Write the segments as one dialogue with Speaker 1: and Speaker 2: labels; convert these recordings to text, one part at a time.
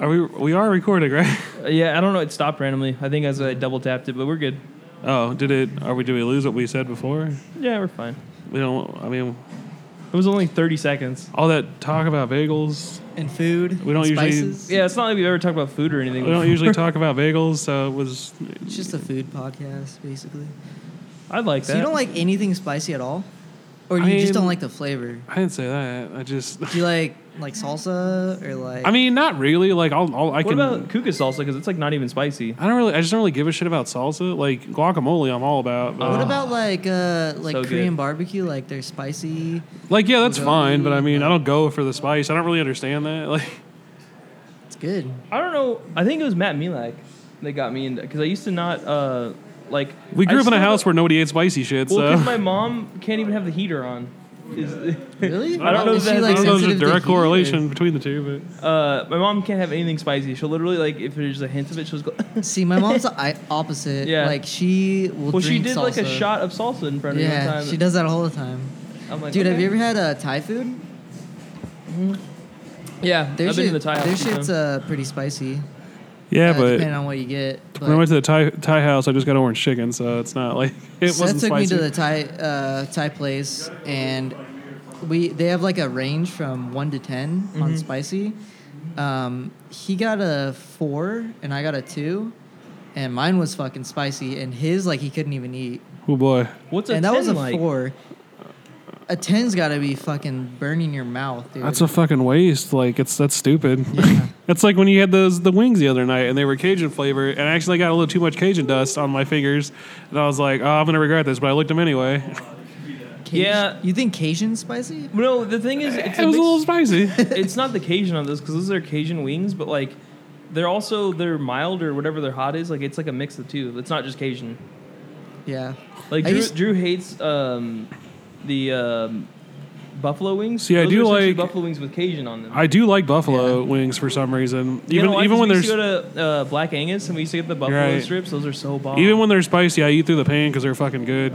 Speaker 1: Are we we are recording, right?
Speaker 2: Uh, yeah, I don't know. It stopped randomly. I think as I double tapped it, but we're good.
Speaker 1: Oh, did it are we do we lose what we said before?
Speaker 2: Yeah, we're fine.
Speaker 1: We don't I mean
Speaker 2: It was only 30 seconds.
Speaker 1: all that talk about bagels.
Speaker 3: and food.
Speaker 1: We don't
Speaker 3: and
Speaker 1: usually-
Speaker 3: spices.
Speaker 2: Yeah, it's not like we've ever talked about food or anything.
Speaker 1: We don't
Speaker 2: before.
Speaker 1: usually talk about bagels, so it was
Speaker 3: It's just a food podcast, basically.
Speaker 2: I'd like that.
Speaker 3: So you don't like anything spicy at all, or you
Speaker 1: I
Speaker 3: just don't
Speaker 1: mean-
Speaker 3: like the flavor?
Speaker 1: I didn't say that. I just
Speaker 3: Do you like like salsa or like?
Speaker 1: I mean, not really. Like I'll, I'll I
Speaker 2: What
Speaker 1: can
Speaker 2: about kuka salsa? Because it's like not even spicy.
Speaker 1: I don't really I just don't really give a shit about salsa. Like guacamole I'm all about. but-
Speaker 3: What about like uh like
Speaker 2: oh. So good.
Speaker 3: Korean barbecue? Like they're spicy.
Speaker 1: like yeah, that's
Speaker 3: Udon.
Speaker 1: fine, but I mean, I don't go for the spice. I don't really understand that. Like
Speaker 3: It's good.
Speaker 2: I don't know. I think it was Matt Milak that got me into because I used to not uh like.
Speaker 1: we
Speaker 2: I
Speaker 1: grew up in a
Speaker 2: still-
Speaker 1: house where uh, nobody ate spicy shit,
Speaker 2: Well, because
Speaker 1: so
Speaker 2: my mom can't even have the heater on. Is,
Speaker 3: Really?
Speaker 2: I don't know
Speaker 3: Is
Speaker 2: if
Speaker 3: she,
Speaker 2: that-
Speaker 1: I
Speaker 3: like,
Speaker 1: don't know if there's a
Speaker 3: sensitive to
Speaker 1: direct
Speaker 3: heat or-
Speaker 1: correlation between the two, but
Speaker 2: uh, my mom can't have anything spicy. She'll literally like if there's a hint of it, she'll just go.
Speaker 3: See, my mom's the i- opposite.
Speaker 2: Yeah.
Speaker 3: Like she will.
Speaker 2: well, she
Speaker 3: drink
Speaker 2: did like a
Speaker 3: salsa.
Speaker 2: shot of salsa in front of me one
Speaker 3: Yeah,
Speaker 2: time.
Speaker 3: she does that all the time.
Speaker 2: I'm like,
Speaker 3: Dude, have
Speaker 2: okay.
Speaker 3: you ever had uh, Thai food?
Speaker 2: Yeah,
Speaker 3: Their
Speaker 2: I've been
Speaker 3: shit,
Speaker 2: to the Thai.
Speaker 3: their
Speaker 2: house a few
Speaker 3: shit's
Speaker 2: times.
Speaker 3: uh, pretty spicy.
Speaker 1: yeah,
Speaker 3: uh,
Speaker 1: but
Speaker 3: depending on what you get.
Speaker 1: When I
Speaker 3: but-
Speaker 1: went to the Thai, Thai house, I just got orange chicken, so it's not like it
Speaker 3: Seth
Speaker 1: wasn't
Speaker 3: took
Speaker 1: spicy.
Speaker 3: me to the Thai uh, Thai place, and we they have like a range from one to 10 on
Speaker 1: Mm-hmm.
Speaker 3: spicy. Um, he got a four, and I got a two, and mine was fucking spicy, and his like he couldn't even eat,
Speaker 1: oh boy,
Speaker 2: What's a
Speaker 3: and that was
Speaker 2: 10
Speaker 3: a
Speaker 2: like?
Speaker 3: four. A ten's got to be fucking burning your mouth, dude.
Speaker 1: that's a fucking waste. Like it's that's stupid. it's like when you had those the wings the other night, and they were Cajun flavor, and I actually got a little too much Cajun dust on my fingers, and I was like, oh, I'm gonna regret this, but I licked them anyway.
Speaker 3: Cajun-
Speaker 2: Yeah.
Speaker 3: You think Cajun's spicy?
Speaker 2: No, the thing is, it's
Speaker 1: it
Speaker 2: a
Speaker 1: was a
Speaker 2: mix-
Speaker 1: little spicy.
Speaker 2: it's not the Cajun on this because those are Cajun wings, but like they're also they're mild or whatever their hot is. Like it's like a mix of two. It's not just Cajun.
Speaker 3: Yeah.
Speaker 2: Like
Speaker 3: I
Speaker 2: Drew,
Speaker 3: used-
Speaker 2: Drew hates um, the um, buffalo wings.
Speaker 1: See, I
Speaker 2: Those
Speaker 1: do
Speaker 2: are essentially
Speaker 1: like-
Speaker 2: buffalo wings with Cajun on them.
Speaker 1: I do like buffalo wings for some reason, even
Speaker 2: You know why?
Speaker 1: even
Speaker 2: 'Cause
Speaker 1: when
Speaker 2: we
Speaker 1: there's
Speaker 2: used to go to uh, Black Angus and we used to get the buffalo
Speaker 1: Right.
Speaker 2: strips. Those are so bomb.
Speaker 1: even when they're spicy, I eat through the pain because they're fucking good.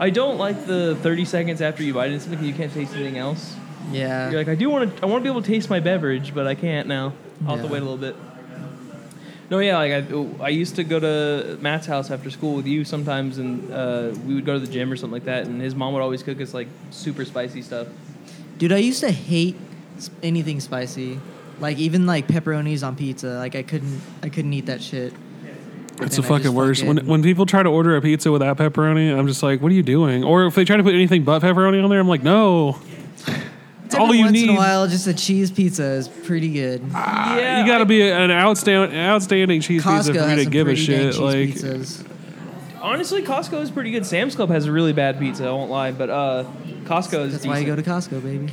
Speaker 2: I don't like the 30 seconds after you bite into something 'cause you can't taste anything else.
Speaker 3: Yeah.
Speaker 2: You're like, I do want to. I want to be able to taste my beverage, but I can't now. I'll have to
Speaker 3: Yeah.
Speaker 2: wait a little bit. No, yeah, like I, I used to go to Matt's house after school with you sometimes, and uh, we would go to the gym or something like that. And his mom would always cook us like super spicy stuff.
Speaker 3: Dude, I used to hate s- anything spicy, like even like pepperonis on pizza. Like I couldn't, I couldn't eat that shit.
Speaker 1: It's the
Speaker 3: Then I
Speaker 1: fucking
Speaker 3: just
Speaker 1: worst. When,
Speaker 3: fucking-
Speaker 1: when people try to order a pizza without pepperoni, I'm just like, what are you doing? Or if they try to put anything but pepperoni on there, I'm like, no. It's all
Speaker 3: Every
Speaker 1: you
Speaker 3: once
Speaker 1: need.
Speaker 3: in a while, just a cheese pizza is pretty good.
Speaker 2: yeah,
Speaker 1: you got to be an outstanding, outstanding cheese
Speaker 3: Costco
Speaker 1: pizza for
Speaker 3: has
Speaker 1: me to
Speaker 3: some
Speaker 1: give a
Speaker 3: pretty dang
Speaker 1: shit.
Speaker 3: cheese
Speaker 1: Like,
Speaker 3: pizzas.
Speaker 2: I- honestly, Costco is pretty good. Sam's Club has a really bad pizza. I won't lie, but uh, Costco is.
Speaker 3: That's why I go
Speaker 2: decent.
Speaker 3: to Costco, baby.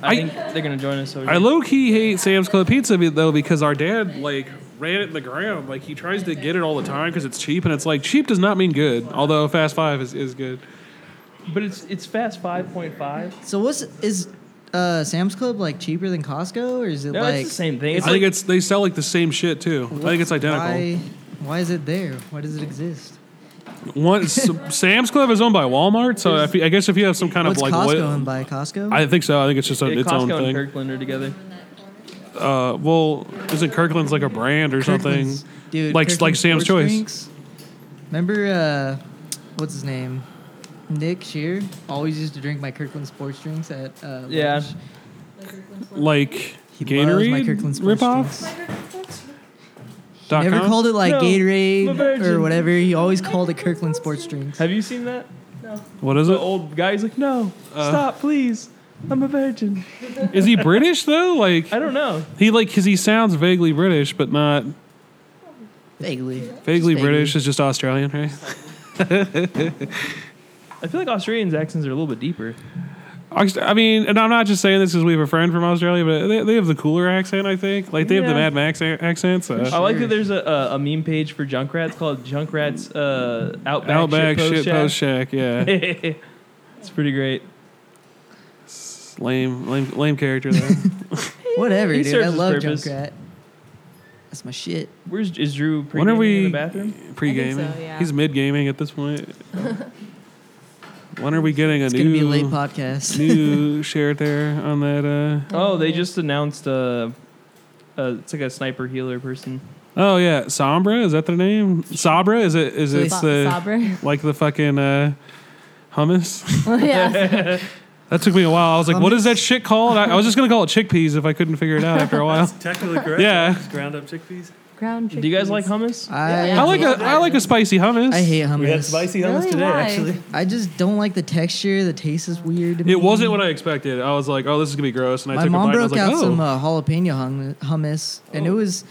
Speaker 2: I, I think they're gonna join us. Over
Speaker 1: I
Speaker 2: here.
Speaker 1: low key hate Sam's Club pizza be- though because our dad like ran it in the ground. Like he tries to get it all the time because it's cheap, and it's like cheap does not mean good. Although Fast Five is, is good.
Speaker 2: but it's it's fast 5.5.
Speaker 3: So what's is uh, Sam's Club like cheaper than Costco, or is it
Speaker 2: No,
Speaker 3: like
Speaker 2: it's the same thing. It's
Speaker 1: I
Speaker 2: like
Speaker 1: think it's they sell like the same shit too. I think it's identical.
Speaker 3: Why, why is it there? Why does it exist?
Speaker 1: One S- Sam's Club is owned by Walmart, so if you, I guess if you have some kind
Speaker 3: What's
Speaker 1: of like
Speaker 3: Costco
Speaker 1: what-
Speaker 3: owned by Costco?
Speaker 1: I think so. I think it's just a,
Speaker 2: yeah,
Speaker 1: its
Speaker 2: Costco
Speaker 1: own
Speaker 2: and
Speaker 1: thing.
Speaker 2: Kirkland are together.
Speaker 1: Uh, well, isn't Kirkland's like a brand or
Speaker 3: Kirkland's-
Speaker 1: something?
Speaker 3: Dude,
Speaker 1: like like
Speaker 3: Kirkland's
Speaker 1: Sam's
Speaker 3: sports
Speaker 1: Choice.
Speaker 3: drinks. Remember, uh, what's his name? Nick Shear always used to drink my Kirkland sports drinks at. Uh,
Speaker 2: Yeah.
Speaker 3: lunch.
Speaker 1: Like
Speaker 3: He loves my
Speaker 1: Gatorade
Speaker 3: Kirkland sports
Speaker 1: ripoff.
Speaker 3: drinks.
Speaker 1: Dot
Speaker 3: Never
Speaker 1: com?
Speaker 3: called it like
Speaker 2: No, I'm a
Speaker 3: Gatorade
Speaker 2: virgin.
Speaker 3: or whatever. He always called it Kirkland sports drinks.
Speaker 2: Have you seen that?
Speaker 1: What is
Speaker 2: The
Speaker 1: it?
Speaker 2: old guy's like, no,
Speaker 1: Uh.
Speaker 2: stop, please. I'm a virgin.
Speaker 1: Is he British though? Like
Speaker 2: I don't know.
Speaker 1: he like because he sounds vaguely British, but not
Speaker 3: Vaguely.
Speaker 1: vaguely
Speaker 3: Just
Speaker 1: British. Is just Australian, right?
Speaker 2: I feel like Australians' accents are a little bit deeper.
Speaker 1: Aust- I mean, and I'm not just saying this because we have a friend from Australia, but they, they have the cooler accent, I think. Like they have the
Speaker 2: Yeah.
Speaker 1: Mad Max a- accent. So.
Speaker 2: I like that
Speaker 3: Sure.
Speaker 2: there's a, a, a meme page for Junkrats called Junkrats uh, Outback,
Speaker 1: Outback
Speaker 2: Shitpost
Speaker 1: shit post
Speaker 2: Shack.
Speaker 1: shack, yeah.
Speaker 2: it's pretty great.
Speaker 1: lame, lame, lame character there.
Speaker 3: Whatever,
Speaker 2: He
Speaker 3: dude.
Speaker 2: serves
Speaker 3: I
Speaker 2: his
Speaker 3: love
Speaker 2: purpose.
Speaker 3: Junkrat. That's my shit.
Speaker 2: Where's is Drew?
Speaker 1: When are
Speaker 2: pre-gaming in the
Speaker 1: we-
Speaker 2: bathroom?
Speaker 1: Pre gaming,
Speaker 4: yeah.
Speaker 1: he's mid gaming at this point. When are we getting a
Speaker 3: It's
Speaker 1: new
Speaker 3: gonna be a late podcast.
Speaker 1: new share there on that? Uh,
Speaker 2: Oh, they just announced uh, uh, it's like a sniper healer person.
Speaker 1: oh yeah, Sombra is that their name? Sabra is it? Is it
Speaker 4: Sa-
Speaker 1: the
Speaker 4: Sabra.
Speaker 1: like the fucking uh, hummus?
Speaker 4: Well, yeah.
Speaker 1: That took me a while. I was like, what is that shit called? I, I was just gonna call it chickpeas if I couldn't figure it out after a while.
Speaker 5: That's technically correct.
Speaker 1: Yeah.
Speaker 5: Just ground up chickpeas.
Speaker 4: Ground
Speaker 2: Do you guys
Speaker 4: chickpeas.
Speaker 2: like hummus?
Speaker 3: I,
Speaker 4: Yeah.
Speaker 1: I like a I like a spicy hummus.
Speaker 3: I hate hummus.
Speaker 5: We had spicy hummus
Speaker 4: Really?
Speaker 5: today,
Speaker 4: Why?
Speaker 5: actually.
Speaker 3: I just don't like the texture. The taste is weird. to me.
Speaker 1: It wasn't what I expected. I was like, oh, this is gonna be gross, and I
Speaker 3: My
Speaker 1: took
Speaker 3: mom
Speaker 1: a bite.
Speaker 3: broke
Speaker 1: and I
Speaker 3: out
Speaker 1: was like,
Speaker 3: some
Speaker 1: oh.
Speaker 3: uh, jalapeno hum- hummus, and it
Speaker 4: Oh.
Speaker 3: was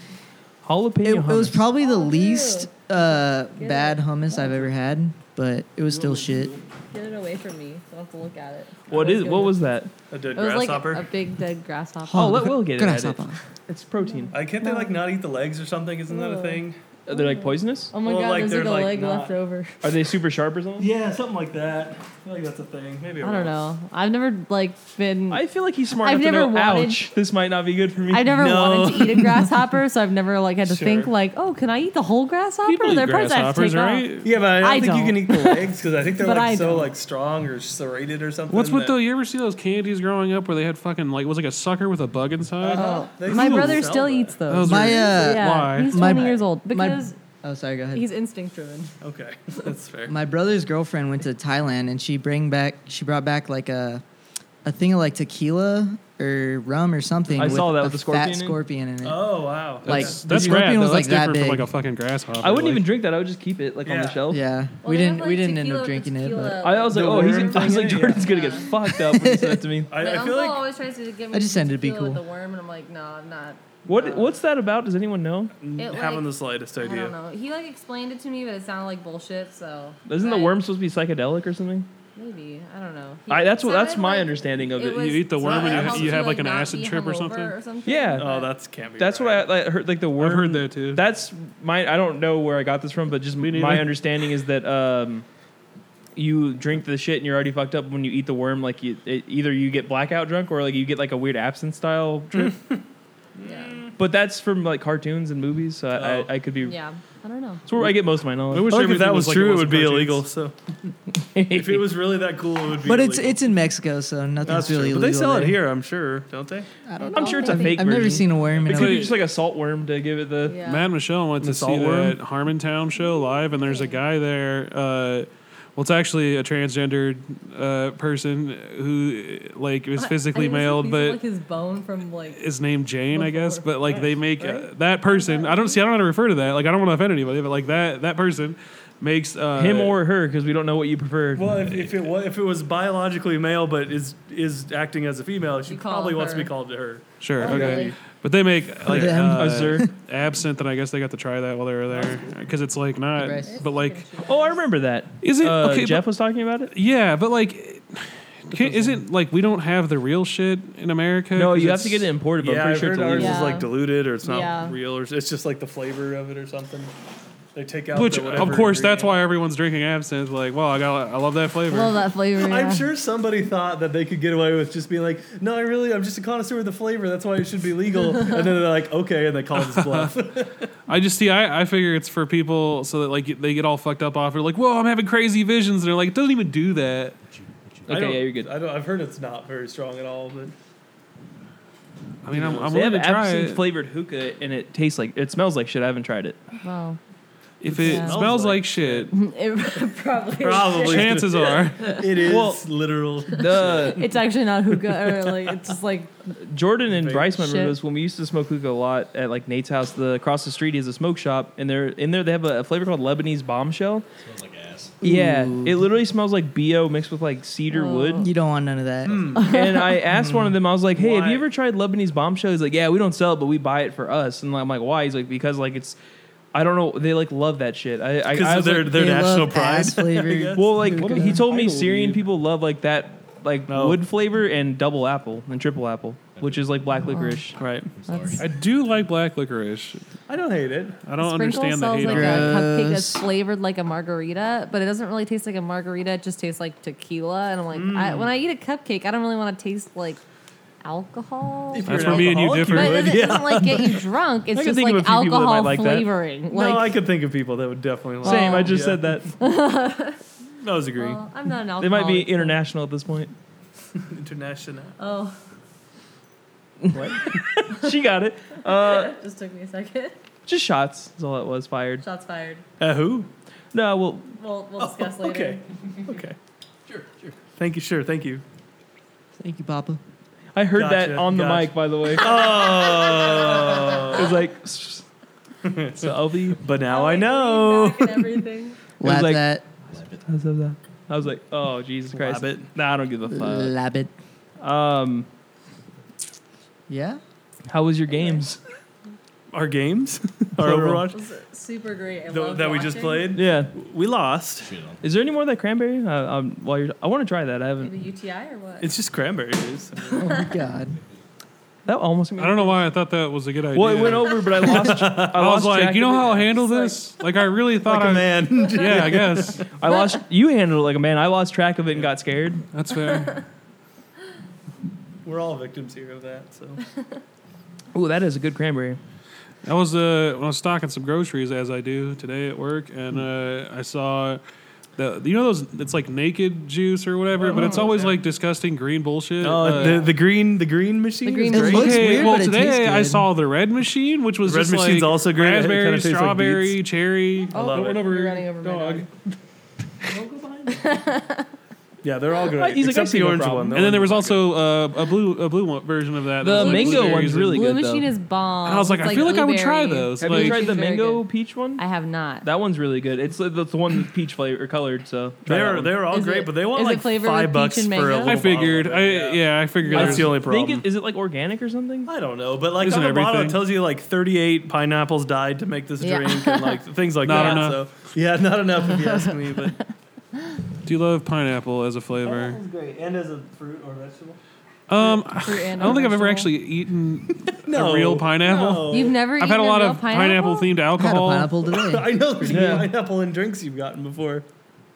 Speaker 2: Jalapeno
Speaker 3: it, it
Speaker 2: hummus.
Speaker 3: was probably the least uh, bad hummus I've ever had, but it was still shit.
Speaker 4: Get it away from me, so I'll have to look at it.
Speaker 2: what is what was that?
Speaker 5: A dead
Speaker 4: It was like
Speaker 5: grasshopper.
Speaker 4: a big dead grasshopper.
Speaker 2: Oh, let Will get it. at it.
Speaker 3: Grasshopper.
Speaker 2: It's protein.
Speaker 5: like, can't they like not eat the legs or something? Isn't that a thing?
Speaker 2: Are they like poisonous?
Speaker 4: Oh my
Speaker 5: Well,
Speaker 4: god,
Speaker 5: like,
Speaker 4: there's
Speaker 5: they're,
Speaker 4: like a
Speaker 5: like,
Speaker 4: leg
Speaker 5: not-
Speaker 4: left over.
Speaker 2: Are they super sharp or something?
Speaker 5: Yeah, something like that. I feel like that's a thing. Maybe
Speaker 4: I don't know. I've never like been.
Speaker 2: I feel like he's smart
Speaker 4: I've
Speaker 2: enough
Speaker 4: never
Speaker 2: to know.
Speaker 4: wanted-
Speaker 2: Ouch! This might not be good for me.
Speaker 4: I've never
Speaker 5: No.
Speaker 4: wanted to eat a grasshopper, so I've never like had to think
Speaker 5: Sure.
Speaker 4: like, oh, can I eat the whole grasshopper?
Speaker 1: People eat
Speaker 4: There are parts I have to
Speaker 1: grasshoppers,
Speaker 4: take off.
Speaker 1: right?
Speaker 5: Yeah, but I don't
Speaker 4: I
Speaker 5: think you
Speaker 4: don't.
Speaker 5: can eat the legs because I think they're
Speaker 4: But
Speaker 5: like
Speaker 4: I
Speaker 5: so
Speaker 4: don't.
Speaker 5: like strong or serrated or something.
Speaker 1: What's with
Speaker 5: that-
Speaker 1: the? You ever see those candies growing up where they had fucking like it was like a sucker with a bug inside?
Speaker 5: Uh, they
Speaker 4: Oh. My
Speaker 5: still
Speaker 4: brother
Speaker 5: sell
Speaker 4: still
Speaker 5: that.
Speaker 4: eats those.
Speaker 1: Those
Speaker 3: My,
Speaker 1: are-
Speaker 3: uh,
Speaker 4: yeah,
Speaker 1: why?
Speaker 4: he's
Speaker 3: My-
Speaker 4: 20 years old
Speaker 3: my-
Speaker 4: because
Speaker 3: Oh, sorry. Go ahead.
Speaker 4: he's instinct driven.
Speaker 5: Okay, that's fair.
Speaker 3: My brother's girlfriend went to Thailand and she bring back she brought back like a a thing of like tequila or rum or something.
Speaker 2: I
Speaker 3: with
Speaker 2: saw that
Speaker 3: a
Speaker 2: with the scorpion
Speaker 3: fat
Speaker 2: in it.
Speaker 3: scorpion in it.
Speaker 5: Oh wow.
Speaker 3: Like,
Speaker 1: that's,
Speaker 3: the
Speaker 1: that's
Speaker 3: scorpion
Speaker 1: rad. though.
Speaker 3: was, like,
Speaker 1: that's
Speaker 3: that
Speaker 1: different from like
Speaker 3: big.
Speaker 1: a fucking grasshopper.
Speaker 2: I wouldn't
Speaker 1: like,
Speaker 2: even drink that. I would just keep it like on the
Speaker 5: Yeah.
Speaker 2: shelf.
Speaker 3: Yeah,
Speaker 4: Well,
Speaker 3: we
Speaker 4: they have,
Speaker 3: didn't
Speaker 4: like,
Speaker 3: we didn't end
Speaker 4: tequila
Speaker 3: up
Speaker 4: with
Speaker 3: drinking it,
Speaker 4: tequila.
Speaker 3: but
Speaker 2: I was like,
Speaker 5: The
Speaker 2: oh, he's.
Speaker 5: worm
Speaker 2: I was
Speaker 5: thing
Speaker 2: like,
Speaker 5: in it,
Speaker 2: Jordan's gonna get
Speaker 4: yeah.
Speaker 2: fucked up when he said that to me.
Speaker 5: I,
Speaker 4: My
Speaker 5: I
Speaker 4: uncle
Speaker 5: feel like
Speaker 4: always tries to give me
Speaker 3: I just ended to be
Speaker 4: tequila
Speaker 3: cool.
Speaker 4: with the worm, and I'm like, no, I'm not.
Speaker 2: What What's that about? Does anyone know?
Speaker 4: It, like-
Speaker 5: having the slightest
Speaker 4: I don't
Speaker 5: idea.
Speaker 4: know. He like explained it to me, but it sounded like bullshit. So
Speaker 2: Isn't the
Speaker 4: I-
Speaker 2: worm supposed to be psychedelic or something?
Speaker 4: Maybe I don't know. He-
Speaker 2: I, that's
Speaker 4: it
Speaker 2: what. That's
Speaker 4: sounded
Speaker 2: my
Speaker 4: like
Speaker 2: understanding of
Speaker 4: it
Speaker 2: it.
Speaker 4: was
Speaker 1: eat the worm
Speaker 4: something
Speaker 1: and
Speaker 4: that
Speaker 1: you-
Speaker 4: helps
Speaker 1: you have, like, an
Speaker 4: not
Speaker 1: acid
Speaker 4: be
Speaker 1: trip or
Speaker 4: hungover
Speaker 1: something?
Speaker 2: Yeah.
Speaker 5: Oh, that's can't be.
Speaker 2: That's what I
Speaker 5: right.
Speaker 2: like, heard. Like the worm.
Speaker 1: I've heard that too.
Speaker 2: That's my. I don't know where I got this from, but just
Speaker 1: Me neither.
Speaker 2: my understanding is that um, you drink the shit and you're already fucked up when you eat the worm. Like you, it, either you get blackout drunk or like you get like a weird absence style
Speaker 1: Mm-hmm.
Speaker 2: trip.
Speaker 4: Yeah.
Speaker 2: but that's from like cartoons and movies, so I,
Speaker 1: Oh.
Speaker 2: I, I could be.
Speaker 4: yeah, I don't know.
Speaker 2: That's where I get most of my
Speaker 1: I
Speaker 2: knowledge.
Speaker 1: wish
Speaker 5: I like if
Speaker 1: everything
Speaker 5: that was
Speaker 1: like
Speaker 5: true, it
Speaker 1: was
Speaker 5: would be
Speaker 1: cartoons.
Speaker 5: illegal. So if it was really that cool, it would be.
Speaker 3: but it's
Speaker 5: illegal.
Speaker 3: it's in Mexico, so nothing's
Speaker 5: that's true.
Speaker 3: really
Speaker 5: But they
Speaker 3: legal
Speaker 5: sell it
Speaker 3: there.
Speaker 5: here, I'm sure, don't they?
Speaker 3: I don't know.
Speaker 2: I'm sure it's a fake.
Speaker 3: I've never
Speaker 2: version.
Speaker 3: seen a worm.
Speaker 2: It
Speaker 3: In
Speaker 2: could
Speaker 3: a,
Speaker 2: be just like a salt worm to give it the.
Speaker 4: Yeah.
Speaker 1: Matt and Michelle went to
Speaker 5: Miss
Speaker 1: see
Speaker 5: Allworm?
Speaker 1: that Harmontown show live, and there's a guy there. Uh, well, it's actually a transgendered uh, person who, like, is
Speaker 4: I-
Speaker 1: physically
Speaker 4: I just
Speaker 1: male,
Speaker 4: think these are,
Speaker 1: but
Speaker 4: like his bone from like.
Speaker 1: is named Jane, I guess.
Speaker 4: Before.
Speaker 1: But like, they make uh, that person. I don't see. I don't know how to refer to that. Like, I don't want to offend anybody, but like that that person makes uh,
Speaker 2: Him or her, because we don't know what you prefer.
Speaker 5: Well, if, if it was if it was biologically male but is is acting as a female, she
Speaker 4: You call
Speaker 5: probably wants to
Speaker 4: her.
Speaker 5: be called to her.
Speaker 1: sure,
Speaker 4: Oh,
Speaker 1: okay.
Speaker 4: really?
Speaker 1: But they make like
Speaker 3: Them.
Speaker 1: uh,
Speaker 2: A sir.
Speaker 1: absinthe, and I guess they got to try that while they were there because it's like not.
Speaker 3: Right.
Speaker 1: But like,
Speaker 2: Oh, I remember that.
Speaker 1: is it
Speaker 2: Uh,
Speaker 1: okay? but-
Speaker 2: Jeff was talking about it.
Speaker 1: Yeah, but like, can, isn't like we don't have the real shit in America?
Speaker 2: No,
Speaker 1: 'cause
Speaker 2: you have to
Speaker 1: it's-
Speaker 2: get it imported, but
Speaker 5: yeah,
Speaker 2: I'm
Speaker 5: i
Speaker 2: pretty sure it's
Speaker 5: heard ours
Speaker 2: illegal.
Speaker 4: Yeah.
Speaker 5: is like diluted or it's not
Speaker 4: Yeah.
Speaker 5: real or it's just like the flavor of it or something. They take out
Speaker 1: Which,
Speaker 5: the
Speaker 1: of
Speaker 5: whatever
Speaker 1: course, that's
Speaker 5: ingredient.
Speaker 1: why everyone's drinking absinthe. Like, well, I got, I love that flavor.
Speaker 4: Love that flavor. yeah.
Speaker 5: I'm sure somebody thought that they could get away with just being like, "No, I really, I'm just a connoisseur of the flavor. That's why it should be legal." and then they're like, "Okay," and they call this bluff.
Speaker 1: I just see, I, I figure it's for people so that like they get all fucked up off. They're like, whoa, I'm having crazy visions. And they're like, it doesn't even do that.
Speaker 5: I
Speaker 2: Okay,
Speaker 5: don't-
Speaker 2: yeah, you're good.
Speaker 5: I don't, I've heard it's not very strong at all, but
Speaker 1: I mean, I'm, I'm
Speaker 2: they
Speaker 1: willing
Speaker 2: have
Speaker 1: to try
Speaker 2: absinthe
Speaker 1: it.
Speaker 2: flavored hookah, and it tastes like it smells like shit. I haven't tried it.
Speaker 4: Wow.
Speaker 1: if it
Speaker 4: Yeah.
Speaker 1: smells like shit,
Speaker 4: It probably.
Speaker 5: Probably.
Speaker 1: chances are
Speaker 5: it is
Speaker 2: Well-
Speaker 5: literal.
Speaker 2: The
Speaker 4: It's actually not hookah, or like it's just like
Speaker 2: Jordan and
Speaker 5: Vape.
Speaker 2: Bryce remember
Speaker 4: Shit.
Speaker 2: this when we used to smoke hookah a lot at like Nate's house. The across the street is a smoke shop, and they're in there. They have a, a flavor called Lebanese Bombshell.
Speaker 6: Smells like ass.
Speaker 2: Yeah,
Speaker 3: Ooh.
Speaker 2: it literally smells like bo mixed with like cedar
Speaker 4: Oh.
Speaker 2: wood.
Speaker 3: you don't want none of that.
Speaker 2: Hmm. And I asked one of them, I was like, "Hey, have
Speaker 5: Why?
Speaker 2: you ever tried Lebanese Bombshell?" He's like, "Yeah, we don't sell it, but we buy it for us." And I'm like, "Why?" He's like, "Because like it's." I don't know. They like love that shit. I, I, I
Speaker 5: Because
Speaker 2: was
Speaker 5: they're
Speaker 2: like-
Speaker 5: their
Speaker 3: They
Speaker 5: national
Speaker 3: love ass
Speaker 5: pride.
Speaker 3: flavored
Speaker 2: Well, like
Speaker 3: hookah.
Speaker 2: he told me,
Speaker 5: I
Speaker 2: Syrian
Speaker 5: believe-
Speaker 2: people love like that, like
Speaker 5: No.
Speaker 2: wood flavor and double apple and triple apple, which is like black
Speaker 4: Oh.
Speaker 2: licorice.
Speaker 5: Right.
Speaker 4: that's-
Speaker 1: I do like black licorice.
Speaker 5: I don't hate it.
Speaker 1: I don't
Speaker 4: Sprinkle
Speaker 1: understand the
Speaker 4: sells
Speaker 1: hate.
Speaker 4: like
Speaker 1: on
Speaker 4: a
Speaker 1: it.
Speaker 4: cupcake that's
Speaker 3: Gross.
Speaker 4: flavored like a margarita, but it doesn't really taste like a margarita. It just tastes like tequila. And I'm like, I, when I eat a cupcake, I don't really want to taste like alcohol.
Speaker 5: If
Speaker 1: That's where
Speaker 5: you're an
Speaker 1: me and you
Speaker 5: alcoholic,
Speaker 1: differ.
Speaker 4: But it
Speaker 5: would,
Speaker 4: doesn't,
Speaker 5: yeah.
Speaker 4: doesn't like get you drunk. It's
Speaker 2: I can
Speaker 4: just
Speaker 2: think of
Speaker 4: like
Speaker 2: a few people that might
Speaker 4: alcohol
Speaker 2: like that.
Speaker 4: flavoring.
Speaker 5: no, I
Speaker 4: Like,
Speaker 5: could think of people that would definitely like.
Speaker 2: Same. I
Speaker 4: Wow.
Speaker 2: just
Speaker 5: Yeah.
Speaker 2: said that.
Speaker 5: I was agreeing.
Speaker 4: Well, I'm not an
Speaker 2: They
Speaker 4: alcoholic.
Speaker 2: might be
Speaker 4: so-
Speaker 2: international at this point.
Speaker 5: International.
Speaker 4: Oh,
Speaker 5: What?
Speaker 2: she got it. Uh,
Speaker 4: just took me a second.
Speaker 2: just shots is all it was. Fired.
Speaker 4: Shots fired.
Speaker 5: Uh, who?
Speaker 2: No, well,
Speaker 4: We'll, we'll discuss later.
Speaker 5: Okay. Okay. Sure. Sure. Thank you. Sure. Thank you.
Speaker 3: Thank you, Papa.
Speaker 2: I heard that
Speaker 5: Gotcha,
Speaker 2: on the
Speaker 5: gotcha.
Speaker 2: mic, by the way. it
Speaker 5: Oh.
Speaker 2: was like, so LV.
Speaker 5: But now I know.
Speaker 4: And everything.
Speaker 2: was
Speaker 3: Lab
Speaker 2: like-
Speaker 3: that.
Speaker 2: I was like, oh Jesus Christ!
Speaker 5: Labbit.
Speaker 2: Nah, I don't give a
Speaker 3: Lab it.
Speaker 2: fuck. Um,
Speaker 3: Yeah.
Speaker 2: how was your games?
Speaker 5: Our games, our
Speaker 2: Plural.
Speaker 5: Overwatch
Speaker 4: was super great. I
Speaker 5: th- that
Speaker 4: loved
Speaker 5: we just
Speaker 4: watching.
Speaker 5: played,
Speaker 2: Yeah.
Speaker 5: we lost.
Speaker 2: Is there any more of that cranberry? Uh, um, while you're, I want to try that. I haven't.
Speaker 4: The UTI or what?
Speaker 5: It's just cranberry juice.
Speaker 3: Oh my God.
Speaker 2: That almost.
Speaker 1: I don't know why I thought that was a good idea.
Speaker 2: Well, it went over, but I lost. I,
Speaker 1: I, was
Speaker 2: lost
Speaker 1: like,
Speaker 2: track
Speaker 1: you know
Speaker 2: of it.
Speaker 1: how I'll handle
Speaker 4: It's
Speaker 1: this? Like, I really thought
Speaker 5: like
Speaker 1: I.
Speaker 5: a man.
Speaker 1: Yeah, I guess
Speaker 2: I lost. You handled it like a man. I lost track of it and got scared.
Speaker 1: that's fair.
Speaker 5: We're all victims here of that. So
Speaker 2: Ooh, that is a good cranberry.
Speaker 1: That was uh, when I was stocking some groceries, as I do today at work, and uh, I saw the you know those it's like naked juice or whatever, but it's always like disgusting green bullshit. Uh,
Speaker 5: the, the green the green machine.
Speaker 4: Oh, The green
Speaker 5: is
Speaker 3: It
Speaker 5: great.
Speaker 3: looks
Speaker 1: okay,
Speaker 3: weird,
Speaker 1: well
Speaker 3: but it tastes
Speaker 1: today I
Speaker 3: good.
Speaker 1: saw the red machine, which was
Speaker 5: The red
Speaker 1: just
Speaker 5: machine's
Speaker 1: like
Speaker 5: also green. It kinda
Speaker 1: raspberry,
Speaker 5: tastes like
Speaker 1: strawberry,
Speaker 5: beets.
Speaker 1: cherry.
Speaker 4: Oh,
Speaker 5: love
Speaker 4: you're
Speaker 5: it.
Speaker 4: running over my dog.
Speaker 5: Yeah, they're all
Speaker 4: Uh,
Speaker 2: Right,
Speaker 5: great.
Speaker 2: he's like, I
Speaker 5: except
Speaker 2: see
Speaker 5: the
Speaker 2: no
Speaker 5: orange
Speaker 2: problem.
Speaker 5: one.
Speaker 1: And then there was also uh, a blue a blue one version of that. that
Speaker 2: The
Speaker 1: was, like,
Speaker 2: mango
Speaker 1: blueberries
Speaker 2: one's
Speaker 1: and-
Speaker 2: really
Speaker 4: Blue
Speaker 2: good.
Speaker 4: Machine
Speaker 2: though.
Speaker 4: is bomb.
Speaker 1: And I was like,
Speaker 4: It's
Speaker 1: I feel like I would try
Speaker 4: blueberry.
Speaker 1: those.
Speaker 2: Have
Speaker 1: like,
Speaker 2: you tried the
Speaker 4: It's very
Speaker 2: mango
Speaker 4: good.
Speaker 2: peach one?
Speaker 4: I have not.
Speaker 2: That one's really good. It's the- that's the one with peach flavor colored. So try that
Speaker 5: They're
Speaker 2: one.
Speaker 5: they're all
Speaker 4: Is
Speaker 5: great,
Speaker 4: it-
Speaker 5: but they want
Speaker 4: is it
Speaker 5: like
Speaker 4: flavored with
Speaker 5: five
Speaker 4: peach
Speaker 5: bucks
Speaker 4: and
Speaker 5: for a
Speaker 4: mango?
Speaker 5: little
Speaker 1: I figured.
Speaker 5: bottle of
Speaker 1: I
Speaker 5: it,
Speaker 1: yeah, I figured.
Speaker 5: That's
Speaker 1: there's-
Speaker 5: the only
Speaker 2: Think
Speaker 5: problem.
Speaker 2: it, is it like organic or something?
Speaker 5: I don't know, but like
Speaker 1: Isn't
Speaker 5: on the bottle
Speaker 1: everything?
Speaker 5: it tells you like 38 pineapples died to make this
Speaker 4: Yeah.
Speaker 5: drink and like things like
Speaker 1: Not
Speaker 5: that.
Speaker 1: enough.
Speaker 5: So yeah, not enough if you ask me, but
Speaker 1: Do you love pineapple as a flavor?
Speaker 5: great. And as a fruit or vegetable?
Speaker 4: Oh.
Speaker 1: Um,
Speaker 4: Fruit
Speaker 1: I
Speaker 4: and
Speaker 1: don't think I've ever
Speaker 4: vegetable.
Speaker 1: actually eaten
Speaker 5: No.
Speaker 1: a real pineapple.
Speaker 5: no.
Speaker 4: You've never.
Speaker 1: I've had a
Speaker 4: eaten
Speaker 1: lot
Speaker 4: real
Speaker 1: of pineapple themed
Speaker 3: I had a
Speaker 1: alcohol.
Speaker 3: pineapple today.
Speaker 5: I know there's
Speaker 2: Yeah.
Speaker 5: pineapple in drinks you've gotten before.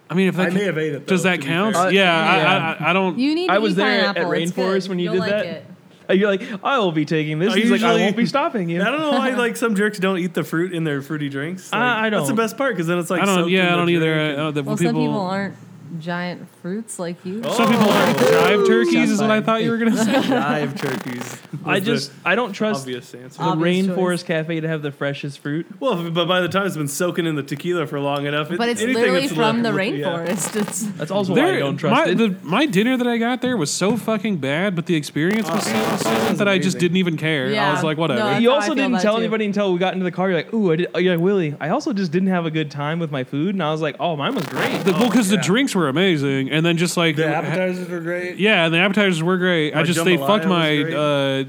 Speaker 1: I mean, if
Speaker 5: I
Speaker 1: that
Speaker 5: may
Speaker 1: ca-
Speaker 5: have ate it. Though,
Speaker 1: does that
Speaker 5: to be
Speaker 1: count?
Speaker 5: fair.
Speaker 2: Uh,
Speaker 1: yeah,
Speaker 2: yeah.
Speaker 1: I, I, I don't.
Speaker 4: You need. To
Speaker 2: I was
Speaker 4: eat
Speaker 2: there at- at
Speaker 4: pineapple. It's
Speaker 2: Rainforest
Speaker 4: good.
Speaker 2: when you
Speaker 4: You'll
Speaker 2: did
Speaker 4: like
Speaker 2: that.
Speaker 4: It.
Speaker 2: Uh, You're like, I will be taking this.
Speaker 5: I
Speaker 2: He's like, I
Speaker 5: usually-
Speaker 2: won't be stopping you.
Speaker 5: I don't know why like some jerks don't eat the fruit in their fruity drinks.
Speaker 2: I-
Speaker 5: Like,
Speaker 2: I
Speaker 5: That's the
Speaker 2: don't.
Speaker 5: best part because then it's like
Speaker 1: I don't.
Speaker 5: soaked in
Speaker 1: Yeah, I
Speaker 5: the
Speaker 1: don't either.
Speaker 5: drink
Speaker 1: I
Speaker 5: and-
Speaker 1: don't, that
Speaker 4: Well,
Speaker 1: people,
Speaker 4: some people aren't giant fruits like you.
Speaker 5: Oh.
Speaker 1: Some people aren't jive turkeys, is what I
Speaker 3: fired.
Speaker 1: thought you were gonna say.
Speaker 5: Dive turkeys.
Speaker 2: I
Speaker 5: was the
Speaker 2: just, I don't trust the
Speaker 5: obvious answer.
Speaker 4: Obvious choice.
Speaker 2: Rainforest Cafe to have the freshest fruit.
Speaker 5: Well, but by the time it's been soaking in the tequila for long enough, it,
Speaker 4: But it's
Speaker 5: anything
Speaker 4: literally
Speaker 5: that's
Speaker 4: from the
Speaker 5: left- yeah.
Speaker 4: rainforest. It's
Speaker 2: That's also why I
Speaker 1: There,
Speaker 2: don't trust
Speaker 1: my,
Speaker 2: it.
Speaker 1: the, my dinner that I got there was so fucking bad, but the experience was so pleasant that I just
Speaker 5: Oh. amazing.
Speaker 1: didn't even care. I
Speaker 4: Yeah.
Speaker 1: was like, whatever.
Speaker 4: No, That's
Speaker 2: you
Speaker 4: how I
Speaker 2: also
Speaker 4: feel
Speaker 2: didn't
Speaker 4: about it,
Speaker 2: tell
Speaker 4: too.
Speaker 2: anybody until we got into the car. You're like, ooh, I did. You're like, Willie, I also just didn't have a good time with my food. And I was like, oh, mine was great.
Speaker 1: The, well, because
Speaker 5: yeah.
Speaker 1: the drinks were amazing, and then just like
Speaker 5: The appetizers were great.
Speaker 1: yeah, and the appetizers were great. I
Speaker 5: My
Speaker 1: just they
Speaker 5: jambalaya
Speaker 1: fucked
Speaker 5: was
Speaker 1: my
Speaker 5: great.
Speaker 1: uh,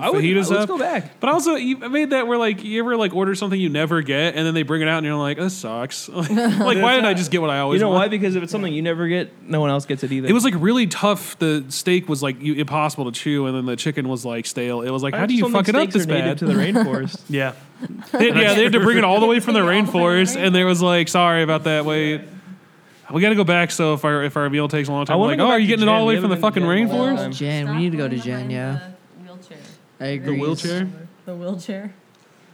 Speaker 2: I would,
Speaker 1: fajitas
Speaker 2: let's
Speaker 1: up.
Speaker 2: go back.
Speaker 1: But also, you I made that where like you ever like order something you never get, and then they bring it out, and you're like, this sucks. like, why did I just get what I
Speaker 2: You
Speaker 1: always?
Speaker 2: know why?
Speaker 1: want?
Speaker 2: Because if it's something you never get, no one else gets it either.
Speaker 1: It was like really tough. The steak was like you, impossible to chew, and then the chicken was like stale. It was like,
Speaker 2: I
Speaker 1: how do
Speaker 2: just
Speaker 1: you
Speaker 2: don't
Speaker 1: fuck it
Speaker 2: think
Speaker 1: up this
Speaker 2: steaks are native
Speaker 1: bad?
Speaker 2: to the rainforest?
Speaker 5: Yeah.
Speaker 1: They- yeah, they had to bring it all the way from the
Speaker 4: All the way to the
Speaker 1: rainforest, and there was like, sorry about that. Wait, we got to go back. So if our if our meal takes a long time,
Speaker 2: I
Speaker 1: I'm
Speaker 2: wanna
Speaker 1: like,
Speaker 2: go
Speaker 1: oh,
Speaker 2: back
Speaker 1: are you
Speaker 2: to
Speaker 1: getting it
Speaker 2: Jen.
Speaker 1: all the way
Speaker 2: We
Speaker 1: from the
Speaker 2: haven't
Speaker 1: fucking
Speaker 2: been to Jen in a long
Speaker 1: rainforest?
Speaker 2: time.
Speaker 3: Um, Jen, we need to go to Jen. Yeah.
Speaker 4: Wheelchair.
Speaker 3: I agree.
Speaker 1: wheelchair?
Speaker 4: The wheelchair.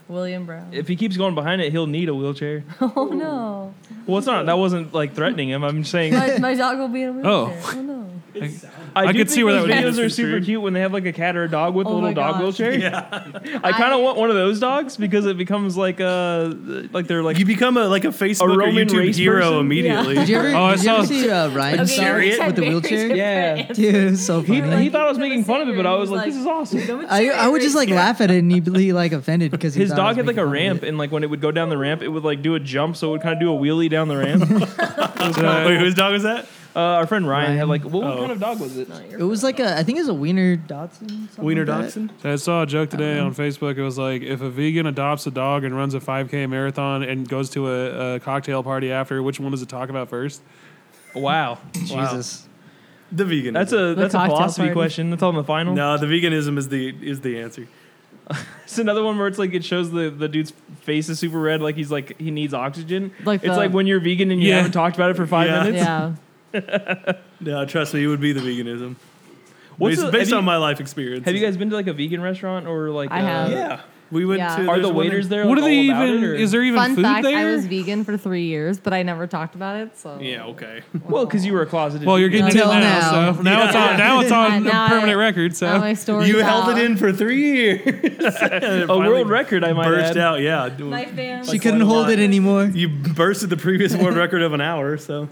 Speaker 4: William Brown.
Speaker 2: If he keeps going behind it, he'll need a wheelchair.
Speaker 4: oh no.
Speaker 2: Well, it's not. That wasn't like threatening him. I'm just saying.
Speaker 4: My, my dog will be in a
Speaker 1: Oh.
Speaker 4: wheelchair. Oh, no.
Speaker 2: I,
Speaker 1: I
Speaker 2: do
Speaker 1: could
Speaker 2: think
Speaker 1: see where that
Speaker 2: those
Speaker 1: would be
Speaker 2: videos are super
Speaker 5: misconstrued.
Speaker 2: cute when they have like a cat or a dog with a
Speaker 4: Oh
Speaker 2: little
Speaker 4: my
Speaker 2: dog
Speaker 4: gosh.
Speaker 2: wheelchair. Yeah. I kind
Speaker 4: I-
Speaker 2: of want one of those dogs because it becomes like uh like they're like
Speaker 5: you become a like a Facebook or
Speaker 2: Roman
Speaker 5: YouTube
Speaker 2: race
Speaker 5: hero
Speaker 2: person?
Speaker 5: immediately. Uh,
Speaker 3: Did you ever,
Speaker 1: Oh, I
Speaker 3: did you ever
Speaker 1: saw-
Speaker 3: see uh, Ryan
Speaker 4: Okay, you're
Speaker 5: chariot
Speaker 3: with the
Speaker 4: very
Speaker 3: wheelchair?
Speaker 2: Yeah.
Speaker 4: different.
Speaker 3: Dude, it was so
Speaker 2: he,
Speaker 3: funny.
Speaker 2: he thought I was
Speaker 4: He
Speaker 2: making
Speaker 4: was
Speaker 2: fun of it, but I
Speaker 4: angry.
Speaker 2: was like,
Speaker 4: He's
Speaker 2: this is awesome.
Speaker 4: Go with
Speaker 3: I, I would just like laugh at it and he'd be like offended because he
Speaker 2: His
Speaker 3: thought I
Speaker 2: dog
Speaker 3: was
Speaker 2: had like a
Speaker 3: making fun of
Speaker 2: ramp,
Speaker 3: it.
Speaker 2: and like when it would go down the ramp, it would like do a jump, so it would kind of do a wheelie down the ramp.
Speaker 1: Uh,
Speaker 5: Wait, whose dog is that?
Speaker 2: uh, our friend Ryan, had
Speaker 3: Ryan.
Speaker 2: like, what,
Speaker 1: Oh.
Speaker 2: what kind of dog was it?
Speaker 3: It was like a, I think it was a wiener Dotson. something
Speaker 5: Wiener
Speaker 3: like that.
Speaker 5: Dachshund.
Speaker 1: I saw a joke today on Facebook. It was like if a vegan adopts a dog and runs a 5K marathon and goes to a, a cocktail party after, which one does it talk about first?
Speaker 2: Wow,
Speaker 3: Jesus.
Speaker 5: The vegan.
Speaker 2: that's a that's a
Speaker 4: cocktail
Speaker 2: philosophy
Speaker 4: party.
Speaker 2: question. That's on the final.
Speaker 5: no. The veganism is the is the answer.
Speaker 2: It's another one where it's like it shows the, the dude's face is super red, like he's like he needs oxygen.
Speaker 4: Like
Speaker 2: it's
Speaker 4: the-
Speaker 2: like when you're vegan and you
Speaker 1: Yeah.
Speaker 2: haven't talked about it for five
Speaker 5: Yeah.
Speaker 2: minutes.
Speaker 4: Yeah.
Speaker 5: No, trust me, it would be the veganism.
Speaker 2: What's
Speaker 5: based
Speaker 2: the-
Speaker 5: based
Speaker 2: have you-
Speaker 5: on my life experience.
Speaker 2: Have you guys been to like a vegan restaurant or like?
Speaker 4: I
Speaker 2: uh,
Speaker 4: have.
Speaker 5: Yeah. We went
Speaker 4: Yeah.
Speaker 5: to.
Speaker 2: Are
Speaker 5: there's
Speaker 2: the
Speaker 5: one in-
Speaker 2: waiters there?
Speaker 1: What
Speaker 2: like,
Speaker 1: are they
Speaker 2: all about
Speaker 1: even?
Speaker 2: it, or-
Speaker 1: Is there even
Speaker 4: Fun
Speaker 1: food
Speaker 4: fact:
Speaker 1: there?
Speaker 4: I was vegan for three years, but I never talked about it. So
Speaker 1: yeah. Okay.
Speaker 2: well because you were a closeted.
Speaker 1: Well, you're getting it
Speaker 4: Until
Speaker 1: now,
Speaker 4: now.
Speaker 1: so now it's on. Now it's on
Speaker 4: Now I-
Speaker 1: permanent record. So
Speaker 4: Now my story.
Speaker 5: You held it in for three years.
Speaker 2: a world record. I might
Speaker 5: burst
Speaker 2: add.
Speaker 5: out. Yeah,
Speaker 4: Knife band.
Speaker 3: She couldn't hold it anymore.
Speaker 5: you bursted the previous world record of an hour. So,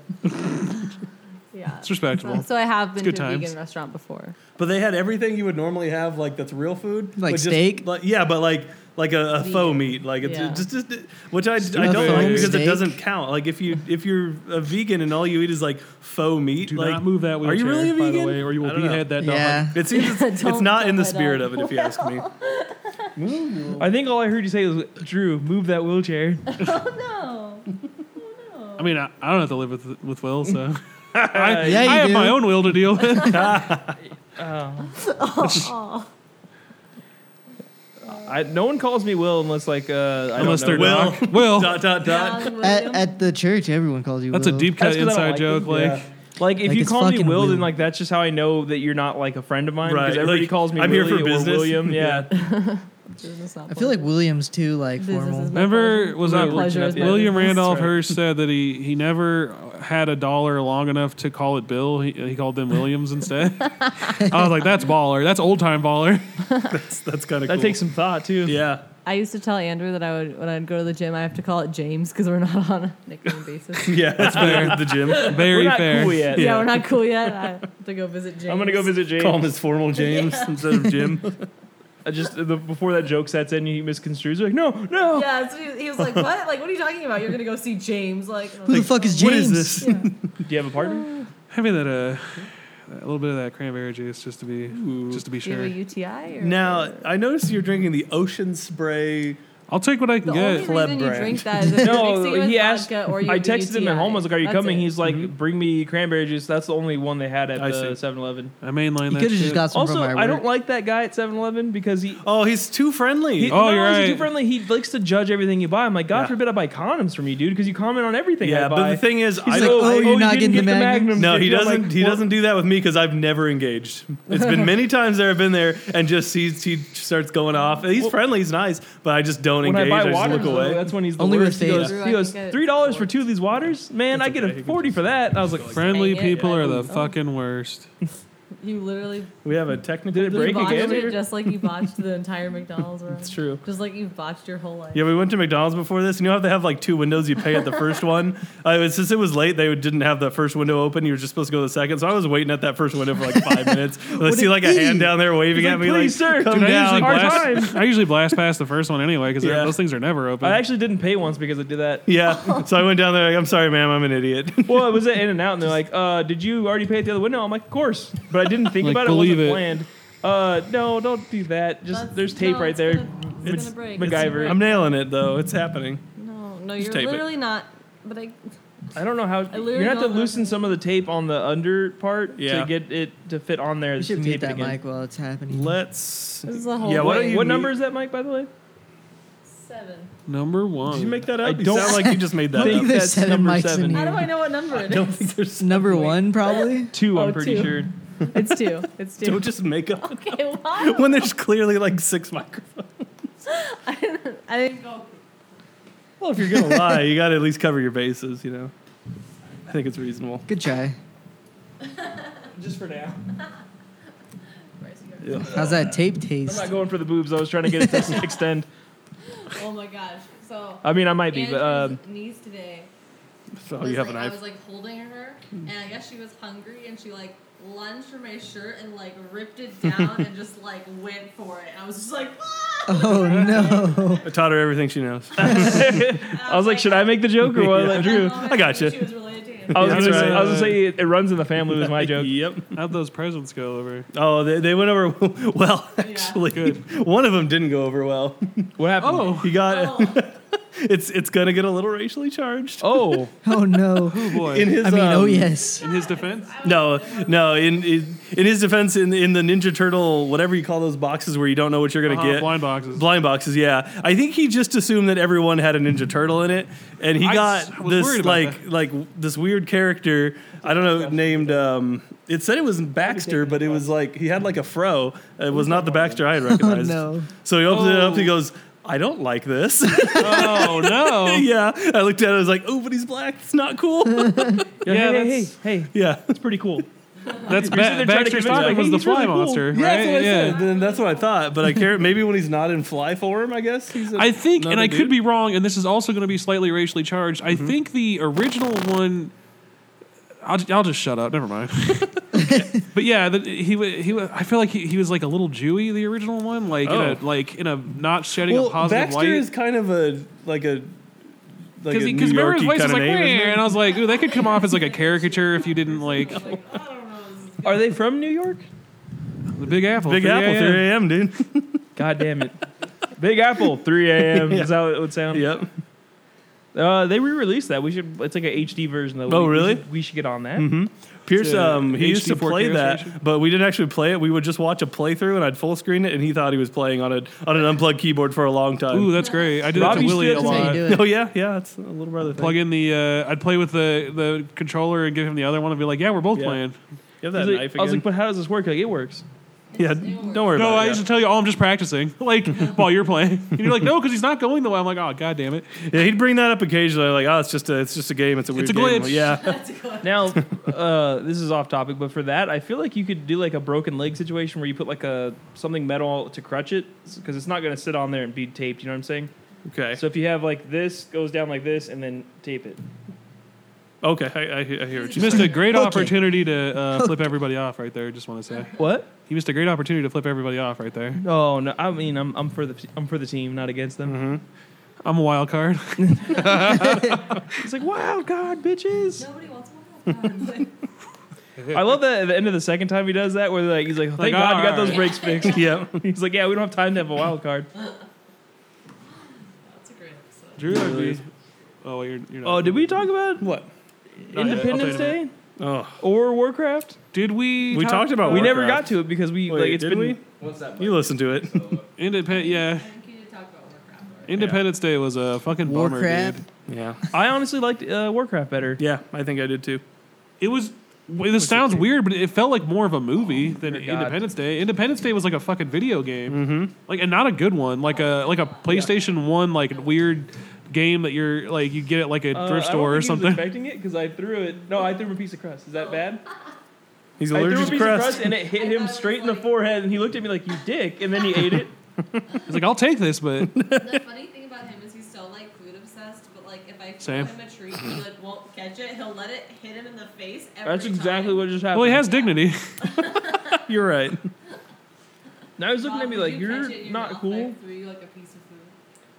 Speaker 4: Yeah.
Speaker 1: it's respectable.
Speaker 4: So, so I have been to
Speaker 1: good
Speaker 4: a
Speaker 1: times.
Speaker 4: vegan restaurant before.
Speaker 5: but they had everything you would normally have, like that's real food,
Speaker 3: Like
Speaker 5: but just-
Speaker 3: steak?
Speaker 5: like- yeah, but like like a, a faux
Speaker 4: Vegan.
Speaker 5: meat, like it's
Speaker 4: Yeah.
Speaker 5: just, just which I, I
Speaker 1: Steak.
Speaker 5: don't like because it
Speaker 3: Steak.
Speaker 5: doesn't count. Like if you if you're a vegan and all you eat is like faux meat,
Speaker 1: Do
Speaker 5: like
Speaker 1: not move that
Speaker 5: are
Speaker 1: wheelchair,
Speaker 5: you really a
Speaker 1: by the
Speaker 5: vegan?
Speaker 1: way, or you
Speaker 5: I
Speaker 1: will
Speaker 5: don't know.
Speaker 1: behead that dog.
Speaker 3: Yeah.
Speaker 5: It seems it's, it's
Speaker 4: Don't
Speaker 5: not in the
Speaker 4: throw it
Speaker 5: spirit
Speaker 4: up.
Speaker 5: of it, if you ask me.
Speaker 2: I think all I heard you say was, "Drew, move that wheelchair."
Speaker 4: No.
Speaker 1: I mean, I, I don't have to live with with Will, so I,
Speaker 3: Yeah,
Speaker 1: I
Speaker 3: you
Speaker 1: have
Speaker 3: do.
Speaker 1: my own will to deal with.
Speaker 2: Oh. I, no one calls me Will unless like uh, I
Speaker 1: Unless
Speaker 2: don't know.
Speaker 1: they're
Speaker 5: Will.
Speaker 1: Doc. Will.
Speaker 5: dot dot dot.
Speaker 3: At, at the church, everyone calls you.
Speaker 1: That's a
Speaker 3: Will.
Speaker 1: deep
Speaker 2: That's
Speaker 1: cut
Speaker 2: 'cause I
Speaker 1: inside
Speaker 2: don't like
Speaker 1: joke.
Speaker 2: them.
Speaker 1: Like,
Speaker 5: Yeah.
Speaker 2: Like if
Speaker 3: Like,
Speaker 2: you
Speaker 3: it's
Speaker 2: call me
Speaker 3: fucking
Speaker 2: Will,
Speaker 3: Will.
Speaker 2: then like that's just how I know that you're not like a friend of mine
Speaker 5: Right,
Speaker 2: because everybody
Speaker 5: like,
Speaker 2: calls me
Speaker 5: I'm here
Speaker 2: Willie
Speaker 5: for business.
Speaker 2: or William. Yeah,
Speaker 3: I feel like Williams too, like
Speaker 4: Business is
Speaker 3: formal.
Speaker 4: my
Speaker 1: Remember,
Speaker 4: pleasure.
Speaker 1: was
Speaker 4: My
Speaker 1: that
Speaker 4: pleasure is my
Speaker 1: William
Speaker 4: business.
Speaker 1: Randolph
Speaker 2: That's right.
Speaker 1: Hearst said that he, he never had a dollar long enough to call it Bill. He, he called them Williams instead. I was like, that's baller. That's old time baller.
Speaker 5: That's, that's kind of
Speaker 2: that
Speaker 5: cool.
Speaker 2: takes some thought too.
Speaker 5: yeah.
Speaker 4: I used to tell Andrew that I would when I'd go to the gym, I have to call it James because we're not on a nickname basis. yeah,
Speaker 5: Yeah, that's better the gym.
Speaker 1: Very
Speaker 2: we're not
Speaker 1: fair.
Speaker 2: cool yet.
Speaker 4: we're not cool yet. I have to go visit James.
Speaker 2: I'm gonna go visit James.
Speaker 5: Call him his formal James instead of Jim.
Speaker 2: I just the, before that joke sets in, he misconstrues. Like, no, no.
Speaker 4: Yeah, so he, he was like, "What? Like, what are you talking about? You're gonna go see James? Like,
Speaker 3: Who the fuck is James?
Speaker 5: What is this?
Speaker 4: Yeah.
Speaker 2: Do you have a partner?
Speaker 1: Having that uh, a little bit of that cranberry juice just to be just to be
Speaker 4: Do you have
Speaker 1: sure.
Speaker 4: a UTI?" Or
Speaker 5: Now I noticed you're drinking the Ocean Spray.
Speaker 1: I'll take what I can
Speaker 4: the
Speaker 1: get.
Speaker 4: only
Speaker 5: Club
Speaker 4: reason you
Speaker 5: brand.
Speaker 4: drink that is if you're mixing it
Speaker 2: no,
Speaker 4: with
Speaker 2: he asked.
Speaker 4: vodka or you
Speaker 2: I
Speaker 4: have a
Speaker 2: texted him at
Speaker 4: UTI.
Speaker 2: home. I was like, "Are you
Speaker 4: That's
Speaker 2: coming?"
Speaker 4: it.
Speaker 2: He's like, "Bring me cranberry juice." That's the only one they had at
Speaker 5: Mm-hmm. I
Speaker 2: the
Speaker 5: see.
Speaker 2: 7-Eleven.
Speaker 1: I mainline that.
Speaker 3: You could have
Speaker 1: shit.
Speaker 3: just got some
Speaker 2: Also,
Speaker 3: from my work.
Speaker 2: I don't like that guy at 7-Eleven because he
Speaker 5: Oh, he's too friendly.
Speaker 1: Oh,
Speaker 2: not
Speaker 1: you're
Speaker 2: only is he
Speaker 1: right.
Speaker 2: too friendly. He likes to judge everything you buy. I'm like, God
Speaker 5: Yeah.
Speaker 2: forbid I buy condoms from you, dude, because you comment on everything.
Speaker 5: yeah,
Speaker 2: I buy.
Speaker 5: but the thing is, I
Speaker 3: like,
Speaker 5: don't.
Speaker 3: "Oh, you're not
Speaker 2: didn't
Speaker 3: getting the
Speaker 2: get
Speaker 3: Magnums."
Speaker 5: no,
Speaker 2: dude."
Speaker 5: he
Speaker 2: I'm
Speaker 5: doesn't.
Speaker 2: like,
Speaker 5: he
Speaker 2: "Well,
Speaker 5: doesn't do that with me because I've never engaged. It's been many times there I've been there and just sees he starts going off. He's friendly, he's nice, but I just don't
Speaker 2: When I
Speaker 5: engage. I,
Speaker 2: buy
Speaker 5: just
Speaker 2: waters,
Speaker 5: look away.
Speaker 2: though, that's when he's the
Speaker 3: Only with
Speaker 2: worst. He
Speaker 3: Fanta.
Speaker 2: goes,
Speaker 4: Drew, I
Speaker 2: he goes,
Speaker 4: think I-
Speaker 2: three dollars for two of these waters, man. I get
Speaker 5: okay.
Speaker 2: a forty for that. I was like,
Speaker 1: Friendly
Speaker 4: Dang it,
Speaker 1: people
Speaker 4: I
Speaker 1: are the
Speaker 4: didn't- oh.
Speaker 1: fucking worst.
Speaker 4: You literally
Speaker 5: we have a technical.
Speaker 2: did it break
Speaker 4: botched
Speaker 2: again?
Speaker 4: it just like you botched the entire McDonald's run.
Speaker 2: It's true.
Speaker 4: Just like you botched your whole life.
Speaker 5: Yeah, we went to McDonald's before this, and you have to have like two windows. You pay at the first one. Uh, it was- since it was late, they didn't have the first window open. You were just supposed to go to the second. So I was waiting at that first window for like five minutes. And I
Speaker 3: What
Speaker 5: see
Speaker 3: an
Speaker 5: like a hand
Speaker 3: idiot.
Speaker 5: down there waving
Speaker 2: He's
Speaker 5: at
Speaker 2: like,
Speaker 5: me,
Speaker 2: "Please,
Speaker 5: like,
Speaker 2: sir,
Speaker 5: come
Speaker 2: dude, I
Speaker 5: down.
Speaker 2: usually Hard blast-
Speaker 1: blast, I usually blast past the first one anyway because
Speaker 5: Yeah.
Speaker 1: those things are never open.
Speaker 2: I actually didn't pay once because I did that.
Speaker 5: Yeah. So I went down there. Like, I'm sorry, ma'am. I'm an idiot.
Speaker 2: Well, it was at In and Out, and they're like, uh, "Did you already pay at the other window?" I'm like, "Of course," but I didn't think
Speaker 1: Like,
Speaker 2: about it. It
Speaker 1: believe
Speaker 2: wasn't
Speaker 1: it.
Speaker 2: planned. Uh, no, don't do that. Just
Speaker 4: That's-
Speaker 2: there's tape
Speaker 4: no,
Speaker 2: right
Speaker 4: it's
Speaker 2: there.
Speaker 4: gonna- it's
Speaker 2: It's
Speaker 4: gonna break.
Speaker 2: MacGyver.
Speaker 5: I'm nailing it though. It's happening.
Speaker 4: No, no,
Speaker 5: Just
Speaker 4: you're
Speaker 5: tape it.
Speaker 4: literally not. But I,
Speaker 2: I don't know how.
Speaker 4: literally
Speaker 2: You're gonna have to
Speaker 4: don't know.
Speaker 2: loosen some of the tape on the under part
Speaker 5: Yeah.
Speaker 2: to get it to fit on there.
Speaker 3: You should
Speaker 2: to
Speaker 3: mute
Speaker 2: tape
Speaker 3: that
Speaker 2: it again.
Speaker 3: mic while it's happening.
Speaker 5: Let's.
Speaker 4: this is the whole.
Speaker 5: Yeah, why
Speaker 4: thing.
Speaker 5: don't you
Speaker 2: What
Speaker 5: mute-
Speaker 2: number is that mic, by the way?
Speaker 4: Seven.
Speaker 1: Number one.
Speaker 5: Did you make that
Speaker 2: I
Speaker 5: up? You
Speaker 2: don't-
Speaker 5: sound like you just made that
Speaker 2: think
Speaker 5: up.
Speaker 3: think there's
Speaker 2: that's
Speaker 3: seven
Speaker 2: number
Speaker 3: mics
Speaker 2: seven.
Speaker 3: in
Speaker 4: How
Speaker 3: here.
Speaker 4: do I know what number it
Speaker 5: I
Speaker 4: is?
Speaker 5: don't think there's.
Speaker 3: Number one, probably.
Speaker 2: Two, I'm
Speaker 4: Oh,
Speaker 2: pretty
Speaker 4: two.
Speaker 2: sure.
Speaker 4: It's two. It's two.
Speaker 5: Don't just make up
Speaker 4: okay, why?
Speaker 5: when there's clearly like six microphones.
Speaker 4: I didn't go.
Speaker 5: Well, if you're gonna lie, you gotta at least cover your bases. You know. I think it's reasonable.
Speaker 3: Good try.
Speaker 2: Just for now.
Speaker 5: Yeah.
Speaker 3: How's that tape
Speaker 2: I'm
Speaker 3: taste?
Speaker 2: not going for the boobs. I was trying to get it to extend.
Speaker 4: Oh my gosh. So.
Speaker 2: I mean, I might be, but
Speaker 4: Andrew's
Speaker 2: um,
Speaker 4: niece today.
Speaker 5: So
Speaker 4: was
Speaker 5: Oh, you have
Speaker 4: like,
Speaker 5: a
Speaker 4: I
Speaker 5: knife.
Speaker 4: was like holding her, and I guess she was hungry, and she like lunged for my shirt and like ripped it down and just like went for it. And I was just like, ah!
Speaker 3: Oh no!
Speaker 5: I taught her everything she knows.
Speaker 4: And
Speaker 2: I was like, should I make the joke or what?
Speaker 5: Yeah.
Speaker 2: Like,
Speaker 4: at that
Speaker 2: Drew.
Speaker 4: moment,
Speaker 5: I gotcha.
Speaker 4: She was related to
Speaker 2: I
Speaker 4: Andrew.
Speaker 2: was,
Speaker 1: That's
Speaker 2: gonna, say,
Speaker 1: right.
Speaker 2: I was gonna say it, it runs in the family was my joke.
Speaker 5: Yep.
Speaker 1: How'd those presents go over?
Speaker 5: Oh, they, they went over well. Actually, one of them didn't go over well.
Speaker 2: What happened?
Speaker 1: Oh,
Speaker 5: He got
Speaker 4: Oh,
Speaker 5: it's it's gonna get a little racially charged.
Speaker 2: Oh,
Speaker 3: Oh no!
Speaker 1: boy.
Speaker 5: In his,
Speaker 3: I mean, oh
Speaker 5: um,
Speaker 3: yes.
Speaker 1: in his defense?
Speaker 5: No, no. In, in in his defense, in in the Ninja Turtle, whatever you call those boxes where you don't know what you're gonna
Speaker 1: Uh-huh,
Speaker 5: get,
Speaker 1: blind boxes.
Speaker 5: blind boxes. Yeah, I think he just assumed that everyone had a Ninja Turtle in it, and he
Speaker 1: I
Speaker 5: got
Speaker 1: s- was worried
Speaker 5: this
Speaker 1: about
Speaker 5: like like this weird character. I don't know named. Um, it said it was Baxter, but Oh, it was like he had like a fro. It was not the Baxter I had recognized.
Speaker 3: no.
Speaker 5: So he opens it up.
Speaker 1: Oh.
Speaker 5: He goes, I don't like this.
Speaker 1: Oh no!
Speaker 5: yeah. I looked at it. I was like, oh, but he's black. It's not cool.
Speaker 2: You're like,
Speaker 1: Yeah,
Speaker 2: hey, hey,
Speaker 1: that's-
Speaker 2: hey, hey,
Speaker 5: yeah.
Speaker 2: it's pretty cool.
Speaker 1: That's ba-
Speaker 2: they're
Speaker 1: Baxter
Speaker 2: trying to convince you,
Speaker 1: Stockman was
Speaker 2: like, hey,
Speaker 1: the
Speaker 2: he's really
Speaker 1: fly
Speaker 2: cool.
Speaker 1: monster,
Speaker 5: Yeah,
Speaker 1: right?
Speaker 5: that's what I
Speaker 1: yeah.
Speaker 5: said. Then that's what I thought. But I care maybe when he's not in fly form, I guess. He's a,
Speaker 1: I think, and
Speaker 5: another
Speaker 1: I
Speaker 5: dude. Mm-hmm.
Speaker 1: could be wrong, and this is also going to be slightly racially charged. I think the original one. I'll, I'll just shut up. Never mind. but yeah, the, he wa- he. wa- I feel like he, he was like a little Jewy, the original one, like
Speaker 5: Oh.
Speaker 1: in a like in a not shedding a
Speaker 5: Well,
Speaker 1: positive
Speaker 5: Baxter
Speaker 1: light.
Speaker 5: is kind of a like a like a
Speaker 1: he- remember
Speaker 5: New
Speaker 1: his
Speaker 5: York
Speaker 1: voice was
Speaker 5: kind of
Speaker 1: like,
Speaker 5: name. isn't
Speaker 1: "Meh,"
Speaker 5: it?
Speaker 1: and I was like, ooh, that could come off as like a caricature if you didn't like
Speaker 2: Are they from New York?
Speaker 1: the Big Apple.
Speaker 5: Big
Speaker 1: Yeah,
Speaker 5: Apple,
Speaker 1: yeah.
Speaker 5: 3 a.m., dude.
Speaker 2: God damn it. Big Apple, 3 a.m. Is that what it would sound?
Speaker 5: yep.
Speaker 2: Uh, they re-released that. We should. It's like an HD version. Though.
Speaker 5: Oh,
Speaker 2: we,
Speaker 5: really?
Speaker 2: We should, we should get on that.
Speaker 5: Pierce,
Speaker 1: To
Speaker 5: um, he used to
Speaker 1: HD4K
Speaker 5: play
Speaker 1: restoration?
Speaker 5: that, but we didn't actually play it. We would just watch a playthrough, and I'd full screen it, and he thought he was playing on a on an unplugged keyboard for a long time.
Speaker 1: Ooh, that's great. I did
Speaker 5: Rob
Speaker 1: that to
Speaker 5: used to
Speaker 1: Willie
Speaker 5: do
Speaker 1: a
Speaker 5: that to
Speaker 3: That's how you
Speaker 1: lot.
Speaker 3: do it.
Speaker 5: Oh yeah, yeah, it's a little brother thing.
Speaker 1: Plug in the. Uh, I'd play with the the controller and give him the other one and be like, yeah, we're both
Speaker 5: Yeah.
Speaker 1: playing.
Speaker 5: You have
Speaker 2: I,
Speaker 5: that
Speaker 2: was like,
Speaker 5: knife
Speaker 2: I was
Speaker 5: again?
Speaker 2: like, but how does this work? Like, it works.
Speaker 5: yeah, don't worry
Speaker 1: No,
Speaker 5: about
Speaker 1: I
Speaker 5: it.
Speaker 1: used to tell you, oh, I'm just practicing, like while you're playing. And you're like, no, because he's not going the way. I'm like, oh, god damn it.
Speaker 5: yeah. Yeah, he'd bring that up occasionally, like, oh, it's just a, it's just a game. It's a weird
Speaker 1: a
Speaker 5: game.
Speaker 1: glitch.
Speaker 5: Yeah,
Speaker 2: Now, uh, this is off topic, but for that, I feel like you could do like a broken leg situation where you put like a something metal to crutch it because it's not going to sit on there and be taped. You know what I'm saying?
Speaker 5: okay,
Speaker 2: So if you have like this goes down like this and then tape it.
Speaker 5: okay, I, I, I hear what
Speaker 1: You
Speaker 5: you.
Speaker 1: missed a great
Speaker 3: Okay.
Speaker 1: opportunity to uh, flip everybody off right there. Just want to say,
Speaker 2: What?
Speaker 1: you missed a great opportunity to flip everybody off right there.
Speaker 2: Oh no! I mean, I'm, I'm for the I'm for the team, not against them.
Speaker 1: I'm a wild card.
Speaker 2: It's like wild card, bitches.
Speaker 4: Nobody wants one.
Speaker 2: I love that at the end of the second time he does that, where like he's like, "Thank God you got those
Speaker 1: "Alright."
Speaker 2: brakes fixed."
Speaker 5: Yeah,
Speaker 2: He's like, "Yeah, we don't have time to have a wild card."
Speaker 4: That's a great episode.
Speaker 1: Drew, I'd be- oh, well, you're, you're not.
Speaker 2: Oh, did we talk about
Speaker 5: what? Not yet.
Speaker 2: Independence
Speaker 5: I'll tell
Speaker 2: Day
Speaker 5: Oh,
Speaker 2: or Warcraft?
Speaker 1: Did we?
Speaker 5: we talked about
Speaker 2: We never
Speaker 5: Warcraft.
Speaker 2: got to it because we
Speaker 5: Wait,
Speaker 2: like it's
Speaker 5: did
Speaker 2: been
Speaker 5: we? You listened to it.
Speaker 1: Independent. Yeah,
Speaker 4: I think you need to talk about Warcraft.
Speaker 1: Independence Day was a fucking bummer,
Speaker 3: Warcraft.
Speaker 1: dude.
Speaker 5: yeah,
Speaker 2: I honestly liked uh, Warcraft better.
Speaker 5: yeah, I think I did too.
Speaker 1: It was. Well, this sounds weird, but it felt like more of a movie than
Speaker 2: dear Oh, God.
Speaker 1: Independence Day. Independence Day was like a fucking video game, mm-hmm. like and not a good one, like a like a PlayStation One like weird game that you're like you get at like a
Speaker 2: Uh,
Speaker 1: thrift
Speaker 2: I don't
Speaker 1: store or
Speaker 2: think he was
Speaker 1: something.
Speaker 2: expecting it because I threw it. No, I threw him a piece of crust. Is that bad?
Speaker 5: He's
Speaker 2: I threw him
Speaker 5: allergic
Speaker 2: a
Speaker 5: to
Speaker 2: piece of
Speaker 5: crust.
Speaker 2: crust and it hit him straight in the forehead, and he looked at me like, "You dick!" And then he ate it.
Speaker 1: It's like I'll take this, but
Speaker 4: The funny thing about him is he's so like food obsessed, but like if I throw
Speaker 1: Same.
Speaker 4: him a treat, he like won't catch it. He'll let it hit him in the face. Every
Speaker 2: That's exactly
Speaker 4: time.
Speaker 2: what just happened.
Speaker 1: well, he has dignity.
Speaker 5: You're right.
Speaker 2: Now he's looking
Speaker 4: Bob,
Speaker 2: at me
Speaker 4: did
Speaker 2: like,
Speaker 4: you
Speaker 2: "You're
Speaker 4: catch it in your
Speaker 2: not
Speaker 4: mouth?
Speaker 2: cool."
Speaker 4: I threw you like a piece of food.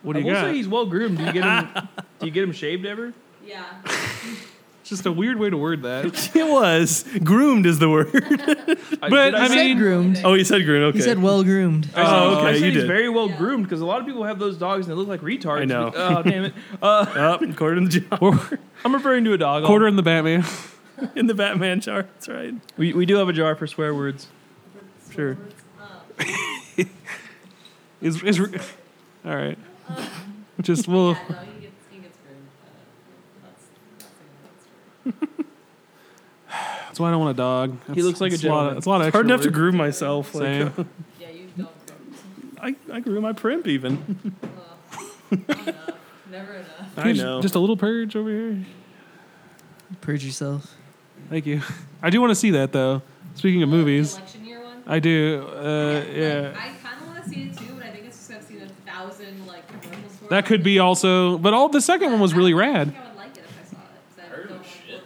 Speaker 1: What
Speaker 2: I
Speaker 1: do you
Speaker 2: will
Speaker 1: got?
Speaker 2: say
Speaker 1: It's
Speaker 2: he's well groomed. Do you get him? do you get him shaved ever?
Speaker 4: Yeah.
Speaker 1: just a weird way to word that.
Speaker 5: It was groomed is the word.
Speaker 1: But,
Speaker 2: did
Speaker 1: I mean-
Speaker 3: He said groomed.
Speaker 5: Oh, you said groomed. Okay.
Speaker 3: He said well groomed.
Speaker 2: I said-
Speaker 5: Oh,
Speaker 2: I
Speaker 5: okay,
Speaker 2: said
Speaker 5: you
Speaker 2: he's
Speaker 5: did.
Speaker 2: very well
Speaker 4: Yeah.
Speaker 2: groomed because a lot of people have those dogs and they look like retards.
Speaker 5: I know.
Speaker 2: Oh damn it! Uh,
Speaker 5: Up, quarter in the jar,
Speaker 2: I'm referring to a dog.
Speaker 1: Quarter in the Batman.
Speaker 5: in the Batman jar. That's right.
Speaker 2: We, we do have a jar for swear words.
Speaker 1: Oh,
Speaker 5: Sure.
Speaker 4: Um,
Speaker 1: Is is all right. Just well,
Speaker 4: Yeah, no, he gets he gets groomed. but That's that's a
Speaker 1: that's why I don't want a dog. That's,
Speaker 2: looks like a
Speaker 1: that's lot
Speaker 2: gentleman.
Speaker 1: of- That's a lot of
Speaker 5: It's
Speaker 1: extra
Speaker 5: hard enough to
Speaker 1: work.
Speaker 5: groom myself. Like,
Speaker 1: Same.
Speaker 4: good story. Yeah, you don't groom.
Speaker 5: I, I grew my primp even.
Speaker 4: Ugh. enough. Never enough.
Speaker 5: I know.
Speaker 1: Just a little purge over here.
Speaker 3: Purge yourself.
Speaker 1: Thank you. I do want to see that though. Speaking of
Speaker 4: The
Speaker 1: movies,
Speaker 4: election year one.
Speaker 1: I do. Uh,
Speaker 4: Like,
Speaker 1: yeah,
Speaker 4: I kind of want to see it too, but I think it's just I've seen a thousand like commercials. for
Speaker 1: that
Speaker 4: it.
Speaker 1: could be also. But all the second one was really rad.
Speaker 4: I would like it if I saw it. 'cause I don't like horror movies.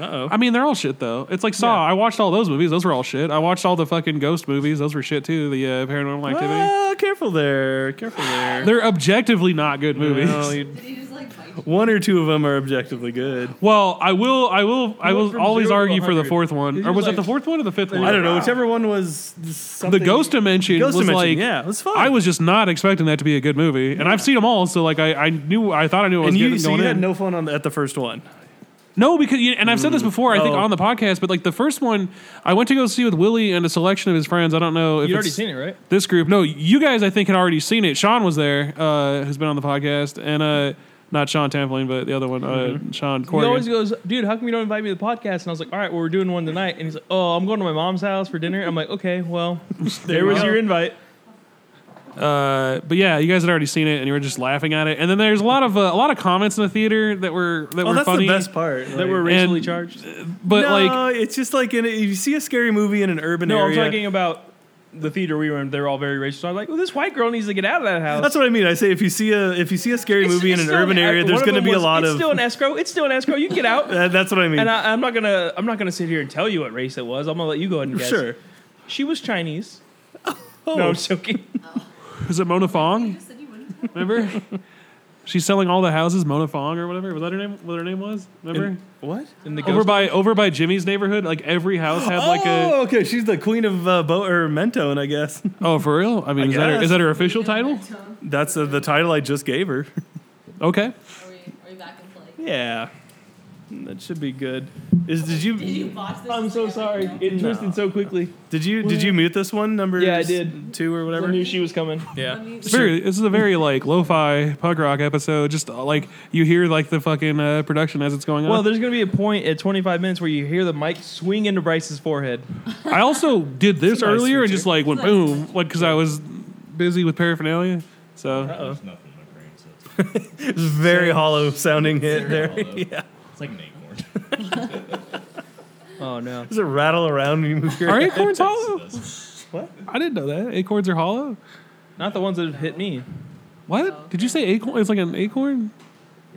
Speaker 5: uh oh.
Speaker 1: I mean, they're all shit though. It's like Saw. I watched all those movies. Those were all shit. I watched all the fucking ghost movies. Those were shit too. The uh, Paranormal Activity.
Speaker 5: Ah, careful there. Careful there.
Speaker 1: They're objectively not good movies.
Speaker 5: No, you-
Speaker 4: Did he just like bite you?
Speaker 5: one or two of them are objectively good.
Speaker 1: Well, I will. I will. I
Speaker 2: You went
Speaker 1: will
Speaker 2: from
Speaker 1: always
Speaker 2: zero to
Speaker 1: argue for the
Speaker 2: 100.
Speaker 1: fourth one.
Speaker 2: You're
Speaker 1: Or was
Speaker 2: like-
Speaker 1: it the fourth one or the fifth one?
Speaker 5: I don't know. Whichever one was
Speaker 1: The
Speaker 5: something-
Speaker 1: Ghost Dimension
Speaker 5: Ghost
Speaker 1: was
Speaker 5: Dimension,
Speaker 1: like,
Speaker 5: yeah, it was fun.
Speaker 1: I was just not expecting that to be a good movie, and I've seen them all, so like I, I knew, I thought I knew what I was
Speaker 5: and you,
Speaker 1: getting
Speaker 5: so
Speaker 1: going
Speaker 5: you
Speaker 1: in.
Speaker 5: had no fun on the, at the first one.
Speaker 1: No, because you, and I've said this before, I think
Speaker 5: Oh.
Speaker 1: on the podcast, but like the first one, I went to go see with Willie and a selection of his friends. I don't know if
Speaker 2: You've already
Speaker 1: it's
Speaker 2: seen it, right?
Speaker 1: this group. No, you guys, I think, had already seen it. Sean was there, uh, who's been on the podcast, and uh, not Sean Tamplin, but the other one, uh,
Speaker 5: Mm-hmm.
Speaker 1: Sean
Speaker 2: He
Speaker 1: Corrigan.
Speaker 2: always goes, dude, how come you don't invite me to the podcast? And I was like, all right, well, we're doing one tonight. And he's like, oh, I'm going to my mom's house for dinner. I'm like, okay, well, there
Speaker 5: you
Speaker 2: was
Speaker 5: go.
Speaker 2: your invite.
Speaker 1: Uh, but yeah, you guys had already seen it, and you were just laughing at it. And then there's a lot of uh, a lot of comments in the theater that were that
Speaker 5: Oh,
Speaker 1: were
Speaker 5: that's
Speaker 1: funny,
Speaker 5: the best part.
Speaker 2: that were
Speaker 1: And-
Speaker 2: racially charged.
Speaker 1: but
Speaker 5: no,
Speaker 1: like
Speaker 5: it's just like in a, you see a scary movie in an urban
Speaker 2: No, I'm
Speaker 5: area.
Speaker 2: talking about the theater we were in. They're all very racial. So I'm like, well, this white girl needs to get out of that house.
Speaker 5: That's what I mean. I say if you see a if you see a scary
Speaker 2: It's-
Speaker 5: movie
Speaker 2: it's
Speaker 5: in an
Speaker 2: still
Speaker 5: urban
Speaker 2: an-
Speaker 5: area,
Speaker 2: one
Speaker 5: there's
Speaker 2: of
Speaker 5: going to
Speaker 2: them
Speaker 5: be a
Speaker 2: was,
Speaker 5: lot
Speaker 2: it's
Speaker 5: of.
Speaker 2: still an escrow. It's still an escrow. You can get out.
Speaker 5: that- that's what I mean.
Speaker 2: and I, I'm not gonna. I'm not gonna sit here and tell you what race it was. I'm gonna let you go ahead and guess.
Speaker 5: sure.
Speaker 2: She was Chinese. No, I'm joking.
Speaker 1: is it Mona Fong? Remember? She's selling all the houses, Mona Fong or whatever. Was that her name? What her name was? Remember?
Speaker 5: And- what?
Speaker 2: And the
Speaker 1: over
Speaker 2: ghost-
Speaker 1: by over by Jimmy's neighborhood, like every house had like a
Speaker 5: oh, okay. She's the queen of uh, Bo or Mentone, I guess.
Speaker 1: oh for real. I mean,
Speaker 5: I
Speaker 1: is that her,
Speaker 5: guess.
Speaker 1: is that her official title?
Speaker 5: That's uh, the title I just gave her.
Speaker 1: Okay,
Speaker 4: Are we, are we back in play?
Speaker 5: Yeah, that should be good. Is did
Speaker 4: Did you
Speaker 5: you
Speaker 4: botch this?
Speaker 2: I'm so sorry. It twisted so quickly.
Speaker 5: did you did you mute this one number?
Speaker 2: Yeah, I
Speaker 5: s-
Speaker 2: did.
Speaker 5: Two or
Speaker 2: I
Speaker 5: whatever.
Speaker 2: knew she was coming.
Speaker 5: Yeah.
Speaker 1: it's very, this is a very like lo-fi punk rock episode. Just uh, like you hear like the fucking uh, production as it's going on.
Speaker 2: Well, there's gonna be a point at 25 minutes where you hear the mic swing into Bryce's forehead.
Speaker 1: I also did this
Speaker 5: It's a nice
Speaker 1: earlier and
Speaker 5: feature.
Speaker 1: just like went boom, like because I was busy with paraphernalia. So
Speaker 6: There's nothing in my brain, so it's,
Speaker 5: It's a very hollow sounding hit there.
Speaker 6: hollow.
Speaker 5: yeah.
Speaker 6: it's like an acorn.
Speaker 2: Oh no.
Speaker 5: Does it rattle around when you move your
Speaker 1: are
Speaker 5: head?
Speaker 1: acorns hollow?
Speaker 6: That's-
Speaker 1: I didn't know that acorns are hollow.
Speaker 2: Not the ones that have hit me.
Speaker 5: Oh,
Speaker 1: What did you say? Acorn? It's like an acorn.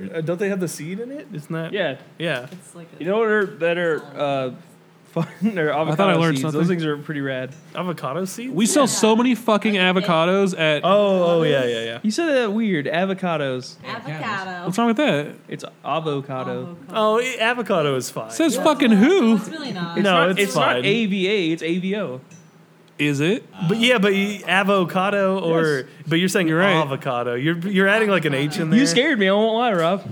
Speaker 5: Uh, don't they have the seed in it? Isn't that?
Speaker 2: Yeah.
Speaker 5: Yeah.
Speaker 4: It's like a,
Speaker 2: You know what are that are uh, fun or avocado
Speaker 1: I learned
Speaker 2: seeds.
Speaker 1: something.
Speaker 2: Those things are pretty rad.
Speaker 5: Avocado seed.
Speaker 1: We sell so many fucking avocados at.
Speaker 5: oh, oh yeah, yeah, yeah.
Speaker 2: You said that weird avocados.
Speaker 4: avocado.
Speaker 1: What's wrong with that? It
Speaker 2: It's avocado.
Speaker 5: Oh, i- avocado is fine.
Speaker 1: says fucking who
Speaker 4: It's really not.
Speaker 2: It's
Speaker 5: No,
Speaker 2: not,
Speaker 5: it's fine.
Speaker 2: not AVA. It's AVO.
Speaker 1: is it?
Speaker 5: but yeah, but you, avocado or
Speaker 2: Yes.
Speaker 5: but you're saying
Speaker 1: right.
Speaker 5: avocado. You're you're adding like an H in there.
Speaker 2: You scared me. I won't lie, Rob.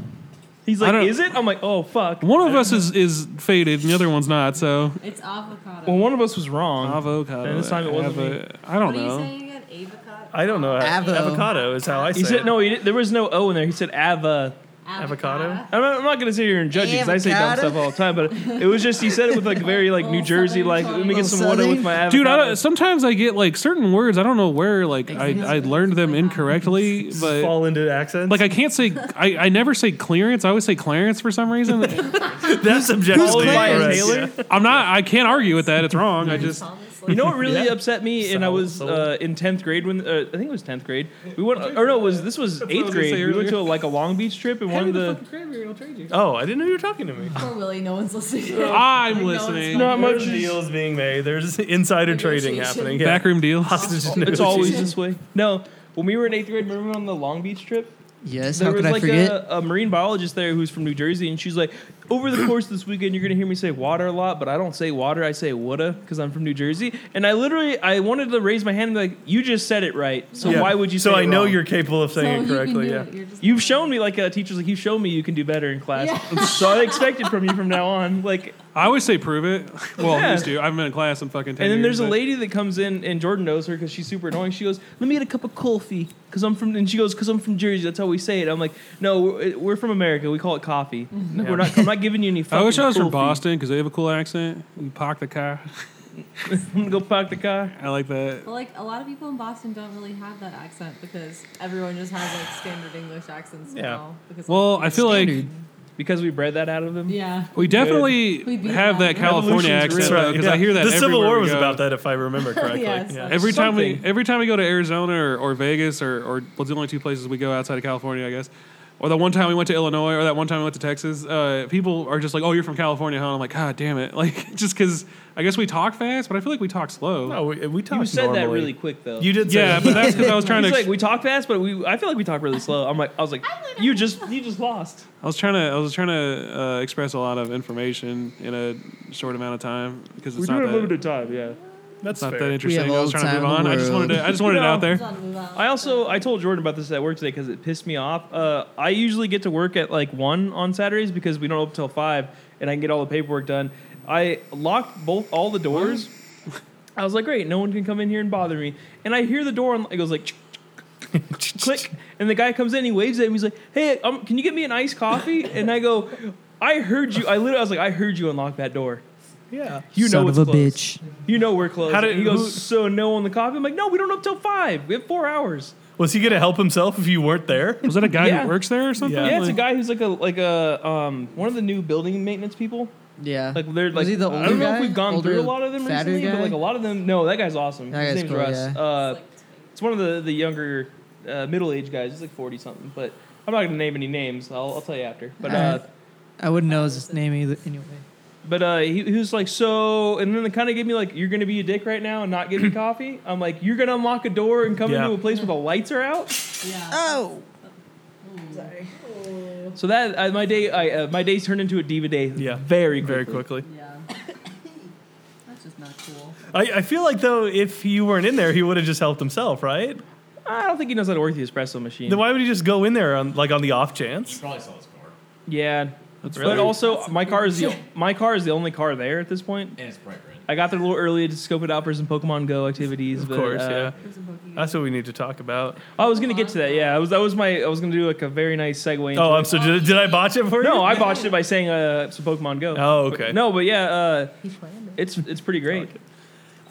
Speaker 2: He's
Speaker 1: I
Speaker 2: like,
Speaker 1: don't-
Speaker 2: is it? I'm like, oh fuck.
Speaker 1: One of us is is faded, and the other one's not. So
Speaker 4: It's avocado.
Speaker 2: Well, one of us was wrong.
Speaker 1: avocado.
Speaker 2: And this time it wasn't
Speaker 1: I don't
Speaker 4: what are you
Speaker 1: know.
Speaker 4: saying again? Avocado.
Speaker 5: I don't know.
Speaker 3: Avo.
Speaker 5: Avocado is how I say.
Speaker 2: He said
Speaker 5: it.
Speaker 2: no. He didn't, there was no O in there. He said ava.
Speaker 4: Avocado.
Speaker 2: I'm not, I'm not gonna sit here and judge you because I say dumb
Speaker 3: Avocado.
Speaker 2: stuff all the time. But it was just he said it with like very like New
Speaker 4: Little
Speaker 2: Jersey
Speaker 4: Southern
Speaker 2: like
Speaker 4: charm.
Speaker 2: let me get
Speaker 3: Little
Speaker 2: some water with
Speaker 3: Southern.
Speaker 2: my avocado.
Speaker 1: Dude, I don't, sometimes I get like certain words. I don't know where like I, I learned them incorrectly,
Speaker 5: Just
Speaker 1: but
Speaker 5: fall into accents.
Speaker 1: Like I can't say I, I never say clearance. I always say Clarence for some reason.
Speaker 5: that's subjective.
Speaker 2: Followed by a
Speaker 5: Right,
Speaker 2: Taylor?
Speaker 5: yeah.
Speaker 1: I'm not I can't argue with that. It's wrong. I just
Speaker 2: You know what really
Speaker 5: Yeah.
Speaker 2: upset me? And I
Speaker 5: Sold,
Speaker 2: was
Speaker 5: sold.
Speaker 2: uh, in tenth grade when uh, I think it was tenth grade. We went, or no, it was this was
Speaker 1: what I
Speaker 2: eighth
Speaker 1: was gonna
Speaker 2: grade.
Speaker 1: say
Speaker 2: We went
Speaker 1: earlier.
Speaker 2: to like a Long Beach trip, and one of the
Speaker 5: Oh, I didn't know you were talking to me.
Speaker 4: Poor Willie, no one's listening.
Speaker 1: I'm
Speaker 4: No, it's
Speaker 1: listening.
Speaker 2: not much.
Speaker 5: There's deals being made. There's insider trading
Speaker 4: Negotiation.
Speaker 5: happening. Yeah.
Speaker 1: Backroom deal.
Speaker 5: Hostage
Speaker 2: It's
Speaker 5: negotiation.
Speaker 2: always this way. No, when we were in eighth grade, remember on the Long Beach trip?
Speaker 3: Yes,
Speaker 2: There
Speaker 3: how
Speaker 2: was
Speaker 3: could I
Speaker 2: like
Speaker 3: forget?
Speaker 2: a, a marine biologist there who's from New Jersey, and she's like, over the course of this weekend, you're gonna hear me say water a lot, but I don't say water, I say woulda because I'm from New Jersey. And I literally, I wanted to raise my hand and be like, you just said it right, so
Speaker 5: Yeah.
Speaker 2: why would you?
Speaker 5: So
Speaker 2: say
Speaker 5: I
Speaker 2: it
Speaker 5: know
Speaker 2: wrong?"
Speaker 5: you're capable of
Speaker 4: So
Speaker 5: saying
Speaker 4: you
Speaker 5: it
Speaker 4: can
Speaker 5: correctly.
Speaker 4: do
Speaker 5: Yeah.
Speaker 4: it. You're just
Speaker 2: You've
Speaker 4: like-
Speaker 2: shown me like a teacher's like, you've shown me you can do better in class, so I expect it from you from now on. Like,
Speaker 1: I always say prove it. Well, I
Speaker 2: Yeah.
Speaker 1: used to. I've been in class in fucking 10
Speaker 2: And then
Speaker 1: years,
Speaker 2: there's a
Speaker 1: but-
Speaker 2: lady that comes in, and Jordan knows her because she's super annoying. She goes, "Let me get a cup of coffee," because I'm from. And she goes, "Because I'm from Jersey. That's how we say it." I'm like, "No, we're, we're from America. We call it coffee. No, We're not. I'm not giving you any."
Speaker 1: I wish I was from
Speaker 2: coffee.
Speaker 1: Boston because they have a cool accent. You park the car.
Speaker 2: I'm gonna go park the car.
Speaker 1: I like that.
Speaker 4: But like a lot of people in Boston don't really have that accent because everyone just has like standard English accents
Speaker 5: Yeah.
Speaker 4: now. Because
Speaker 1: Well, I feel like
Speaker 3: Standard.
Speaker 2: Because we bred that out of them.
Speaker 4: yeah,
Speaker 1: we definitely
Speaker 4: We beat
Speaker 1: have that
Speaker 4: that.
Speaker 1: California
Speaker 5: Revolution's
Speaker 1: accent
Speaker 5: real.
Speaker 1: because
Speaker 5: Yeah.
Speaker 1: I hear that.
Speaker 5: The Civil
Speaker 1: everywhere
Speaker 5: War
Speaker 1: we
Speaker 5: was
Speaker 1: go.
Speaker 5: about that, if I remember correctly.
Speaker 4: Yes,
Speaker 5: yeah.
Speaker 4: that's-
Speaker 1: Every time
Speaker 2: Something.
Speaker 1: we every time we go to Arizona or, or Vegas or, or well, the only two places we go outside of California, I guess. Or the one time we went to Illinois, or that one time we went to Texas, uh, people are just like, "Oh, you're from California, huh?" I'm like, "God damn it!" Like, just because I guess we talk fast, but I feel like we talk slow.
Speaker 5: No, we, we talked
Speaker 2: You said that
Speaker 5: normally.
Speaker 2: really quick though.
Speaker 5: You did. Say
Speaker 1: yeah,
Speaker 5: that.
Speaker 1: but that's because I was trying
Speaker 2: He's
Speaker 1: to.
Speaker 2: like, we talk fast, but we. I feel like we talk really slow. I'm like, I was like, you just, you just lost.
Speaker 1: I was trying to. I was trying to uh, express a lot of information in a short amount of time because it's not that,
Speaker 2: time, yeah.
Speaker 1: it's
Speaker 5: That's
Speaker 1: not that
Speaker 5: fair.
Speaker 1: interesting. I
Speaker 3: all
Speaker 1: was
Speaker 3: the
Speaker 1: trying to move
Speaker 3: time in
Speaker 1: on.
Speaker 3: the
Speaker 1: I just wanted to. I just wanted it
Speaker 2: No.
Speaker 1: out there.
Speaker 4: Just wanna move on.
Speaker 2: I also I told Jordan about this at work today because it pissed me off. Uh, I usually get to work at like one on Saturdays because we don't open till five, and I can get all the paperwork done. I locked both all the doors. I was like, great, no one can come in here and bother me. And I hear the door and it goes like click, and the guy comes in, he waves at me, he's like, hey, um, can you get me an iced coffee? And I go, I heard you. I literally I was like, I heard you unlock that door. Yeah. You
Speaker 3: Son
Speaker 2: know it's
Speaker 3: of a
Speaker 2: close.
Speaker 3: bitch.
Speaker 2: You know we're close.
Speaker 5: How did-
Speaker 2: he goes,
Speaker 5: who-
Speaker 2: so no on the coffee? I'm like, no, we don't up till five. We have four hours.
Speaker 5: Was he gonna help himself if you weren't there?
Speaker 1: Was that a guy
Speaker 2: Yeah.
Speaker 1: that works there or something?
Speaker 5: Yeah.
Speaker 2: Yeah, it's a guy who's like a like a um one of the new building maintenance people.
Speaker 3: Yeah.
Speaker 2: Like they're
Speaker 3: Was
Speaker 2: like
Speaker 3: he the
Speaker 2: I
Speaker 3: older
Speaker 2: don't know if
Speaker 3: guy?
Speaker 2: we've gone through a
Speaker 3: Older,
Speaker 2: lot of them
Speaker 3: fatter
Speaker 2: recently, but
Speaker 3: guy?
Speaker 2: like a lot of them. No, that guy's awesome.
Speaker 3: That
Speaker 2: His
Speaker 3: guy's
Speaker 2: name's
Speaker 3: cool,
Speaker 2: Russ.
Speaker 3: yeah.
Speaker 2: Uh, it's one of the the younger uh, middle aged guys. He's like forty something, but I'm not gonna name any names. I'll, I'll tell you after. But uh,
Speaker 3: Alright. I wouldn't know his name either. Anyway.
Speaker 2: But uh, he, he was like, so, and then they kind of gave me like, you're gonna be a dick right now and not give me coffee. I'm like, you're gonna unlock a door and come
Speaker 5: Yeah.
Speaker 2: into a place where the lights are out.
Speaker 3: Oh.
Speaker 2: So that uh, my day, I, uh, my days turned into a diva day.
Speaker 5: Yeah.
Speaker 2: very quickly.
Speaker 5: Very quickly.
Speaker 4: Yeah. That's just not cool.
Speaker 5: I, I feel like though, if you weren't in there, he would have just helped himself, right?
Speaker 2: I don't think he knows how to work the espresso machine.
Speaker 5: Then why would he just go in there on like on the off
Speaker 6: You
Speaker 5: chance?
Speaker 6: probably saw his car,
Speaker 2: yeah,
Speaker 5: really-
Speaker 2: but also my car is the my car is the only car there at this point.
Speaker 6: and it's bright red.
Speaker 2: I got there a little early to scope it out for some Pokemon Go activities.
Speaker 5: Of
Speaker 2: but,
Speaker 5: course,
Speaker 2: uh, oh,
Speaker 5: yeah. That's what we need to talk about.
Speaker 2: I was gonna get to that. Yeah, I was that was my I was gonna do like a very nice segue. Into
Speaker 5: Oh, I'm so did, did I botch it for you?
Speaker 2: no, I botched it by saying uh, some Pokemon Go.
Speaker 5: Oh, okay.
Speaker 2: But- no, but yeah, uh,
Speaker 4: He planned it.
Speaker 2: it's it's pretty great.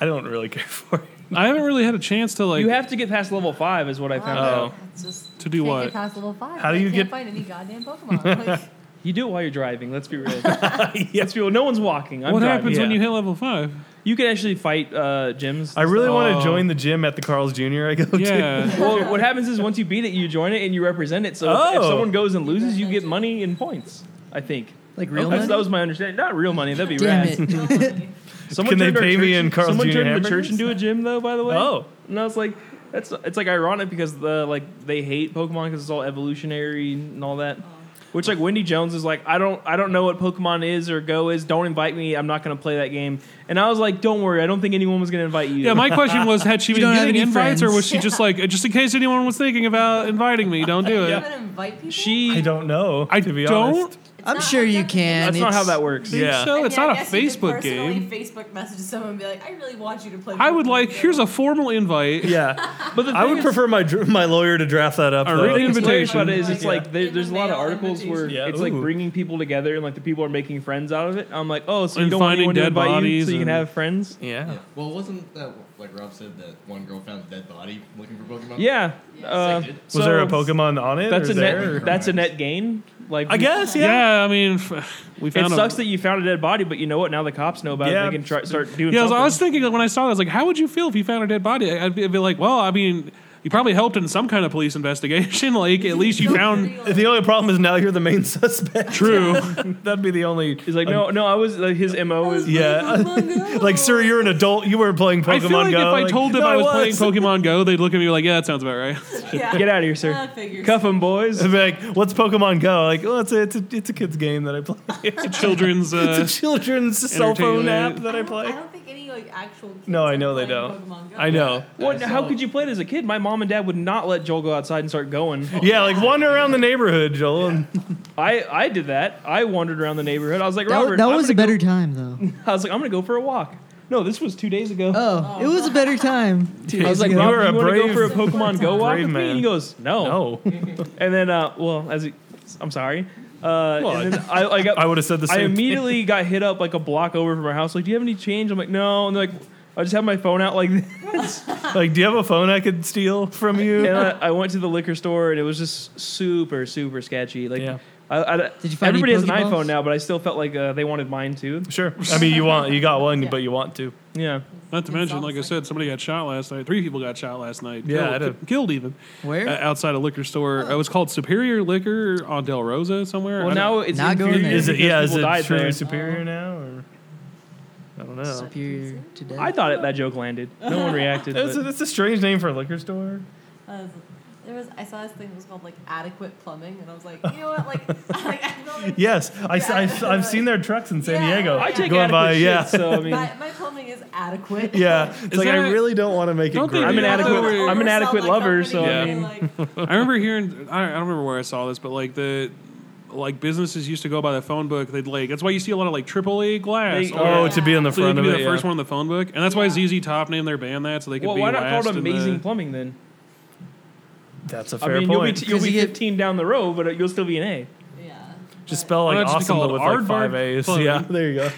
Speaker 5: I don't really care for it.
Speaker 1: I haven't really had a chance to like
Speaker 2: you have to get past level five, is what I found
Speaker 5: Oh.
Speaker 2: out.
Speaker 4: It's just
Speaker 1: To do
Speaker 4: can't
Speaker 1: what?
Speaker 4: Get past level five.
Speaker 5: How do you
Speaker 4: I
Speaker 5: get-
Speaker 4: can't find any goddamn Pokemon? Like,
Speaker 2: You do it while you're driving. Let's be real. Let's be real. No one's walking. I'm
Speaker 1: what
Speaker 2: driving.
Speaker 1: happens when
Speaker 5: yeah.
Speaker 1: you hit level five?
Speaker 2: You can actually fight uh, gyms.
Speaker 5: I really want
Speaker 1: Oh.
Speaker 5: to join the gym at the Carl's Jr. I go to.
Speaker 1: Yeah.
Speaker 2: Well, what happens is once you beat it, you join it and you represent it. So if- if
Speaker 5: Oh.
Speaker 2: someone goes and loses, you get money and points. I think.
Speaker 3: Like real
Speaker 2: That's-
Speaker 3: money?
Speaker 2: That was my understanding. Not real money. That'd be
Speaker 3: Damn
Speaker 2: rad.
Speaker 3: it.
Speaker 2: Someone
Speaker 5: Can they
Speaker 2: turned our
Speaker 5: pay me
Speaker 2: church-
Speaker 5: in Carl's
Speaker 2: Someone
Speaker 5: Jr.
Speaker 2: turned the
Speaker 5: hamburgers?
Speaker 2: church into a gym, though. By the way.
Speaker 5: Oh.
Speaker 2: And I was like, that's it's like ironic because the like they hate Pokemon because it's all evolutionary and all that.
Speaker 3: Oh.
Speaker 2: Which like Wendy Jones is like, I don't I don't know what Pokemon is or Go is. Don't invite me. I'm not gonna play that game. And I was like, don't worry. I don't think anyone was gonna invite you.
Speaker 1: Yeah, my question was: Had she been
Speaker 3: don't have
Speaker 1: getting
Speaker 3: any
Speaker 1: invites, or
Speaker 3: friends.
Speaker 1: was she just like, just in case anyone was thinking about inviting me, don't do it.
Speaker 4: Even invite people.
Speaker 2: she.
Speaker 5: I don't know.
Speaker 1: I
Speaker 5: to be
Speaker 1: don't
Speaker 5: honest.
Speaker 4: It's
Speaker 3: I'm
Speaker 4: not
Speaker 3: sure you
Speaker 4: objective.
Speaker 3: can.
Speaker 2: that's not how
Speaker 3: It's-
Speaker 2: that works.
Speaker 1: Think
Speaker 5: Yeah.
Speaker 1: so?
Speaker 4: I
Speaker 1: it's
Speaker 4: mean, I
Speaker 1: not a
Speaker 4: guess you could
Speaker 1: Facebook
Speaker 4: personally
Speaker 1: game.
Speaker 4: Facebook message someone and be like, I really want you to play.
Speaker 1: I would
Speaker 4: Pokemon
Speaker 1: like.
Speaker 4: Go."
Speaker 1: Here's a formal invite.
Speaker 5: Yeah,
Speaker 2: But the
Speaker 5: I
Speaker 2: thing
Speaker 5: would
Speaker 2: is-
Speaker 5: prefer my dr- my lawyer to draft that up.
Speaker 1: A
Speaker 5: though.
Speaker 1: written
Speaker 2: What's hilarious
Speaker 1: invitation.
Speaker 2: about it is it's
Speaker 5: Yeah.
Speaker 2: like there,
Speaker 4: In the
Speaker 2: there's a lot of
Speaker 4: mail
Speaker 2: articles where
Speaker 4: invitation.
Speaker 5: Yeah,
Speaker 2: it's like
Speaker 5: ooh.
Speaker 2: bringing people together and like the people are making friends out of it. I'm like, oh, so you
Speaker 1: And
Speaker 2: don't want
Speaker 1: finding
Speaker 2: anyone to
Speaker 1: dead
Speaker 2: invite you,
Speaker 1: bodies
Speaker 2: so you can
Speaker 1: and-
Speaker 2: have friends.
Speaker 5: Yeah.
Speaker 6: Yeah. Well, wasn't that like Rob said that one girl found a dead body looking for Pokemon?
Speaker 2: Yeah.
Speaker 4: Yeah.
Speaker 2: Uh,
Speaker 6: Was
Speaker 5: Was there a
Speaker 2: so
Speaker 5: Pokemon on it?
Speaker 2: That's
Speaker 5: or
Speaker 2: a
Speaker 5: is there?
Speaker 2: net. That's a net gain. Like
Speaker 5: I guess. Yeah.
Speaker 1: Yeah, I mean, f- we
Speaker 2: It
Speaker 1: found. a-
Speaker 2: sucks that you found a dead body, but you know what? Now the cops know about
Speaker 5: Yeah.
Speaker 2: it. They can try, start doing.
Speaker 1: yeah, I was, I was
Speaker 2: something.
Speaker 1: thinking like, when I saw that, I was like, how would you feel if you found a dead body? I- I'd be, I'd be like, well, I mean, you probably helped in some kind of police investigation. like, at least you
Speaker 4: Don't
Speaker 1: found.
Speaker 4: really like-
Speaker 5: The only problem is now you're the main suspect. True. That'd be the only.
Speaker 2: He's like, no, no. I was like, his mo is.
Speaker 5: Yeah.
Speaker 4: Pokemon Go.
Speaker 5: like, sir, you're an adult. You weren't playing Pokemon
Speaker 1: I feel like
Speaker 5: Go.
Speaker 1: if I
Speaker 5: Like,
Speaker 1: told them
Speaker 5: "No,
Speaker 1: I was, playing Pokemon Go, they'd look at me like, yeah, that sounds about right.
Speaker 4: Yeah.
Speaker 2: Get out of here,
Speaker 4: Uh,
Speaker 2: sir.
Speaker 4: figures.
Speaker 2: Cuff him, boys.
Speaker 5: I'd be like, what's Pokemon Go? Like, well, it's a, it's a, it's a kid's game that I play.
Speaker 1: It's a children's. Uh,
Speaker 5: it's a children's cell phone app
Speaker 1: entertainment.
Speaker 5: that I play.
Speaker 4: I don't think any like actual. Kids
Speaker 5: No, I
Speaker 4: are
Speaker 5: know they
Speaker 4: playing
Speaker 5: don't.
Speaker 4: Pokemon Go.
Speaker 5: I know.
Speaker 2: What? How could you play it as a kid? My mom and dad would not let Joel go outside and start going.
Speaker 5: Yeah, like wander around the neighborhood, Joel. And
Speaker 2: I, I did that. I wandered around the neighborhood. I was like,
Speaker 3: That,
Speaker 2: Robert,
Speaker 3: that
Speaker 2: I'm
Speaker 3: was a
Speaker 2: gonna
Speaker 3: better time, though.
Speaker 2: go- I was like, I'm gonna go for a walk. No, this was two days ago.
Speaker 3: Oh, it was a better time. Two
Speaker 5: I was
Speaker 3: days
Speaker 5: like,
Speaker 3: ago.
Speaker 5: you
Speaker 2: Robert,
Speaker 5: were a
Speaker 2: you wanna
Speaker 5: brave-
Speaker 2: go for a Pokemon Go walk
Speaker 5: brave
Speaker 2: with me?
Speaker 5: man.
Speaker 2: And he goes, no.
Speaker 1: Oh.
Speaker 5: no,
Speaker 2: And then, uh, well, as he, I'm sorry. Uh, and then I, I got,
Speaker 5: I would have said the same.
Speaker 2: I
Speaker 5: thing.
Speaker 2: immediately got hit up like a block over from our house. Like, do you have any change? I'm like, no. And they're like, I just have my phone out like this.
Speaker 5: Like, do you have a phone I could steal from you?
Speaker 2: and I, I went to the liquor store and it was just super, super sketchy. Like,
Speaker 5: Yeah.
Speaker 2: I, I,
Speaker 3: Did you find any
Speaker 2: everybody has an
Speaker 3: Pokeballs?
Speaker 2: iPhone now, but I still felt like uh, they wanted mine too.
Speaker 5: Sure. I mean, you want you got one, but you want two.
Speaker 2: Yeah.
Speaker 1: not to
Speaker 4: It
Speaker 1: mention,
Speaker 4: sounds
Speaker 1: like I
Speaker 4: like-
Speaker 1: said, somebody got shot last night. Three people got shot last night.
Speaker 5: Yeah, I
Speaker 1: killed,
Speaker 5: did.
Speaker 1: killed even.
Speaker 3: Where?
Speaker 1: uh, outside a liquor store. Uh, It was called Superior Liquor on Del Rosa somewhere. I
Speaker 2: Well,
Speaker 1: don't-
Speaker 2: now it's
Speaker 3: Not going
Speaker 2: inferior
Speaker 3: there.
Speaker 5: Is it?
Speaker 2: because
Speaker 5: Yeah. Is
Speaker 2: people
Speaker 5: it
Speaker 2: died
Speaker 5: truly
Speaker 2: there.
Speaker 5: superior
Speaker 1: Oh.
Speaker 5: now? Or? I don't know.
Speaker 3: Superior to death.
Speaker 2: I thought it, that joke landed. No one reacted.
Speaker 5: That's a,
Speaker 2: but
Speaker 5: that's a strange name for a liquor store.
Speaker 4: Uh, there was I saw this thing that was called like adequate plumbing, and I was like, you know what, like, like I feel like
Speaker 5: Yes, I, have seen their trucks in San
Speaker 4: Yeah.
Speaker 5: Diego.
Speaker 4: I
Speaker 2: I take
Speaker 5: going
Speaker 2: adequate
Speaker 5: by,
Speaker 2: shit,
Speaker 5: yeah,
Speaker 2: so I mean,
Speaker 4: my, my plumbing is adequate.
Speaker 5: yeah. It's like I
Speaker 1: that-
Speaker 5: really don't want to make it
Speaker 1: Don't they
Speaker 5: great.
Speaker 1: do
Speaker 2: I'm an
Speaker 1: Yeah,
Speaker 2: adequate,
Speaker 1: I know.
Speaker 2: I'm an adequate lover, so I mean,
Speaker 4: like,
Speaker 1: I remember hearing. I I don't remember where I saw this, but like the like businesses used to go by the phone book. They'd like that's why you see a lot of like AAA glass.
Speaker 2: They-
Speaker 1: or-
Speaker 5: oh, to be on the
Speaker 1: so they could
Speaker 5: front of
Speaker 1: be
Speaker 5: it.
Speaker 1: the
Speaker 5: yeah.
Speaker 1: first one on the phone book, and that's why ZZ Top named their band that, so they could
Speaker 2: well,
Speaker 1: be
Speaker 2: why not
Speaker 1: last
Speaker 2: call it
Speaker 1: in the-
Speaker 2: amazing plumbing then?
Speaker 5: That's a
Speaker 2: I
Speaker 5: fair
Speaker 2: mean, you'll be,
Speaker 5: point.
Speaker 2: t- you'll
Speaker 3: Because
Speaker 2: be
Speaker 3: you get-
Speaker 2: 15 down the road, but you'll still be an A.
Speaker 4: yeah.
Speaker 5: Just spell like
Speaker 1: Why not just be
Speaker 5: awesome, but
Speaker 1: called
Speaker 5: with like
Speaker 1: Aardvark
Speaker 5: five A's.
Speaker 1: Plumbing?
Speaker 5: Yeah, there you go.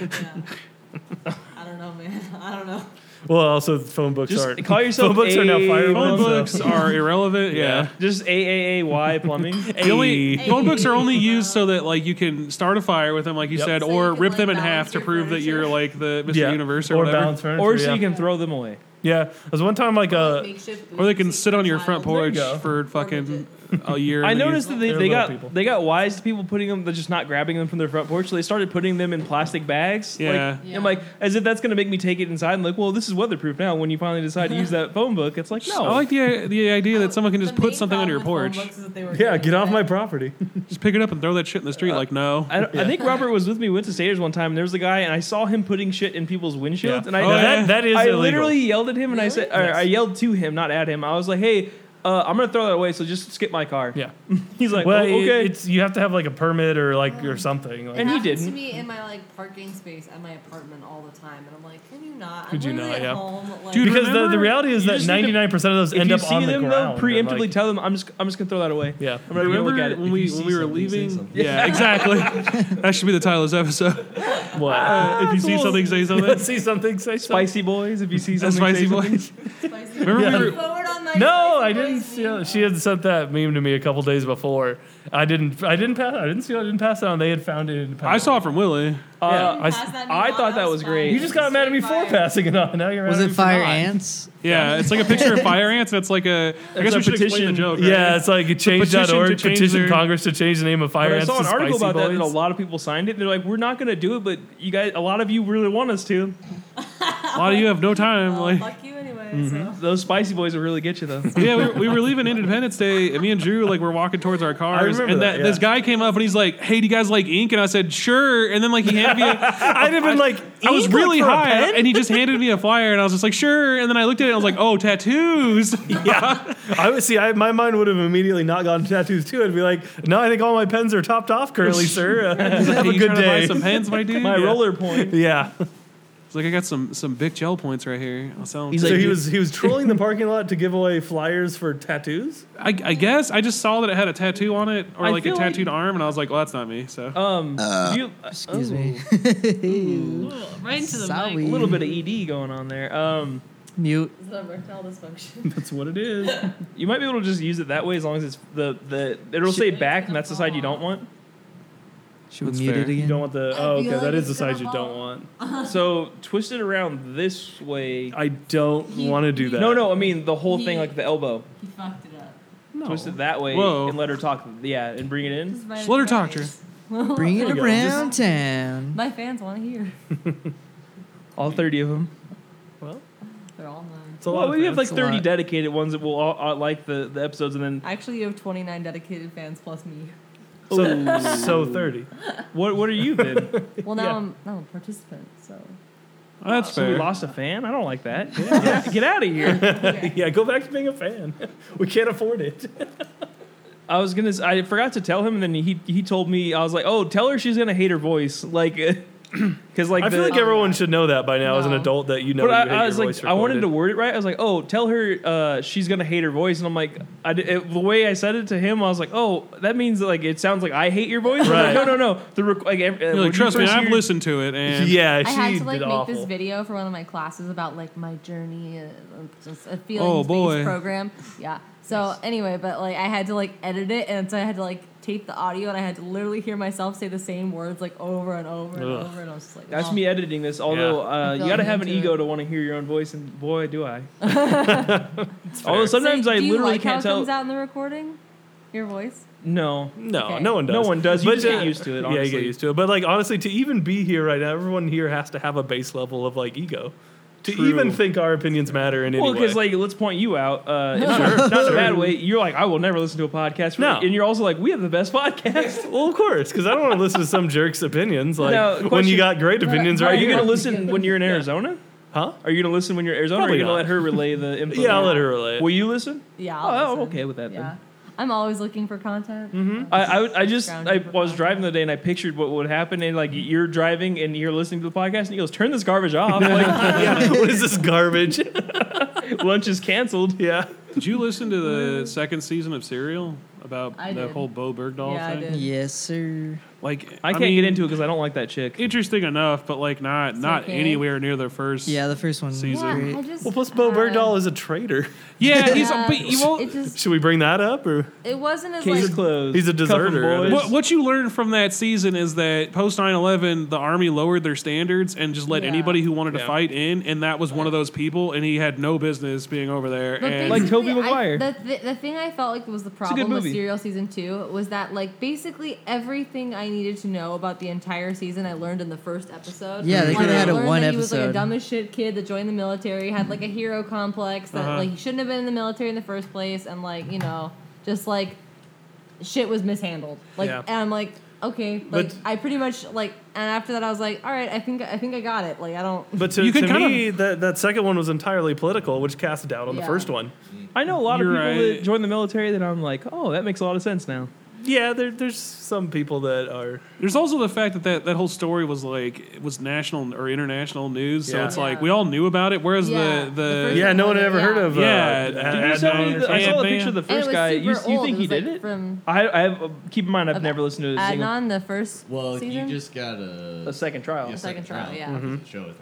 Speaker 4: Yeah. I don't know, man. I don't know.
Speaker 5: Well, also phone books
Speaker 2: Just
Speaker 5: aren't.
Speaker 2: call yourself
Speaker 5: phone books are now
Speaker 2: a-
Speaker 5: firemen.
Speaker 1: Phone
Speaker 2: Phone
Speaker 1: books are irrelevant. Yeah.
Speaker 2: Just AAAY plumbing.
Speaker 1: The only
Speaker 4: Hey.
Speaker 1: phone books are only used so that like you can start a fire with them, like you
Speaker 5: Yep.
Speaker 1: said,
Speaker 4: So you
Speaker 1: or
Speaker 4: can,
Speaker 1: rip
Speaker 4: like,
Speaker 1: them in
Speaker 4: balance
Speaker 1: half to
Speaker 4: your
Speaker 1: prove that you're
Speaker 4: furniture.
Speaker 1: like the Mr.
Speaker 5: Yeah.
Speaker 1: Universe or,
Speaker 5: or
Speaker 1: whatever.
Speaker 5: balance furniture.
Speaker 2: or so
Speaker 5: yeah.
Speaker 2: you can throw them away.
Speaker 5: Yeah, there's one time like uh,
Speaker 4: Makeshift
Speaker 1: Or they
Speaker 4: booths
Speaker 1: can
Speaker 4: that
Speaker 1: sit
Speaker 4: you
Speaker 1: on your front
Speaker 4: pile them.
Speaker 1: porch
Speaker 5: go.
Speaker 1: for fucking a year.
Speaker 2: I
Speaker 1: and then you-
Speaker 2: noticed that they,
Speaker 5: They're
Speaker 2: they
Speaker 5: little
Speaker 2: got
Speaker 5: people.
Speaker 2: they got wise to people putting them. They're just not grabbing them from their front porch. So they started putting them in plastic bags.
Speaker 1: Yeah.
Speaker 2: Like,
Speaker 4: Yeah.
Speaker 2: I'm like, as if that's going to make me take it inside. And like, well, this is weatherproof now. When you finally decide to use that phone book, it's like, no.
Speaker 1: I like the the idea that someone can just
Speaker 4: The
Speaker 1: put
Speaker 4: main
Speaker 1: something on your
Speaker 4: problem
Speaker 1: porch,
Speaker 4: with phone books is that they were
Speaker 5: yeah,
Speaker 4: doing
Speaker 5: get off
Speaker 4: that.
Speaker 5: my property.
Speaker 1: just pick it up and throw that shit in the street. like no,
Speaker 2: I, don't- I think Robert was with me. Went to Sayers one time, and there was a guy, and I saw him putting shit in people's windshields, and I,
Speaker 1: Oh,
Speaker 5: Now,
Speaker 1: yeah.
Speaker 5: that, that is
Speaker 2: I
Speaker 5: illegal.
Speaker 2: literally yelled at him, and I said, or
Speaker 5: Yes.
Speaker 2: I yelled to him, not at him. I was like, hey, uh, I'm gonna throw that away, so just skip my car.
Speaker 5: yeah.
Speaker 2: He's like,
Speaker 5: Well,
Speaker 2: "Oh, okay.
Speaker 5: it, it's you have to have like a permit or like or something. Like,
Speaker 2: And
Speaker 4: It
Speaker 2: he
Speaker 4: happens
Speaker 2: didn't.
Speaker 4: to me in my like parking space at my apartment all the time, and I'm like, can you not?
Speaker 5: Could you
Speaker 4: I'm literally
Speaker 5: not,
Speaker 4: at
Speaker 5: yeah.
Speaker 4: Home, like,
Speaker 1: Dude,
Speaker 5: because the, the
Speaker 1: remember-
Speaker 5: reality is
Speaker 2: you
Speaker 5: that
Speaker 2: just need to-
Speaker 5: 99% of those
Speaker 2: if
Speaker 5: end
Speaker 2: you
Speaker 5: up
Speaker 2: see
Speaker 5: on the
Speaker 2: them
Speaker 5: ground.
Speaker 2: though,
Speaker 5: and,
Speaker 2: preemptively
Speaker 5: like-
Speaker 2: tell them I'm just I'm just gonna throw that away.
Speaker 5: yeah.
Speaker 2: I'm not even gonna look at it.
Speaker 1: when we
Speaker 6: you
Speaker 1: when
Speaker 6: see
Speaker 1: we were
Speaker 6: something, say
Speaker 1: leaving?
Speaker 6: something.
Speaker 1: Yeah, exactly. that should be the title of this episode.
Speaker 5: What?
Speaker 2: Ah,
Speaker 1: if you see something, say something.
Speaker 5: see something, say something.
Speaker 2: Spicy boys, if you see
Speaker 1: That's
Speaker 2: something,
Speaker 1: spicy
Speaker 2: say something.
Speaker 1: boys.
Speaker 4: spicy.
Speaker 1: Remember
Speaker 5: Yeah.
Speaker 1: we were,
Speaker 4: Forward on my
Speaker 5: No,
Speaker 4: spicy
Speaker 5: I didn't.
Speaker 4: boys
Speaker 5: See
Speaker 4: meme.
Speaker 5: she had sent that meme to me a couple days before. I didn't. I didn't pass. I didn't see. I didn't pass it on. They had found it. And passed
Speaker 1: I saw
Speaker 5: it.
Speaker 1: it from Willie.
Speaker 2: Uh,
Speaker 5: Yeah, I,
Speaker 4: Pass
Speaker 5: s-
Speaker 4: that
Speaker 2: I
Speaker 4: meme on,
Speaker 2: thought that was great.
Speaker 4: fine.
Speaker 5: you just got mad at me for
Speaker 4: Fire.
Speaker 5: passing it on. Now you're mad
Speaker 3: Was
Speaker 5: at
Speaker 3: it
Speaker 5: me for
Speaker 3: fire
Speaker 5: not.
Speaker 3: ants?
Speaker 1: Yeah, it's like a picture of fire ants, and it's like a. I guess
Speaker 2: a
Speaker 1: we should explain the
Speaker 2: petition.
Speaker 1: joke. right?
Speaker 5: Yeah, it's like change.org
Speaker 1: petition to
Speaker 5: petition,
Speaker 1: change their-
Speaker 5: Congress to change the name of fire
Speaker 2: But I
Speaker 5: ants
Speaker 2: saw an
Speaker 5: to
Speaker 2: article
Speaker 5: Spicy
Speaker 2: about that, and a
Speaker 5: Boys.
Speaker 2: lot of people signed it. They're like, "We're not gonna do it, but you guys, a lot of you really want us to."
Speaker 1: a lot of you have no time.
Speaker 4: Well,
Speaker 1: Like,
Speaker 4: fuck you anyway. So.
Speaker 2: Those spicy boys will really get you though.
Speaker 1: yeah, we, were- we were leaving Independence Day, and me and Drew like were walking towards our cars,
Speaker 5: remember
Speaker 1: and
Speaker 5: that,
Speaker 1: this
Speaker 5: yeah.
Speaker 1: guy came up and he's like, "Hey, do you guys like ink?" And I said, "Sure," and then like he handed me. A,
Speaker 5: I'd have been like,
Speaker 1: I was
Speaker 5: "Ink,
Speaker 1: really
Speaker 5: like, for a
Speaker 1: high,
Speaker 5: pen?"
Speaker 1: and he just handed me a flyer, and I was just like, "Sure," and then I looked at it, and I was like, "Oh, tattoos."
Speaker 5: yeah, I would see. I, my mind would have immediately not gone to tattoos too. I'd be like, "No, I think all my pens are topped off currently, sir. Uh, have
Speaker 1: "Hey,
Speaker 5: a
Speaker 1: you
Speaker 5: good
Speaker 1: trying to buy
Speaker 5: day."
Speaker 1: some pens, my dude.
Speaker 2: My
Speaker 1: Yeah.
Speaker 2: roller point.
Speaker 5: Yeah.
Speaker 1: It's like I got some some big gel points right here. I'll sell 'em
Speaker 3: He's
Speaker 1: to
Speaker 5: So
Speaker 3: like,
Speaker 5: he
Speaker 3: "Dude."
Speaker 5: was he was trolling the parking lot to give away flyers for tattoos.
Speaker 1: I, I guess I just saw that it had a tattoo on it, or
Speaker 2: I
Speaker 1: like a
Speaker 2: feel like-
Speaker 1: tattooed arm, and I was like, "Well, that's not me." So
Speaker 2: Um, do you-
Speaker 3: Excuse
Speaker 2: oh,
Speaker 3: me.
Speaker 1: Mm-hmm.
Speaker 4: Right into the
Speaker 3: Sorry.
Speaker 2: A little bit of ED going on there. Um,
Speaker 3: Mute.
Speaker 4: mic. It's the erectile dysfunction.
Speaker 5: That's what it is.
Speaker 2: you might be able to just use it that way as long as it's the the it'll say back, and that's the side you don't want.
Speaker 3: Should
Speaker 1: That's
Speaker 3: we mute
Speaker 1: fair.
Speaker 3: it
Speaker 5: You
Speaker 3: again?
Speaker 5: don't want
Speaker 4: I
Speaker 5: the. Oh,
Speaker 4: feel
Speaker 5: okay.
Speaker 4: like
Speaker 5: that
Speaker 4: it's
Speaker 5: is the side
Speaker 4: gonna
Speaker 5: you
Speaker 4: fall.
Speaker 5: don't want.
Speaker 2: So twist it around this way.
Speaker 5: I don't
Speaker 4: You-
Speaker 5: want to do that.
Speaker 2: No, no, I mean the whole thing,
Speaker 4: Yeah.
Speaker 2: like the elbow.
Speaker 4: He fucked it up.
Speaker 5: no.
Speaker 2: Twist it that way
Speaker 1: Whoa.
Speaker 2: and let her talk. Yeah, and bring it in.
Speaker 4: This is right
Speaker 1: Just
Speaker 4: in
Speaker 1: let her
Speaker 4: my
Speaker 1: talk,
Speaker 4: face.
Speaker 3: Bring it
Speaker 5: go.
Speaker 3: around town.
Speaker 4: My fans want to hear.
Speaker 2: All thirty of them.
Speaker 4: They're all mine.
Speaker 5: It's a lot
Speaker 2: well,
Speaker 5: of
Speaker 2: we have like
Speaker 5: fans.
Speaker 3: That's a
Speaker 2: thirty
Speaker 3: lot.
Speaker 2: dedicated ones that will all, all like the, the episodes, and then
Speaker 4: Actually, you have 29 dedicated fans plus me.
Speaker 5: so, so thirty.
Speaker 2: what? What are you then?
Speaker 4: Well, now
Speaker 5: Yeah.
Speaker 4: I'm now I'm a participant, so
Speaker 1: Oh, that's
Speaker 2: so we
Speaker 1: fair.
Speaker 2: lost a fan. I don't like that. Get out of here.
Speaker 4: yeah.
Speaker 5: Yeah, go back to being a fan. We can't afford it.
Speaker 2: I was gonna. s- I forgot to tell him, and then he he told me I was like, oh, tell her she's gonna hate her voice, like, because like
Speaker 5: I feel
Speaker 2: the-
Speaker 5: like um, everyone should know that by now as an
Speaker 4: No.
Speaker 5: adult that you know.
Speaker 2: But
Speaker 5: you
Speaker 2: I,
Speaker 5: hate
Speaker 2: I
Speaker 5: your
Speaker 2: was like,
Speaker 5: voice
Speaker 2: I wanted to
Speaker 5: recorded.
Speaker 2: word it right. I was like, oh, tell her uh, she's gonna hate her voice, and I'm like, I di- it, the way I said it to him, I was like, oh, that means like it sounds like I hate your voice.
Speaker 5: Right.
Speaker 2: no, no, no. The rec- like, every,
Speaker 1: You're
Speaker 2: when
Speaker 1: like,
Speaker 2: you
Speaker 1: trust me,
Speaker 2: first
Speaker 1: I've
Speaker 2: hear-
Speaker 1: listened to it, and
Speaker 5: Yeah, she
Speaker 4: I had to like
Speaker 5: did
Speaker 4: make
Speaker 5: awful.
Speaker 4: this video for one of my classes about like my journey, uh, just a feelings-based
Speaker 2: Oh,
Speaker 1: boy.
Speaker 4: program. Yeah. So anyway, but like I had to like edit it, and so I had to like tape the audio, and I had to literally hear myself say the same words like over and over and
Speaker 5: Ugh.
Speaker 4: over, and I was just like,
Speaker 2: That's
Speaker 4: oh.
Speaker 2: me editing this. Although uh, you
Speaker 4: Going
Speaker 2: gotta have an
Speaker 4: into
Speaker 2: ego
Speaker 4: it.
Speaker 2: to want to hear your own voice, and boy, do I. Although
Speaker 4: So
Speaker 2: sometimes I
Speaker 4: do you
Speaker 2: literally
Speaker 4: like how
Speaker 2: can't
Speaker 4: it
Speaker 2: tell.
Speaker 4: comes out in the recording, your voice.
Speaker 2: No,
Speaker 5: No,
Speaker 4: Okay.
Speaker 5: no one does.
Speaker 2: No one does. You just get
Speaker 5: uh,
Speaker 2: used to it,
Speaker 5: Yeah, you get
Speaker 2: honestly.
Speaker 5: used to it. But like honestly, to even be here right now, everyone here has to have a base level of like ego to
Speaker 2: True.
Speaker 5: even think our opinions matter in
Speaker 2: well,
Speaker 5: any way.
Speaker 2: because like let's point you out. Uh, not, not in a bad way. You're like, I will never listen to a podcast.
Speaker 5: No.
Speaker 2: and you're also like, we have the best podcast.
Speaker 5: well, of course, because I don't want to listen to some jerk's opinions. Like
Speaker 2: No,
Speaker 5: when you
Speaker 2: question-
Speaker 5: got great opinions,
Speaker 2: Are
Speaker 5: right?
Speaker 2: you
Speaker 5: here.
Speaker 2: gonna listen when you're in Arizona?
Speaker 5: Huh?
Speaker 2: Are you gonna listen when you're in Arizona? or are
Speaker 5: Probably
Speaker 2: you gonna
Speaker 5: not.
Speaker 2: let her relay the info?
Speaker 5: Yeah, I'll let her relay.
Speaker 2: Will
Speaker 5: It.
Speaker 2: you listen?
Speaker 4: Yeah.
Speaker 2: Oh,
Speaker 4: I'll
Speaker 2: I'm
Speaker 4: listen.
Speaker 2: okay with that then. Mm-hmm.
Speaker 4: Yeah. I'm always looking for content.
Speaker 2: I, I, would- I just I
Speaker 4: Grounded for
Speaker 2: was
Speaker 4: content.
Speaker 2: driving the other day and I pictured what would happen and like you're driving and you're listening to the podcast and he goes turn this garbage off like
Speaker 5: what is this garbage?
Speaker 2: lunch is canceled
Speaker 5: yeah.
Speaker 1: Did you listen to
Speaker 2: Uh,
Speaker 1: the second season of Serial about
Speaker 4: I
Speaker 1: the
Speaker 4: did.
Speaker 1: whole Bo Bergdahl
Speaker 4: Yeah, I
Speaker 1: thing?
Speaker 4: did.
Speaker 3: Yes, sir.
Speaker 1: Like
Speaker 2: I can't
Speaker 1: mean,
Speaker 2: get into it because I don't like that chick.
Speaker 1: Interesting enough, but like not not
Speaker 4: okay.
Speaker 1: anywhere near the first.
Speaker 3: Yeah, the first one was
Speaker 1: Season.
Speaker 3: great.
Speaker 4: I just,
Speaker 5: Well, plus Bo
Speaker 4: uh,
Speaker 5: Bergdahl is a traitor.
Speaker 1: yeah. He's
Speaker 4: yeah,
Speaker 1: but you
Speaker 4: It
Speaker 1: won't.
Speaker 4: just
Speaker 5: Should we bring that up or?
Speaker 4: it wasn't as
Speaker 2: Case
Speaker 4: like
Speaker 2: closed.
Speaker 5: He's a
Speaker 2: Cuff 'em
Speaker 5: deserter.
Speaker 2: boys.
Speaker 1: What, what you learned from that season is that post 9-11, the army lowered their standards and just let
Speaker 4: Yeah.
Speaker 1: anybody who wanted to
Speaker 5: Yeah.
Speaker 1: fight in, and that was one of those people, and he had no business being over there.
Speaker 4: But
Speaker 1: and
Speaker 2: Like Tobey
Speaker 4: basically, I,
Speaker 2: Maguire.
Speaker 4: the, the, the thing I felt like was
Speaker 2: a
Speaker 4: the
Speaker 2: good
Speaker 4: problem with
Speaker 2: movie.
Speaker 4: Serial season two was that like basically everything I needed to know about the entire season I learned in the first episode.
Speaker 3: Yeah, they
Speaker 4: Like,
Speaker 3: coulda
Speaker 4: I
Speaker 3: had a
Speaker 4: learned
Speaker 3: one
Speaker 4: that He was like a
Speaker 3: episode.
Speaker 4: dumb as shit kid that joined the military, had like a hero complex that
Speaker 2: Uh-huh.
Speaker 4: like he shouldn't have been in the military in the first place, and like you know just like shit was mishandled. Like
Speaker 5: Yeah.
Speaker 4: and I'm like. Okay, like
Speaker 5: But-
Speaker 4: I pretty much like, and after that I was like, all right, I think I think I got it. Like I don't.
Speaker 5: But to,
Speaker 1: You can
Speaker 5: to
Speaker 1: kind
Speaker 5: me, that, that second one was entirely political, which cast doubt on the
Speaker 4: Yeah.
Speaker 5: first one.
Speaker 2: I know a lot of
Speaker 1: You're
Speaker 2: people
Speaker 1: right.
Speaker 2: that join the military that I'm like, oh, that makes a lot of sense now.
Speaker 5: Yeah, there, there's some people that are.
Speaker 1: There's also the fact that, that that whole story was like it was national or international news, so
Speaker 5: Yeah.
Speaker 1: it's
Speaker 4: Yeah.
Speaker 1: like we all knew about it. Whereas
Speaker 4: Yeah,
Speaker 1: the
Speaker 4: the
Speaker 1: the,
Speaker 4: first-
Speaker 5: Yeah, no one had ever heard of. Uh,
Speaker 1: Yeah. Did you
Speaker 2: Did you
Speaker 5: Ad-
Speaker 2: tell me
Speaker 5: Adnan or
Speaker 2: that- I saw a
Speaker 1: something?
Speaker 2: picture of the
Speaker 4: And it
Speaker 2: first
Speaker 4: was
Speaker 2: guy. You,
Speaker 4: super
Speaker 2: you
Speaker 4: old.
Speaker 2: think
Speaker 4: It
Speaker 2: he
Speaker 4: was, like,
Speaker 2: did it?
Speaker 4: from
Speaker 2: I, I have, uh, keep in mind, I've
Speaker 4: About
Speaker 2: never listened to a single
Speaker 4: Adnan the first
Speaker 6: Well,
Speaker 4: season.
Speaker 6: you just got a,
Speaker 2: a second trial. Mm-hmm.
Speaker 6: yeah,
Speaker 4: Second trial, yeah.
Speaker 6: because of the Show, I think.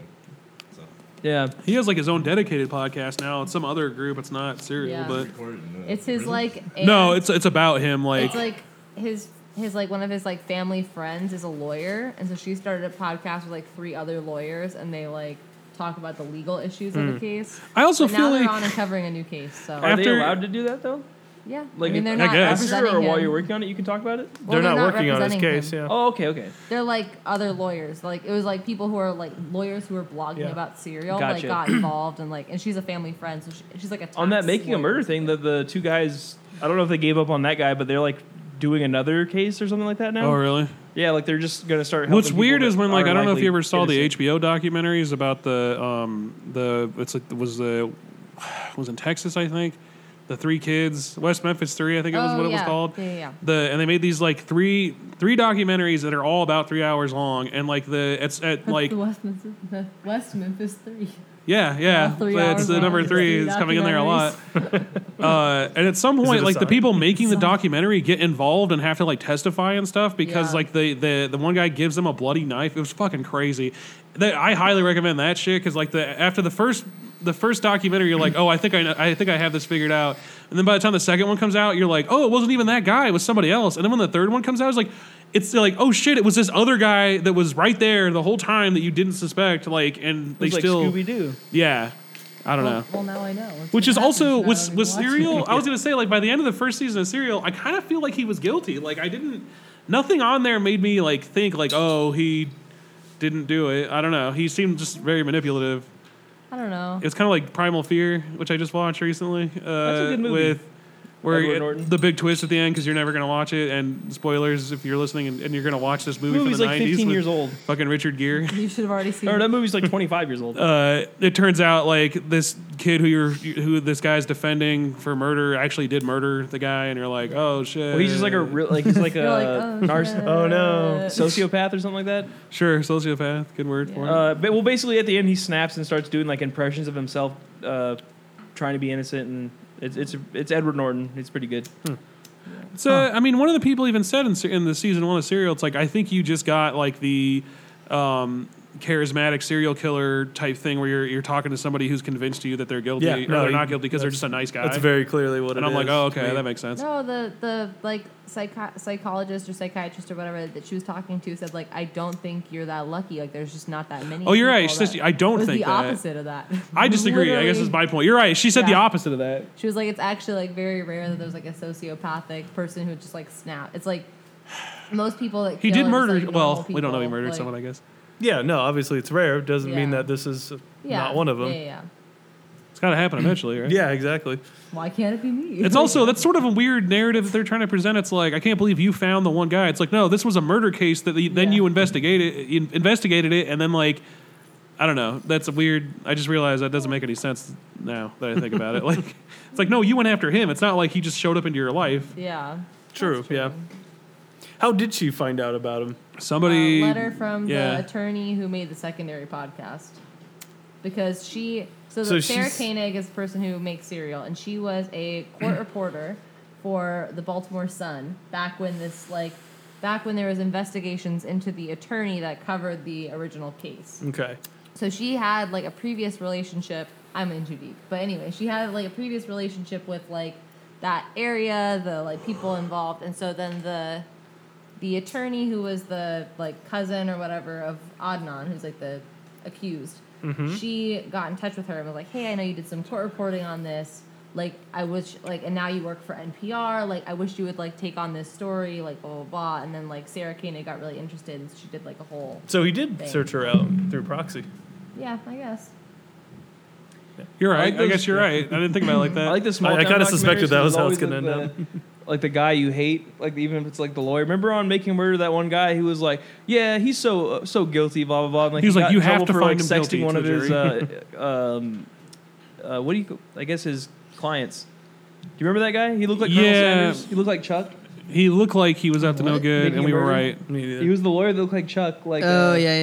Speaker 6: So,
Speaker 2: Yeah,
Speaker 1: he has like his own dedicated podcast now. It's some other group. It's not serial,
Speaker 4: Yeah.
Speaker 1: but
Speaker 6: recorded in the
Speaker 4: It's his
Speaker 6: prison.
Speaker 4: like. aunt-
Speaker 1: no, it's it's about him. Like,
Speaker 4: it's like his his like one of his like family friends is a lawyer, and so she started a podcast with like three other lawyers, and they like talk about the legal issues
Speaker 2: Hmm.
Speaker 4: of the case.
Speaker 1: I also
Speaker 4: But now
Speaker 1: feel
Speaker 4: they're
Speaker 1: like
Speaker 4: on and covering a new case. So
Speaker 2: are they
Speaker 1: After-
Speaker 2: allowed to do that though?
Speaker 4: yeah,
Speaker 2: Like,
Speaker 4: I mean they're
Speaker 1: I
Speaker 4: not
Speaker 1: guess.
Speaker 2: After
Speaker 4: representing
Speaker 2: or while
Speaker 4: him.
Speaker 2: you're working on it, you can talk about it.
Speaker 4: Well,
Speaker 5: they're not working on his
Speaker 4: representing
Speaker 5: case.
Speaker 4: him.
Speaker 5: Yeah.
Speaker 2: Oh, okay, okay.
Speaker 4: They're like other lawyers. Like it was like people who are like lawyers who are blogging
Speaker 5: Yeah.
Speaker 4: about serial
Speaker 2: Gotcha.
Speaker 4: like got involved and like and she's a family friend, so she, she's like a
Speaker 2: On that
Speaker 4: tax
Speaker 2: making a
Speaker 4: lawyer.
Speaker 2: murder thing, the the two guys, I don't know if they gave up on that guy, but they're like doing another case or something like that now.
Speaker 1: oh really?
Speaker 2: yeah, like they're just gonna start.
Speaker 1: What's
Speaker 2: helping
Speaker 1: weird
Speaker 2: people
Speaker 1: is
Speaker 2: that
Speaker 1: when like
Speaker 2: are
Speaker 1: I don't know if
Speaker 2: likely
Speaker 1: you ever saw
Speaker 2: innocent.
Speaker 1: the HBO documentaries about the um the it's like was the was in Texas I think the three kids West Memphis Three I think it was
Speaker 4: Oh,
Speaker 1: what it was
Speaker 4: yeah.
Speaker 1: called
Speaker 4: Yeah, yeah, yeah.
Speaker 1: the and they made these like three three documentaries that are all about three hours long and like the it's at like
Speaker 4: the West Memphis, West Memphis Three.
Speaker 1: yeah yeah
Speaker 4: All three
Speaker 1: that's
Speaker 4: hours
Speaker 1: the
Speaker 4: long,
Speaker 1: number
Speaker 4: it's
Speaker 1: three
Speaker 4: three
Speaker 1: it's coming in there a lot uh, and at some point
Speaker 5: a
Speaker 1: like the
Speaker 5: sign?
Speaker 1: people making the documentary get involved and have to like testify and stuff because
Speaker 4: Yeah.
Speaker 1: like the, the the one guy gives them a bloody knife it was fucking crazy that I highly recommend that shit because like the after the first the first documentary you're like oh I think I know, I think I have this figured out and then by the time the second one comes out you're like oh it wasn't even that guy it was somebody else and then when the third one comes out it's like it's like oh shit it was this other guy that was right there the whole time that you didn't suspect like and they
Speaker 2: It's like
Speaker 1: still
Speaker 2: Scooby Doo.
Speaker 1: yeah I don't know
Speaker 4: Well, now I know.
Speaker 1: which
Speaker 4: That's what
Speaker 1: is
Speaker 4: happens
Speaker 1: also
Speaker 4: when I
Speaker 1: with
Speaker 4: don't
Speaker 1: with
Speaker 4: even watch
Speaker 1: Serial. I was gonna say like by the end of the first season of Serial, I kind of feel like he was guilty. Like I didn't. Nothing on there made me like think like oh he didn't do it. I don't know. He seemed just very manipulative.
Speaker 4: I don't know.
Speaker 1: It's kind of like Primal Fear, which I just watched recently. Uh,
Speaker 2: a good movie.
Speaker 1: With where
Speaker 2: Edward
Speaker 1: it-
Speaker 2: Norton.
Speaker 1: the big twist at the end because you're never gonna watch it and spoilers if you're listening and, and you're gonna watch this movie
Speaker 2: movie's
Speaker 1: from the
Speaker 2: like
Speaker 1: 90s
Speaker 2: 15
Speaker 1: with
Speaker 2: years old.
Speaker 1: fucking Richard Gere.
Speaker 4: You should have already seen.
Speaker 2: Or
Speaker 4: it.
Speaker 2: that movie's like 25 years old.
Speaker 1: uh, it turns out like this kid who you're who this guy's defending for murder actually did murder the guy, and you're like, oh shit.
Speaker 2: Well, he's just like a real, like he's like a
Speaker 4: You're
Speaker 1: uh,
Speaker 4: like, oh,
Speaker 2: narc-
Speaker 4: shit.
Speaker 5: Oh, no.
Speaker 2: sociopath or something like that.
Speaker 1: sure sociopath. Good word for it.
Speaker 2: Uh, but well, basically at the end he snaps and starts doing like impressions of himself, uh, trying to be innocent, and it's it's it's Edward Norton. It's pretty good.
Speaker 1: So I mean, one of the people even said in, se- in the season one of Serial, it's like I think you just got like the um, charismatic serial killer type thing where you're you're talking to somebody who's convinced you that they're guilty
Speaker 5: Yeah,
Speaker 1: or
Speaker 5: no,
Speaker 1: they're not
Speaker 5: he-
Speaker 1: guilty because they're just a nice guy.
Speaker 5: That's very clearly what
Speaker 1: Oh, and
Speaker 5: it
Speaker 1: I'm like,
Speaker 5: is.
Speaker 1: oh okay,
Speaker 5: I mean,
Speaker 1: that makes sense.
Speaker 4: No, the the like psycho- psychologist or psychiatrist or whatever that she was talking to said like I don't think you're that lucky. Like there's just not that many.
Speaker 1: Oh, you're right.
Speaker 4: people
Speaker 1: She says,
Speaker 4: that-
Speaker 1: "I don't
Speaker 4: It was
Speaker 1: think
Speaker 4: the
Speaker 1: that."
Speaker 4: opposite of that.
Speaker 1: I disagree. I guess
Speaker 4: Literally.
Speaker 1: is my point. You're right. She said the
Speaker 4: Yeah.
Speaker 1: opposite of that.
Speaker 4: She was like, it's actually like very rare that there's like a sociopathic person who just like snap. It's like most people that
Speaker 1: He
Speaker 4: kill
Speaker 1: did
Speaker 4: are just,
Speaker 1: murder.
Speaker 4: like,
Speaker 1: well,
Speaker 4: normal
Speaker 1: we don't know he
Speaker 4: people,
Speaker 1: murdered
Speaker 4: like-
Speaker 1: someone. I guess
Speaker 5: Yeah, no, obviously it's rare. Doesn't mean
Speaker 4: Yeah.
Speaker 5: that this is
Speaker 4: Yeah,
Speaker 5: not one of them.
Speaker 4: Yeah, yeah, yeah.
Speaker 1: it's got to happen eventually, right?
Speaker 5: Yeah, exactly.
Speaker 4: Why can't it be me?
Speaker 1: It's also that's sort of a weird narrative that they're trying to present. It's like I can't believe you found the one guy. It's like no, this was a murder case that the, then
Speaker 4: Yeah.
Speaker 1: you investigated in, investigated it, and then like I don't know. That's a weird. I just realized that doesn't make any sense now that I think about it. Like it's like no, you went after him. It's not like he just showed up into your life.
Speaker 4: yeah.
Speaker 5: True,
Speaker 4: That's
Speaker 5: yeah. How did she find out about him?
Speaker 1: Somebody
Speaker 4: uh, letter from
Speaker 1: yeah.
Speaker 4: the attorney who made the secondary podcast because she so,
Speaker 5: So
Speaker 4: the Sarah
Speaker 5: she's-
Speaker 4: Koenig is the person who makes Serial and she was a court reporter for the Baltimore Sun back when this like back when there was investigations into the attorney that covered the original case.
Speaker 5: Okay.
Speaker 4: So she had like a previous relationship. I'm in too deep, but anyway, she had like a previous relationship with like that area, the like people involved, and so then the the attorney who was the like cousin or whatever of Adnan, who's like the accused, she got in touch with her and was like, "Hey, I know you did some court reporting on this. Like, I wish like, and now you work for NPR. Like, I wish you would like take on this story. Like, blah blah blah." And then like Sarah Koenig got really interested, and she did like a whole
Speaker 5: So he did
Speaker 4: Bang.
Speaker 5: search her out through proxy.
Speaker 4: yeah, I guess.
Speaker 1: You're
Speaker 2: I
Speaker 1: right. I,
Speaker 2: like those-
Speaker 1: guess you're right. Uh, I didn't think about it like that.
Speaker 2: I like the small.
Speaker 5: I- I
Speaker 2: town
Speaker 5: kinda suspected
Speaker 2: documentaries,
Speaker 5: that
Speaker 2: there's
Speaker 5: was how
Speaker 2: always,
Speaker 5: it's gonna
Speaker 2: like,
Speaker 5: end
Speaker 2: the- Like the guy you hate, like even if it's like the lawyer. Remember on Making Murder, that one guy who was like, "Yeah, he's so uh, so guilty." Blah blah blah. And,
Speaker 1: He was
Speaker 2: he
Speaker 1: like,
Speaker 2: got
Speaker 1: "You
Speaker 2: in
Speaker 1: have
Speaker 2: trouble
Speaker 1: to
Speaker 2: for,
Speaker 1: find him
Speaker 2: like, sexting
Speaker 1: guilty
Speaker 2: one
Speaker 1: to
Speaker 2: of
Speaker 1: a
Speaker 2: his, uh, um, uh, what do you? I guess his clients. Do you remember that guy? He looked like Colonel
Speaker 1: Yeah.
Speaker 2: Sanders. He looked like Chuck.
Speaker 1: he looked like he was up to no
Speaker 2: What?
Speaker 1: good,
Speaker 2: Making
Speaker 1: and we
Speaker 2: a
Speaker 1: were
Speaker 2: murder?
Speaker 1: right.
Speaker 5: uh,
Speaker 2: He was the lawyer that looked like Chuck. Like
Speaker 3: oh
Speaker 2: uh,
Speaker 3: yeah,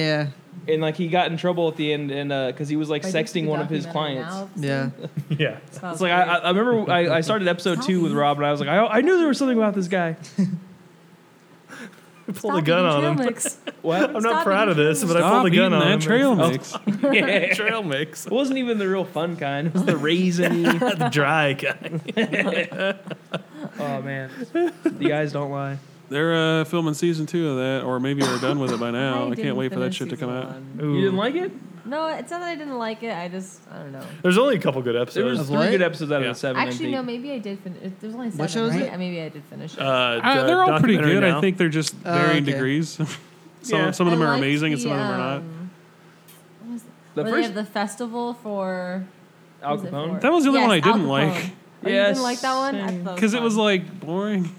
Speaker 3: yeah.
Speaker 2: and like he got in trouble at the end, and because he was like
Speaker 4: Like, it's
Speaker 2: sexting
Speaker 4: the
Speaker 2: one of his
Speaker 4: documentary
Speaker 2: clients.
Speaker 3: Yeah.
Speaker 5: Yeah.
Speaker 4: now.
Speaker 2: It's like I, I I remember I, I started episode two with Rob, and I was like, I, I knew there was something about this guy.
Speaker 5: Pulled a gun on him.
Speaker 2: What?
Speaker 5: I'm
Speaker 4: Stop
Speaker 5: not proud of
Speaker 4: eating
Speaker 5: this, but I
Speaker 1: Stop
Speaker 5: pulled a
Speaker 1: eating
Speaker 5: gun on
Speaker 1: that
Speaker 5: him.
Speaker 1: trail mix.
Speaker 2: Yeah.
Speaker 5: trail mix.
Speaker 2: It wasn't even the real fun kind. It was the raisiny.
Speaker 5: the dry guy.
Speaker 2: oh man, the guys don't lie.
Speaker 1: They're uh, filming season two of that, or maybe we're done with it by now. I, can't
Speaker 4: didn't
Speaker 1: wait for that
Speaker 4: finish
Speaker 1: shit to come
Speaker 4: season
Speaker 1: out.
Speaker 4: one.
Speaker 5: Ooh.
Speaker 2: You didn't like it?
Speaker 4: No, it's not that I didn't like it. I just I don't know.
Speaker 5: There's only a couple good
Speaker 2: There was
Speaker 5: episodes.
Speaker 3: Of
Speaker 2: three
Speaker 3: what?
Speaker 2: good episodes out of
Speaker 5: Yeah.
Speaker 2: the seven. I
Speaker 4: Actually,
Speaker 2: think.
Speaker 4: no, maybe I did finish. There's only seven,
Speaker 3: What show is
Speaker 4: right?
Speaker 3: it?
Speaker 4: Uh, Maybe I did finish it.
Speaker 5: Uh,
Speaker 1: Uh,
Speaker 5: the
Speaker 1: they're all pretty
Speaker 5: documentary
Speaker 1: good.
Speaker 5: now.
Speaker 1: I think they're just
Speaker 3: Oh,
Speaker 1: varying
Speaker 3: okay.
Speaker 1: degrees. some
Speaker 5: Yeah.
Speaker 1: some of them
Speaker 4: I
Speaker 1: are
Speaker 4: liked
Speaker 1: amazing, and
Speaker 4: the,
Speaker 1: some of them are not.
Speaker 4: um, what was it?
Speaker 2: The
Speaker 4: Where they
Speaker 2: first-
Speaker 4: have the festival for
Speaker 2: Al
Speaker 4: what was it
Speaker 2: Capone.
Speaker 4: for?
Speaker 1: That was the only
Speaker 4: Yes,
Speaker 1: one I
Speaker 4: Al
Speaker 1: didn't
Speaker 4: Capone.
Speaker 1: like.
Speaker 4: Oh, you
Speaker 2: Yes,
Speaker 4: didn't like that one I
Speaker 2: same.
Speaker 4: thought
Speaker 1: because it was
Speaker 4: fun.
Speaker 1: like boring.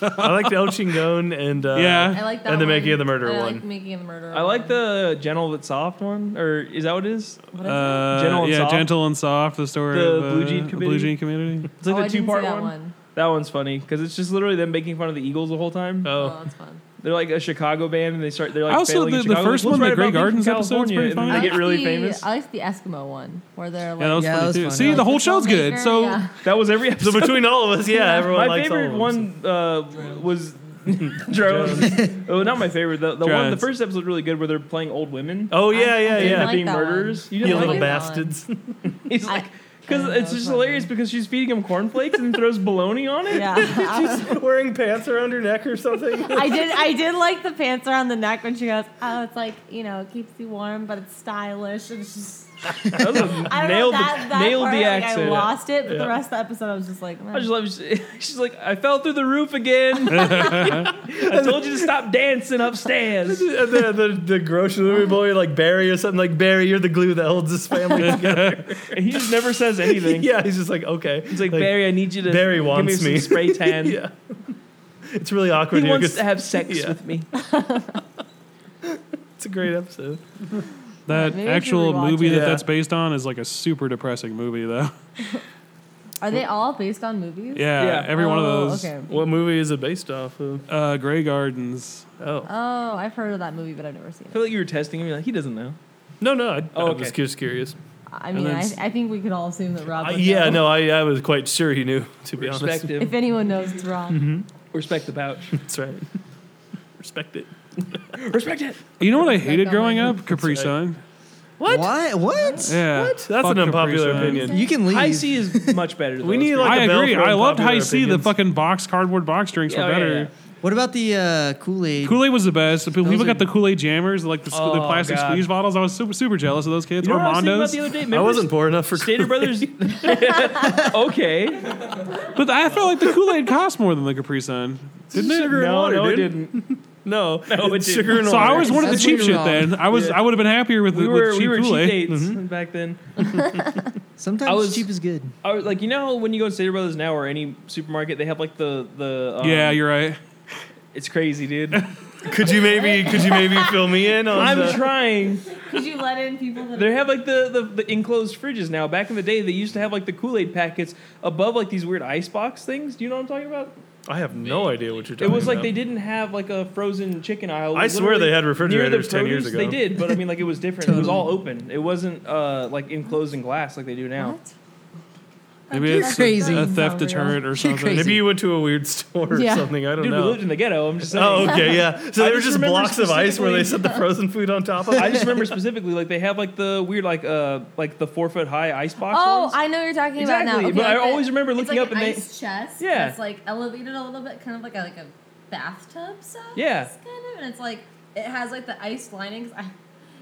Speaker 5: I liked El Chingon and uh,
Speaker 1: Yeah.
Speaker 4: I like that
Speaker 5: and the
Speaker 4: one.
Speaker 5: Making of the Murderer
Speaker 4: I like
Speaker 5: one.
Speaker 4: making of the murderer.
Speaker 2: I like
Speaker 4: one.
Speaker 2: the gentle but soft one, or is that what it is?
Speaker 1: Uh,
Speaker 2: Gentle and
Speaker 1: yeah,
Speaker 2: Soft?
Speaker 1: gentle and soft. The story
Speaker 2: The
Speaker 1: of uh,
Speaker 2: Blue Jean Committee?
Speaker 1: Blue Jean Community.
Speaker 2: It's like
Speaker 4: oh,
Speaker 2: the
Speaker 4: I didn't
Speaker 2: two
Speaker 4: see
Speaker 2: part
Speaker 4: that
Speaker 2: one. That one's funny because it's just literally them making fun of the Eagles the whole time.
Speaker 4: Oh,
Speaker 5: Oh,
Speaker 4: that's fun.
Speaker 2: They're like a Chicago band, and they start. They're like
Speaker 1: Also,
Speaker 2: failing
Speaker 1: the-
Speaker 2: in
Speaker 1: the
Speaker 2: Chicago.
Speaker 1: first
Speaker 2: Let's
Speaker 1: one, the
Speaker 2: write about
Speaker 1: Grey
Speaker 2: being from
Speaker 1: Gardens episode's
Speaker 2: California,
Speaker 1: pretty
Speaker 2: and then
Speaker 1: funny.
Speaker 2: They
Speaker 4: I
Speaker 2: get
Speaker 4: like
Speaker 2: really
Speaker 4: the-
Speaker 2: famous.
Speaker 4: I like the Eskimo one where they're like.
Speaker 1: Yeah, that was
Speaker 3: Yeah, that
Speaker 1: funny
Speaker 3: was
Speaker 1: too.
Speaker 3: fun.
Speaker 1: See,
Speaker 3: Yeah.
Speaker 1: the whole show's good.
Speaker 4: filmmaker,
Speaker 1: So
Speaker 4: yeah.
Speaker 2: That was every episode.
Speaker 5: so between all of us, yeah, everyone
Speaker 2: my
Speaker 5: likes
Speaker 2: favorite
Speaker 5: all of them.
Speaker 2: one uh, was Drones. oh, not my favorite. The, the one, the
Speaker 1: Drones.
Speaker 2: first episode, really good, where they're playing old women.
Speaker 5: Oh yeah, yeah,
Speaker 4: I didn't
Speaker 5: yeah.
Speaker 4: like
Speaker 2: being
Speaker 4: that
Speaker 2: murderers. You
Speaker 5: you
Speaker 2: didn't
Speaker 5: little
Speaker 2: like
Speaker 4: that
Speaker 5: bastards.
Speaker 2: it? He's like, because
Speaker 4: I
Speaker 2: it's
Speaker 4: know,
Speaker 2: just
Speaker 4: funny.
Speaker 2: hilarious because she's feeding him cornflakes and throws bologna on it.
Speaker 4: Yeah.
Speaker 5: Wearing pants around her neck or something.
Speaker 4: I did. I did like the pants around the neck when she goes. Oh, it's like you know, it keeps you warm, but it's stylish. And it's just
Speaker 2: That was a-
Speaker 4: I don't
Speaker 2: nailed
Speaker 4: know that,
Speaker 2: the,
Speaker 4: that
Speaker 2: nailed
Speaker 4: part,
Speaker 2: the
Speaker 4: like,
Speaker 2: accent.
Speaker 4: I lost it, but
Speaker 5: Yeah.
Speaker 4: the rest of the episode, I was just like,
Speaker 2: I just love. She's like, I fell through the roof again. I told you to stop dancing upstairs.
Speaker 5: And the, the, the
Speaker 2: Oh.
Speaker 5: grocery boy, like Barry or something, like Barry, you're the glue that holds this family together.
Speaker 2: And he just never says anything.
Speaker 5: yeah, he's just like, okay.
Speaker 2: He's like, Barry, I need you to
Speaker 5: Barry
Speaker 2: give me
Speaker 5: wants
Speaker 2: some
Speaker 5: me."
Speaker 2: spray tan.
Speaker 5: Yeah. It's really awkward
Speaker 2: He
Speaker 5: here
Speaker 2: wants
Speaker 5: 'cause
Speaker 2: to have sex
Speaker 5: Yeah.
Speaker 2: with me.
Speaker 5: it's a great episode.
Speaker 1: that
Speaker 4: Maybe I should
Speaker 1: actual
Speaker 4: rewatch
Speaker 1: movie
Speaker 5: it.
Speaker 1: that
Speaker 5: Yeah.
Speaker 1: that's based on is like a super depressing movie, though.
Speaker 4: Are they all based on movies?
Speaker 1: Yeah,
Speaker 2: Yeah.
Speaker 1: every one of
Speaker 4: Oh,
Speaker 1: those.
Speaker 4: Okay.
Speaker 5: What movie is it based off of?
Speaker 1: Uh, Gray Gardens.
Speaker 5: Oh.
Speaker 4: Oh, I've heard of that movie, but I've never seen
Speaker 2: I
Speaker 4: it.
Speaker 2: feel like you were testing him. You're like, he doesn't know.
Speaker 5: No, no. I,
Speaker 2: Oh,
Speaker 5: I
Speaker 2: okay.
Speaker 5: was just curious.
Speaker 4: I mean,
Speaker 1: then
Speaker 4: I,
Speaker 1: s-
Speaker 4: I think we can all assume that Rob.
Speaker 5: I,
Speaker 4: would
Speaker 5: yeah,
Speaker 4: know.
Speaker 5: no, I, I was quite sure he knew, to be
Speaker 2: Respect
Speaker 5: honest.
Speaker 2: him.
Speaker 4: If anyone knows, it's Rob.
Speaker 2: Respect the pouch.
Speaker 5: That's right. Respect it.
Speaker 2: Respect it.
Speaker 1: You know what I
Speaker 4: It's like
Speaker 1: hated
Speaker 4: on
Speaker 1: growing
Speaker 4: my-
Speaker 1: up? Capri
Speaker 5: right.
Speaker 1: Sun.
Speaker 3: What? What? What?
Speaker 1: Yeah.
Speaker 5: What? That's
Speaker 1: Fuck
Speaker 5: an unpopular
Speaker 1: Capri Sun.
Speaker 5: opinion.
Speaker 3: You can leave.
Speaker 2: High C is much better. Though,
Speaker 5: We need,
Speaker 2: It's
Speaker 5: like-
Speaker 1: I
Speaker 5: a bell
Speaker 1: agree.
Speaker 5: for
Speaker 1: I loved
Speaker 5: unpopular
Speaker 1: High C. The
Speaker 5: opinions.
Speaker 1: fucking box cardboard box drinks
Speaker 2: Oh, Yeah,
Speaker 1: were
Speaker 2: yeah,
Speaker 1: better.
Speaker 2: yeah.
Speaker 3: What about the uh, Kool Aid?
Speaker 1: Kool Aid was the best. People
Speaker 3: Those are-
Speaker 1: got the Kool Aid jammers, like the, squ- the
Speaker 2: Oh,
Speaker 1: plastic
Speaker 2: God.
Speaker 1: squeeze bottles. I was super super jealous of those kids.
Speaker 2: You know
Speaker 1: or
Speaker 2: what I was thinking about
Speaker 1: Mondos.
Speaker 2: the other day?
Speaker 5: I
Speaker 2: Remember
Speaker 5: wasn't poor enough for
Speaker 2: Stater Brothers. okay.
Speaker 1: But I felt like the Kool Aid cost more than the Capri Sun. Didn't it?
Speaker 5: sugar and water,
Speaker 2: no, it
Speaker 5: dude.
Speaker 2: didn't.
Speaker 5: No,
Speaker 2: No, it
Speaker 5: it's
Speaker 2: didn't.
Speaker 5: sugar and
Speaker 1: So
Speaker 5: water.
Speaker 1: I was one of the
Speaker 3: That's
Speaker 1: cheap
Speaker 3: where
Speaker 1: shit
Speaker 3: you're wrong.
Speaker 1: then. I was
Speaker 2: Yeah.
Speaker 1: I would have been happier with,
Speaker 2: We
Speaker 1: with
Speaker 2: were
Speaker 1: cheap
Speaker 2: we were cheap Mm-hmm.
Speaker 1: Kool Aid.
Speaker 2: dates back then.
Speaker 3: Sometimes
Speaker 2: I was-
Speaker 3: cheap is good.
Speaker 2: I was like, you know, how when you go to Stater Brothers now or any supermarket, they have like the the. Um,
Speaker 1: Yeah, you're right.
Speaker 2: It's crazy, dude.
Speaker 5: Could you maybe could you maybe fill me in on
Speaker 2: I'm
Speaker 5: the-
Speaker 2: trying.
Speaker 4: Could you let in people that
Speaker 2: They have like the, the the enclosed fridges now. Back in the day, they used to have like the Kool Aid packets above like these weird icebox things. Do you know what I'm talking about?
Speaker 5: I have no idea what
Speaker 2: It
Speaker 5: you're talking about.
Speaker 2: was like they didn't have like a frozen chicken aisle.
Speaker 5: I swear
Speaker 2: Literally
Speaker 5: they had
Speaker 2: near the
Speaker 5: refrigerators 10 years
Speaker 2: produce,
Speaker 5: ago.
Speaker 2: They did, but I mean, like it was different. It was all open. It wasn't uh, like enclosed in glass like they do now.
Speaker 4: What?
Speaker 1: Maybe
Speaker 3: You're
Speaker 1: it's a-
Speaker 3: crazy.
Speaker 1: A,
Speaker 4: That
Speaker 1: theft
Speaker 4: sounds real.
Speaker 1: deterrent or
Speaker 3: You're
Speaker 1: something.
Speaker 3: crazy.
Speaker 5: Maybe you went to a weird store or
Speaker 4: Yeah.
Speaker 5: something. I don't
Speaker 2: Dude,
Speaker 5: know.
Speaker 2: we lived in the ghetto. I'm just saying.
Speaker 5: Oh, okay, yeah. So
Speaker 2: I
Speaker 5: they were
Speaker 2: just
Speaker 5: just
Speaker 2: remember
Speaker 5: blocks of ice where they set
Speaker 2: specifically-
Speaker 5: the frozen food on top of
Speaker 2: I
Speaker 5: it.
Speaker 2: just remember specifically, like they have like the weird, like uh, like the four foot high ice box.
Speaker 4: Oh,
Speaker 2: ones.
Speaker 4: I know what you're talking about now.
Speaker 2: Exactly, but
Speaker 4: Okay,
Speaker 2: I always remember
Speaker 4: it's
Speaker 2: looking
Speaker 4: like
Speaker 2: up
Speaker 4: an
Speaker 2: and they-
Speaker 4: ice chest.
Speaker 2: Yeah.
Speaker 4: it's like elevated a little bit, kind of like a, like a bathtub size.
Speaker 2: Yeah.
Speaker 4: kind of, and it's like it has like the ice linings. I,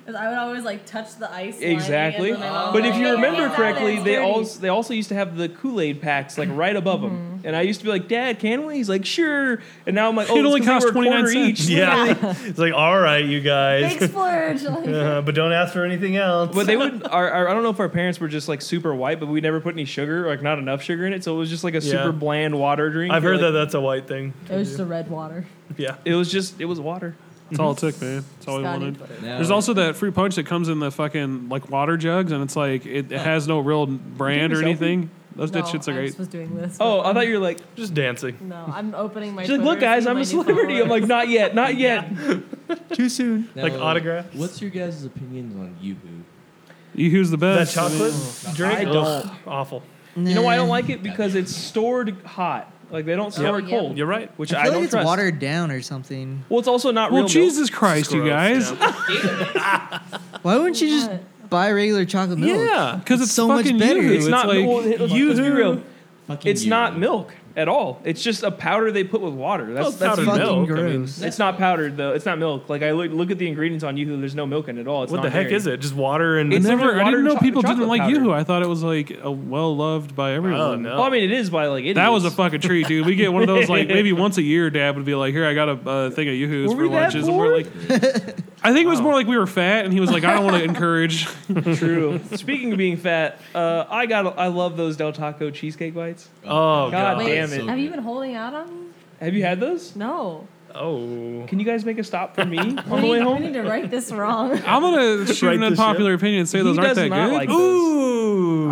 Speaker 4: 'cause I would always like touch the ice. lining, and
Speaker 2: Exactly.
Speaker 4: then I would,
Speaker 2: But if
Speaker 4: like,
Speaker 2: you
Speaker 4: get
Speaker 2: remember
Speaker 4: out of there,
Speaker 2: correctly,
Speaker 4: it's
Speaker 2: they
Speaker 4: dirty.
Speaker 2: also they also used to have the Kool Aid packs like right above them,
Speaker 4: Mm-hmm.
Speaker 2: and I used to be like, "Dad, can we?" He's like, "Sure." And now I'm like, "Oh,
Speaker 1: It
Speaker 2: it's
Speaker 1: only
Speaker 2: 'cause they
Speaker 1: costs
Speaker 2: were a
Speaker 1: 29
Speaker 2: quarter
Speaker 1: cents.
Speaker 2: each."
Speaker 5: yeah. it's like, all right, you
Speaker 4: big
Speaker 5: guys.
Speaker 4: splurge. like-
Speaker 5: Uh, but don't ask for anything else.
Speaker 2: But they would. Our, our, I don't know if our parents were just like super white, but we never put any sugar, or, like not enough sugar in it, so it was just like a
Speaker 5: Yeah.
Speaker 2: super bland water drink.
Speaker 5: I've
Speaker 2: or,
Speaker 5: heard that
Speaker 2: like-
Speaker 5: that's a white thing.
Speaker 4: It was just a red water.
Speaker 5: Yeah.
Speaker 2: it was just it was water.
Speaker 1: That's all it took, man. That's all we
Speaker 4: Scotty.
Speaker 1: wanted.
Speaker 6: Now-
Speaker 1: There's also that fruit punch that comes in the fucking like water jugs, and it's like it,
Speaker 2: Oh.
Speaker 1: it has no real brand
Speaker 2: Did
Speaker 1: or
Speaker 2: you selfie?
Speaker 1: anything. Those that
Speaker 4: No,
Speaker 1: shits are
Speaker 4: I
Speaker 1: great.
Speaker 4: just was doing this.
Speaker 2: Oh,
Speaker 4: but-
Speaker 2: I thought you were like,
Speaker 5: Just dancing.
Speaker 4: No, I'm opening my.
Speaker 2: she's like, look,
Speaker 4: Twitter to
Speaker 2: guys,
Speaker 4: see
Speaker 2: I'm
Speaker 4: my
Speaker 2: a
Speaker 4: new
Speaker 2: celebrity. I'm
Speaker 4: followers.
Speaker 2: like, not yet, not yet.
Speaker 5: Too soon.
Speaker 6: Now,
Speaker 5: like autographs.
Speaker 6: What's your guys' opinions on Yoo-Hoo?
Speaker 1: You who's the
Speaker 5: That
Speaker 1: best?
Speaker 5: chocolate drink?
Speaker 2: I don't.
Speaker 5: Awful.
Speaker 2: You know why I don't
Speaker 3: Nah.
Speaker 2: like it? Because it's stored hot. Like they don't store it
Speaker 4: Yeah.
Speaker 2: cold.
Speaker 5: You're right.
Speaker 2: Which
Speaker 3: I
Speaker 2: I,
Speaker 3: feel
Speaker 2: don't
Speaker 3: like it's
Speaker 2: trust.
Speaker 3: watered down or something.
Speaker 2: Well, it's also not
Speaker 1: Well,
Speaker 2: real. milk.
Speaker 1: Jesus Christ, you guys.
Speaker 5: Gross, yeah.
Speaker 3: Why wouldn't you just buy regular chocolate milk?
Speaker 5: Yeah.
Speaker 1: Because it's,
Speaker 3: It's so much
Speaker 1: fucking
Speaker 3: better.
Speaker 1: you.
Speaker 2: It's, not.
Speaker 1: like,
Speaker 2: well, it- let's, let's be real.
Speaker 6: Fucking
Speaker 2: It's not milk at all. It's just a powder they put with water. That's,
Speaker 5: Well,
Speaker 2: that's
Speaker 5: powdered
Speaker 3: fucking
Speaker 5: milk. I mean,
Speaker 3: gross.
Speaker 2: It's not powdered though. It's not milk. Like I look, look at the ingredients on Yoo-Hoo. There's no milk in it at all. It's
Speaker 5: what the heck is it? Just water and
Speaker 1: I
Speaker 2: It's
Speaker 1: never.
Speaker 2: literally
Speaker 1: I
Speaker 2: water
Speaker 1: didn't
Speaker 2: and
Speaker 1: know
Speaker 2: cho-
Speaker 1: people didn't
Speaker 2: chocolate
Speaker 1: like
Speaker 2: powder.
Speaker 1: Yoo-Hoo. I thought it was like a well loved by everyone.
Speaker 5: Oh, no.
Speaker 2: Well, I mean, it is by like idiots.
Speaker 1: That was a fucking treat, dude. We get one of those like maybe once a year. Dad would be like, "Here, I got a uh, thing of yoo-hoos
Speaker 2: Were
Speaker 1: for
Speaker 2: we that
Speaker 1: lunches." And we're like, I think it was more like we were fat, and he was like, "I don't want to encourage."
Speaker 2: true. Speaking of being fat, uh, I got I love those Del Taco cheesecake bites. God
Speaker 5: oh, God.
Speaker 4: Wait,
Speaker 2: damn it.
Speaker 4: Have you been holding out on me?
Speaker 2: Have you had those?
Speaker 4: No.
Speaker 5: Oh.
Speaker 2: Can you guys make a stop for me on
Speaker 4: We
Speaker 2: the way
Speaker 4: need, we
Speaker 2: home?
Speaker 4: need to write this wrong.
Speaker 1: I'm gonna shoot
Speaker 5: Right
Speaker 1: an
Speaker 5: this
Speaker 1: unpopular opinion and say those
Speaker 2: he
Speaker 1: aren't
Speaker 2: does
Speaker 1: that
Speaker 2: not
Speaker 1: good.
Speaker 2: like those.
Speaker 5: Ooh.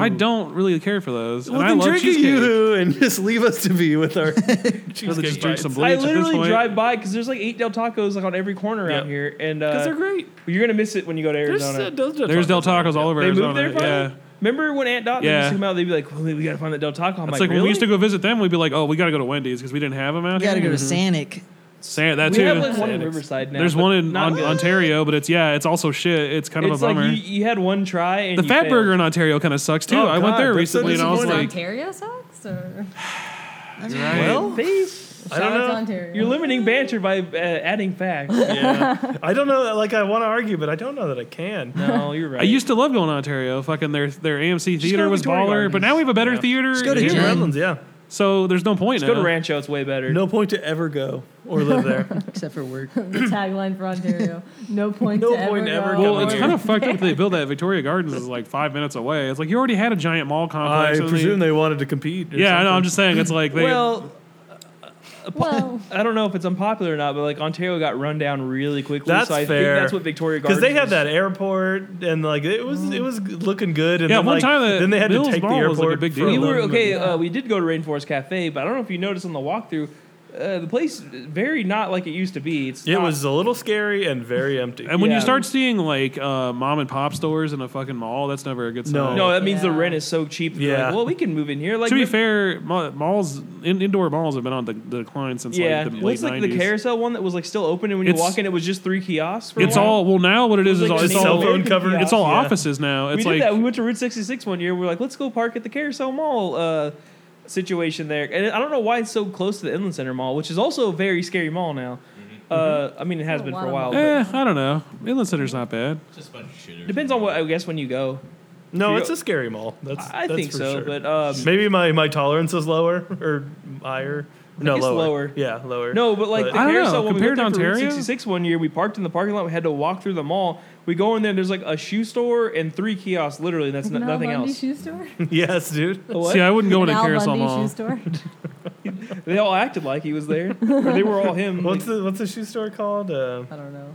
Speaker 1: I don't really care for those,
Speaker 5: Well,
Speaker 1: and I
Speaker 5: then
Speaker 1: love
Speaker 5: drink a
Speaker 1: cheesecake.
Speaker 5: Yoo-Hoo and just leave us to be with our
Speaker 1: Rather just
Speaker 5: cheesecake
Speaker 1: drink some bleach
Speaker 2: I
Speaker 1: at this
Speaker 2: literally
Speaker 1: point.
Speaker 2: drive by because there's like eight Del Tacos like on every corner out
Speaker 5: Yeah.
Speaker 2: here, and
Speaker 5: Because they're
Speaker 2: uh,
Speaker 5: great.
Speaker 2: you're gonna miss it when you go to
Speaker 5: There's,
Speaker 2: Arizona.
Speaker 5: uh, those
Speaker 1: There's Del Tacos all over
Speaker 2: they
Speaker 1: Arizona.
Speaker 2: moved there. Finally?
Speaker 1: yeah,
Speaker 2: Remember when Aunt Dot
Speaker 1: Yeah.
Speaker 2: used to come out? They'd be like, well, "We gotta find that Del Taco." I'm
Speaker 1: it's like,
Speaker 2: like,
Speaker 1: when we
Speaker 2: "Really?"
Speaker 1: used to go visit them, we'd be like, "Oh, we gotta go to Wendy's because we didn't have them out
Speaker 3: You gotta
Speaker 1: here."
Speaker 3: go to
Speaker 2: Mm-hmm.
Speaker 3: Sanic.
Speaker 1: San- that
Speaker 2: We
Speaker 1: too.
Speaker 2: have like one in
Speaker 5: Sanics.
Speaker 2: Riverside now.
Speaker 1: There's
Speaker 2: but
Speaker 1: one in
Speaker 2: not-
Speaker 1: on, Ontario, but it's yeah, it's also shit. It's kind of
Speaker 2: It's
Speaker 1: a
Speaker 2: like
Speaker 1: bummer.
Speaker 2: you, you had one try. And
Speaker 1: the
Speaker 2: you
Speaker 1: Fat
Speaker 2: failed.
Speaker 1: Burger in Ontario kind of sucks too.
Speaker 5: Oh,
Speaker 1: I went
Speaker 5: God,
Speaker 1: there
Speaker 5: that's so
Speaker 1: recently and I was
Speaker 4: Does
Speaker 1: like,
Speaker 4: Ontario sucks or
Speaker 5: Well,
Speaker 2: Face.
Speaker 5: I don't
Speaker 4: Shout out to
Speaker 5: know.
Speaker 4: Ontario.
Speaker 2: You're limiting banter by uh, adding facts.
Speaker 5: yeah. I don't know. Like, I want to argue, but I don't know that I can.
Speaker 2: no, you're right.
Speaker 1: I used to love going to Ontario. Fucking their their AMC
Speaker 2: go
Speaker 1: theater
Speaker 2: to
Speaker 1: was
Speaker 2: Victoria
Speaker 1: baller, but
Speaker 2: Gardens.
Speaker 1: now we have a better
Speaker 5: Yeah.
Speaker 1: theater.
Speaker 3: Just go to
Speaker 1: here.
Speaker 3: Jen.
Speaker 5: Redlands, yeah.
Speaker 1: So there's no point.
Speaker 2: Let's go to
Speaker 1: now.
Speaker 2: Rancho. It's way better.
Speaker 5: No point to ever go or live there.
Speaker 3: except for work.
Speaker 4: the tagline for Ontario. No point.
Speaker 5: No
Speaker 4: to
Speaker 5: point
Speaker 4: ever.
Speaker 5: ever
Speaker 4: go.
Speaker 1: Well,
Speaker 5: Come
Speaker 1: it's
Speaker 5: here.
Speaker 1: kind of fucked up. that They built that Victoria Gardens is like five minutes away. It's like you already had a giant mall
Speaker 5: I
Speaker 1: complex. and they-
Speaker 5: presume they wanted to compete. or
Speaker 1: yeah, I know. I'm
Speaker 5: something.
Speaker 1: just saying it's like they.
Speaker 2: Well,
Speaker 4: well,
Speaker 2: I don't know if it's unpopular or not, but like Ontario got run down really quickly.
Speaker 5: That's
Speaker 2: so I
Speaker 5: fair.
Speaker 2: think that's what Victoria Gardens.
Speaker 5: because they had
Speaker 2: was.
Speaker 5: that airport and like it was it was looking good. And
Speaker 1: Yeah,
Speaker 5: then,
Speaker 1: one
Speaker 5: like,
Speaker 1: time that
Speaker 5: then they had
Speaker 1: Mills
Speaker 5: to take the
Speaker 1: Mall was,
Speaker 5: airport.
Speaker 1: like, a big
Speaker 5: for
Speaker 1: deal.
Speaker 2: We
Speaker 1: Yeah,
Speaker 2: were
Speaker 5: little bit.
Speaker 2: okay. Uh, we did go to Rainforest Cafe, but I don't know if you noticed on the walkthrough, uh, the place very not like it used to be. It's
Speaker 5: It
Speaker 2: not-
Speaker 5: was a little scary and very empty.
Speaker 1: and when
Speaker 2: yeah.
Speaker 1: you start seeing like uh, mom and pop stores in a fucking mall, that's never a good sign.
Speaker 5: No.
Speaker 2: no. That means the
Speaker 4: Yeah.
Speaker 2: rent is so cheap. They're
Speaker 5: Yeah.
Speaker 2: Like, well, we can move in here. Like
Speaker 1: to be
Speaker 2: the-
Speaker 1: fair, ma- malls in, indoor malls have been on the, the decline since like
Speaker 2: yeah.
Speaker 1: the late
Speaker 2: What's like the
Speaker 1: 90s.
Speaker 2: carousel one that was like still open, and when you
Speaker 1: It's-
Speaker 2: walk in, it was just three kiosks. For a
Speaker 1: It's
Speaker 2: while?
Speaker 1: all well now. What it is
Speaker 2: It
Speaker 1: is all,
Speaker 2: was, like,
Speaker 1: it's
Speaker 2: an
Speaker 1: all
Speaker 5: cell phone
Speaker 2: American
Speaker 5: covered.
Speaker 2: kiosk.
Speaker 1: it's all
Speaker 5: Yeah.
Speaker 1: offices now. It's
Speaker 2: we
Speaker 1: like
Speaker 2: did that. We went to Route 66 one year. We were like, let's go park at the Carousel Mall uh, situation there. And I don't know why it's so close to the Inland Center Mall, which is also a very scary mall now.
Speaker 1: Mm-hmm.
Speaker 2: Uh, I mean, it has
Speaker 4: Oh,
Speaker 2: been for a
Speaker 4: wow.
Speaker 2: while. but
Speaker 1: eh, I don't know. Inland Center's not bad.
Speaker 6: It's just a bunch of shitters.
Speaker 2: Depends on what I guess when you go.
Speaker 5: no, it's a scary mall. That's
Speaker 2: I
Speaker 5: that's
Speaker 2: think
Speaker 5: for
Speaker 2: so,
Speaker 5: sure.
Speaker 2: but um,
Speaker 5: maybe my my tolerance is lower or higher. No,
Speaker 2: guess
Speaker 5: lower.
Speaker 2: lower.
Speaker 5: Yeah, lower.
Speaker 2: no, but like the
Speaker 5: But-
Speaker 1: I don't know.
Speaker 2: carousel when
Speaker 1: Compared
Speaker 2: we went
Speaker 1: to
Speaker 2: there for Route
Speaker 1: Ontario?
Speaker 2: 66 one year, we parked in the parking lot. We had to walk through the mall. We go in there. There's like a shoe store and three kiosks. Literally, that's no,
Speaker 4: an Al
Speaker 2: nothing
Speaker 4: Bundy
Speaker 2: else.
Speaker 4: Shoe store.
Speaker 5: yes, dude.
Speaker 2: A what?
Speaker 1: See, I wouldn't go in
Speaker 4: An
Speaker 1: a
Speaker 4: Al
Speaker 1: carousel
Speaker 4: Bundy
Speaker 1: mall.
Speaker 4: Shoe store.
Speaker 2: They all acted like he was there. or they were all him.
Speaker 5: What's
Speaker 2: Like,
Speaker 5: the what's the shoe store called? Uh,
Speaker 4: I don't know.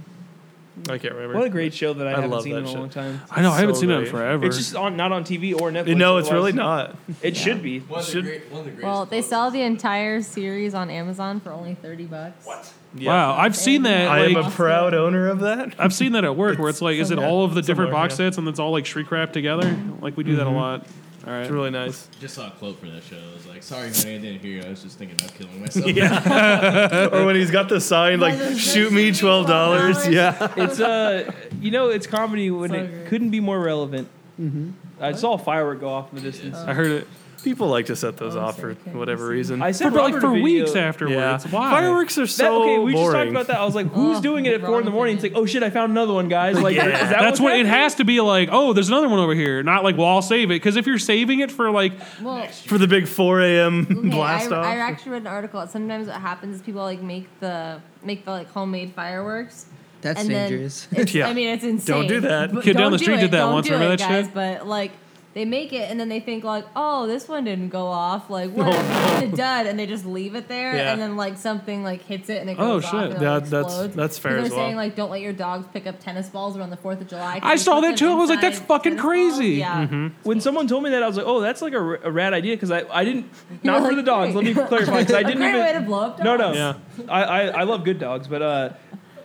Speaker 5: I can't remember.
Speaker 2: what a great show that I,
Speaker 5: I
Speaker 2: haven't
Speaker 5: love
Speaker 2: seen
Speaker 5: that
Speaker 2: in a
Speaker 5: shit.
Speaker 2: long time.
Speaker 1: I know. I haven't
Speaker 5: So
Speaker 1: seen that in
Speaker 5: great.
Speaker 1: forever.
Speaker 2: It's just on not on TV or Netflix.
Speaker 5: No, it's
Speaker 2: otherwise.
Speaker 5: really not.
Speaker 2: It should be.
Speaker 6: One of the
Speaker 5: Should-
Speaker 6: great- one of the greatest
Speaker 4: Well, they
Speaker 6: quotes.
Speaker 4: sell the entire series on Amazon for only thirty bucks. What?
Speaker 5: Yeah.
Speaker 1: Wow, I've seen that.
Speaker 5: I am
Speaker 1: like,
Speaker 5: a proud owner of that.
Speaker 1: I've seen that at work where it's like, is it all of the different
Speaker 5: somewhere,
Speaker 1: box
Speaker 5: yeah.
Speaker 2: Mm-hmm.
Speaker 1: sets and it's all like shrink wrapped together? Like we do that a lot. All right.
Speaker 5: It's really nice.
Speaker 6: Just saw a quote for that show. I was like, sorry, honey, I didn't hear you. I was just thinking about killing myself.
Speaker 5: or when he's got the sign like
Speaker 4: Like,
Speaker 5: "Shoot me twelve dollars." Yeah,
Speaker 2: It's uh, you know, it's comedy when
Speaker 4: So
Speaker 2: it
Speaker 4: great.
Speaker 2: couldn't be more relevant.
Speaker 1: Mm-hmm.
Speaker 2: I saw a firework go off in the distance.
Speaker 1: I heard it
Speaker 5: people like to set those
Speaker 4: Oh,
Speaker 5: off for
Speaker 4: sorry, can't
Speaker 5: whatever
Speaker 4: see.
Speaker 5: reason.
Speaker 2: I
Speaker 1: for
Speaker 2: sent
Speaker 1: like
Speaker 2: Robert
Speaker 1: for
Speaker 2: a video.
Speaker 1: weeks
Speaker 5: yeah,
Speaker 1: afterwards. Why?
Speaker 5: fireworks are
Speaker 2: That,
Speaker 5: so
Speaker 2: okay, we just talked
Speaker 5: boring.
Speaker 2: about that. I was like, "Who's
Speaker 4: Oh,
Speaker 2: doing it at
Speaker 4: wrong
Speaker 2: four in the morning?" It's like,
Speaker 4: opinion.
Speaker 2: "Oh shit, I found another one, guys!" Like,
Speaker 5: Yeah.
Speaker 2: is that
Speaker 1: That's
Speaker 2: what's
Speaker 1: what it
Speaker 2: happening?
Speaker 1: has to be like. Oh, there's another one over here. Not like, well, I'll save it because if you're saving it for like,
Speaker 4: Well,
Speaker 5: for the big four a.m.
Speaker 4: okay,
Speaker 5: blast
Speaker 4: I,
Speaker 5: off.
Speaker 4: I actually read an article. That sometimes what happens is people like make the make the like homemade fireworks.
Speaker 3: That's
Speaker 4: and then
Speaker 3: dangerous.
Speaker 4: it's-
Speaker 5: Yeah.
Speaker 4: I mean, it's insane.
Speaker 5: do that.
Speaker 4: But
Speaker 1: Kid down
Speaker 4: don't
Speaker 1: the
Speaker 4: do
Speaker 1: street
Speaker 4: it,
Speaker 1: did that
Speaker 4: don't
Speaker 1: once.
Speaker 4: do
Speaker 1: Remember
Speaker 4: it,
Speaker 1: that
Speaker 4: guys,
Speaker 1: shit?
Speaker 4: But like, they make it and then they think like, oh, this one didn't go off. Like, what? happened to dud, and they just leave it there.
Speaker 5: Yeah.
Speaker 4: And then like something like hits it and it
Speaker 1: Oh,
Speaker 4: goes off.
Speaker 1: shit.
Speaker 4: and it, like,
Speaker 5: Yeah, that's-
Speaker 4: explodes.
Speaker 5: that's fair
Speaker 4: They're
Speaker 5: as well.
Speaker 4: saying like, don't let your dogs pick up tennis balls around the Fourth of July. 'cause
Speaker 1: I
Speaker 4: they
Speaker 1: saw
Speaker 4: put
Speaker 1: that
Speaker 4: them
Speaker 1: too. I was like,
Speaker 4: inside
Speaker 1: that's fucking
Speaker 4: tennis balls.
Speaker 1: crazy.
Speaker 4: Yeah.
Speaker 2: When someone told me that, I was like, "Oh, that's like a, r- a rad idea." Because I, I didn't
Speaker 4: You're
Speaker 2: not for
Speaker 4: like,
Speaker 2: the dogs. Let me clarify. 'cause I
Speaker 4: A
Speaker 2: didn't
Speaker 4: great
Speaker 2: even
Speaker 4: way to blow up. Dogs.
Speaker 2: no no.
Speaker 5: Yeah.
Speaker 2: I, I I love good dogs, but uh,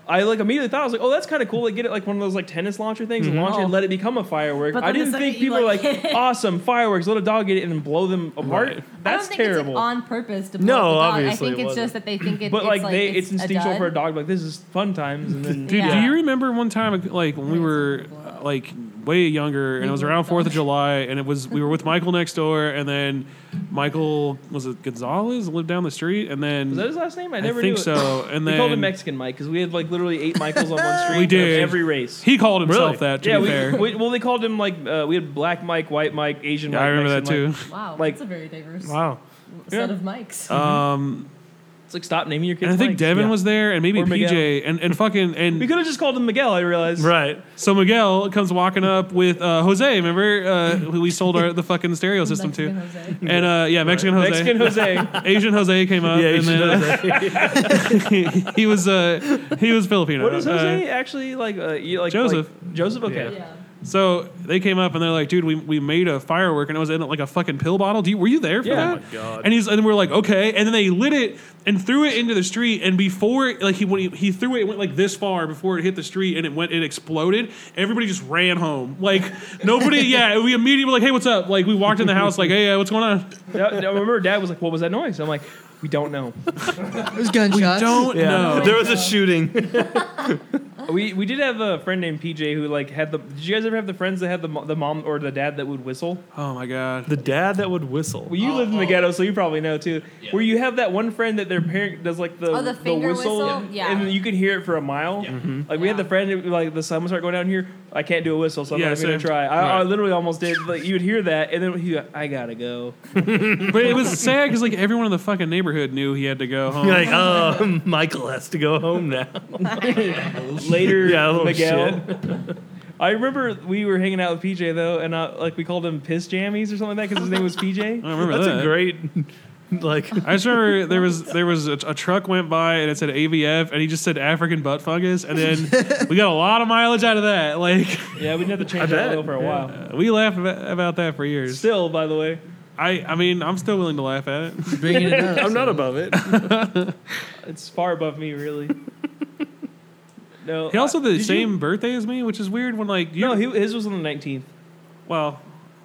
Speaker 2: I like immediately thought I was like, "Oh, that's kind of cool." Like get it like one of those like tennis launcher things, and launch it, and let it become a firework.
Speaker 4: Oh. But
Speaker 2: I
Speaker 4: then the
Speaker 2: didn't
Speaker 4: second
Speaker 2: think
Speaker 4: you,
Speaker 2: people were
Speaker 4: like,
Speaker 2: like, "Awesome fireworks!" Let a dog get it and then blow them apart.
Speaker 4: I
Speaker 2: That's
Speaker 4: don't think
Speaker 2: terrible.
Speaker 4: It's like on purpose to blow
Speaker 5: No,
Speaker 4: up the dog.
Speaker 5: obviously
Speaker 4: I
Speaker 5: it
Speaker 4: think it's
Speaker 5: wasn't.
Speaker 4: just that they think it,
Speaker 2: but
Speaker 4: it's
Speaker 2: like,
Speaker 4: like
Speaker 2: they,
Speaker 4: it's,
Speaker 2: it's, instinctual
Speaker 4: a
Speaker 2: for a
Speaker 4: dud.
Speaker 2: dog. Like this is fun times, and then
Speaker 1: Dude, do
Speaker 4: Yeah.
Speaker 1: you remember one time, like when we were uh, like way younger, and it was around Fourth of July, and it was we were with Michael next door, and then Michael was it Gonzalez lived down the street, and then
Speaker 2: was that his last name? I
Speaker 1: I
Speaker 2: never
Speaker 1: think
Speaker 2: knew it.
Speaker 1: so, and
Speaker 2: we
Speaker 1: then
Speaker 2: called him Mexican Mike because we had like literally eight Michaels on one street.
Speaker 1: We did.
Speaker 2: of every race.
Speaker 1: he called himself
Speaker 5: Really?
Speaker 1: that. To
Speaker 2: yeah,
Speaker 1: be
Speaker 2: we,
Speaker 1: fair,
Speaker 2: we- well, they called him like uh, we had black Mike, white Mike, Asian.
Speaker 1: yeah,
Speaker 2: Mike,
Speaker 1: I remember that
Speaker 2: Mexican
Speaker 1: too.
Speaker 2: Mike.
Speaker 4: Wow,
Speaker 2: Like-
Speaker 4: that's a very diverse
Speaker 5: wow,
Speaker 4: set
Speaker 2: Yeah.
Speaker 4: of mics.
Speaker 2: It's like stop naming your
Speaker 1: And
Speaker 2: kids.
Speaker 1: I think
Speaker 2: Mikes.
Speaker 1: Devin
Speaker 5: yeah.
Speaker 1: was there, and maybe
Speaker 2: Or Miguel.
Speaker 1: PJ, and and fucking and
Speaker 2: We could have just called him Miguel. I realized.
Speaker 5: right?
Speaker 1: So Miguel comes walking up with uh, Jose. Remember, uh, who we sold our the fucking stereo system
Speaker 4: Mexican
Speaker 1: to,
Speaker 4: Jose.
Speaker 1: and uh, yeah, Mexican Jose,
Speaker 2: Mexican Jose.
Speaker 1: Asian Jose came up,
Speaker 5: Yeah,
Speaker 1: and
Speaker 5: you should
Speaker 1: then
Speaker 5: know that.
Speaker 1: uh, he was uh, he was Filipino.
Speaker 2: what is Jose
Speaker 1: Uh,
Speaker 2: actually like? Uh, you, like
Speaker 1: Joseph.
Speaker 2: like- Joseph. Okay.
Speaker 4: Yeah.
Speaker 1: so they came up and they're like, "Dude, we, we made a firework and it was in like a fucking pill bottle. Do you, were you there for
Speaker 2: Yeah.
Speaker 1: that?"
Speaker 2: Oh
Speaker 5: my God.
Speaker 1: And he's and we're like, "Okay." And then they lit it and threw it into the street. And before it- like he when he, he threw it, it went like this far before it hit the street and it went it exploded. Everybody just ran home. Like nobody. yeah, we immediately were like, "Hey, what's up?" Like we walked in the house like, "Hey, uh, what's going on?"
Speaker 2: Yeah, I remember Dad was like, "What was that noise?" I'm like, "We don't know.
Speaker 3: It was gunshots.
Speaker 1: Don't
Speaker 5: Yeah,
Speaker 1: know.
Speaker 5: there was a shooting.
Speaker 2: we we did have a friend named PJ who like had the. Did you guys ever have the friends that had the mo- the mom or the dad that would whistle?
Speaker 1: Oh my god.
Speaker 5: the dad that would whistle.
Speaker 2: Well, you
Speaker 6: Oh,
Speaker 2: lived in the
Speaker 6: oh.
Speaker 2: ghetto, so you probably know too.
Speaker 6: Yeah.
Speaker 2: Where you have that one friend that their parent does like the
Speaker 4: Oh, the finger whistle? Yeah.
Speaker 2: and then you can hear it for a mile.
Speaker 6: Yeah.
Speaker 1: Mm-hmm.
Speaker 2: Like we had
Speaker 4: Yeah.
Speaker 2: the friend who, like the sun would start going down here. I can't do a whistle, so I'm
Speaker 1: Yeah,
Speaker 2: not even gonna
Speaker 1: same.
Speaker 2: try. I, I
Speaker 1: Right.
Speaker 2: literally almost did. Like you would hear that, and then he, I gotta go.
Speaker 1: But it was sad because like everyone in the fucking neighborhood knew he had to go home.
Speaker 5: You're like, oh, Michael has to go home now.
Speaker 2: Later,
Speaker 5: Yeah, oh, a
Speaker 1: Oh,
Speaker 5: little
Speaker 2: Miguel. I remember we were hanging out with PJ though, and I, like we called him piss jammies or something like that because his name was
Speaker 1: I
Speaker 2: PJ.
Speaker 1: remember
Speaker 5: That's
Speaker 1: that.
Speaker 5: a great, like,
Speaker 1: I just remember there was there was a, a truck went by and it said AVF and he just said African butt fungus and then we got a lot of mileage out of that. Like uh,
Speaker 2: Yeah, we didn't have to change
Speaker 5: bet.
Speaker 2: that logo for a while.
Speaker 1: we laughed about, about that for years.
Speaker 2: Still, by the way,
Speaker 1: I I mean I'm still willing to laugh at it.
Speaker 3: Bringing it up.
Speaker 5: I'm not above it.
Speaker 2: it's far above me, really. No,
Speaker 1: He also
Speaker 2: I-
Speaker 1: had the
Speaker 2: did you-
Speaker 1: same birthday as me, which is weird. When like you
Speaker 2: No, he, his was on the nineteenth.
Speaker 1: well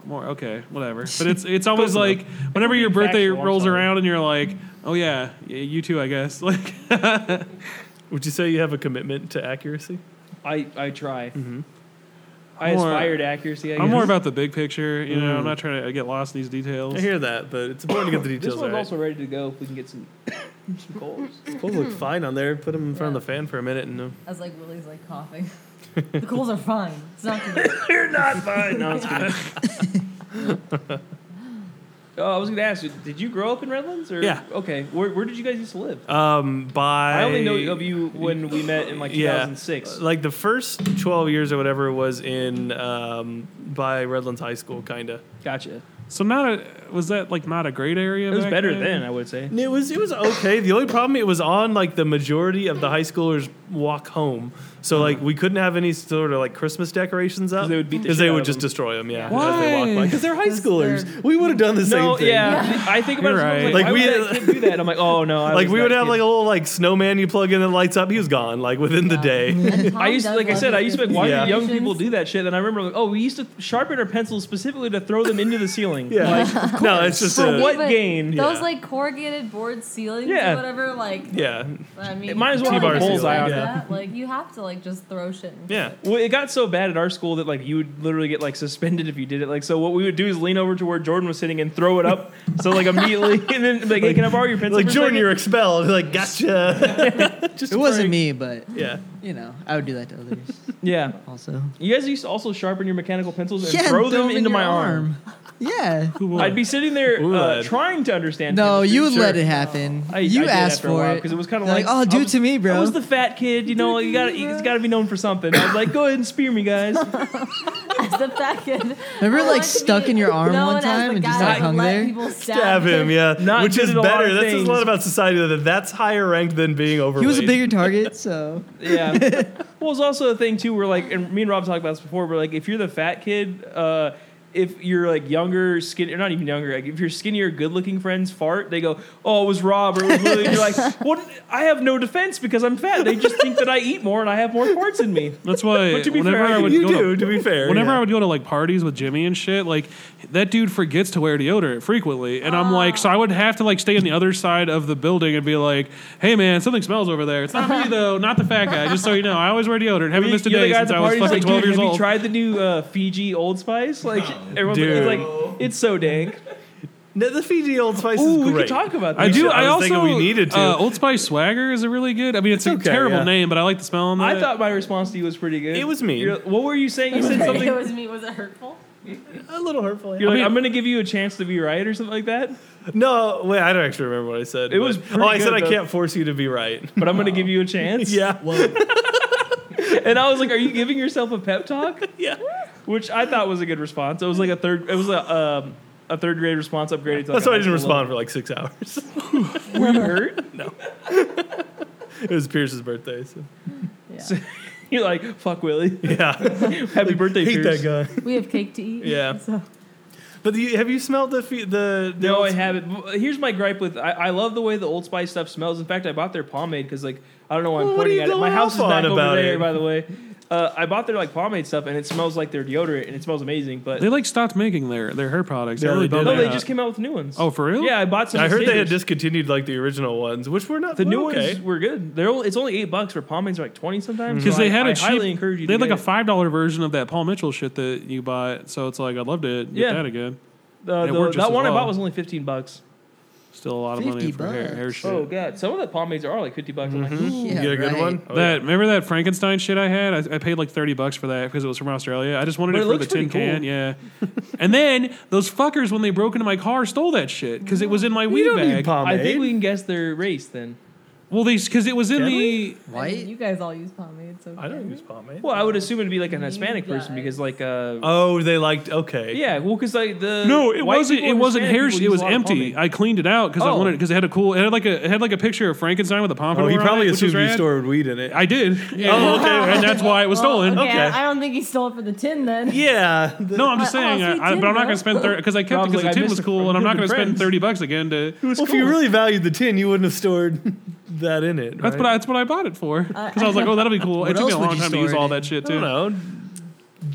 Speaker 1: more okay whatever. But it's it's always
Speaker 5: Close
Speaker 1: like whenever your
Speaker 2: Factual,
Speaker 1: birthday
Speaker 2: I'm
Speaker 1: rolls
Speaker 2: sorry.
Speaker 1: around and you're like oh yeah, yeah you too I guess like
Speaker 5: Would you say you have a commitment to accuracy?
Speaker 2: I I try.
Speaker 5: Mm-hmm.
Speaker 2: I
Speaker 1: I'm more-
Speaker 2: aspire to accuracy. I
Speaker 1: I'm more
Speaker 2: guess.
Speaker 1: about the big picture. You
Speaker 2: Mm.
Speaker 1: know I'm not trying to get lost in these details.
Speaker 5: I hear that, but it's important to get the
Speaker 2: This
Speaker 5: details
Speaker 2: one's
Speaker 5: right.
Speaker 2: also ready to go. If we can get some some goals.
Speaker 5: Those look fine on there. Put them in front of the fan for a minute and. Uh,
Speaker 4: I was like, Willie's like coughing. the coals are fine. It's not too bad.
Speaker 2: They're not fine. No, it's fine. Oh, I was gonna ask you. Did you grow up in Redlands? Or?
Speaker 5: Yeah.
Speaker 2: Okay. Where, where did you guys used to live?
Speaker 5: Um, by
Speaker 2: I only know of you when we met in like
Speaker 5: Yeah.
Speaker 2: 2006.
Speaker 5: Like the first twelve years or whatever was in um, by Redlands High School, kinda.
Speaker 2: Gotcha.
Speaker 1: So not a was that like not a great area?
Speaker 2: It was
Speaker 1: back
Speaker 2: better
Speaker 1: then?
Speaker 2: then, I would say.
Speaker 5: And it was it was okay. the only problem it was on like the majority of the high schoolers walk home, so like we couldn't have any sort of like Christmas decorations up
Speaker 2: 'Cause they would beat the shit
Speaker 5: they
Speaker 2: out
Speaker 5: would
Speaker 2: of
Speaker 5: just
Speaker 2: them.
Speaker 5: destroy them.
Speaker 1: Yeah.
Speaker 5: Yeah, as they walk by
Speaker 1: Why?
Speaker 5: because they're high
Speaker 4: 'Cause they're-
Speaker 5: schoolers. we would have done the same
Speaker 2: No,
Speaker 5: thing.
Speaker 2: yeah, I think about
Speaker 1: You're
Speaker 2: it.
Speaker 1: right.
Speaker 2: sometimes, Like,
Speaker 5: Like,
Speaker 2: why
Speaker 5: we-
Speaker 2: would that kid do that? I'm like, oh no. I
Speaker 5: Like
Speaker 2: was
Speaker 5: we
Speaker 2: that
Speaker 5: would have
Speaker 2: kid.
Speaker 5: like a little like snowman you plug in that lights up. He was gone like within the day.
Speaker 4: And Tom
Speaker 2: I used to,
Speaker 4: does
Speaker 2: like I
Speaker 4: love
Speaker 2: said,
Speaker 4: his
Speaker 2: I used to make
Speaker 4: Christmas
Speaker 2: why
Speaker 5: Yeah.
Speaker 2: do young
Speaker 4: decorations.
Speaker 2: people do that shit? And I remember, like, oh, we used to sharpened our pencils specifically to throw them into the ceiling.
Speaker 5: Yeah. no, it's just
Speaker 2: For
Speaker 5: a,
Speaker 2: what
Speaker 4: But
Speaker 2: gain?
Speaker 4: Those
Speaker 5: Yeah.
Speaker 4: like corrugated board ceilings
Speaker 2: Yeah.
Speaker 4: or whatever, like
Speaker 5: Yeah.
Speaker 4: I mean,
Speaker 2: It might as well
Speaker 4: you
Speaker 2: have a
Speaker 4: can't do
Speaker 2: bullseye
Speaker 4: like
Speaker 2: on it.
Speaker 4: that. Like you have to like just throw shit. in.
Speaker 5: Yeah.
Speaker 2: Well, it got so bad at our school that like you would literally get like suspended if you did it. Like, so what we would do is lean over to where Jordan was sitting and throw it up. so like immediately, and then like, hey, can I borrow your pencil?
Speaker 5: Like
Speaker 2: for a
Speaker 5: Jordan,
Speaker 2: second?"
Speaker 5: you're expelled. Like gotcha.
Speaker 3: It wasn't me, but
Speaker 5: yeah.
Speaker 3: you know, I would do that to others
Speaker 2: Yeah.
Speaker 3: also.
Speaker 2: You guys used to also sharpen your mechanical pencils and
Speaker 3: Yeah,
Speaker 2: throw them
Speaker 3: in
Speaker 2: into
Speaker 3: your
Speaker 2: my arm.
Speaker 3: Yeah.
Speaker 2: I'd be sitting there
Speaker 5: Ooh,
Speaker 2: uh,
Speaker 5: lad.
Speaker 2: trying to understand.
Speaker 3: No,
Speaker 2: chemistry,
Speaker 3: you would
Speaker 2: sure.
Speaker 3: let it happen.
Speaker 2: I- I
Speaker 3: you
Speaker 2: did
Speaker 3: asked
Speaker 2: after a
Speaker 3: for
Speaker 2: while,
Speaker 3: it
Speaker 2: 'cause it was kinda
Speaker 3: You're
Speaker 2: like,
Speaker 3: oh, do
Speaker 2: I
Speaker 3: it
Speaker 2: was-
Speaker 3: to me, bro.
Speaker 2: I was the fat kid, you know. You got you got to be known for something. I was like, go ahead and spear me, guys.
Speaker 4: the back end.
Speaker 3: Remember,
Speaker 4: Oh, I
Speaker 3: like,
Speaker 4: want to
Speaker 3: stuck
Speaker 4: be
Speaker 3: in your arm
Speaker 4: known
Speaker 3: one
Speaker 4: as
Speaker 3: time
Speaker 4: the
Speaker 3: and just,
Speaker 4: guy
Speaker 3: like,
Speaker 4: who
Speaker 3: hung
Speaker 4: let
Speaker 3: there?
Speaker 4: people stab,
Speaker 5: Stab him. Yeah.
Speaker 2: Not
Speaker 5: Which
Speaker 2: good
Speaker 5: is
Speaker 2: at a lot
Speaker 5: better.
Speaker 2: of
Speaker 5: That says
Speaker 2: things.
Speaker 5: a lot about society that that's higher ranked than being overweight.
Speaker 3: he was a bigger target, so
Speaker 2: Yeah. well, it's also a thing too where like, and me and Rob talked about this before, but like, if you're the fat kid, uh, if you're like younger, skinny, or not even younger, like if your skinnier, good-looking friends fart, they go, "Oh, it was Rob or it was Willie." And you're like, "What? I have no defense because I'm fat. They just think that I eat more and I have more farts in me."
Speaker 1: That's why
Speaker 2: But to be
Speaker 1: whenever
Speaker 2: fair,
Speaker 1: I would
Speaker 5: You
Speaker 1: go to
Speaker 5: do, to be fair.
Speaker 1: Whenever
Speaker 5: yeah.
Speaker 1: I would go to like parties with Jimmy and shit, like that dude forgets to wear deodorant frequently, and I'm like, so I would have to like stay on the other side of the building and be like, "Hey man, something smells over there. It's not me though, not the fat guy. Just so you know, I always wear deodorant. Haven't missed a
Speaker 2: You're the
Speaker 1: day
Speaker 2: guy at
Speaker 1: since
Speaker 2: the
Speaker 1: I was
Speaker 2: party who's
Speaker 1: fucking
Speaker 2: like,
Speaker 1: 12
Speaker 2: "Dude,
Speaker 1: years
Speaker 2: have you
Speaker 1: old."
Speaker 2: tried the new uh, Fiji Old Spice? Like everyone's
Speaker 5: Dude.
Speaker 2: like, it's like, it's so dank.
Speaker 5: No, the Fiji Old Spice
Speaker 2: Ooh,
Speaker 5: is
Speaker 2: we
Speaker 5: great.
Speaker 2: could talk about that.
Speaker 1: I do. I,
Speaker 5: I was
Speaker 1: also
Speaker 5: thinking we needed to.
Speaker 1: Uh, Old Spice Swagger is a really good. I mean, it's,
Speaker 5: It's
Speaker 1: a
Speaker 5: okay,
Speaker 1: terrible
Speaker 5: yeah.
Speaker 1: name, but I like the smell on that.
Speaker 2: I thought my response to you was pretty good.
Speaker 5: It was mean.
Speaker 2: You're- what were you saying? You said something.
Speaker 4: It was me. Was it hurtful?
Speaker 5: a little hurtful. yeah.
Speaker 2: You're
Speaker 1: I
Speaker 2: like,
Speaker 1: mean-
Speaker 2: I'm gonna give you a chance to be right or something like that,
Speaker 5: No, wait, I don't actually remember what I said.
Speaker 2: It
Speaker 5: but-
Speaker 2: was pretty
Speaker 5: Oh, I said
Speaker 2: good,
Speaker 5: I
Speaker 2: though.
Speaker 5: can't force you to be right.
Speaker 2: but I'm gonna give you a chance.
Speaker 5: yeah.
Speaker 6: Well,
Speaker 2: And I was like, Are you giving yourself a pep talk?
Speaker 5: Yeah.
Speaker 2: Which I thought was a good response. It was like a third. It was a um, a third grade response upgraded. To like
Speaker 5: That's
Speaker 2: a
Speaker 5: why I
Speaker 2: high
Speaker 5: didn't
Speaker 2: school
Speaker 5: respond for like six hours.
Speaker 2: level. Were you hurt?
Speaker 5: it was Pierce's birthday. So.
Speaker 4: Yeah.
Speaker 2: You're like, Fuck Willie.
Speaker 5: Yeah.
Speaker 2: Happy birthday,
Speaker 5: Hate
Speaker 2: Pierce.
Speaker 5: that guy.
Speaker 4: we have cake to eat.
Speaker 5: Yeah.
Speaker 4: So
Speaker 5: But the, have you smelled the fe- the, the
Speaker 2: No,
Speaker 5: old
Speaker 2: I haven't. But Here's my gripe with I, I love the way the Old Spice stuff smells. In fact, I bought their pomade because like I don't know why I'm
Speaker 5: Well, what are
Speaker 2: pointing
Speaker 5: you
Speaker 2: at it. My
Speaker 5: going
Speaker 2: house is
Speaker 5: off
Speaker 2: back
Speaker 5: on about
Speaker 2: over there,
Speaker 5: it?
Speaker 2: by the way. Uh, I bought their like pomade stuff, and it smells like their deodorant, and it smells amazing. But
Speaker 1: they like stopped making their their hair products.
Speaker 5: Yeah,
Speaker 1: That really
Speaker 5: they
Speaker 1: bummed
Speaker 5: did.
Speaker 2: no,
Speaker 1: me
Speaker 2: they
Speaker 1: out.
Speaker 2: just came out with new ones.
Speaker 1: Oh, for real?
Speaker 2: Yeah, I bought some.
Speaker 5: I heard they had
Speaker 2: Snickers.
Speaker 5: discontinued like the original ones, which were not
Speaker 2: the new
Speaker 1: Oh,
Speaker 5: were okay.
Speaker 2: ones were good. They're only, it's only eight bucks for pomades are like twenty sometimes.
Speaker 1: Because
Speaker 2: so
Speaker 1: they had
Speaker 2: I,
Speaker 1: a
Speaker 2: I
Speaker 1: cheap,
Speaker 2: highly encourage you.
Speaker 1: they
Speaker 2: to
Speaker 1: had like
Speaker 2: get
Speaker 1: a five dollar version of that Paul Mitchell shit that you bought. So it's like I'd love to get
Speaker 2: Yeah.
Speaker 1: that again.
Speaker 2: it. Uh,
Speaker 1: it
Speaker 2: the-
Speaker 1: worked just
Speaker 2: that
Speaker 1: as
Speaker 2: one I
Speaker 1: well.
Speaker 2: bought was only fifteen bucks.
Speaker 1: Still a lot of money
Speaker 3: 50
Speaker 1: for hair, hair
Speaker 3: bucks.
Speaker 1: shit. Mm-hmm.
Speaker 2: Oh god, some of the pomades are like fifty bucks. I'm like, "Hmm,
Speaker 5: Mhm.
Speaker 3: Yeah,
Speaker 5: you get a good
Speaker 3: right.
Speaker 5: one. Oh,
Speaker 1: that remember that Frankenstein shit I had? I, I paid like thirty bucks for that because it was from Australia. I just wanted it,
Speaker 2: But it
Speaker 1: for the
Speaker 2: looks
Speaker 1: tin
Speaker 2: pretty
Speaker 1: can, yeah. and then those fuckers when they broke into my car stole that shit because it was in my
Speaker 5: yeah. you
Speaker 1: weed
Speaker 5: don't
Speaker 1: bag.
Speaker 5: need pomade.
Speaker 2: I think we can guess their race then.
Speaker 1: well, they because it was in
Speaker 5: Can
Speaker 1: the
Speaker 4: I mean,
Speaker 3: White?
Speaker 4: you guys all use pomade. So
Speaker 5: I don't
Speaker 4: okay.
Speaker 5: use pomade.
Speaker 2: Well, I would assume it'd be like an Hispanic
Speaker 4: You
Speaker 2: person
Speaker 4: guys.
Speaker 2: because like uh,
Speaker 5: Oh, they liked okay.
Speaker 2: yeah, well, because like the
Speaker 1: no, it
Speaker 2: white
Speaker 1: wasn't.
Speaker 2: people
Speaker 1: It
Speaker 2: and
Speaker 1: wasn't
Speaker 2: Hispanic
Speaker 1: hair.
Speaker 2: people
Speaker 1: It
Speaker 2: use
Speaker 1: was
Speaker 2: a lot of
Speaker 1: empty.
Speaker 2: pomade.
Speaker 1: I cleaned it out because I
Speaker 2: Oh.
Speaker 1: wanted because it had a cool. It had like a it had like a picture of Frankenstein with a pom.
Speaker 5: Oh, he
Speaker 1: flower on
Speaker 5: probably
Speaker 1: it, which was
Speaker 5: assumed you
Speaker 1: rad.
Speaker 5: stored weed in it.
Speaker 1: I did.
Speaker 5: Oh, okay.
Speaker 1: and that's why it was
Speaker 4: Well,
Speaker 1: stolen.
Speaker 4: Oh, Okay,
Speaker 5: Okay.
Speaker 4: I don't think he stole it for the tin then.
Speaker 5: Yeah. the-
Speaker 1: No, I'm just
Speaker 4: Uh, oh,
Speaker 1: saying,
Speaker 4: sweet
Speaker 1: I, I,
Speaker 4: tin,
Speaker 1: but I'm not
Speaker 4: bro.
Speaker 1: going to spend thirty because I kept
Speaker 2: Rob's
Speaker 1: because
Speaker 2: like,
Speaker 1: the
Speaker 2: I
Speaker 1: tin
Speaker 2: missed
Speaker 1: was
Speaker 2: it
Speaker 1: cool,
Speaker 2: from
Speaker 1: and I'm not
Speaker 2: Good
Speaker 1: going to spend
Speaker 2: Friends.
Speaker 1: thirty bucks again to.
Speaker 5: well, if you really valued the tin, you wouldn't have stored that in it.
Speaker 1: That's
Speaker 5: right?
Speaker 1: what I, that's what I bought it for
Speaker 5: Uh,
Speaker 1: because I was like, oh, that'll be cool.
Speaker 3: What
Speaker 1: it took me
Speaker 3: else
Speaker 1: a
Speaker 3: would
Speaker 1: long
Speaker 3: you
Speaker 1: time to
Speaker 3: store
Speaker 1: use
Speaker 3: it
Speaker 1: all
Speaker 3: in?
Speaker 1: that shit
Speaker 5: I
Speaker 1: too.
Speaker 5: don't know.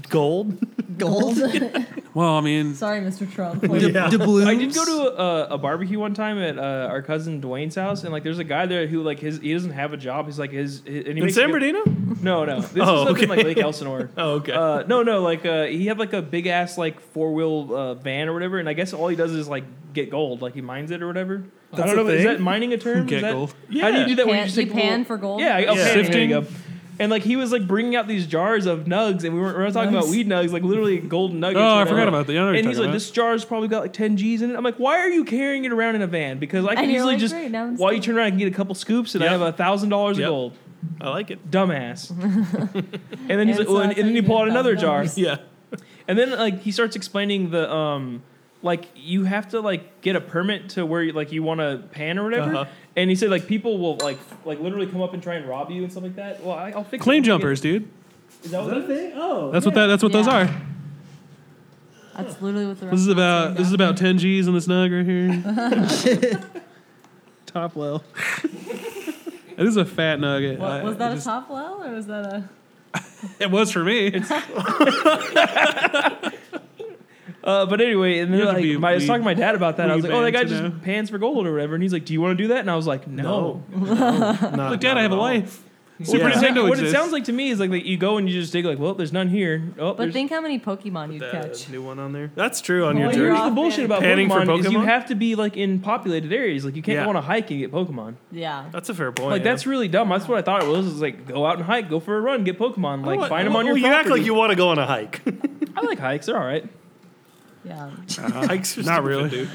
Speaker 5: Gold.
Speaker 3: Gold?
Speaker 1: Well, I mean,
Speaker 4: Sorry, Mr. Trump.
Speaker 3: D-
Speaker 5: Yeah.
Speaker 3: doubloons?
Speaker 2: I did go to uh, a, a barbecue one time at uh, our cousin Dwayne's house, and like there's a guy there who like his he doesn't have a job. He's like his, his and he
Speaker 5: In
Speaker 2: makes
Speaker 5: San
Speaker 2: good-
Speaker 5: Bernardino?
Speaker 2: No, no, this
Speaker 5: Oh,
Speaker 2: is up in like
Speaker 5: okay.
Speaker 2: Lake Elsinore.
Speaker 5: Oh, okay.
Speaker 2: Uh, no, no, like uh, he had like a big ass like four wheel uh, van or whatever, and I guess all he does is like get gold, like he mines it or whatever. I
Speaker 5: That's
Speaker 2: don't know.
Speaker 5: a
Speaker 2: Is
Speaker 5: thing?
Speaker 2: that mining a term? Is
Speaker 1: Get
Speaker 2: that-
Speaker 1: gold.
Speaker 2: How do you
Speaker 5: Yeah.
Speaker 2: do that? when
Speaker 4: Pan-
Speaker 2: you just
Speaker 4: you
Speaker 2: take a little-
Speaker 4: pan for gold?
Speaker 2: Yeah, oh,
Speaker 5: Yeah.
Speaker 2: pan, there you go.
Speaker 1: Sifting.
Speaker 2: And like he was like bringing out these jars of nugs, and we weren't, we were talking about
Speaker 4: Nugs.
Speaker 2: weed nugs, like literally golden nuggets.
Speaker 1: Oh,
Speaker 2: or
Speaker 1: I forgot
Speaker 2: whatever.
Speaker 1: about that. Yeah, I know what you're
Speaker 2: and he's
Speaker 1: talking
Speaker 2: like,
Speaker 1: about.
Speaker 2: this jar's probably got like 10 G's in it. I'm like, why are you carrying it around in a van? Because I can
Speaker 4: And you're
Speaker 2: easily
Speaker 4: like,
Speaker 2: just
Speaker 4: "Great, now I'm
Speaker 2: while you
Speaker 4: stuck."
Speaker 2: turn around, I can get a couple scoops, and I
Speaker 5: Yep.
Speaker 2: have a thousand dollars of
Speaker 5: Yep.
Speaker 2: gold.
Speaker 5: I like it.
Speaker 2: Dumbass. and then he's
Speaker 4: And
Speaker 2: like,
Speaker 4: so
Speaker 2: well, and,
Speaker 4: that's
Speaker 2: and
Speaker 4: how
Speaker 2: then
Speaker 4: you
Speaker 2: you pull
Speaker 4: get
Speaker 2: out another jar.
Speaker 4: $1,000.
Speaker 5: Yeah.
Speaker 2: And then like he starts explaining the um like you have to like get a permit to where you, like you want to pan or whatever.
Speaker 5: Uh-huh.
Speaker 2: And he said like people will like like literally come up and try and rob you and stuff like that. Well, I, I'll fix it
Speaker 1: claim
Speaker 2: once you get-
Speaker 1: jumpers, dude.
Speaker 2: Is that what that is?
Speaker 5: Oh.
Speaker 1: That's what that. That's what those
Speaker 4: Yeah.
Speaker 1: are.
Speaker 4: That's literally what the.
Speaker 1: This is
Speaker 4: restaurant's
Speaker 1: about.
Speaker 4: named
Speaker 1: This is
Speaker 4: after.
Speaker 1: about ten G's on this nug right here.
Speaker 3: Top low.
Speaker 1: It is a fat nugget.
Speaker 4: What,
Speaker 1: I-
Speaker 4: was
Speaker 1: I
Speaker 4: that a
Speaker 1: just-
Speaker 4: top low or was that a?
Speaker 1: It was for me.
Speaker 2: Uh, but anyway, and
Speaker 1: You
Speaker 2: then
Speaker 1: have to
Speaker 2: like,
Speaker 1: be-
Speaker 2: my, I was
Speaker 1: we-
Speaker 2: talking to my dad about that.
Speaker 1: we
Speaker 2: I was like, "Oh, that guy
Speaker 1: man to
Speaker 2: just
Speaker 1: know."
Speaker 2: pans for gold or whatever," and he's like, "Do you want to do that?" And I was like, "No."
Speaker 5: Not,
Speaker 1: Look, Dad,
Speaker 5: not
Speaker 1: I have
Speaker 5: at
Speaker 1: a
Speaker 5: all.
Speaker 1: life.
Speaker 2: Well,
Speaker 1: Super
Speaker 2: it's like-
Speaker 1: Nintendo
Speaker 2: what
Speaker 1: exists.
Speaker 2: it sounds like to me is like, like you go and you just dig like, well, there's none here. Oh,
Speaker 4: But
Speaker 2: there's-
Speaker 4: think how many Pokemon you'd catch.
Speaker 5: Uh, new one on there. That's true on
Speaker 4: Oh,
Speaker 5: your
Speaker 4: you're
Speaker 5: jerk.
Speaker 2: Here's the
Speaker 4: off
Speaker 2: bullshit
Speaker 4: it.
Speaker 2: about
Speaker 5: Panning for
Speaker 2: Pokemon, is you
Speaker 5: Pokemon?
Speaker 2: have to be like in populated areas. Like you can't
Speaker 5: Yeah.
Speaker 2: go on a hike and get Pokemon.
Speaker 4: Yeah.
Speaker 5: That's a fair point.
Speaker 2: Like
Speaker 5: yeah.
Speaker 2: that's really dumb. That's what I thought it was. Is like go out and hike, go for a run, get Pokemon. Like
Speaker 5: Well,
Speaker 2: find them on your.
Speaker 5: well, You act
Speaker 2: property.
Speaker 5: like you want to go on a hike.
Speaker 2: I like hikes. They're all right.
Speaker 4: Yeah.
Speaker 5: Hikes are
Speaker 1: Not
Speaker 5: stupid,
Speaker 1: really.
Speaker 5: dude.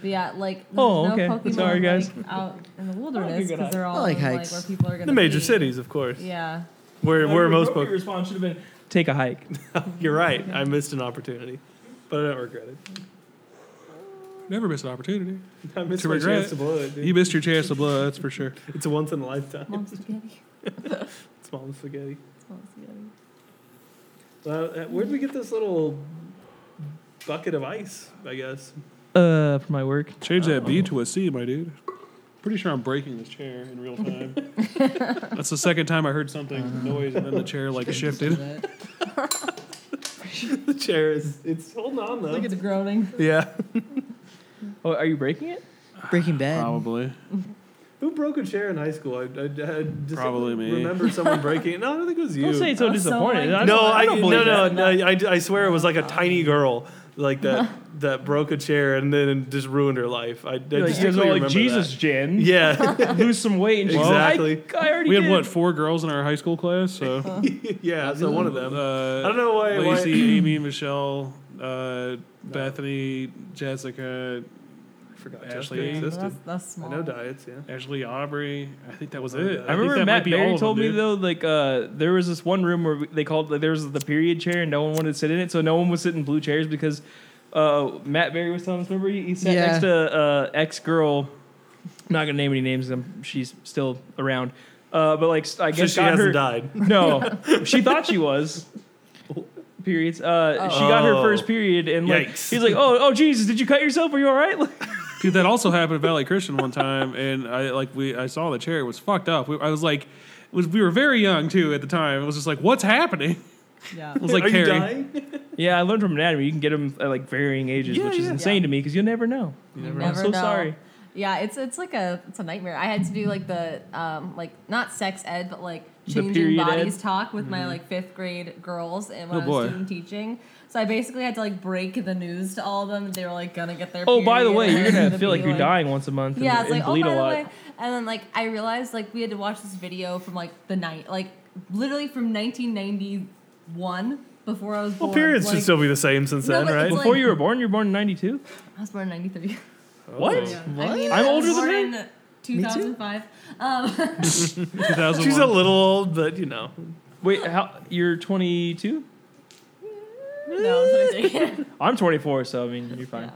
Speaker 4: But yeah, like there's
Speaker 2: Oh,
Speaker 4: no
Speaker 2: okay.
Speaker 4: Pokemon
Speaker 2: Sorry, guys.
Speaker 4: like, out in the
Speaker 2: I don't
Speaker 4: wilderness
Speaker 2: think
Speaker 4: because
Speaker 2: that
Speaker 4: they're all
Speaker 3: like
Speaker 4: in,
Speaker 3: hikes.
Speaker 4: where people are gonna
Speaker 5: The major
Speaker 4: be.
Speaker 5: cities, of course.
Speaker 4: Yeah.
Speaker 5: Where where
Speaker 2: Your
Speaker 5: most
Speaker 2: appropriate
Speaker 5: Pokemon.
Speaker 2: response should have been take a hike.
Speaker 5: You're right. I missed an opportunity, but I don't regret it.
Speaker 1: Never miss an opportunity.
Speaker 5: I missed
Speaker 1: To
Speaker 5: my
Speaker 1: regret.
Speaker 5: chance to blow it. Dude.
Speaker 1: You missed your chance to blow, that's for sure.
Speaker 5: it's a once in a lifetime.
Speaker 4: Mom's spaghetti.
Speaker 5: Small and spaghetti.
Speaker 4: Mom's spaghetti.
Speaker 5: Well, uh, where'd we get this little bucket of ice? I guess.
Speaker 2: Uh, for my work.
Speaker 1: Change that B to a C, my dude. Pretty sure I'm breaking this chair in real time. That's the second time I heard something
Speaker 2: Uh-huh.
Speaker 1: noise and then the chair like shifted.
Speaker 5: the chair is it's holding on though.
Speaker 4: Look at the groaning.
Speaker 5: yeah.
Speaker 2: Oh, are you breaking it?
Speaker 3: Breaking Bad.
Speaker 1: Probably.
Speaker 5: Who broke a chair in high school? I, I, I just
Speaker 1: Probably me.
Speaker 5: Remember someone breaking it? No, I don't think it was you.
Speaker 2: Don't say it's so
Speaker 4: Oh, so
Speaker 2: disappointed.
Speaker 4: like-
Speaker 2: I
Speaker 5: no,
Speaker 2: don't-
Speaker 5: I,
Speaker 2: I don't believe
Speaker 5: no,
Speaker 2: that.
Speaker 5: no, I, I- I swear it was like a tiny girl like that that broke a chair and then just ruined her life. I, I
Speaker 2: You're Like,
Speaker 5: distinctly
Speaker 2: you're
Speaker 5: remember
Speaker 2: like Jesus,
Speaker 5: that.
Speaker 2: Jen.
Speaker 5: Yeah,
Speaker 2: lose some weight. And she's like,
Speaker 5: Exactly.
Speaker 2: I, I already
Speaker 1: We
Speaker 2: did.
Speaker 1: had what, four girls in our high school class? So
Speaker 5: yeah. So one of them.
Speaker 1: Uh,
Speaker 5: I don't know why. why-
Speaker 1: Lacey, Amy, Michelle, uh, Bethany, Jessica,
Speaker 5: I forgot
Speaker 1: Ashley.
Speaker 5: Ashley
Speaker 4: Yeah, but
Speaker 5: existed.
Speaker 4: that's, that's
Speaker 5: I
Speaker 4: small.
Speaker 5: know diets. Yeah.
Speaker 1: Ashley, Aubrey. I think that was
Speaker 5: Oh,
Speaker 1: it.
Speaker 5: God.
Speaker 1: think
Speaker 2: I remember
Speaker 1: that might
Speaker 2: Matt
Speaker 1: be all
Speaker 2: Barry
Speaker 1: of
Speaker 2: told
Speaker 1: them,
Speaker 2: me
Speaker 1: dude.
Speaker 2: though, like uh, there was this one room where we- they called like, there was the period chair and no one wanted to sit in it, so no one was sitting in blue chairs because uh, Matt Barry was telling us. Remember, he, he sat
Speaker 3: Yeah.
Speaker 2: next to uh, ex girl. Not gonna name any names. 'cause I'm- She's still around, uh, but like I
Speaker 5: So
Speaker 2: guess
Speaker 5: she
Speaker 2: got
Speaker 5: hasn't
Speaker 2: her,
Speaker 5: died.
Speaker 2: No, she thought she was. Periods. Uh, She got her
Speaker 5: Oh.
Speaker 2: first period, and like
Speaker 5: Yikes.
Speaker 2: he's like, "Oh, oh, Jesus, did you cut yourself? Are you all right?"
Speaker 1: Dude, that also happened at Valley Christian one time, and I like we I saw the chair it was fucked up. We, I was like, it was we were very young too at the time. It was just like, what's happening?
Speaker 4: Yeah.
Speaker 1: It was like
Speaker 5: Are you
Speaker 1: Carrie.
Speaker 5: dying?
Speaker 2: yeah, I learned from anatomy. You can get them at like varying ages,
Speaker 5: Yeah,
Speaker 2: which is
Speaker 5: yeah.
Speaker 2: insane to me because you'll never know.
Speaker 4: You
Speaker 2: I'm
Speaker 4: never
Speaker 2: so
Speaker 4: know.
Speaker 2: sorry.
Speaker 4: Yeah, it's it's like a it's a nightmare. I had to do like the um like not sex ed but like
Speaker 2: The
Speaker 4: changing
Speaker 2: period
Speaker 4: bodies
Speaker 2: ed? Mm-hmm.
Speaker 4: talk with my like fifth grade girls and when
Speaker 1: Oh,
Speaker 4: I was
Speaker 1: boy.
Speaker 4: student teaching. So I basically had to like break the news to all of them. They were like gonna get their.
Speaker 2: Oh, by the
Speaker 4: period
Speaker 2: way,
Speaker 4: and
Speaker 2: you're
Speaker 4: it's
Speaker 2: gonna feel
Speaker 4: be,
Speaker 2: like you're dying once a month.
Speaker 4: Yeah,
Speaker 2: and,
Speaker 4: it's like
Speaker 2: and
Speaker 4: oh
Speaker 2: bleed
Speaker 4: by
Speaker 2: a
Speaker 4: the
Speaker 2: lot.
Speaker 4: way, and then like I realized like we had to watch this video from like the night like literally from 1991 before I was born.
Speaker 5: Well, periods
Speaker 4: like,
Speaker 5: should still be the same since
Speaker 4: No,
Speaker 5: then,
Speaker 4: but
Speaker 5: right?
Speaker 4: it's
Speaker 2: Before
Speaker 4: like-
Speaker 2: you were born, you were born in '92.
Speaker 4: I was born in 93.
Speaker 2: What?
Speaker 4: Yeah. I mean,
Speaker 2: I'm
Speaker 4: I
Speaker 2: older
Speaker 4: was
Speaker 2: than
Speaker 4: born
Speaker 2: that?
Speaker 4: in 2005. Um,
Speaker 1: 2001.
Speaker 5: She's a little old, but you know.
Speaker 2: Wait, how you're 22?
Speaker 4: no, I'm sorry.
Speaker 2: I'm 24, so I mean, you're fine.
Speaker 4: yeah.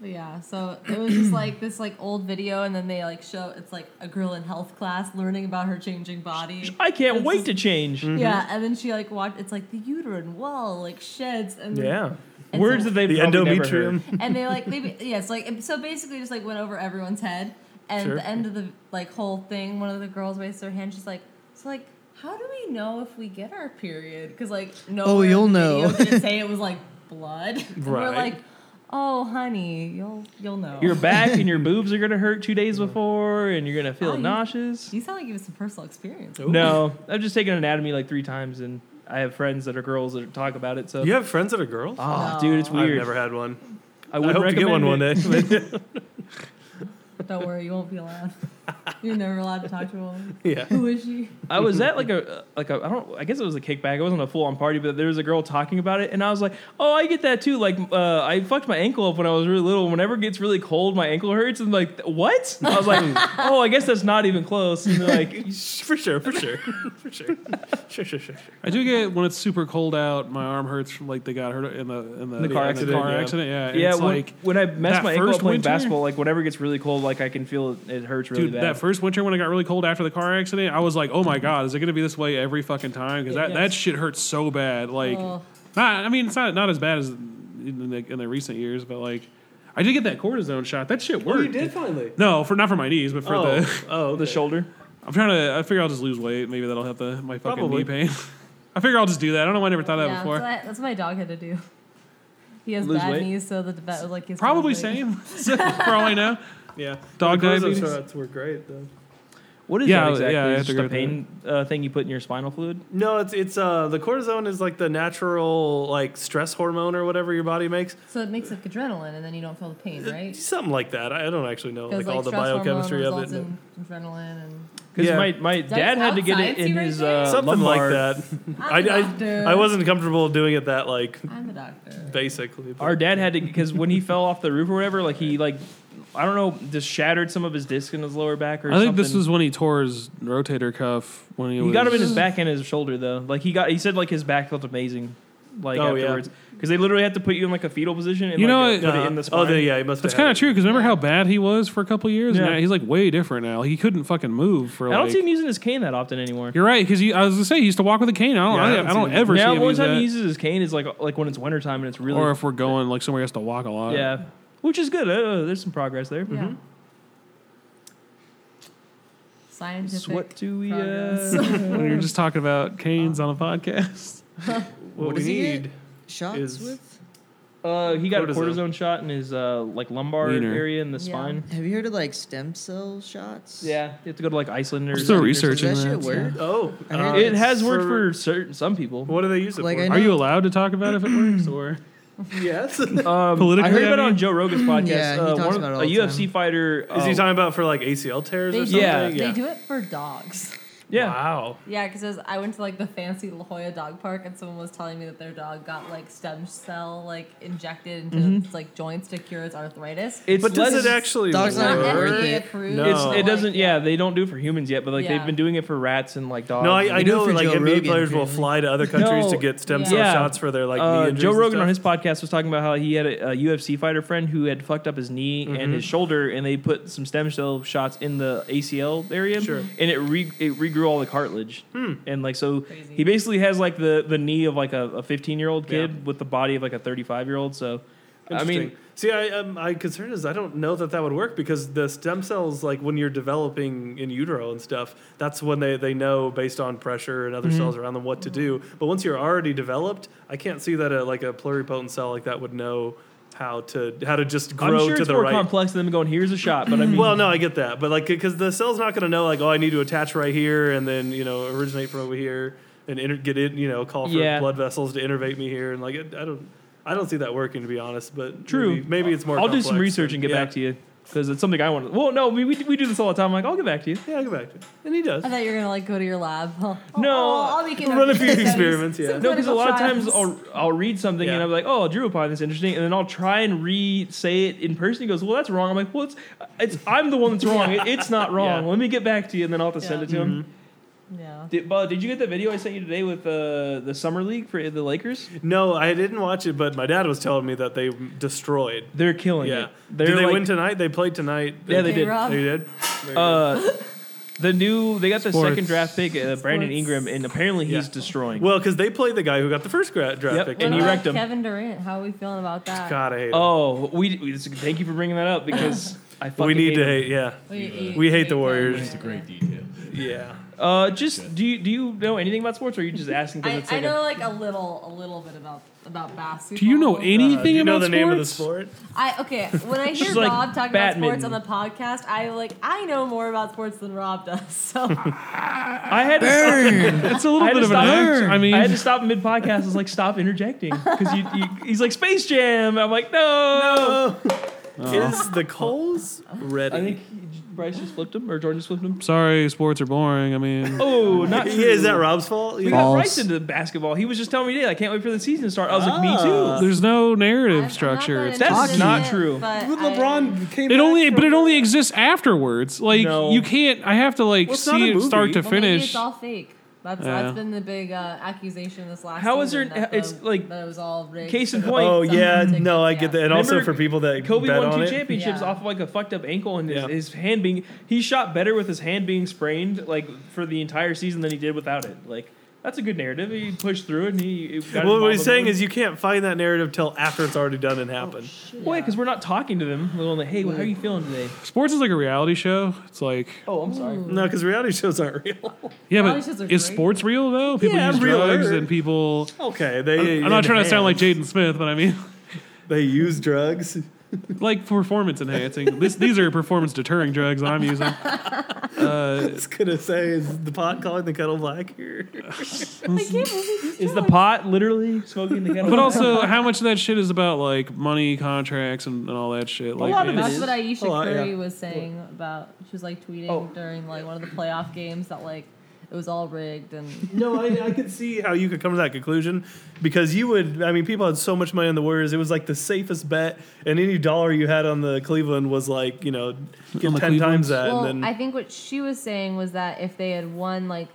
Speaker 4: But yeah, so it was just like this like old video, and then they like show it's like a girl in health class learning about her changing body.
Speaker 2: I can't
Speaker 4: This
Speaker 2: wait
Speaker 4: is-
Speaker 2: to change.
Speaker 4: Yeah, and then she like watched. It's like the uterine wall like sheds, and
Speaker 5: Yeah.
Speaker 4: and
Speaker 2: Words
Speaker 4: so-
Speaker 2: that they've
Speaker 5: The
Speaker 2: probably never
Speaker 5: endometrium.
Speaker 2: heard.
Speaker 4: and they like maybe yes like so basically just like went over everyone's head and
Speaker 5: Sure.
Speaker 4: at the end of the like whole thing one of the girls raised her hand she's like so like how do we know if we get our period because like no
Speaker 3: Oh, you'll know.
Speaker 4: did it say it was like blood And we're
Speaker 5: Right.
Speaker 4: like oh honey you'll you'll know
Speaker 2: Your back and your boobs are gonna hurt two days before, and you're gonna
Speaker 4: Oh,
Speaker 2: feel
Speaker 4: you-
Speaker 2: nauseous.
Speaker 4: you sound like you have some personal experience
Speaker 2: No, I've just taken anatomy like three times, and I have friends that are girls that talk about it. So
Speaker 5: You have friends that are girls?
Speaker 2: Oh,
Speaker 4: No.
Speaker 2: dude, it's
Speaker 5: I've
Speaker 2: weird.
Speaker 5: never had one.
Speaker 2: I
Speaker 5: I
Speaker 2: would
Speaker 5: hope to get one one day.
Speaker 4: don't worry you won't be allowed you're never allowed to talk to a woman
Speaker 5: yeah.
Speaker 4: who is she
Speaker 2: I was at
Speaker 1: Mm-hmm.
Speaker 2: like a like a I don't I guess it was a kickback. It wasn't a full on party, but there was a girl talking about it, and I was like, oh, I get that too. Like uh, I fucked my ankle up when I was really little. Whenever it gets really cold, my ankle hurts, and like what? I was like, oh, I guess that's not even close. And they're like
Speaker 5: For sure, for sure. for sure. Sure, sure, sure, sure.
Speaker 1: I do get when it's super cold out, my arm hurts from like they got hurt in the in the,
Speaker 2: The car
Speaker 1: in
Speaker 2: accident,
Speaker 1: car
Speaker 5: yeah.
Speaker 1: accident. Yeah, and
Speaker 2: yeah,
Speaker 1: it's
Speaker 2: when,
Speaker 1: like
Speaker 2: when I mess
Speaker 1: that
Speaker 2: my ankle up
Speaker 1: first
Speaker 2: playing
Speaker 1: winter-
Speaker 2: basketball, like whenever it gets really cold, like I can feel it, it hurts really
Speaker 1: dude,
Speaker 2: bad.
Speaker 1: that first winter when I got really cold after the car accident, I was like, oh my god, is it gonna be this way every fucking time? Because
Speaker 4: Yeah,
Speaker 1: that,
Speaker 4: yes.
Speaker 1: that shit hurts so bad. Like,
Speaker 4: Oh.
Speaker 1: not, I mean, it's not not as bad as in the, in the recent years, but like, I did get that cortisone shot. That
Speaker 2: Oh,
Speaker 1: shit worked.
Speaker 5: finally.
Speaker 1: No, for not for my knees, but for the.
Speaker 5: oh,
Speaker 2: the shoulder.
Speaker 1: I'm trying to. I figure I'll just lose weight. Maybe that'll help the my fucking knee
Speaker 5: Probably.
Speaker 1: pain. I figure I'll just do that. I don't know why I never thought of that
Speaker 4: Yeah, that's,
Speaker 1: before.
Speaker 4: what I- that's what my dog had to do. He has
Speaker 2: Lose
Speaker 4: bad
Speaker 2: weight?
Speaker 4: knees, so the vet was like, he's
Speaker 1: Probably
Speaker 4: gonna lose
Speaker 1: same. for all I know.
Speaker 5: Yeah.
Speaker 1: Dog
Speaker 5: Those
Speaker 1: diabetes.
Speaker 5: shots were great though.
Speaker 2: What is
Speaker 1: Yeah, yeah,
Speaker 2: that exactly?
Speaker 1: I have
Speaker 2: It's
Speaker 1: to
Speaker 2: just a
Speaker 1: agree
Speaker 2: pain uh, thing you put in your spinal fluid?
Speaker 5: No, it's it's uh the cortisone is like the natural like stress hormone or whatever your body makes.
Speaker 4: weight. So it makes up adrenaline, and then you don't feel the pain, right?
Speaker 5: Something like that. I I don't actually know Uh, like,
Speaker 4: Because
Speaker 5: all the
Speaker 4: stress hormone
Speaker 5: biochemistry of it.
Speaker 4: results in adrenaline and
Speaker 2: Because
Speaker 5: Yeah.
Speaker 2: my, my
Speaker 4: Does
Speaker 2: dad had to get it
Speaker 4: outside see
Speaker 2: in
Speaker 4: right
Speaker 2: his
Speaker 4: there?
Speaker 2: uh,
Speaker 5: Something
Speaker 2: lumbar.
Speaker 5: like
Speaker 4: I'm a
Speaker 5: that.
Speaker 4: doctor.
Speaker 5: I, I I wasn't comfortable doing it that like
Speaker 4: I'm a doctor.
Speaker 5: basically. but- uh,
Speaker 2: Our dad had to because when he fell off the roof or whatever, like he like I don't know, just shattered some of his disc in his lower back or
Speaker 1: I think
Speaker 2: something.
Speaker 1: this was when he tore his rotator cuff when he,
Speaker 2: he
Speaker 1: was.
Speaker 2: got him in his back and his shoulder though. Like he got he said like his back felt amazing. Like
Speaker 5: Oh, yeah.
Speaker 2: afterwards, because they literally had to put you in like a fetal position and
Speaker 1: You
Speaker 2: like,
Speaker 1: know,
Speaker 2: uh, put
Speaker 5: Uh-huh.
Speaker 2: it in the spine.
Speaker 5: oh, the, yeah, he must.
Speaker 1: That's
Speaker 5: have
Speaker 1: kind
Speaker 5: had
Speaker 1: of
Speaker 5: it.
Speaker 1: true because remember how bad he was for a couple years?
Speaker 2: Yeah.
Speaker 1: Yeah. he's like way different now. He couldn't fucking move for
Speaker 2: I
Speaker 1: like.
Speaker 2: don't see him using his cane that often anymore.
Speaker 1: you're right because I was gonna say he used to walk with a cane. I don't.
Speaker 5: Yeah, I
Speaker 1: I,
Speaker 5: haven't
Speaker 1: I don't
Speaker 5: seen him.
Speaker 1: ever
Speaker 2: now,
Speaker 1: see him
Speaker 2: one
Speaker 1: use
Speaker 2: time
Speaker 1: that.
Speaker 2: he uses his cane is like like when it's wintertime and it's really
Speaker 1: or if we're going like somewhere he has to walk a lot.
Speaker 2: yeah, which is good. Uh, there's some progress there.
Speaker 5: Mm-hmm.
Speaker 4: Yeah. Scientific.
Speaker 2: So what do we?
Speaker 4: progress.
Speaker 2: Uh,
Speaker 1: we were just talking about canes on a podcast.
Speaker 5: What,
Speaker 3: What
Speaker 5: we
Speaker 3: does he get?
Speaker 5: need.
Speaker 3: Shots
Speaker 5: Is-
Speaker 3: with?
Speaker 2: uh, he got a
Speaker 5: Cortisone.
Speaker 2: cortisone shot in his uh, like lumbar
Speaker 1: Wiener.
Speaker 2: area in the
Speaker 4: Yeah.
Speaker 2: spine.
Speaker 3: Have you heard of like stem cell shots?
Speaker 2: Yeah, you have to go to like Iceland or
Speaker 1: I'm still
Speaker 2: something or
Speaker 1: researching.
Speaker 3: Does that
Speaker 1: Searching
Speaker 3: shit
Speaker 1: that,
Speaker 3: work?
Speaker 5: Oh,
Speaker 3: I heard
Speaker 5: uh,
Speaker 2: It has worked
Speaker 5: for-
Speaker 2: for certain some people. Um,
Speaker 5: What do they use it
Speaker 3: Like,
Speaker 5: for?
Speaker 3: I
Speaker 1: Are you allowed to talk about if it works or
Speaker 5: yes.
Speaker 2: Um,
Speaker 1: Politically,
Speaker 2: I heard about
Speaker 1: I
Speaker 2: it on
Speaker 1: mean?
Speaker 2: Joe Rogan's podcast.
Speaker 3: Yeah, he
Speaker 2: uh,
Speaker 3: talks
Speaker 2: one of-
Speaker 3: about it all
Speaker 2: a
Speaker 3: the
Speaker 2: UFC
Speaker 3: time.
Speaker 2: fighter.
Speaker 5: Is he
Speaker 2: um,
Speaker 5: talking about for like ACL tears
Speaker 4: They
Speaker 5: or
Speaker 4: do-
Speaker 5: something?
Speaker 2: Yeah.
Speaker 4: They do it for dogs.
Speaker 2: Yeah.
Speaker 5: Wow.
Speaker 4: Yeah, because I went to like the fancy La Jolla dog park, and someone was telling me that their dog got like stem cell like injected into
Speaker 5: Mm-hmm.
Speaker 4: its like joints to cure its arthritis.
Speaker 2: It's
Speaker 5: But does
Speaker 2: less-
Speaker 5: it actually
Speaker 3: Dogs
Speaker 4: not
Speaker 5: work?
Speaker 4: FDA approved.
Speaker 5: No.
Speaker 2: It's,
Speaker 5: Oh.
Speaker 2: it doesn't.
Speaker 4: Like,
Speaker 2: Yeah, they don't do it for humans yet, but like
Speaker 4: Yeah.
Speaker 2: they've been doing it for rats and like dogs.
Speaker 5: No, I, I
Speaker 3: They do it
Speaker 5: know
Speaker 3: for
Speaker 5: like
Speaker 3: Joe
Speaker 5: NBA
Speaker 3: Rogan,
Speaker 5: players will
Speaker 3: apparently.
Speaker 5: fly to other countries to
Speaker 2: No,
Speaker 5: get stem
Speaker 4: yeah.
Speaker 5: cell
Speaker 2: Yeah.
Speaker 5: shots for their like knee
Speaker 2: uh,
Speaker 5: injuries.
Speaker 2: Joe
Speaker 5: and
Speaker 2: Rogan on his
Speaker 5: stuff.
Speaker 2: podcast was talking about how he had a, a UFC fighter friend who had fucked up his knee
Speaker 5: Mm-hmm.
Speaker 2: and his shoulder, and they put some stem cell shots in the ACL area,
Speaker 5: Sure. Hmm.
Speaker 2: and it re- it regrew all the cartilage, and like so
Speaker 4: Crazy.
Speaker 2: he basically has like the the knee of like a 15 year old kid
Speaker 5: Yeah.
Speaker 2: with the body of like a 35 year old. So, I
Speaker 5: Interesting.
Speaker 2: mean,
Speaker 5: see, I um, my concern is I don't know that that would work because the stem cells, like when you're developing in utero and stuff, that's when they, they know based on pressure and other
Speaker 2: Mm-hmm.
Speaker 5: cells around them what to do. But once you're already developed, I can't see that a, like a pluripotent cell like that would know how to how to just grow
Speaker 2: I'm sure
Speaker 5: to
Speaker 2: it's
Speaker 5: the
Speaker 2: more
Speaker 5: right.
Speaker 2: complex than them going here's a shot, but I mean,
Speaker 5: Well, no, I get that, but like, because the cell's not going to know, like, oh, I need to attach right here, and then you know, originate from over here, and inter- get in, you know, call for
Speaker 2: Yeah.
Speaker 5: blood vessels to innervate me here, and like, it, I don't, I don't see that working to be honest. But
Speaker 2: True.
Speaker 5: maybe, maybe it's more.
Speaker 2: I'll do some research and get back
Speaker 5: you.
Speaker 2: to you because it's something I want. to... Well, no, we, we we do this all the time. I'm like, I'll get back to you.
Speaker 5: Yeah, I'll get back to it. And he does.
Speaker 4: I thought you were gonna like go to your lab. no,
Speaker 2: No.
Speaker 4: Oh, I'll be
Speaker 5: Run a few
Speaker 4: conducting
Speaker 5: experiments,
Speaker 4: studies,
Speaker 5: yeah.
Speaker 4: some
Speaker 2: No, because a
Speaker 4: clinical
Speaker 2: lot of
Speaker 4: trials.
Speaker 2: times I'll I'll read something and
Speaker 5: Yeah.
Speaker 2: I'm like, oh, I drew upon this interesting, and then I'll try and re say it in person. He goes, well, that's wrong. I'm like, well, it's it's I'm the one that's wrong. It- it's not wrong.
Speaker 5: Yeah. Mm-hmm.
Speaker 2: Let me get back to you, and then I'll have to send
Speaker 4: Yeah.
Speaker 2: it to him.
Speaker 4: yeah.
Speaker 2: Did, Bud, did you get the video I sent you today with uh, the summer league for the Lakers?
Speaker 5: No, I didn't watch it, but my dad was telling me that they destroyed.
Speaker 2: They're killing
Speaker 5: Yeah.
Speaker 2: it.
Speaker 5: Did
Speaker 2: They're
Speaker 5: they
Speaker 2: like,
Speaker 5: win tonight? They played tonight.
Speaker 2: Yeah, they
Speaker 4: Okay,
Speaker 2: did.
Speaker 4: Rob.
Speaker 5: They did.
Speaker 2: Uh, the new they got the
Speaker 1: Sports.
Speaker 2: second draft pick, uh, Brandon
Speaker 4: Sports.
Speaker 2: Ingram, and apparently he's
Speaker 5: Yeah.
Speaker 2: destroying.
Speaker 5: Well, because they played the guy who got the first gra- draft
Speaker 2: Yep.
Speaker 5: pick.
Speaker 4: What
Speaker 2: and you
Speaker 4: about
Speaker 2: wrecked 'em.
Speaker 4: Kevin Durant, how are we feeling about that?
Speaker 5: God, I hate. him.
Speaker 2: oh, we, we thank you for bringing that up because I fucking
Speaker 5: we need
Speaker 2: hate
Speaker 5: to
Speaker 2: him.
Speaker 5: hate. Yeah,
Speaker 4: We,
Speaker 5: We hate the
Speaker 4: Kevin
Speaker 5: Warriors.
Speaker 4: Durant.
Speaker 6: It's a great detail.
Speaker 5: yeah.
Speaker 2: Uh, just do you do you know anything about sports, or are you just asking because
Speaker 4: I,
Speaker 2: it's
Speaker 4: I
Speaker 2: like
Speaker 4: know like a little, a little bit about about basketball.
Speaker 1: Do you know
Speaker 4: but-
Speaker 1: anything
Speaker 5: Uh, do you know
Speaker 1: about
Speaker 5: the name of the
Speaker 1: sports?
Speaker 5: sport?
Speaker 4: I okay. When I hear
Speaker 2: She's like
Speaker 4: Rob talk about sports
Speaker 2: Batman.
Speaker 4: on the podcast, I like I know more about sports than Rob does. So
Speaker 2: a, I had to,
Speaker 3: Burn.
Speaker 1: It's a little
Speaker 2: I had
Speaker 1: bit
Speaker 2: to
Speaker 1: of an
Speaker 2: stop.
Speaker 1: act. I mean,
Speaker 2: I had to stop mid podcast. I was like, stop interjecting because you, you he's like Space Jam. I'm like, no.
Speaker 5: Oh. Is the Coles ready?
Speaker 2: I think he- Bryce just flipped him or Jordan just flipped him.
Speaker 1: sorry, sports are boring. I mean,
Speaker 2: Oh, not
Speaker 5: Yeah,
Speaker 2: true.
Speaker 5: is that Rob's fault?
Speaker 2: We
Speaker 5: You-
Speaker 2: got
Speaker 3: False.
Speaker 2: Bryce into basketball. He was just telling me today, I can't wait for the season to start. I was like, me
Speaker 5: Ah.
Speaker 2: too.
Speaker 1: there's no narrative
Speaker 4: I'm- I'm not
Speaker 1: structure.
Speaker 4: that
Speaker 1: It's
Speaker 2: That's
Speaker 4: interested in
Speaker 2: not
Speaker 4: it,
Speaker 2: true.
Speaker 4: but
Speaker 5: With
Speaker 4: I-
Speaker 5: LeBron came
Speaker 1: it
Speaker 5: back
Speaker 1: only,
Speaker 5: from-
Speaker 1: but it only exists afterwards. Like
Speaker 2: No.
Speaker 1: you can't. I have to like
Speaker 5: Well, it's not
Speaker 1: see
Speaker 5: a
Speaker 1: it start
Speaker 5: movie.
Speaker 1: to
Speaker 4: Well, maybe
Speaker 1: finish.
Speaker 4: it's all fake. That's,
Speaker 1: Yeah.
Speaker 4: that's been the big uh, accusation this last.
Speaker 2: How is
Speaker 4: season
Speaker 2: there-
Speaker 4: that the-
Speaker 2: it's like-
Speaker 4: that it was all rigged.
Speaker 2: Case in point,
Speaker 5: Oh yeah,
Speaker 4: Something
Speaker 5: no, I
Speaker 4: like
Speaker 5: get
Speaker 4: that.
Speaker 5: that. And also
Speaker 2: Remember
Speaker 5: for people that
Speaker 2: Kobe
Speaker 5: bet
Speaker 2: won
Speaker 5: on
Speaker 2: two
Speaker 5: it.
Speaker 2: championships
Speaker 4: Yeah.
Speaker 2: off of like a fucked up ankle and his,
Speaker 5: Yeah.
Speaker 2: his hand being he shot better with his hand being sprained like for the entire season than he did without it. Like That's a good narrative. He pushed through it, and he. it got
Speaker 5: Well, what
Speaker 2: involved
Speaker 5: he's
Speaker 2: with
Speaker 5: saying
Speaker 2: them.
Speaker 5: is you can't find that narrative till after it's already done and
Speaker 2: Oh,
Speaker 5: happened.
Speaker 2: Well, because we're not talking to them. We're only, hey, well, how are you feeling today?
Speaker 1: Sports is like a reality show. It's like,
Speaker 2: Oh, I'm sorry.
Speaker 5: No, because reality shows aren't real.
Speaker 1: yeah,
Speaker 4: Reality shows are
Speaker 1: but is
Speaker 4: great.
Speaker 1: sports real though? People
Speaker 5: Yeah,
Speaker 1: use
Speaker 5: real
Speaker 1: drugs
Speaker 5: are.
Speaker 1: and people.
Speaker 5: Okay, they.
Speaker 1: I'm not trying to sound like Jaden Smith, but I mean,
Speaker 5: They use drugs.
Speaker 1: like performance enhancing. this, these are performance deterring drugs I'm using. Uh,
Speaker 5: It's gonna say is the pot calling the kettle black here.
Speaker 2: Is the pot literally smoking the kettle?
Speaker 1: but
Speaker 2: black?
Speaker 1: also, how much of that shit is about like money contracts and, and all that shit? Like,
Speaker 2: lot of it
Speaker 1: it's-
Speaker 4: That's what Aisha
Speaker 5: A lot,
Speaker 4: Curry
Speaker 5: yeah.
Speaker 4: was saying about. She was like tweeting
Speaker 2: Oh.
Speaker 4: during like one of the playoff games that like it was all rigged and
Speaker 5: No, I, I could see how you could come to that conclusion because you would. I mean, people had so much money on the Warriors; it was like the safest bet, and any dollar you had on the Cleveland was like you know get
Speaker 1: On
Speaker 5: ten
Speaker 1: the
Speaker 5: times
Speaker 1: Clevelands?
Speaker 5: that,
Speaker 4: well,
Speaker 5: and
Speaker 4: I
Speaker 5: then
Speaker 4: think what she was saying was that if they had won like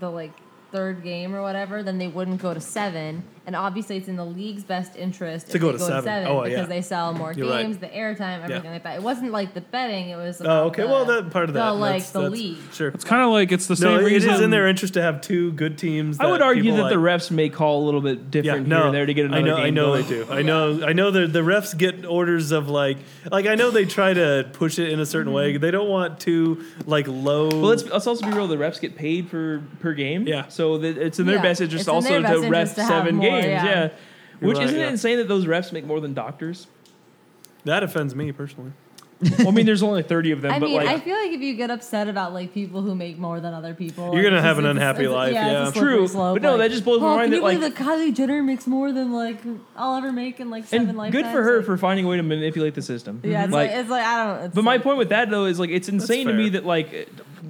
Speaker 4: the like third game or whatever, then they wouldn't go to seven. And obviously, it's in the league's best interest
Speaker 5: To
Speaker 4: if
Speaker 5: go
Speaker 4: they
Speaker 5: to
Speaker 4: go to
Speaker 5: seven.
Speaker 4: seven
Speaker 5: Oh,
Speaker 4: because
Speaker 5: yeah.
Speaker 4: they sell more
Speaker 5: You're right.
Speaker 4: games, the airtime, everything like that. It wasn't like the betting; it was
Speaker 5: oh
Speaker 4: about
Speaker 5: okay,
Speaker 4: the-
Speaker 5: well that part of
Speaker 4: the,
Speaker 5: that
Speaker 4: like
Speaker 5: that's-
Speaker 4: the
Speaker 5: that's-
Speaker 4: league.
Speaker 5: Sure,
Speaker 1: it's kind of like it's the same
Speaker 5: no, it is
Speaker 1: reason.
Speaker 5: in their interest to have two good teams.
Speaker 2: I would
Speaker 5: that
Speaker 2: argue
Speaker 5: people
Speaker 2: that the
Speaker 5: like.
Speaker 2: refs may call a little bit
Speaker 5: Yeah,
Speaker 2: different here
Speaker 5: no,
Speaker 2: and there to get another
Speaker 5: I know,
Speaker 2: game
Speaker 5: I know
Speaker 2: going.
Speaker 5: they do. I know, I know. The the refs get orders of like, like I know they try to push it in a certain way.
Speaker 4: Mm-hmm.
Speaker 5: They don't want to like low.
Speaker 2: Well, let's, let's also be real. The refs get paid per per game.
Speaker 5: Yeah.
Speaker 2: So that it's in their
Speaker 4: Yeah,
Speaker 2: best interest
Speaker 4: it's in
Speaker 2: also
Speaker 4: their best
Speaker 2: to ref
Speaker 4: interest to have
Speaker 2: seven
Speaker 4: more,
Speaker 2: games.
Speaker 4: yeah.
Speaker 2: Yeah.
Speaker 5: You're
Speaker 2: Which
Speaker 5: right,
Speaker 2: isn't
Speaker 5: yeah.
Speaker 2: it insane that those refs make more than doctors?
Speaker 5: that offends me personally.
Speaker 2: well, I mean, there's only thirty of them,
Speaker 4: I
Speaker 2: but
Speaker 4: mean,
Speaker 2: like
Speaker 4: I feel like if you get upset about like people who make more than other people,
Speaker 5: You're gonna
Speaker 4: it's
Speaker 5: have
Speaker 4: just-
Speaker 5: an
Speaker 4: it's-
Speaker 5: unhappy
Speaker 4: it's-
Speaker 5: life,
Speaker 4: it's
Speaker 5: yeah.
Speaker 4: a slippery
Speaker 2: True,
Speaker 4: slope,
Speaker 2: but no, that just blows my
Speaker 4: "Oh,
Speaker 2: mind
Speaker 4: Can
Speaker 2: that,
Speaker 4: you
Speaker 2: like-
Speaker 4: believe that Kylie Jenner makes more than like I'll ever make in like seven
Speaker 2: and
Speaker 4: lifetimes?
Speaker 2: good for her
Speaker 4: Like,
Speaker 2: for finding a way to manipulate the system.
Speaker 4: Yeah, it's like, it's like I don't. It's
Speaker 2: Mm-hmm. But my
Speaker 4: like-
Speaker 2: point with that though is like it's insane to
Speaker 5: fair.
Speaker 2: me that like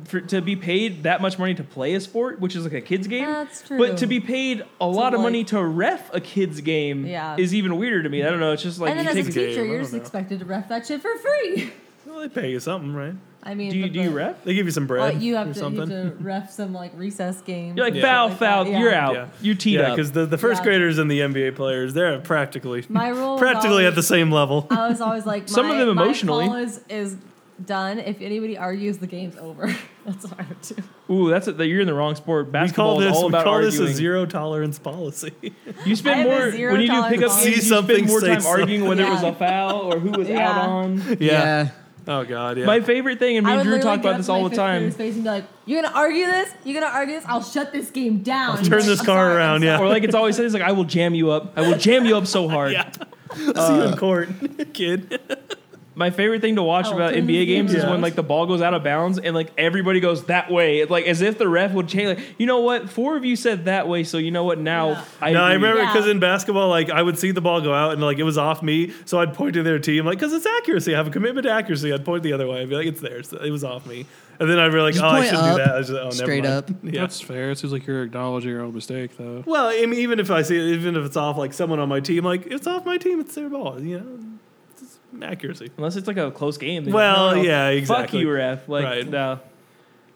Speaker 2: for, to be paid that much money to play a sport, which is like a kids game.
Speaker 4: That's true.
Speaker 2: But to be paid a lot of
Speaker 4: like-
Speaker 2: money to ref a kids game
Speaker 4: Yeah.
Speaker 2: is even weirder to me. I don't know. It's just like
Speaker 4: and then
Speaker 2: you
Speaker 4: as a
Speaker 2: take.
Speaker 5: game,
Speaker 4: teacher,
Speaker 5: I
Speaker 4: you're
Speaker 5: don't
Speaker 4: just
Speaker 5: know.
Speaker 4: expected to ref that shit for free.
Speaker 5: Well, they pay you something, right?
Speaker 4: I mean,
Speaker 2: Do you
Speaker 4: but
Speaker 2: do you
Speaker 4: the-
Speaker 2: ref?
Speaker 5: They give you some bread
Speaker 4: Well, Oh, you
Speaker 5: or
Speaker 4: have to, you
Speaker 5: something.
Speaker 4: have to ref some like recess games.
Speaker 2: You're like
Speaker 4: and
Speaker 5: Yeah.
Speaker 4: shit
Speaker 2: foul,
Speaker 4: like that,
Speaker 2: foul.
Speaker 4: yeah.
Speaker 2: You're out.
Speaker 5: Yeah.
Speaker 2: You're teed
Speaker 5: yeah,
Speaker 2: up.
Speaker 5: because the, the first
Speaker 4: Yeah.
Speaker 5: graders and the NBA players, they're practically
Speaker 4: My rule was
Speaker 5: practically at
Speaker 4: always-
Speaker 5: the same level.
Speaker 4: I was always like,
Speaker 2: Some
Speaker 4: my,
Speaker 2: of them
Speaker 4: my
Speaker 2: emotionally.
Speaker 4: call is is done. If anybody argues, the game's over. That's what I would do.
Speaker 2: Ooh, that's a, you're in the wrong sport.
Speaker 5: We
Speaker 2: Basketball
Speaker 5: call this
Speaker 2: is all
Speaker 5: we
Speaker 2: about
Speaker 5: call
Speaker 2: arguing.
Speaker 5: this a zero tolerance policy.
Speaker 2: You
Speaker 4: I
Speaker 2: spend
Speaker 4: have a
Speaker 2: more
Speaker 4: zero
Speaker 2: when you do
Speaker 4: tolerance
Speaker 2: pickup
Speaker 4: policy.
Speaker 2: games. You
Speaker 5: See
Speaker 2: spend
Speaker 5: something,
Speaker 2: more
Speaker 5: say
Speaker 2: time
Speaker 5: something.
Speaker 2: arguing whether it was
Speaker 4: Yeah.
Speaker 2: a foul or who was out
Speaker 4: Yeah.
Speaker 2: on.
Speaker 3: yeah.
Speaker 5: Oh God. Yeah.
Speaker 2: My favorite thing, and me
Speaker 4: I
Speaker 2: and
Speaker 4: would
Speaker 2: Drew
Speaker 4: literally
Speaker 2: talk
Speaker 4: get
Speaker 2: about
Speaker 4: up
Speaker 2: this
Speaker 4: to my
Speaker 2: all the
Speaker 4: fifth
Speaker 2: time.
Speaker 4: grader's Face and be like, "You're gonna argue this? You're gonna argue this? I'll shut this game down. And
Speaker 5: Turn
Speaker 4: he's like,
Speaker 5: this
Speaker 4: "I'm
Speaker 5: car
Speaker 4: sorry, I'm
Speaker 5: around.
Speaker 4: sorry."
Speaker 5: Yeah.
Speaker 2: Or like it's always said, it's like I will jam you up. I will jam you up so hard.
Speaker 5: See you in court, kid.
Speaker 2: My favorite thing to watch
Speaker 4: Oh,
Speaker 2: about
Speaker 4: turn the
Speaker 2: NBA games is
Speaker 5: game
Speaker 2: when
Speaker 5: around.
Speaker 2: like the ball goes out of bounds and like everybody goes that way, It's like as if the ref would change. Like you know what, four of you said that way, so you know what now.
Speaker 4: Yeah.
Speaker 2: I
Speaker 5: no, I
Speaker 2: agree.
Speaker 5: remember
Speaker 4: Yeah.
Speaker 5: because in basketball, like I would see the ball go out and like it was off me, so I'd point to their team, like because it's accuracy. I have a commitment to accuracy. I'd point the other way. I'd be like, it's theirs. it was off me, and then I'd be like,
Speaker 3: Just
Speaker 5: oh, I
Speaker 3: point
Speaker 5: shouldn't
Speaker 3: up,
Speaker 5: do that. I was just, oh, never
Speaker 3: straight
Speaker 5: mind."
Speaker 3: up.
Speaker 5: Yeah.
Speaker 1: That's fair. It seems like you're acknowledging your own mistake, though.
Speaker 5: Well, I mean, even if I see, even if it's off like someone on my team, like it's off my team, it's their ball. You know, it's just accuracy.
Speaker 2: Unless it's like a close game. then
Speaker 5: Well,
Speaker 2: no, no,
Speaker 5: yeah,
Speaker 2: Fuck
Speaker 5: exactly.
Speaker 2: you, ref. Like,
Speaker 5: Right.
Speaker 2: no.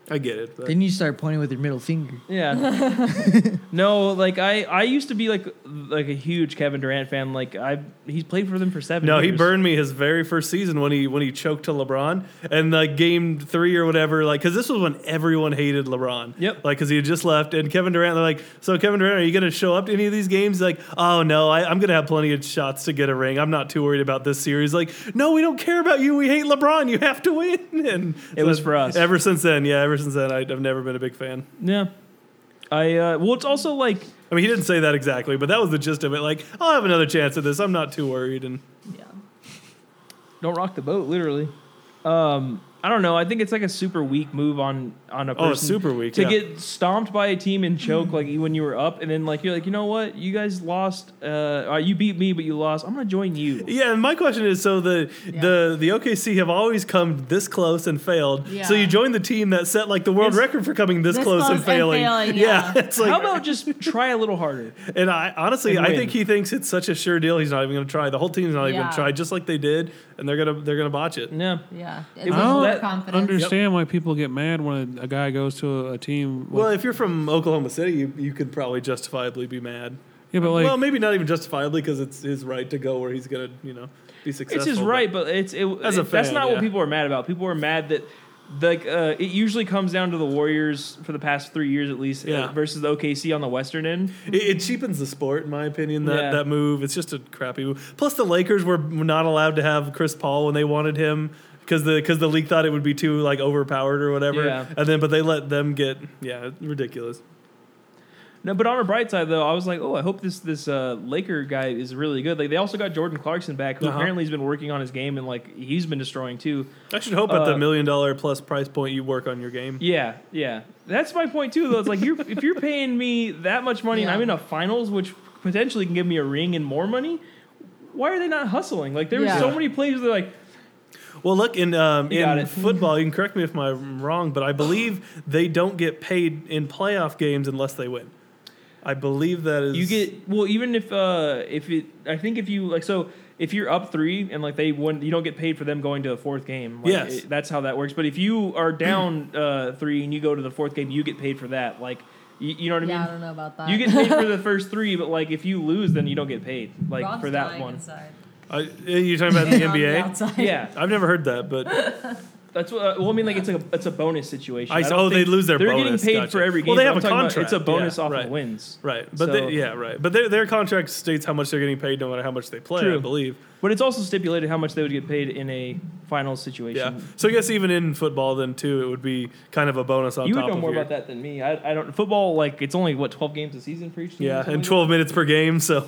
Speaker 5: I get it. but-
Speaker 3: Then you start pointing with your middle finger.
Speaker 2: Yeah. no, like I, I used to be like like a huge Kevin Durant fan. Like I, he's played for them for seven.
Speaker 5: No, he
Speaker 2: years.
Speaker 5: burned me his very first season when he when he choked to LeBron and like game three or whatever. Like, because this was when everyone hated LeBron.
Speaker 2: Yep.
Speaker 5: Like, because he had just left and Kevin Durant. They're like, so Kevin Durant, are you going to show up to any of these games? He's like, oh no, I, I'm going to have plenty of shots to get a ring. I'm not too worried about this series. Like, no, we don't care about you. We hate LeBron. You have to win. And
Speaker 2: It was for us.
Speaker 5: Ever since then, yeah. Ever since then, I, I've never been a big fan.
Speaker 2: Yeah. I uh, well, it's also like
Speaker 5: I mean, he didn't say that exactly, but that was the gist of it. Like, I'll have another chance at this. I'm not too worried. And
Speaker 4: Yeah.
Speaker 2: don't rock the boat, literally. Um, I don't know. I think it's like a super weak move on on a person
Speaker 5: oh, super weak
Speaker 2: to
Speaker 5: yeah. Mm-hmm.
Speaker 2: get stomped by a team and choke like when you were up, and then like you're like, you know what, you guys lost. Uh, uh, you beat me, but you lost. I'm gonna join you.
Speaker 5: Yeah, and my question is so the
Speaker 4: Yeah.
Speaker 5: the the OKC have always come this close and failed. So
Speaker 4: Yeah.
Speaker 5: you join the team that set like the world
Speaker 2: Yes.
Speaker 5: record for coming this,
Speaker 4: This
Speaker 5: close,
Speaker 4: close
Speaker 5: and
Speaker 4: and
Speaker 5: failing.
Speaker 4: failing, yeah.
Speaker 5: it's like
Speaker 2: How about just try a little harder?
Speaker 5: and I honestly
Speaker 2: And
Speaker 5: I
Speaker 2: win.
Speaker 5: think he thinks it's such a sure deal he's not even going to try. The whole team's not even going
Speaker 4: Yeah.
Speaker 5: to try just like they did and they're going to they're going to botch it.
Speaker 2: Yeah.
Speaker 4: Yeah.
Speaker 2: It
Speaker 4: It's
Speaker 2: was
Speaker 4: more
Speaker 2: that
Speaker 4: confidence.
Speaker 1: Understand why people get mad when a, a guy goes to a, a team.
Speaker 5: Well,
Speaker 1: like-
Speaker 5: if you're from Oklahoma City, you, you could probably justifiably be mad.
Speaker 1: yeah, but like,
Speaker 5: well, maybe not even justifiably because it's his right to go where he's going to, you know, be successful.
Speaker 2: It's his
Speaker 5: but-
Speaker 2: right, but it's it,
Speaker 5: As a
Speaker 2: that's
Speaker 5: fan,
Speaker 2: not what
Speaker 5: yeah.
Speaker 2: people are mad about. People are mad that like uh, it usually comes down to the Warriors for the past three years at least uh,
Speaker 5: Yeah.
Speaker 2: versus the OKC on the Western end.
Speaker 5: It, it cheapens the sport, in my opinion. That,
Speaker 2: Yeah.
Speaker 5: that move, it's just a crappy move. Plus, the Lakers were not allowed to have Chris Paul when they wanted him because the because the league thought it would be too like overpowered or whatever.
Speaker 2: Yeah.
Speaker 5: And then, but they let them get yeah ridiculous.
Speaker 2: No, but on a bright side though, I was like, oh, I hope this this uh, Laker guy is really good. Like they also got Jordan Clarkson back, who
Speaker 5: Uh-huh.
Speaker 2: apparently has been working on his game and like he's been destroying too.
Speaker 5: I should hope at
Speaker 2: Uh,
Speaker 5: the million dollar plus price point you work on your game.
Speaker 2: Yeah, yeah, that's my point too. Though it's like you're if you're paying me that much money and
Speaker 4: Yeah.
Speaker 2: I'm in a finals, which potentially can give me a ring and more money. Why are they not hustling? Like there
Speaker 4: Yeah.
Speaker 2: were so many plays. They're like,
Speaker 5: Well, look in um,
Speaker 2: You got
Speaker 5: in
Speaker 2: it.
Speaker 5: football. You can correct me if I'm wrong, but I believe they don't get paid in playoff games unless they win. I believe that is
Speaker 2: You get well, even if uh, if it, I think if you like, so if you're up three and like they won, you don't get paid for them going to a fourth game. Like,
Speaker 5: Yes.
Speaker 2: it- that's how that works. But if you are down uh, three and you go to the fourth game, you get paid for that. Like, you, you know what
Speaker 4: yeah, I
Speaker 2: I
Speaker 4: don't know about that.
Speaker 2: mean? You get paid for the first three, but like if you lose, then you don't get paid like
Speaker 4: Rob's
Speaker 2: for that
Speaker 4: dying
Speaker 2: one.
Speaker 4: Inside.
Speaker 5: I, you're talking about
Speaker 4: And
Speaker 5: the
Speaker 4: on
Speaker 5: NBA.
Speaker 4: outside.
Speaker 2: Yeah,
Speaker 5: I've never heard that, but
Speaker 2: that's what. Uh, well, I mean, like it's like a it's a bonus situation.
Speaker 5: I-
Speaker 2: I don't
Speaker 5: oh, they
Speaker 2: think-
Speaker 5: lose their
Speaker 2: They're
Speaker 5: bonus,
Speaker 2: getting paid
Speaker 5: gotcha.
Speaker 2: for every game.
Speaker 5: Well, they
Speaker 2: but
Speaker 5: have
Speaker 2: I'm
Speaker 5: a
Speaker 2: talking about It's a
Speaker 5: contract, yeah,
Speaker 2: bonus off
Speaker 5: right.
Speaker 2: of wins.
Speaker 5: Right, but
Speaker 2: So-
Speaker 5: they, yeah, right, but their their contract states how much they're getting paid, no matter how much they play. I
Speaker 2: True.
Speaker 5: believe.
Speaker 2: But it's also stipulated how much they would get paid in a final situation.
Speaker 5: Yeah, so I guess even in football, then too, it would be kind of a bonus on
Speaker 2: you
Speaker 5: top.
Speaker 2: would know
Speaker 5: of
Speaker 2: more
Speaker 5: your-
Speaker 2: about that than me. I, I don't football like it's only what twelve games a season for each team. or
Speaker 5: Yeah,
Speaker 2: something
Speaker 5: and
Speaker 2: like
Speaker 5: twelve minutes per game. So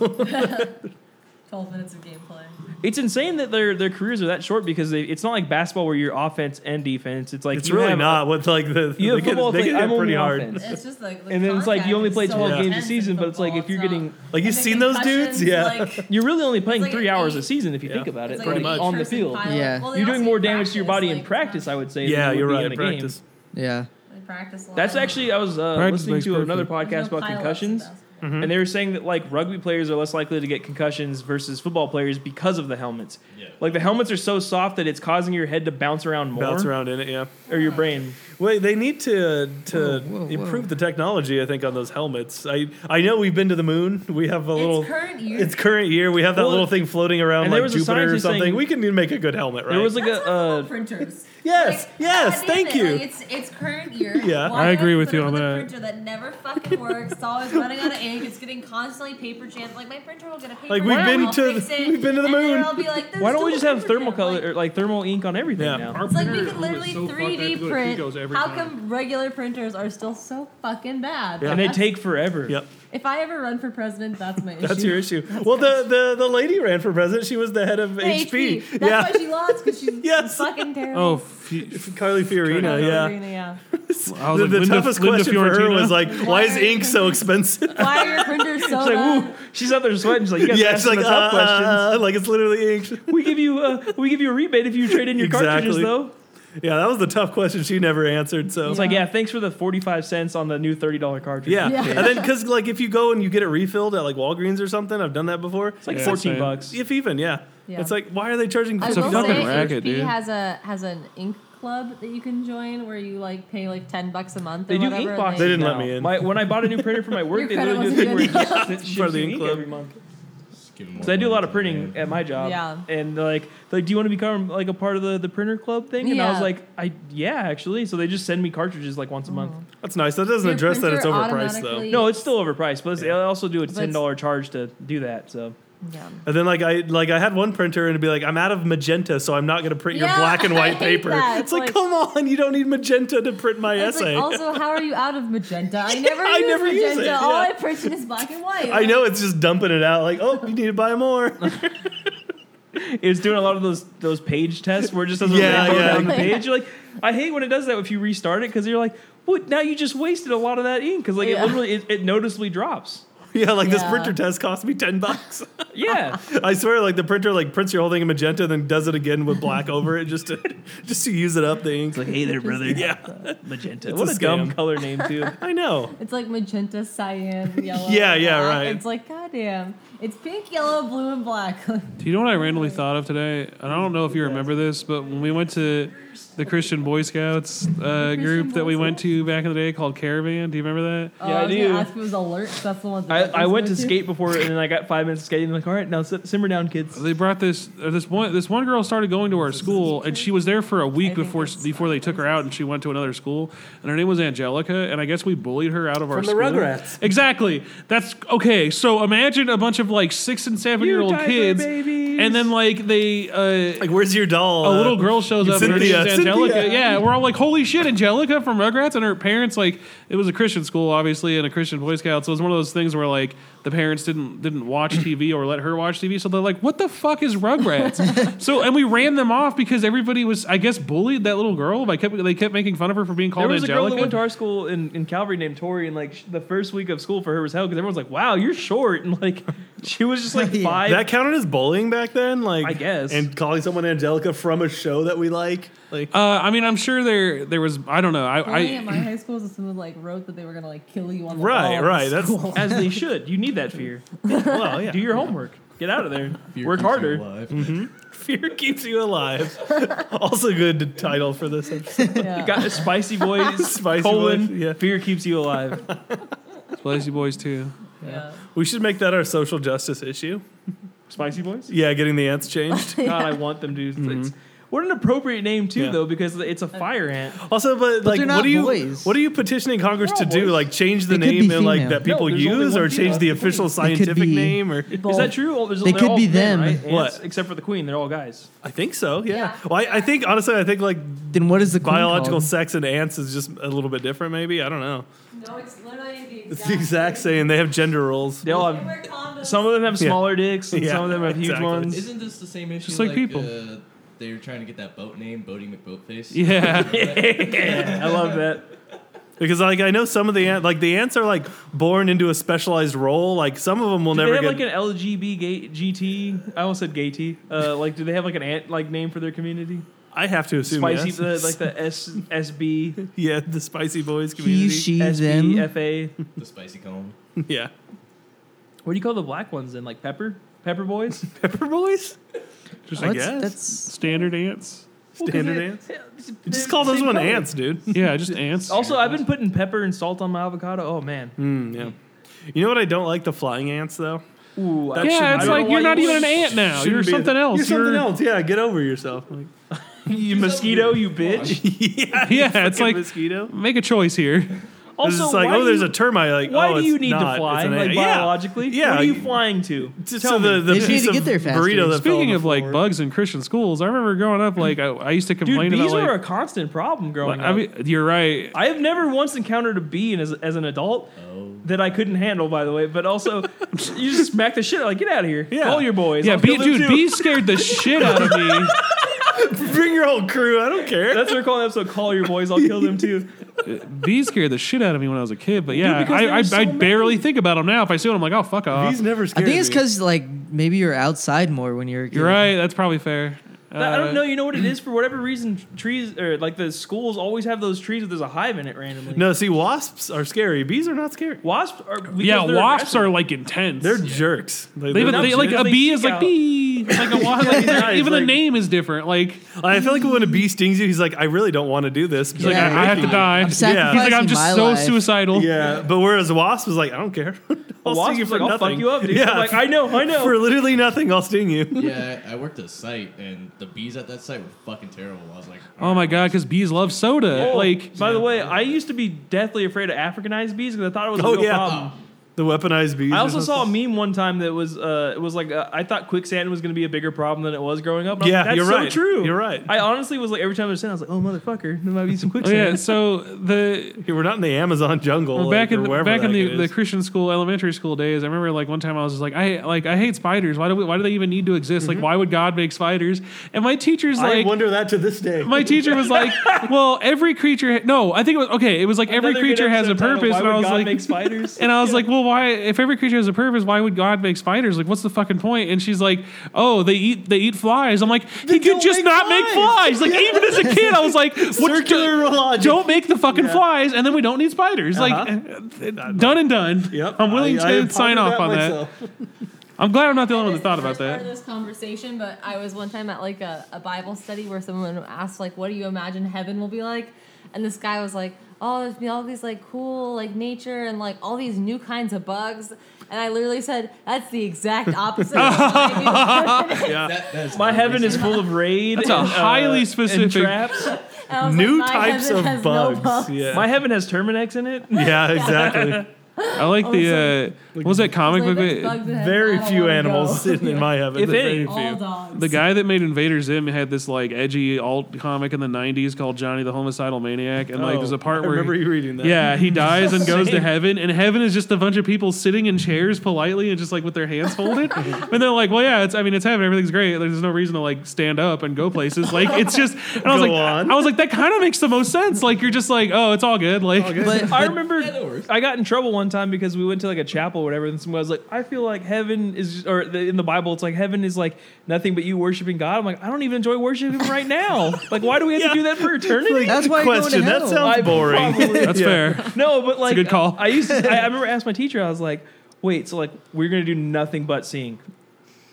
Speaker 4: 12 minutes of gameplay.
Speaker 2: that? It's insane that their their careers are that short because they, it's not like basketball where you're offense and defense. It's like
Speaker 5: it's
Speaker 2: you
Speaker 5: really
Speaker 2: have-
Speaker 5: not with like the
Speaker 2: You
Speaker 5: they
Speaker 2: have
Speaker 5: get,
Speaker 2: football.
Speaker 5: they
Speaker 2: It's like,
Speaker 5: get hit
Speaker 2: I'm only
Speaker 5: pretty hard.
Speaker 2: offense.
Speaker 4: It's just like the
Speaker 2: And then it's like you
Speaker 4: contact
Speaker 2: only
Speaker 4: is
Speaker 2: play
Speaker 4: so
Speaker 2: 12 games a
Speaker 4: intense in
Speaker 2: season, but it's like
Speaker 4: football,
Speaker 2: if you're
Speaker 4: not-
Speaker 2: getting-
Speaker 5: Like you've
Speaker 4: and the
Speaker 5: seen those dudes,
Speaker 4: concussions,
Speaker 5: yeah.
Speaker 4: Like,
Speaker 2: You're really only playing
Speaker 4: like
Speaker 2: three
Speaker 4: an
Speaker 2: hours a
Speaker 4: eight-
Speaker 2: season if you
Speaker 5: Yeah.
Speaker 2: think about it.
Speaker 4: it's like
Speaker 2: Pretty
Speaker 4: an
Speaker 5: much.
Speaker 2: on the
Speaker 4: eight-person
Speaker 2: field,
Speaker 4: pile.
Speaker 3: Yeah.
Speaker 4: Well, they
Speaker 2: you're
Speaker 4: also
Speaker 2: doing more damage to your
Speaker 4: practice,
Speaker 2: body in
Speaker 4: like,
Speaker 2: practice. I would say. than you
Speaker 5: yeah,
Speaker 2: would
Speaker 5: you're
Speaker 2: be
Speaker 5: right.
Speaker 2: In a game.
Speaker 5: practice.
Speaker 3: Yeah.
Speaker 4: They practice a lot.
Speaker 2: That's actually I was uh,
Speaker 1: Practice
Speaker 2: listening
Speaker 1: makes
Speaker 2: to another
Speaker 1: perfect.
Speaker 2: podcast
Speaker 4: There's no
Speaker 2: about
Speaker 4: pile-ups in
Speaker 2: concussions,
Speaker 4: basketball.
Speaker 5: Mm-hmm.
Speaker 2: and they were saying that like rugby players are less likely to get concussions versus football players because of the helmets.
Speaker 6: Yeah.
Speaker 2: Like the helmets are so soft that it's causing your head to bounce around more,
Speaker 5: Bounce around in it, yeah.
Speaker 2: or your brain.
Speaker 5: Wait, they need to to
Speaker 3: Whoa, whoa, whoa.
Speaker 5: improve the technology. I think on those helmets. I I know we've been to the moon. We have a little.
Speaker 4: It's current year.
Speaker 5: It's current year. We have that
Speaker 2: Well,
Speaker 5: little thing floating around
Speaker 2: and there
Speaker 5: like
Speaker 2: was a
Speaker 5: Jupiter or
Speaker 2: scientist saying-
Speaker 5: something. We can make a good helmet, right?
Speaker 2: There was like
Speaker 4: That's
Speaker 2: a
Speaker 4: how
Speaker 2: uh,
Speaker 4: football printers.
Speaker 5: Yes,
Speaker 4: Like,
Speaker 5: yes,
Speaker 4: God damn
Speaker 5: thank
Speaker 4: it,
Speaker 5: you.
Speaker 4: Like, it's it's current year.
Speaker 5: Yeah.
Speaker 1: I agree with
Speaker 4: put
Speaker 1: you
Speaker 4: up
Speaker 1: on
Speaker 4: with a
Speaker 1: that.
Speaker 4: Printer that never fucking works. It's always running out of ink. It's getting constantly paper jammed. Like my printer will get a paper.
Speaker 5: Like, we've
Speaker 4: jam,
Speaker 5: been
Speaker 4: I'll
Speaker 5: to
Speaker 4: fix
Speaker 5: the-
Speaker 4: it,
Speaker 5: we've been to the
Speaker 4: and then
Speaker 5: moon.
Speaker 4: I'll be like, "There's
Speaker 2: why don't we
Speaker 4: still
Speaker 2: just
Speaker 4: a
Speaker 2: have
Speaker 4: paper jam."
Speaker 2: thermal color or like thermal ink on everything
Speaker 5: Yeah.
Speaker 2: now?
Speaker 1: Our
Speaker 4: It's like we
Speaker 1: printer
Speaker 4: could
Speaker 1: was
Speaker 4: literally
Speaker 1: so fucked, I had to
Speaker 4: 3D
Speaker 1: go to
Speaker 4: print.
Speaker 1: Chico's every
Speaker 4: How
Speaker 1: time.
Speaker 4: come regular printers are still so fucking bad?
Speaker 5: Yeah.
Speaker 2: And they
Speaker 4: That's-
Speaker 2: take forever.
Speaker 5: Yep.
Speaker 4: If I ever run for president, that's my issue.
Speaker 5: That's your issue. well, the, the the lady ran for president. She was the head of
Speaker 4: The
Speaker 5: HP.
Speaker 4: That's
Speaker 5: Yeah,
Speaker 4: why she lost because she's
Speaker 5: Yes.
Speaker 4: fucking terrible.
Speaker 1: Oh, f-
Speaker 5: Carly Fiorina. Yeah.
Speaker 4: yeah.
Speaker 1: I was
Speaker 5: the
Speaker 1: like,
Speaker 5: the
Speaker 1: Linda-
Speaker 5: toughest
Speaker 1: Linda
Speaker 5: question for her
Speaker 1: Fiorentina?
Speaker 5: was like, why is
Speaker 4: Why are you-
Speaker 5: ink so expensive?
Speaker 4: Why are your printers so
Speaker 2: She's
Speaker 4: bad?
Speaker 2: like, ooh, she's out there sweating. She's like, you guys
Speaker 5: yeah,
Speaker 2: asked
Speaker 5: she's like,
Speaker 2: the tough
Speaker 5: uh, uh,
Speaker 2: questions.
Speaker 5: uh, like it's literally ink.
Speaker 2: We give you, uh, we give you a rebate if you trade in your cartridges,
Speaker 5: Exactly.
Speaker 2: though.
Speaker 5: Yeah, that was the tough question she never answered. So
Speaker 2: It's like, yeah, thanks for the forty-five cents on the new thirty-dollar cartridge.
Speaker 5: yeah,
Speaker 4: Yeah.
Speaker 5: and then because like if you go and you get it refilled at like Walgreens or something, I've done that before.
Speaker 2: it's like
Speaker 1: Yeah,
Speaker 2: fourteen
Speaker 1: same.
Speaker 2: bucks.
Speaker 5: If even, yeah.
Speaker 4: Yeah.
Speaker 5: It's like why are they charging?
Speaker 4: I
Speaker 1: It's a
Speaker 4: will
Speaker 1: fucking
Speaker 4: say
Speaker 1: racket,
Speaker 4: HP
Speaker 1: dude.
Speaker 4: has a has an ink club that you can join where you like pay like ten bucks a month. Or
Speaker 2: They do
Speaker 4: whatever,
Speaker 2: ink
Speaker 4: and
Speaker 2: boxes.
Speaker 5: They didn't
Speaker 2: now.
Speaker 5: let me in.
Speaker 2: My, when I bought a new printer for my work,
Speaker 4: Your
Speaker 2: they
Speaker 4: credit
Speaker 2: literally do a thing where
Speaker 4: wasn't
Speaker 2: it ships ships
Speaker 5: the
Speaker 2: you
Speaker 5: ink
Speaker 2: ink
Speaker 5: club.
Speaker 2: every month. So I do a lot of printing at my job.
Speaker 4: Yeah.
Speaker 2: And they're like, they're like, do you want to become like a part of the, the printer club thing? And I was
Speaker 4: Yeah.
Speaker 2: like, I yeah, actually. So they just send me cartridges like once a
Speaker 4: Oh.
Speaker 2: month.
Speaker 5: That's nice. That doesn't
Speaker 4: Your
Speaker 5: address that it's
Speaker 4: printer
Speaker 5: overpriced though.
Speaker 4: automatically-
Speaker 2: No, it's still overpriced, but they also do a
Speaker 4: it's-
Speaker 2: ten dollar charge to do that. So
Speaker 4: Yeah.
Speaker 5: And then like I like I had one printer and it'd be like I'm out of magenta, so I'm not going to print your
Speaker 4: Yeah,
Speaker 5: black and
Speaker 4: I
Speaker 5: white
Speaker 4: hate
Speaker 5: paper.
Speaker 4: that.
Speaker 5: It's
Speaker 4: Like-
Speaker 5: like, come on, you don't need magenta to print my
Speaker 4: It's
Speaker 5: essay.
Speaker 4: like, also, how are you out of magenta? I never
Speaker 5: I
Speaker 4: use
Speaker 5: never use
Speaker 4: magenta.
Speaker 5: it, yeah.
Speaker 4: All I purchase is black and white.
Speaker 5: I know it's just dumping it out. Like oh, you need to buy more.
Speaker 2: it's doing a lot of those those page tests where it just doesn't
Speaker 5: Yeah,
Speaker 2: rainbow
Speaker 5: yeah.
Speaker 2: down the page. You're like, I hate when it does that if you restart it because you're like, what? Now you just wasted a lot of that ink because like it
Speaker 4: Yeah.
Speaker 2: literally it, it noticeably drops.
Speaker 5: yeah, like this
Speaker 4: Yeah.
Speaker 5: printer test cost me ten bucks.
Speaker 2: Yeah.
Speaker 5: I swear, like the printer like prints your whole thing in magenta, then does it again with black over it, just to just to use it up the ink.
Speaker 2: like, hey there, brother. Uh,
Speaker 5: yeah,
Speaker 2: Magenta.
Speaker 5: It's
Speaker 2: what
Speaker 5: a
Speaker 2: a, dumb
Speaker 5: scam.
Speaker 2: color name too.
Speaker 5: I know.
Speaker 4: It's like magenta, cyan, yellow.
Speaker 5: Yeah, yeah,
Speaker 4: black.
Speaker 5: right.
Speaker 4: It's like, goddamn. It's pink, yellow, blue, and black. Oh,
Speaker 1: Do you know what I randomly thought of today? And I don't know if you remember this, but when we went to the Christian Boy Scouts uh, group that we went to back in the day called Caravan, do you remember that?
Speaker 4: Oh,
Speaker 2: Yeah, I
Speaker 4: I was
Speaker 2: do.
Speaker 4: Gonna ask if it was alert. 'cause That's the one.
Speaker 2: I, I went to skate before and then I got five minutes of skating. like, all right, now sit, simmer down, kids.
Speaker 1: They brought this uh, this one this one girl started going to our school, and she was there for a
Speaker 4: I
Speaker 1: week
Speaker 4: think
Speaker 1: before
Speaker 4: that's-
Speaker 1: before they took her out, and she went to another school, and her name was Angelica, and I guess we bullied her out of our
Speaker 5: From the
Speaker 1: school.
Speaker 5: Rugrats.
Speaker 1: Exactly. That's okay. So imagine a bunch of like six and seven year old
Speaker 2: diaper
Speaker 1: kids,
Speaker 2: babies.
Speaker 1: and then like they. Uh,
Speaker 5: Like, where's your doll?
Speaker 1: a
Speaker 5: Uh,
Speaker 1: little girl shows up and her
Speaker 5: Cynthia,
Speaker 1: name's Angelica.
Speaker 5: Cynthia.
Speaker 1: Yeah, we're all like, holy shit, Angelica from Rugrats. And her parents, like, it was a Christian school, obviously, and a Christian Boy Scout. So it was one of those things where, like, the parents didn't didn't watch TV or let her watch TV. So they're like, what the fuck is Rugrats? so, and we ran them off because everybody was, I guess, bullied that little girl. By kept, they kept making fun of her for being
Speaker 2: There
Speaker 1: called
Speaker 2: was a girl that went to
Speaker 1: Angelica.
Speaker 2: our school in, in Calvary named Tori, and like sh- the first week of school for her was hell because everyone's like, "Wow, you're short," and like she was just like
Speaker 3: Yeah.
Speaker 2: five.
Speaker 5: that counted as bullying back then, like
Speaker 2: I guess.
Speaker 5: and calling someone Angelica from a show that we like, like
Speaker 1: Uh, I mean, I'm sure there there was, I don't know. I,
Speaker 4: Bullying at
Speaker 1: I
Speaker 4: my high school was someone like wrote that they were gonna like kill you on the
Speaker 5: Right,
Speaker 4: wall of
Speaker 5: right,
Speaker 4: the
Speaker 5: that's-
Speaker 4: school.
Speaker 2: as they should. You need that fear.
Speaker 5: well, yeah.
Speaker 2: Do your homework. Get out of there.
Speaker 6: Fear
Speaker 2: Work
Speaker 6: keeps you
Speaker 2: harder. Mm-hmm.
Speaker 6: alive.
Speaker 5: Fear keeps you alive. also, good title for this episode.
Speaker 4: yeah.
Speaker 2: Got a spicy boys.
Speaker 5: Spicy
Speaker 2: colon.
Speaker 5: Boys, yeah.
Speaker 2: Fear keeps you alive.
Speaker 1: Lazy Boys, too.
Speaker 4: yeah.
Speaker 5: We should make that our social justice issue.
Speaker 2: spicy boys.
Speaker 5: Yeah, getting the ants changed.
Speaker 2: God, I want them to. It's, what an appropriate name too,
Speaker 5: Yeah.
Speaker 2: though, because it's a fire ant.
Speaker 5: Also, but, like,
Speaker 3: they're
Speaker 5: what
Speaker 3: not
Speaker 5: are you
Speaker 3: boys.
Speaker 5: what are you petitioning Congress
Speaker 2: They're
Speaker 5: to
Speaker 2: not
Speaker 5: do?
Speaker 2: boys.
Speaker 5: Like, change the
Speaker 3: They could
Speaker 5: name
Speaker 3: be
Speaker 5: and like
Speaker 3: female.
Speaker 5: that
Speaker 2: No,
Speaker 5: people
Speaker 2: there's only
Speaker 5: use,
Speaker 2: one female.
Speaker 5: or change the
Speaker 2: That's the
Speaker 5: official
Speaker 3: They could
Speaker 5: scientific
Speaker 3: be-
Speaker 5: name, or
Speaker 2: Is that true? Well, there's-
Speaker 3: They
Speaker 2: they're
Speaker 3: could
Speaker 2: all
Speaker 3: be
Speaker 2: men,
Speaker 3: them.
Speaker 2: right?
Speaker 5: What?
Speaker 2: Ants, Except for the queen, they're all guys.
Speaker 5: I think so. Yeah.
Speaker 4: Yeah.
Speaker 5: Well, I, I think honestly, I think like
Speaker 3: Then what is the queen
Speaker 5: biological
Speaker 3: called?
Speaker 5: sex and ants is just a little bit different. Maybe I don't know.
Speaker 4: No, it's literally the exact.
Speaker 5: It's the exact same. They have gender roles.
Speaker 2: They all have. Some of them have
Speaker 5: Yeah.
Speaker 2: smaller dicks, and
Speaker 5: Yeah,
Speaker 2: some of them have huge
Speaker 5: exactly.
Speaker 2: ones.
Speaker 6: Isn't this the same issue?
Speaker 1: Just like people.
Speaker 6: Uh, they were trying to get that boat name, Bodie McBoatface.
Speaker 1: Yeah.
Speaker 2: I love that.
Speaker 5: Because like I know some of the ant, like the ants are like born into a specialized role. Like some of them will
Speaker 2: Do
Speaker 5: never
Speaker 2: they have
Speaker 5: get.
Speaker 2: like an LGB gay, GT? I almost said gay T. Uh, like, do they have like an ant like name for their community?
Speaker 5: I have to assume
Speaker 2: Spicy,
Speaker 5: yes.
Speaker 2: the, like the S SB,
Speaker 5: yeah, the spicy boys
Speaker 3: He,
Speaker 5: community.
Speaker 3: she, them.
Speaker 2: SBFA.
Speaker 6: The spicy cone.
Speaker 5: yeah,
Speaker 2: What do you call the black ones then? Like pepper, pepper boys.
Speaker 5: pepper boys.
Speaker 1: Just
Speaker 5: I
Speaker 3: What's-
Speaker 5: guess
Speaker 3: That's
Speaker 1: standard ants.
Speaker 5: standard ants. Just call those one ants, dude.
Speaker 1: Yeah, just ants.
Speaker 2: Also, I've been putting pepper and salt on my avocado. Oh man.
Speaker 5: Mm, yeah. You know what I don't like the flying ants though.
Speaker 2: Ooh,
Speaker 5: That
Speaker 1: Yeah,
Speaker 5: shouldn't-
Speaker 1: it's
Speaker 5: I
Speaker 1: like
Speaker 5: don't know
Speaker 1: you're
Speaker 5: why
Speaker 1: not
Speaker 5: you
Speaker 1: even an
Speaker 5: would-
Speaker 1: ant now. You're
Speaker 5: Shouldn't be-
Speaker 1: something else.
Speaker 5: You're something else. Yeah, get over yourself. Like,
Speaker 2: you mosquito, you bitch.
Speaker 5: yeah,
Speaker 1: Yeah, it's
Speaker 5: fucking
Speaker 1: like
Speaker 5: mosquito.
Speaker 1: make a choice here.
Speaker 5: Also, it's like
Speaker 2: why
Speaker 5: oh,
Speaker 2: do
Speaker 5: there's
Speaker 2: you-
Speaker 5: a termite. Like,
Speaker 2: Why
Speaker 5: oh,
Speaker 2: do you
Speaker 5: it's
Speaker 2: need
Speaker 5: not,
Speaker 2: to
Speaker 5: it's
Speaker 2: fly,
Speaker 5: an
Speaker 2: like
Speaker 5: ant. yeah.
Speaker 2: biologically?
Speaker 5: Yeah,
Speaker 2: what are you
Speaker 5: you-
Speaker 2: flying to?
Speaker 5: Just
Speaker 2: Tell
Speaker 5: so the,
Speaker 2: me.
Speaker 5: the
Speaker 3: They just need
Speaker 5: piece
Speaker 3: to get
Speaker 5: of
Speaker 3: there faster.
Speaker 5: burrito that fell on
Speaker 1: Speaking
Speaker 5: the
Speaker 1: of like
Speaker 5: floor.
Speaker 1: bugs in Christian schools, I remember growing up, like I, I used to complain
Speaker 2: Dude, bees
Speaker 1: about like.
Speaker 2: are a constant problem growing
Speaker 1: I
Speaker 2: up.
Speaker 1: mean, you're right.
Speaker 2: I have never once encountered a bee as, as an adult
Speaker 6: Oh.
Speaker 2: that I couldn't handle, by the way. But also, you just smack the shit out. Like, get out of here.
Speaker 5: Yeah.
Speaker 2: Call your boys.
Speaker 1: Yeah,
Speaker 2: I'll kill
Speaker 1: bee,
Speaker 2: them
Speaker 1: dude,
Speaker 2: too.
Speaker 1: bees scared the shit out of me.
Speaker 5: Bring your whole crew. I don't care.
Speaker 2: That's what they're calling the episode. Call your boys. I'll kill them too.
Speaker 1: Bees scared the shit out of me when I was a kid. But yeah,
Speaker 2: because there
Speaker 1: I, I,
Speaker 2: were so
Speaker 1: I
Speaker 2: many.
Speaker 1: barely think about them now. If I see one, I'm like, oh fuck off.
Speaker 5: He's never
Speaker 3: I
Speaker 5: scared.
Speaker 3: think it's
Speaker 5: me.
Speaker 3: because like maybe you're outside more when you're. a
Speaker 1: you're
Speaker 3: kid.
Speaker 1: right. That's probably fair.
Speaker 2: I
Speaker 1: Uh,
Speaker 2: don't know. You know what it is? For whatever reason, trees or like the schools always have those trees that there's a hive in it randomly.
Speaker 5: No, see, wasps are scary. Bees are not scary.
Speaker 2: wasps are. because
Speaker 1: Yeah,
Speaker 2: they're
Speaker 1: wasps
Speaker 2: aggressive.
Speaker 1: are like intense.
Speaker 5: They're jerks. Like,
Speaker 1: they,
Speaker 5: they're
Speaker 1: they, like a
Speaker 2: They
Speaker 1: bee is
Speaker 2: seek
Speaker 1: like
Speaker 2: out-
Speaker 1: bee. Like a wasp. like,
Speaker 5: Yeah, it's
Speaker 1: even the
Speaker 5: like-
Speaker 1: name is different. Like
Speaker 5: I feel like when a bee stings you, he's like, I really don't want to do this. He's
Speaker 1: Like,
Speaker 3: Yeah.
Speaker 1: I, I have to die.
Speaker 3: I'm
Speaker 1: He's like, I'm
Speaker 3: sacrificing
Speaker 1: just
Speaker 3: my
Speaker 1: so
Speaker 3: life.
Speaker 1: suicidal.
Speaker 5: like, yeah. But whereas a wasp was like, I don't care.
Speaker 2: A
Speaker 5: I'll
Speaker 2: wasp
Speaker 5: sting you
Speaker 2: is
Speaker 5: for
Speaker 2: like, I'll
Speaker 5: nothing.
Speaker 2: fuck you up, dude.
Speaker 5: Yeah.
Speaker 2: I'm like, I know, I know.
Speaker 5: for literally nothing, I'll sting you.
Speaker 6: Yeah, I I worked at a site, and the bees at that site were fucking terrible. I was like,
Speaker 1: Oh my god, because bees love soda.
Speaker 2: Oh,
Speaker 1: Like
Speaker 2: by the way, I used to be deathly afraid of Africanized bees because I thought it was a
Speaker 5: Oh,
Speaker 2: real
Speaker 5: yeah.
Speaker 2: problem.
Speaker 5: The weaponized bees.
Speaker 2: I
Speaker 5: are
Speaker 2: also
Speaker 5: so-
Speaker 2: saw a meme one time that was uh, it was like uh, I thought quicksand was going to be a bigger problem than it was growing up. And I'm
Speaker 5: Yeah,
Speaker 2: like, that's
Speaker 5: you're
Speaker 2: so
Speaker 5: right.
Speaker 2: True,
Speaker 5: You're right.
Speaker 2: I honestly was like every time I was saying, I was like, oh motherfucker, there might be some
Speaker 1: oh, yeah,
Speaker 2: quicksand.
Speaker 1: so the
Speaker 5: Yeah, we're not in the Amazon jungle.
Speaker 1: well,
Speaker 5: like,
Speaker 1: back in
Speaker 5: or wherever
Speaker 1: back in
Speaker 5: heck
Speaker 1: the,
Speaker 5: it
Speaker 1: the
Speaker 5: is.
Speaker 1: Christian school elementary school days, I remember like one time I was just like I like I hate spiders. Why do we, why do they even need to exist? Like why would God make spiders? And my teacher's
Speaker 5: I
Speaker 1: like
Speaker 5: wonder that to this day.
Speaker 1: my teacher was like, well, every creature. Ha- no, I think it was okay. It was like every
Speaker 2: Another good
Speaker 1: creature has a
Speaker 2: episode title,
Speaker 1: purpose,
Speaker 2: Why
Speaker 1: and
Speaker 2: would
Speaker 1: I was
Speaker 2: God
Speaker 1: like,
Speaker 2: make spiders.
Speaker 1: And I was like, well, why? If every creature has a purpose, why would God make spiders? Like, what's the fucking point? And she's like, oh, they eat they eat flies. I'm like, he could
Speaker 5: don't
Speaker 1: just
Speaker 5: make
Speaker 1: not make
Speaker 5: flies.
Speaker 1: flies. Like, even as a kid, I was like, what
Speaker 5: Circular logic.
Speaker 1: Don't make the fucking flies, and then we don't need spiders.
Speaker 5: Uh-huh.
Speaker 1: Like, uh, done and done.
Speaker 5: Yep.
Speaker 1: I'm willing
Speaker 5: I- I
Speaker 1: to sign
Speaker 5: pondered
Speaker 1: off on that.
Speaker 5: myself.
Speaker 1: I'm glad I'm not the only one that thought about
Speaker 4: Part of
Speaker 1: that.
Speaker 4: this conversation, but I was one time at like a, a Bible study where someone asked like, "What do you imagine heaven will be like?" And this guy was like, "Oh, there's be all these like cool like nature and like all these new kinds of bugs." And I literally said, "That's the exact opposite." of what I do."
Speaker 5: Yeah.
Speaker 6: That, that is
Speaker 2: My heaven is full of raid.
Speaker 1: That's a
Speaker 2: and, uh,
Speaker 1: highly
Speaker 2: and
Speaker 1: specific-
Speaker 2: traps.
Speaker 4: And I was like,
Speaker 5: New
Speaker 4: "My
Speaker 5: types
Speaker 4: heaven
Speaker 5: of
Speaker 4: has no
Speaker 5: bugs.
Speaker 4: bugs."
Speaker 5: Yeah.
Speaker 2: My heaven has Terminex in it.
Speaker 5: yeah, exactly.
Speaker 1: I
Speaker 5: Oh,
Speaker 1: like the uh, what was that comic
Speaker 4: Like,
Speaker 1: book? that-
Speaker 4: there's bugs in heaven. I
Speaker 5: Very
Speaker 4: don't
Speaker 5: few
Speaker 4: wanna
Speaker 5: animals
Speaker 4: go.
Speaker 5: in, in my heaven.
Speaker 2: If
Speaker 5: but
Speaker 2: any.
Speaker 5: very
Speaker 4: All
Speaker 5: few.
Speaker 4: dogs.
Speaker 1: The guy that made Invader Zim had this like edgy alt comic in the '90s called Johnny the Homicidal Maniac, and like
Speaker 5: Oh,
Speaker 1: there's a part
Speaker 5: I
Speaker 1: where
Speaker 5: remember
Speaker 1: he-
Speaker 5: you reading that.
Speaker 1: yeah he dies and goes to
Speaker 2: Same.
Speaker 1: heaven, and heaven is just a bunch of people sitting in chairs politely and just like with their hands folded, and they're like, well yeah, it's I mean it's heaven, everything's great. There's no reason to like stand up and go places. Like it's just and I was
Speaker 5: Go
Speaker 1: like
Speaker 5: on.
Speaker 1: I was like that kind of makes the most sense. Like you're just like oh it's all good. Like
Speaker 3: But,
Speaker 2: I
Speaker 3: but
Speaker 2: remember I got in trouble one time because we went to like a chapel or whatever, and someone was like, "I feel like heaven is," just, or the, in the Bible, it's like heaven is like nothing but you worshiping God. I'm like, I don't even enjoy worshiping Him right now. like, why do we have to do that for eternity?
Speaker 3: that's why you're going to
Speaker 5: Question. That
Speaker 3: hell.
Speaker 5: sounds
Speaker 2: I
Speaker 5: boring.
Speaker 2: probably-
Speaker 1: that's fair.
Speaker 2: no, but like,
Speaker 1: good call.
Speaker 2: I, I used to. I, I remember asked my teacher. I was like, "Wait, so like we're gonna do nothing but sing."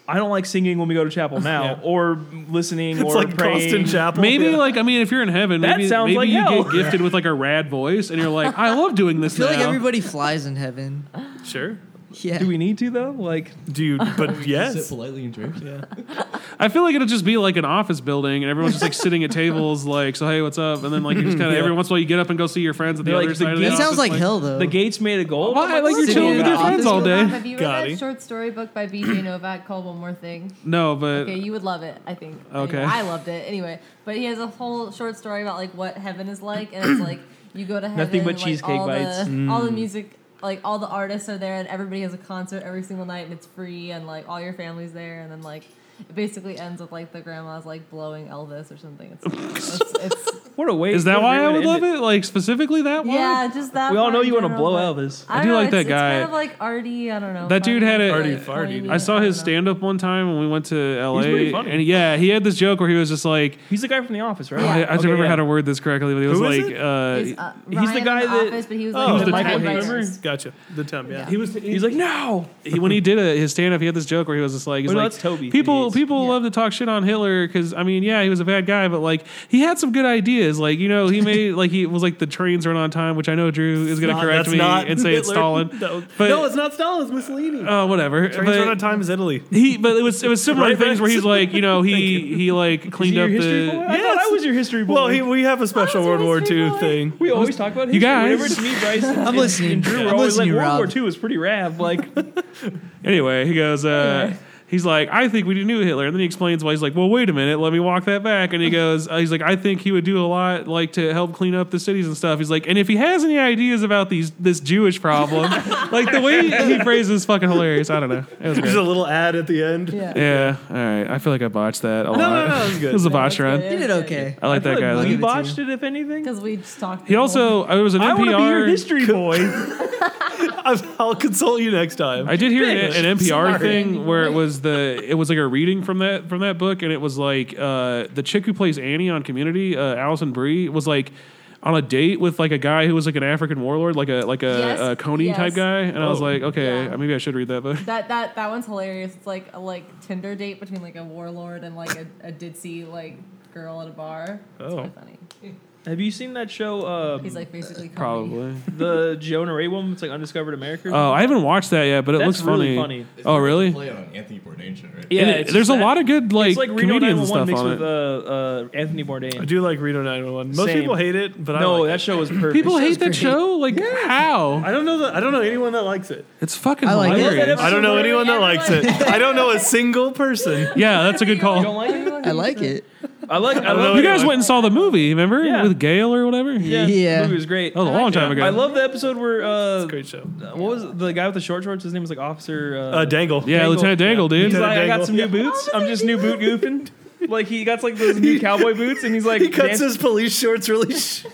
Speaker 2: I don't like singing when we go to chapel now, or listening,
Speaker 5: It's
Speaker 2: or
Speaker 5: like
Speaker 2: praying.
Speaker 5: Boston Chapel.
Speaker 1: Maybe
Speaker 5: Yeah.
Speaker 1: like I mean, if you're in heaven,
Speaker 2: That
Speaker 1: maybe,
Speaker 2: sounds
Speaker 1: maybe
Speaker 2: like
Speaker 1: you
Speaker 2: hell.
Speaker 1: get gifted with like a rad voice, and you're like, I love doing this
Speaker 3: I feel
Speaker 1: now.
Speaker 3: like everybody flies in heaven.
Speaker 5: sure.
Speaker 3: Yeah.
Speaker 2: Do we need to though? Like,
Speaker 5: Do you? But
Speaker 6: Sit
Speaker 5: yes.
Speaker 6: politely and drink. Yeah.
Speaker 1: I feel like it'll just be like an office building, and everyone's just like sitting at tables, like, so hey, what's up? And then like you just kind of every once in a while you get up and go see your friends at the
Speaker 2: They're
Speaker 1: other
Speaker 2: like,
Speaker 1: side
Speaker 2: the
Speaker 1: of the
Speaker 3: that
Speaker 2: gates-
Speaker 1: office,
Speaker 3: sounds like hell, though.
Speaker 2: the gates made a goal.
Speaker 1: Why? Like you're
Speaker 3: Sitting
Speaker 1: chilling
Speaker 3: in
Speaker 1: with your
Speaker 3: the
Speaker 1: friends
Speaker 3: office
Speaker 1: all day.
Speaker 4: Have you
Speaker 5: Got
Speaker 4: read
Speaker 5: it.
Speaker 4: that short story book by B.J. Novak called One More Thing?
Speaker 1: No, but
Speaker 4: Okay, you would love it, I think.
Speaker 1: Okay.
Speaker 4: Anyway, I loved it anyway. But he has a whole short story about like what heaven is like, and it's like you go to heaven.
Speaker 2: Nothing but
Speaker 4: and, like,
Speaker 2: cheesecake
Speaker 4: all
Speaker 2: bites.
Speaker 4: The, All the music, like all the artists are there, and everybody has a concert every single night, and it's free, and like all your family's there, and then like it basically ends with like the grandma's like blowing Elvis or something. It's, it's, it's
Speaker 2: What a waste!
Speaker 1: is that
Speaker 2: what a
Speaker 1: why
Speaker 2: great
Speaker 1: I
Speaker 2: way
Speaker 1: would
Speaker 2: to end
Speaker 1: love it? Like specifically that one.
Speaker 4: yeah, just that.
Speaker 2: We all
Speaker 4: part
Speaker 2: know
Speaker 4: in
Speaker 2: you wanna
Speaker 4: general,
Speaker 2: blow
Speaker 4: but-
Speaker 2: Elvis.
Speaker 1: I
Speaker 4: don't
Speaker 1: do
Speaker 4: know,
Speaker 1: like that
Speaker 4: it's- It's
Speaker 1: guy.
Speaker 4: kind of like arty. I don't know.
Speaker 1: That dude had a-
Speaker 5: Arty
Speaker 4: like,
Speaker 5: farty.
Speaker 4: pointy,
Speaker 1: I saw
Speaker 4: don't
Speaker 1: his
Speaker 4: know.
Speaker 1: stand up one time when we went to LA,
Speaker 2: pretty funny.
Speaker 1: and yeah, he had this joke where he was just like,
Speaker 2: He's the guy from The Office, right?
Speaker 1: I, I
Speaker 4: Yeah.
Speaker 1: don't remember
Speaker 2: yeah.
Speaker 1: how to word this correctly, but he was
Speaker 5: Who is
Speaker 1: like,
Speaker 5: it?
Speaker 1: uh,
Speaker 4: He's, uh,
Speaker 2: the
Speaker 4: Ryan in
Speaker 2: guy
Speaker 4: The
Speaker 2: that-
Speaker 4: Office, but he was
Speaker 5: Oh,
Speaker 4: like
Speaker 5: the
Speaker 4: the
Speaker 2: Michael
Speaker 4: head
Speaker 2: Hammer?
Speaker 4: writers.
Speaker 5: Gotcha. The temp. Yeah.
Speaker 1: was
Speaker 2: He's like, no.
Speaker 1: he, when he did a, his stand up, he had this joke where he was just like, he's
Speaker 2: Well, no,
Speaker 1: like
Speaker 2: that's Toby.
Speaker 1: people
Speaker 2: Yes.
Speaker 1: people
Speaker 4: Yeah.
Speaker 1: love to talk shit on Hitler because I mean, yeah, he was a bad guy, but like he had some good ideas. Like you know, he made like he was like the trains run on time, which I know Drew is going to
Speaker 5: Not-
Speaker 1: correct
Speaker 5: that's
Speaker 1: me
Speaker 5: not
Speaker 1: and say it's
Speaker 5: Hitler.
Speaker 1: Stalin,
Speaker 5: That was-
Speaker 1: but
Speaker 5: no, it's not Stalin. It's Mussolini.
Speaker 1: uh, whatever.
Speaker 5: Trains run on
Speaker 1: But
Speaker 5: time is Italy.
Speaker 1: he but it was it was similar
Speaker 5: Right,
Speaker 1: things where he's
Speaker 5: right.
Speaker 1: like you know he he like
Speaker 2: Is he
Speaker 1: cleaned
Speaker 2: your
Speaker 1: up
Speaker 2: history boy?
Speaker 1: the.
Speaker 2: I thought
Speaker 5: Yes.
Speaker 2: I was your history boy.
Speaker 5: Well, he, we have a special
Speaker 4: Oh,
Speaker 5: World
Speaker 4: it's
Speaker 5: War
Speaker 4: History
Speaker 5: II
Speaker 4: Boy.
Speaker 5: thing.
Speaker 2: we always talk about history.
Speaker 1: guys.
Speaker 2: Whenever it's me, Bryce, and, and-
Speaker 3: listening.
Speaker 2: and Drew,
Speaker 3: I'm
Speaker 2: we're always like,
Speaker 3: listening,
Speaker 2: World War
Speaker 3: Rob.
Speaker 2: II was pretty rad. Like,
Speaker 1: Anyway, he goes. uh He's like, I think we knew Hitler, and then he explains why. He's like, well, wait a minute, let me walk that back. And he goes, uh, he's like, I think he would do a lot, like to help clean up the cities and stuff. He's like, and if he has any ideas about these this Jewish problem, like the way he phrases is fucking hilarious. I don't know. It was
Speaker 5: There's a
Speaker 1: great.
Speaker 5: little ad at the end.
Speaker 4: Yeah.
Speaker 1: Yeah. All right. I feel like I botched that a lot.
Speaker 5: no, no, it was
Speaker 1: it
Speaker 5: good.
Speaker 1: was a botch
Speaker 4: that's
Speaker 1: run.
Speaker 4: good.
Speaker 3: you did okay.
Speaker 1: I like that guy.
Speaker 3: I'll
Speaker 1: though.
Speaker 2: you
Speaker 3: give it to
Speaker 2: botched it, if anything.
Speaker 4: Because we just talked.
Speaker 1: He also, I was an
Speaker 2: I want to be your
Speaker 1: NPR.
Speaker 2: history boy.
Speaker 5: I've- I'll consult you next time.
Speaker 1: I did hear an,
Speaker 2: Bitch.
Speaker 1: an NPR
Speaker 2: Sorry.
Speaker 1: thing where it was the it was like a reading from that from that book, and it was like uh, the chick who plays Annie on Community, uh, Allison Brie, was like on a date with like a guy who was like an African warlord, like a like a,
Speaker 4: Yes,
Speaker 1: a Coney
Speaker 4: yes.
Speaker 1: type guy, and I was
Speaker 2: Oh,
Speaker 1: like, okay, uh,
Speaker 4: Yeah.
Speaker 1: maybe I should read that book.
Speaker 4: that that that one's hilarious. It's like a like Tinder date between like a warlord and like a, a ditzy like girl at a bar. It's
Speaker 5: Oh.
Speaker 4: pretty funny.
Speaker 2: Have you seen that show, um,
Speaker 4: He's like basically comedy.
Speaker 1: Probably.
Speaker 2: the Jonah Ray woman? It's like Undiscovered America. or
Speaker 1: Oh, I haven't watched that yet, but it
Speaker 2: That's
Speaker 1: looks
Speaker 2: really
Speaker 1: funny.
Speaker 2: funny.
Speaker 6: It's
Speaker 1: Oh,
Speaker 6: like a
Speaker 1: really?
Speaker 6: Play on Anthony Bourdain shit, right?
Speaker 2: Yeah,
Speaker 1: And it-
Speaker 2: it's
Speaker 1: there's a
Speaker 2: just that-
Speaker 1: lot of good like,
Speaker 2: it's like Reno
Speaker 1: comedians and
Speaker 2: 911
Speaker 1: stuff
Speaker 2: mixed
Speaker 1: on
Speaker 2: with
Speaker 1: it.
Speaker 2: uh, uh, Anthony Bourdain.
Speaker 5: I do like Reno 911. Most
Speaker 2: Same.
Speaker 5: people hate it, but I
Speaker 2: no,
Speaker 5: like
Speaker 2: that show was perfect.
Speaker 1: People hate
Speaker 3: show's
Speaker 1: that
Speaker 3: great.
Speaker 1: show. Like how?
Speaker 5: it. I don't know. That, I don't know anyone that likes it.
Speaker 1: It's fucking
Speaker 3: I like it.
Speaker 1: hilarious.
Speaker 5: I don't know anyone that likes it.
Speaker 4: Everyone-
Speaker 5: I don't know a single person.
Speaker 1: Yeah, that's a good
Speaker 2: You
Speaker 1: call.
Speaker 2: don't like it?
Speaker 3: I like it.
Speaker 2: I like. I
Speaker 5: don't know
Speaker 2: love
Speaker 1: You
Speaker 5: what
Speaker 1: guys
Speaker 5: Anyway.
Speaker 1: went and saw the movie, remember?
Speaker 2: Yeah.
Speaker 1: With Gail or whatever?
Speaker 2: Yeah,
Speaker 3: Yeah.
Speaker 2: the movie was great.
Speaker 1: That was a long time ago.
Speaker 2: I love the episode where uh,
Speaker 5: Great show.
Speaker 2: what was the guy with the short shorts? His name was like Officer. Uh,
Speaker 5: Uh, Dangle.
Speaker 1: Yeah, Lieutenant Dangle, dude.
Speaker 2: He's like, I got
Speaker 5: Dangle.
Speaker 2: some new boots. I'm just new boot goofing. Like he got like those new cowboy boots, and he's like,
Speaker 5: He cuts
Speaker 2: dance-
Speaker 5: his police shorts really short.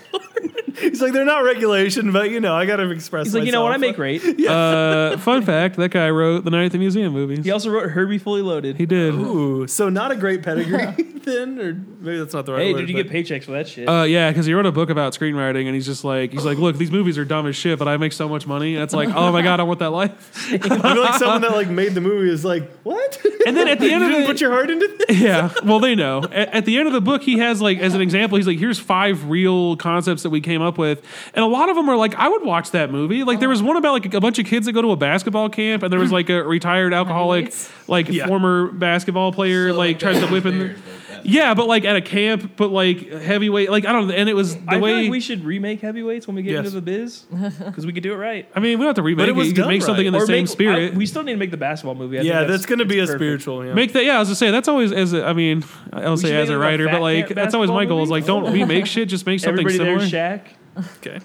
Speaker 5: He's like, they're not regulation, but you know, I gotta express.
Speaker 2: he's like, you know what? I make
Speaker 5: myself."
Speaker 2: rate.
Speaker 1: uh, fun fact: that guy wrote the Night at the Museum movies.
Speaker 2: He also wrote Herbie Fully Loaded.
Speaker 1: He did.
Speaker 5: Ooh, so not a great pedigree. thin, or maybe that's not the right
Speaker 2: Hey,
Speaker 5: word.
Speaker 2: did you
Speaker 5: but-
Speaker 2: get paychecks for that shit?
Speaker 1: Uh, yeah, because he wrote a book about screenwriting, and he's just like, he's like, look, these movies are dumb as shit, but I make so much money. And it's like, oh my god, I want that life.
Speaker 5: I feel like someone that like made the movie is like, what?
Speaker 1: And then at the
Speaker 5: you
Speaker 1: end of
Speaker 5: didn't
Speaker 1: the
Speaker 5: put your heart into this.
Speaker 1: yeah, well, they know. At, at the end of the book, he has like as an example, he's like, here's five real concepts that we came up with, and a lot of them are like, I would watch that movie. Like there was one about like a bunch of kids that go to a basketball camp, and there was like a retired alcoholic,
Speaker 4: Nice.
Speaker 1: like
Speaker 5: Yeah.
Speaker 1: former basketball player,
Speaker 6: So,
Speaker 1: like tries to
Speaker 6: that's
Speaker 1: whip
Speaker 6: theirs,
Speaker 1: in.
Speaker 6: but that's-
Speaker 1: Yeah, but like at a camp, but like heavyweight, like I don't. know. And it was the
Speaker 2: I
Speaker 1: way
Speaker 2: feel like we should remake heavyweights when we get
Speaker 5: Yes.
Speaker 2: into the biz because we could do it right.
Speaker 1: I mean, we don't have to remake
Speaker 5: But
Speaker 1: it.
Speaker 5: it was
Speaker 1: you can
Speaker 5: done
Speaker 1: make something
Speaker 5: right.
Speaker 1: in the
Speaker 2: Or
Speaker 1: same
Speaker 2: make-
Speaker 1: spirit.
Speaker 2: I- we still need to make the basketball movie. I think
Speaker 5: Yeah, that's gonna be a
Speaker 2: it's perfect.
Speaker 5: spiritual. Yeah.
Speaker 1: make that. Yeah, I was gonna say that's always as a, I mean, I'll
Speaker 2: should
Speaker 1: say as
Speaker 2: make
Speaker 1: a
Speaker 2: it like a
Speaker 1: writer,
Speaker 2: fat
Speaker 1: but like
Speaker 2: cat
Speaker 1: that's always my
Speaker 2: basketball
Speaker 1: goal is like don't remake shit, just make something
Speaker 2: Everybody
Speaker 1: similar.
Speaker 2: there, Shaq.
Speaker 5: okay.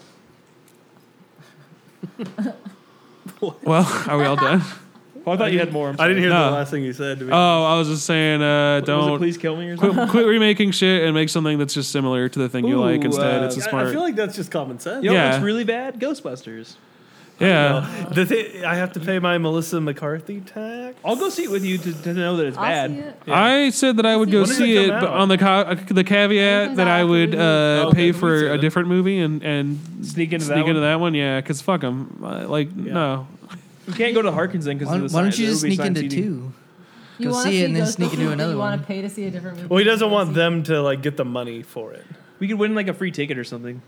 Speaker 1: well, are we all done?
Speaker 2: Oh, I thought you had more. I'm
Speaker 5: I didn't hear
Speaker 1: No.
Speaker 5: the last thing you said. To me.
Speaker 1: Oh, I was just saying, uh,
Speaker 2: sorry. Was it
Speaker 1: don't
Speaker 2: please kill me or something.
Speaker 1: quit, quit remaking shit and make something that's just similar to the thing you like
Speaker 2: Ooh,
Speaker 1: instead.
Speaker 2: uh,
Speaker 1: it's a
Speaker 5: I-
Speaker 1: smart.
Speaker 5: I feel like that's just common sense.
Speaker 2: You know what's
Speaker 1: yeah.
Speaker 2: really bad? Ghostbusters.
Speaker 1: yeah,
Speaker 5: The thi- I have to pay my Melissa McCarthy tax.
Speaker 2: I'll go see it with you to, to know that it's
Speaker 4: I'll
Speaker 2: bad.
Speaker 4: see it.
Speaker 1: I said that I would go
Speaker 5: When does it
Speaker 1: see it,
Speaker 5: come
Speaker 1: but
Speaker 5: out?
Speaker 1: on the ca- the
Speaker 4: It
Speaker 1: caveat
Speaker 4: comes
Speaker 1: that
Speaker 4: out
Speaker 1: I
Speaker 4: after
Speaker 1: would uh,
Speaker 4: we
Speaker 5: leave. Okay,
Speaker 1: pay
Speaker 5: then we
Speaker 1: for
Speaker 5: see
Speaker 1: a
Speaker 5: it.
Speaker 1: different movie and and
Speaker 2: Sneak into that.
Speaker 1: sneak
Speaker 2: one.
Speaker 1: into that one. Yeah, because fuck them. Like no,
Speaker 2: We can't go to Harkinson because
Speaker 3: Why, why don't you just sneak into two?
Speaker 4: You
Speaker 3: Go
Speaker 4: wanna
Speaker 3: see it and then
Speaker 4: Ghost
Speaker 3: sneak into
Speaker 4: Ghostbusters,
Speaker 3: another
Speaker 4: you
Speaker 3: one.
Speaker 4: want to pay to see a different movie.
Speaker 5: Well, he doesn't
Speaker 4: Go
Speaker 5: want
Speaker 4: see-
Speaker 5: them to like get the money for it.
Speaker 2: We could win like a free ticket or something.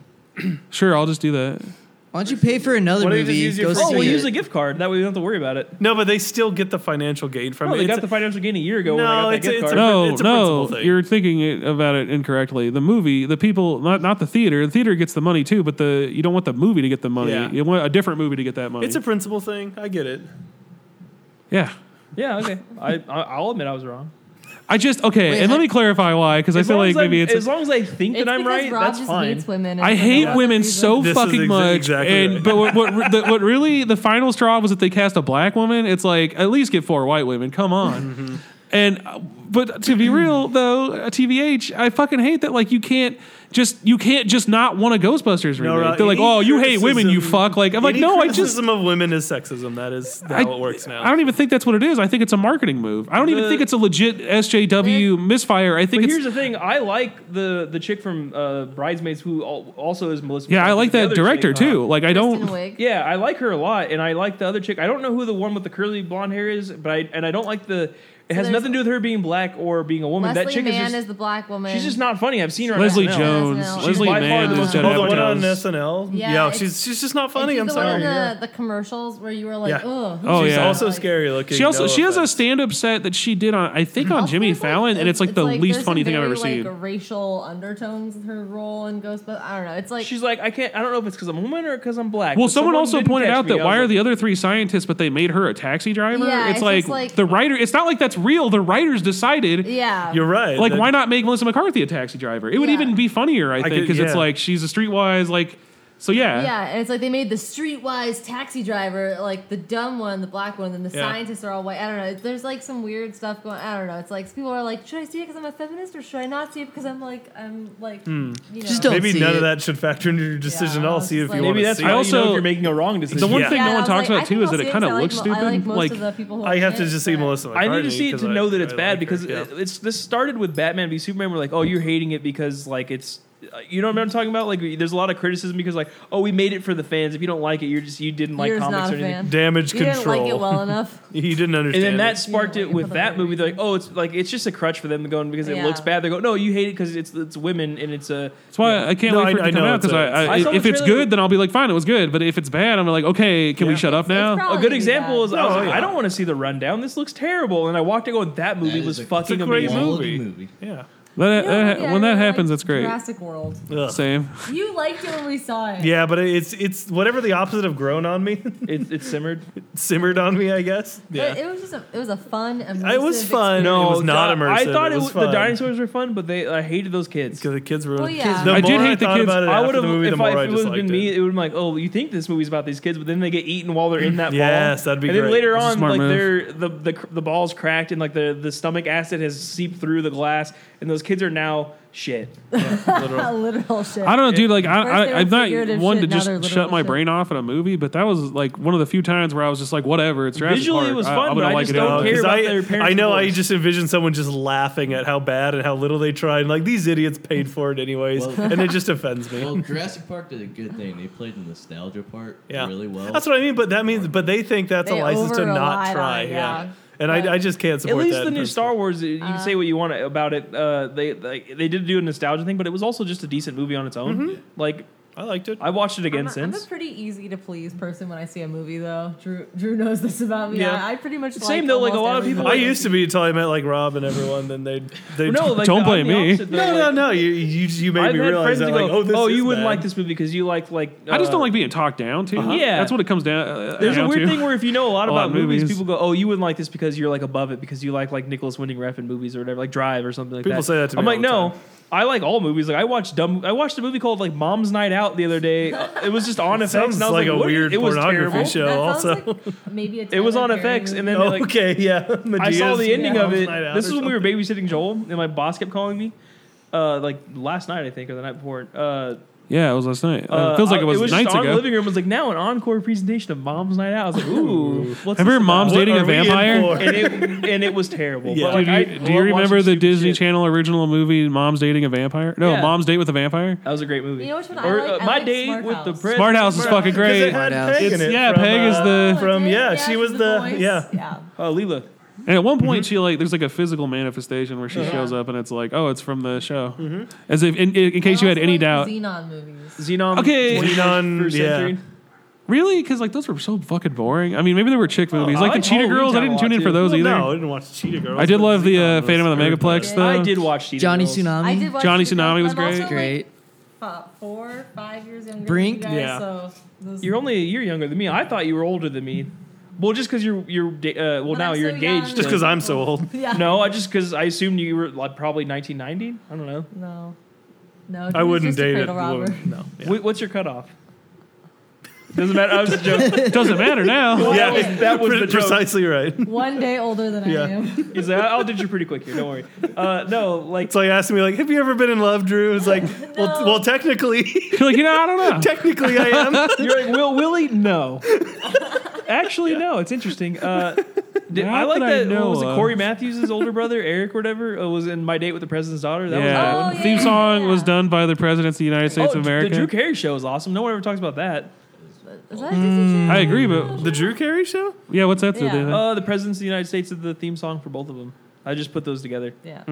Speaker 1: sure, I'll just do that.
Speaker 3: Why don't you pay for another
Speaker 5: Why don't you just
Speaker 3: movie?
Speaker 5: use your
Speaker 3: go
Speaker 5: free
Speaker 2: Oh,
Speaker 3: see
Speaker 2: we'll
Speaker 3: it.
Speaker 2: use a gift card. That way we don't have to worry about it.
Speaker 5: No, but they still get the financial gain from
Speaker 2: No,
Speaker 5: it.
Speaker 2: they got
Speaker 5: It's-
Speaker 2: the financial gain a year ago. when I
Speaker 5: No,
Speaker 2: got that
Speaker 5: it's-
Speaker 2: gift card.
Speaker 5: it's a-
Speaker 1: no,
Speaker 5: it's
Speaker 1: no,
Speaker 5: principle thing.
Speaker 1: you're thinking it, about it incorrectly. The movie, the people, not not the theater. The theater gets the money too, but the you don't want the movie to get the money.
Speaker 5: Yeah.
Speaker 1: You want a different movie to get that money.
Speaker 5: it's a principle thing. I get it.
Speaker 1: yeah.
Speaker 2: Yeah, okay. I, I I'll admit I was wrong.
Speaker 1: I just okay,
Speaker 3: Wait,
Speaker 1: and
Speaker 3: I-
Speaker 1: let me clarify why because I
Speaker 2: As
Speaker 1: feel
Speaker 2: long
Speaker 1: like
Speaker 2: as I'm-
Speaker 1: maybe it's.
Speaker 2: as long as I think
Speaker 4: It's
Speaker 2: that I'm
Speaker 4: because
Speaker 2: right,
Speaker 4: Rob
Speaker 2: that's
Speaker 4: just
Speaker 2: fine.
Speaker 4: hates women. and
Speaker 1: I
Speaker 4: for no
Speaker 1: hate
Speaker 4: other
Speaker 1: women
Speaker 4: reason.
Speaker 1: so
Speaker 5: This is
Speaker 1: fucking
Speaker 5: exa-
Speaker 1: much,
Speaker 5: exactly
Speaker 1: and
Speaker 5: right.
Speaker 1: but what what, the, what really the final straw was that they cast a black woman. It's like at least get four white women. Come on,
Speaker 5: Mm-hmm.
Speaker 1: and uh, but to be real though, uh, TVH, I fucking hate that. Like you can't just you can't just not want a Ghostbusters remake.
Speaker 5: No, Rob,
Speaker 1: They're like,
Speaker 5: any
Speaker 1: oh, you hate women, you
Speaker 5: criticism-
Speaker 1: fuck. Like I'm like,
Speaker 5: Any
Speaker 1: no, I just
Speaker 5: criticism of women is sexism. That is how
Speaker 1: I,
Speaker 5: it works now.
Speaker 1: I don't even think that's what it is. I think it's a marketing move. I don't even
Speaker 2: The-
Speaker 1: think it's a legit SJW misfire. I think
Speaker 2: But
Speaker 1: it's
Speaker 2: here's the thing: I like the the chick from uh, Bridesmaids who al- also is Melissa.
Speaker 1: yeah, I
Speaker 2: McCarthy,
Speaker 1: like
Speaker 2: the
Speaker 1: that
Speaker 2: other
Speaker 1: director
Speaker 2: chick.
Speaker 1: too. Like I
Speaker 4: Kristen
Speaker 1: don't.
Speaker 4: Wiig.
Speaker 2: Yeah, I like her a lot, and I like the other chick. I don't know who the one with the curly blonde hair is, but I and I don't like the. It has
Speaker 4: there's-
Speaker 2: nothing to do with her being black or being a woman.
Speaker 4: Leslie
Speaker 2: that chick
Speaker 4: Mann
Speaker 2: is
Speaker 4: is,
Speaker 2: just
Speaker 4: the black woman.
Speaker 2: she's just not funny. I've seen her. on
Speaker 1: Leslie
Speaker 2: SNL.
Speaker 1: Jones.
Speaker 4: She's
Speaker 1: Leslie
Speaker 2: by far
Speaker 1: Mann
Speaker 2: the
Speaker 1: is
Speaker 2: most-
Speaker 1: Judd
Speaker 5: Oh, the one on
Speaker 1: Apatow's.
Speaker 5: SNL.
Speaker 4: Yeah,
Speaker 5: Yeah,
Speaker 4: it's-
Speaker 5: she's she's just not
Speaker 4: And
Speaker 5: funny.
Speaker 4: she's
Speaker 5: I'm
Speaker 4: the
Speaker 5: sorry.
Speaker 4: One in
Speaker 5: Yeah.
Speaker 4: the, the commercials where you were like,
Speaker 5: Yeah.
Speaker 4: ugh.
Speaker 1: Oh,
Speaker 5: she's
Speaker 1: yeah.
Speaker 5: also
Speaker 4: Like-
Speaker 5: scary looking.
Speaker 1: She also
Speaker 5: no
Speaker 1: she has a
Speaker 5: offense.
Speaker 1: stand-up set that she did on I think on
Speaker 4: Also,
Speaker 1: Jimmy
Speaker 4: it's like-
Speaker 1: Fallon, and it's like the least
Speaker 4: there's
Speaker 1: funny
Speaker 4: some
Speaker 1: thing I've
Speaker 4: very,
Speaker 1: ever seen.
Speaker 4: Like racial undertones with her role in Ghostbusters. I don't know. It's like
Speaker 2: She's like, I can't. I don't know if it's because I'm a woman or because I'm black.
Speaker 1: well,
Speaker 2: but
Speaker 1: someone also
Speaker 2: didn't
Speaker 1: pointed
Speaker 2: catch
Speaker 1: out
Speaker 2: me.
Speaker 1: that
Speaker 2: I
Speaker 1: why
Speaker 2: was
Speaker 1: are
Speaker 2: like,
Speaker 1: the other three scientists, but they made her a taxi driver?
Speaker 4: Yeah,
Speaker 1: it's
Speaker 4: it's
Speaker 1: like,
Speaker 4: just like-
Speaker 1: the writer. It's not like that's real. The writers decided.
Speaker 4: yeah.
Speaker 5: You're right.
Speaker 1: Like,
Speaker 5: That-
Speaker 1: why not make Melissa McCarthy a taxi driver? It would
Speaker 4: Yeah.
Speaker 1: even be funnier, I
Speaker 5: I
Speaker 1: think,
Speaker 5: could-
Speaker 1: because it's
Speaker 5: yeah.
Speaker 1: like she's a streetwise. Like, so
Speaker 4: Yeah, and it's like they made the streetwise taxi driver like the dumb one, the black one, and the
Speaker 5: Yeah.
Speaker 4: scientists are all white. I don't know. It's- There's like some weird stuff going. I don't know. It's like people are like, should I see it because I'm a feminist or should I not see it because I'm like I'm like
Speaker 1: Hmm.
Speaker 4: you know.
Speaker 3: Just don't
Speaker 5: Maybe
Speaker 3: see
Speaker 5: none
Speaker 3: it.
Speaker 5: of that should factor into your decision
Speaker 4: Yeah,
Speaker 5: at all.
Speaker 4: it's
Speaker 5: See if
Speaker 4: just
Speaker 5: you
Speaker 4: like-
Speaker 5: want
Speaker 2: maybe
Speaker 5: to
Speaker 2: that's
Speaker 5: see.
Speaker 2: how
Speaker 1: I
Speaker 5: it.
Speaker 2: you know
Speaker 1: also-
Speaker 2: if you're making a wrong decision.
Speaker 1: The one
Speaker 5: Yeah.
Speaker 1: thing
Speaker 4: Yeah,
Speaker 1: no
Speaker 4: I
Speaker 1: one
Speaker 4: was
Speaker 1: talks
Speaker 4: like,
Speaker 1: about
Speaker 4: I think
Speaker 1: too is
Speaker 4: I'll
Speaker 1: that it
Speaker 4: see
Speaker 1: kind of
Speaker 4: because I
Speaker 1: looks
Speaker 4: like, mo- I
Speaker 1: stupid.
Speaker 4: like most
Speaker 1: Like,
Speaker 4: of the people who
Speaker 5: I
Speaker 4: like
Speaker 5: have to
Speaker 4: it,
Speaker 5: just see
Speaker 4: but-
Speaker 5: Melissa
Speaker 2: I
Speaker 5: McCarthy.
Speaker 2: need to see it
Speaker 5: 'cause
Speaker 2: to
Speaker 5: I-
Speaker 2: know that it's
Speaker 5: I
Speaker 2: bad
Speaker 5: like her,
Speaker 2: because
Speaker 5: yeah.
Speaker 2: it, it's this started with Batman v Superman. We're like, oh, you're hating it because like it's. You know what I'm talking about? Like, there's a lot of criticism because, like, oh, we made it for the fans. If you don't like it, you're just you didn't like
Speaker 4: You're just
Speaker 2: comics
Speaker 4: not
Speaker 2: or
Speaker 4: a
Speaker 2: anything.
Speaker 4: fan.
Speaker 5: damage
Speaker 4: You didn't
Speaker 5: control.
Speaker 4: like it well enough.
Speaker 5: he didn't
Speaker 2: And
Speaker 5: understand.
Speaker 2: then
Speaker 5: it.
Speaker 2: that sparked
Speaker 4: You
Speaker 2: it
Speaker 4: don't like it
Speaker 2: with
Speaker 4: for the
Speaker 2: that movie.
Speaker 4: movie.
Speaker 2: They're like, oh, it's like it's just a crutch for them to go in because it
Speaker 4: Yeah.
Speaker 2: looks bad. They go, no, you hate it because it's it's women and it's a.
Speaker 1: That's why I can't
Speaker 5: No,
Speaker 1: wait for
Speaker 5: I-
Speaker 1: it to
Speaker 5: I
Speaker 1: come
Speaker 5: know
Speaker 1: out
Speaker 5: it's
Speaker 1: because
Speaker 5: a-
Speaker 1: I, I,
Speaker 2: I saw the
Speaker 1: if it's
Speaker 2: trailer.
Speaker 1: good, then I'll be like, fine, it was good. But if it's bad, I'm like, okay, can we
Speaker 5: Yeah.
Speaker 1: shut up now?
Speaker 4: probably-
Speaker 2: A good example is I was
Speaker 5: No,
Speaker 2: like,
Speaker 5: yeah.
Speaker 2: I don't want to see the rundown. This looks terrible. And I walked in going, that movie
Speaker 6: That
Speaker 2: was
Speaker 6: is a- it's a
Speaker 2: fucking
Speaker 5: great
Speaker 2: amazing.
Speaker 5: movie.
Speaker 6: Quality movie.
Speaker 5: yeah.
Speaker 1: That-
Speaker 4: You know,
Speaker 1: that-
Speaker 4: yeah, I
Speaker 1: when that
Speaker 4: really
Speaker 1: happens,
Speaker 4: liked
Speaker 1: that's great.
Speaker 4: Jurassic World.
Speaker 5: Ugh.
Speaker 1: Same.
Speaker 4: You liked it when we saw it.
Speaker 5: Yeah, but it's it's whatever the opposite of grown on me,
Speaker 2: It, it simmered.
Speaker 5: simmered on me, I guess.
Speaker 4: But it was just a, it was a fun.
Speaker 5: It was
Speaker 4: immersive
Speaker 5: fun.
Speaker 4: experience.
Speaker 5: it was not
Speaker 2: uh,
Speaker 5: immersive.
Speaker 2: I thought
Speaker 5: it was
Speaker 2: the
Speaker 5: fun.
Speaker 2: dinosaurs were fun, but they I hated those kids.
Speaker 5: because the kids were.
Speaker 4: Well, yeah.
Speaker 5: The
Speaker 1: I did
Speaker 5: more
Speaker 1: hate the
Speaker 5: thought
Speaker 1: kids.
Speaker 5: About it
Speaker 2: I
Speaker 5: after
Speaker 2: would have
Speaker 5: the movie, the
Speaker 2: if,
Speaker 5: more
Speaker 2: I,
Speaker 5: I
Speaker 2: if it
Speaker 5: just
Speaker 2: would have
Speaker 5: liked
Speaker 2: been
Speaker 5: it.
Speaker 2: me, it would have been like, oh, you think this movie's about these kids, but then they get eaten while they're in that
Speaker 5: Yes,
Speaker 2: ball.
Speaker 5: that'd be
Speaker 2: And then
Speaker 5: great.
Speaker 2: later
Speaker 1: It's a
Speaker 2: on,
Speaker 1: smart
Speaker 2: like
Speaker 1: move.
Speaker 2: they're the, the cr- the ball's cracked and like the the stomach acid has seeped through the glass, and those those kids are now shit.
Speaker 5: Literal.
Speaker 4: literal shit.
Speaker 1: I don't know, dude. Like,
Speaker 4: First
Speaker 1: I,
Speaker 4: they
Speaker 1: I,
Speaker 4: were
Speaker 1: I'm not
Speaker 4: figurative
Speaker 1: one
Speaker 4: shit,
Speaker 1: to
Speaker 4: now
Speaker 1: just
Speaker 4: they're literal
Speaker 1: shut my
Speaker 4: shit.
Speaker 1: brain off at a movie, but that was like one of the few times where I was just like, whatever. It's Jurassic
Speaker 2: Visually,
Speaker 1: Park.
Speaker 2: it was
Speaker 1: I-
Speaker 2: fun,
Speaker 1: I'm
Speaker 2: but
Speaker 1: gonna
Speaker 2: I
Speaker 1: like
Speaker 2: just
Speaker 1: it.
Speaker 2: don't
Speaker 1: anyway.
Speaker 2: care.
Speaker 5: Because
Speaker 2: about
Speaker 5: Uh, I,
Speaker 2: their parents'
Speaker 5: I know I
Speaker 2: divorce.
Speaker 5: just envision someone just laughing at how bad and how little they tried. Like these idiots paid for it anyways,
Speaker 6: Well-
Speaker 5: and it just offends me.
Speaker 6: Well, Jurassic Park did a good thing. They played the nostalgia part
Speaker 5: yeah,
Speaker 6: really well.
Speaker 5: That's what I mean. But that means, but they think that's
Speaker 4: They
Speaker 5: a license to
Speaker 4: over-relied
Speaker 5: not
Speaker 4: on
Speaker 5: try.
Speaker 4: it,
Speaker 5: yeah.
Speaker 4: yeah.
Speaker 5: and
Speaker 4: But-
Speaker 5: I, I just can't
Speaker 2: At
Speaker 5: support
Speaker 2: least
Speaker 5: that
Speaker 2: the
Speaker 5: in
Speaker 2: new
Speaker 5: person.
Speaker 2: Star Wars, you can
Speaker 4: Uh,
Speaker 2: say what you want about it. Uh, they, they they did do a nostalgia thing, but it was also just a decent movie on its own.
Speaker 5: Mm-hmm.
Speaker 2: Like
Speaker 5: I liked it.
Speaker 2: I watched it
Speaker 4: I'm
Speaker 2: again
Speaker 4: a, I'm a
Speaker 2: since.
Speaker 4: pretty easy to please person when I see a movie, though. Drew Drew knows this about me.
Speaker 5: Yeah.
Speaker 4: I, I pretty much like
Speaker 2: Same though, like, a
Speaker 4: almost
Speaker 2: lot of
Speaker 4: every
Speaker 2: people-
Speaker 5: I
Speaker 4: movie.
Speaker 5: used to be until I met like Rob and everyone. Then they they
Speaker 2: no, like,
Speaker 1: Don't
Speaker 2: the-
Speaker 1: blame
Speaker 2: I'm the
Speaker 1: me.
Speaker 2: opposite, though,
Speaker 5: no, no,
Speaker 2: like,
Speaker 5: no. You you, you made
Speaker 2: I've
Speaker 5: me
Speaker 2: had
Speaker 5: realize
Speaker 2: friends
Speaker 5: that.
Speaker 2: who go,
Speaker 5: Like, oh, this is
Speaker 2: you wouldn't
Speaker 5: bad."
Speaker 2: like this movie because you like like.
Speaker 1: I just don't
Speaker 2: uh,
Speaker 1: like being talked down to.
Speaker 2: Uh-huh. Yeah.
Speaker 1: that's what it comes down. Uh,
Speaker 2: There's a
Speaker 1: down
Speaker 2: weird
Speaker 1: to.
Speaker 2: thing where if you know a lot
Speaker 1: A lot
Speaker 2: about
Speaker 1: of
Speaker 2: movies,
Speaker 1: movies.
Speaker 2: people go, "Oh, you wouldn't like this because you're like above it because you like like Nicholas Winding Refn movies or whatever, like Drive or something like
Speaker 5: People
Speaker 2: that."
Speaker 5: say that to me
Speaker 2: I'm like,
Speaker 5: all the
Speaker 2: no.
Speaker 5: time.
Speaker 2: I like all movies. Like I watched dumb. I watched a movie called like Mom's Night Out the other day. Uh, It was just on FX.
Speaker 5: Sounds
Speaker 2: and I was like,
Speaker 5: like a
Speaker 2: what is-
Speaker 5: weird
Speaker 2: It was
Speaker 5: pornography
Speaker 2: terrible.
Speaker 5: show.
Speaker 4: That sounds
Speaker 5: also.
Speaker 4: like maybe a
Speaker 2: It was on
Speaker 4: Tyler Perry
Speaker 2: FX, and then
Speaker 4: movie.
Speaker 2: they, like,
Speaker 5: okay, yeah.
Speaker 2: I saw the ending
Speaker 4: Yeah.
Speaker 2: of it.
Speaker 5: Night Out
Speaker 2: This
Speaker 5: or
Speaker 2: is when we were babysitting Joel, and my boss kept calling me, uh, like last night I think, or the night before. Uh,
Speaker 1: Yeah, it was last night. Uh,
Speaker 2: uh,
Speaker 1: it feels like
Speaker 2: I-
Speaker 1: it was,
Speaker 2: just
Speaker 1: nights
Speaker 2: on the
Speaker 1: ago.
Speaker 2: living room. It was like now an encore presentation of Mom's Night Out. I was like, ooh, what's
Speaker 1: Remember
Speaker 2: this
Speaker 1: Mom's
Speaker 5: What
Speaker 1: dating
Speaker 5: are
Speaker 1: a
Speaker 5: we in
Speaker 1: vampire?
Speaker 5: for?
Speaker 2: about? and it and it was terrible.
Speaker 5: Yeah.
Speaker 2: But, like,
Speaker 1: Dude,
Speaker 2: I
Speaker 1: you- do you
Speaker 2: love
Speaker 1: remember
Speaker 2: watching
Speaker 1: the
Speaker 2: stupid
Speaker 1: Disney
Speaker 2: shit.
Speaker 1: Channel original movie "Mom's Dating a Vampire"? No,
Speaker 2: Yeah.
Speaker 1: "Mom's Date with a Vampire."
Speaker 2: That was a great movie.
Speaker 4: You know which one I
Speaker 2: Or,
Speaker 4: like?
Speaker 2: uh,
Speaker 4: I
Speaker 2: my
Speaker 4: like
Speaker 2: date
Speaker 4: Smart
Speaker 2: with the
Speaker 4: House.
Speaker 2: Pres-
Speaker 1: Smart House is fucking
Speaker 5: Because it
Speaker 1: great,
Speaker 5: had
Speaker 3: Hard
Speaker 5: Peg in
Speaker 1: It's-
Speaker 5: it
Speaker 1: yeah,
Speaker 5: from,
Speaker 1: Peg is
Speaker 5: uh,
Speaker 1: the-
Speaker 4: Oh,
Speaker 5: from
Speaker 4: it did?
Speaker 5: yeah, she was the
Speaker 4: voice.
Speaker 5: yeah.
Speaker 4: yeah.
Speaker 2: Uh, Leela.
Speaker 1: And at one point, she like there's like a physical manifestation where she shows up, and it's like, oh, it's from the show. As if, in, in, in case you
Speaker 4: I
Speaker 1: had
Speaker 4: also
Speaker 1: any
Speaker 4: like the
Speaker 1: doubt,
Speaker 4: Xenon movies.
Speaker 2: Xenon.
Speaker 1: Okay.
Speaker 2: 21st
Speaker 5: Xenon, yeah.
Speaker 2: century.
Speaker 1: really, because like those were so fucking boring. I mean, maybe they were chick movies,
Speaker 2: I
Speaker 1: like,
Speaker 2: like
Speaker 1: the Cheetah
Speaker 2: Halloween
Speaker 1: Girls. I
Speaker 2: Town a
Speaker 1: didn't tune
Speaker 2: lot,
Speaker 1: in for
Speaker 2: too.
Speaker 1: those either.
Speaker 5: No, I didn't watch Cheetah Girls.
Speaker 1: I did
Speaker 5: but
Speaker 1: love the,
Speaker 5: Xenon
Speaker 1: uh, Phantom of the
Speaker 5: was
Speaker 1: Megaplex,
Speaker 5: good.
Speaker 1: though.
Speaker 2: I did watch Cheetah
Speaker 3: Johnny
Speaker 2: Girls.
Speaker 3: Tsunami.
Speaker 4: I did watch
Speaker 1: Johnny
Speaker 4: Cheetah
Speaker 1: Tsunami
Speaker 4: Girls,
Speaker 1: was
Speaker 4: but I'm also,
Speaker 1: great.
Speaker 3: Great.
Speaker 4: Like, f- four, five years younger.
Speaker 3: Brink?
Speaker 4: Than you guys,
Speaker 5: Yeah.
Speaker 4: So those-
Speaker 2: You're only a year younger than me. I thought you were older than me. Well, just because you're you're da- uh, well
Speaker 4: But
Speaker 2: now
Speaker 4: I'm
Speaker 2: you're
Speaker 4: so
Speaker 2: engaged.
Speaker 4: young.
Speaker 5: Just
Speaker 2: like-
Speaker 5: because I'm so old.
Speaker 4: Yeah.
Speaker 2: No, I just because I assumed you were like probably 1990. I don't know.
Speaker 4: No. No. he
Speaker 5: I
Speaker 4: was
Speaker 5: wouldn't
Speaker 4: just a
Speaker 5: date
Speaker 4: cradle
Speaker 5: a
Speaker 4: robber.
Speaker 5: woman. No. Yeah.
Speaker 2: Wait, what's your cutoff? Doesn't matter. I was just joking.
Speaker 1: It doesn't matter now.
Speaker 5: Yeah,
Speaker 4: Okay.
Speaker 2: That was
Speaker 5: pre-
Speaker 2: the joke.
Speaker 5: precisely right.
Speaker 4: One day older than
Speaker 5: Yeah.
Speaker 4: I am.
Speaker 2: He's like, I'll did you pretty quick here. Don't worry. Uh, no, like
Speaker 5: It's like asking me, like, have you ever been in love, Drew? It's like, well,
Speaker 4: No.
Speaker 5: well, technically,
Speaker 1: You're like, you know, I don't know.
Speaker 5: technically, I am.
Speaker 2: you're like Will Willie. No, actually, no. It's interesting. Uh, did, I
Speaker 1: Not
Speaker 2: like
Speaker 1: that I
Speaker 2: that. what
Speaker 1: know
Speaker 2: was it
Speaker 1: of.
Speaker 2: Corey Matthews' older brother Eric or whatever uh, was in My Date with the President's Daughter? That was a good
Speaker 1: yeah,
Speaker 2: one.
Speaker 4: Oh, yeah,
Speaker 1: theme
Speaker 4: yeah,
Speaker 1: song
Speaker 4: yeah.
Speaker 1: was done by the presidents of the United States
Speaker 2: Oh,
Speaker 1: of
Speaker 2: the
Speaker 1: America.
Speaker 2: Drew Carey show is awesome. No one ever talks about that.
Speaker 4: Is that a Disney Channel?
Speaker 1: I agree, but
Speaker 5: the Drew Carey show?
Speaker 1: yeah, what's that to
Speaker 4: Yeah.
Speaker 1: do? then?
Speaker 2: Uh, the Presidents of the United States is the theme song for both of them. I just put those together.
Speaker 4: Yeah.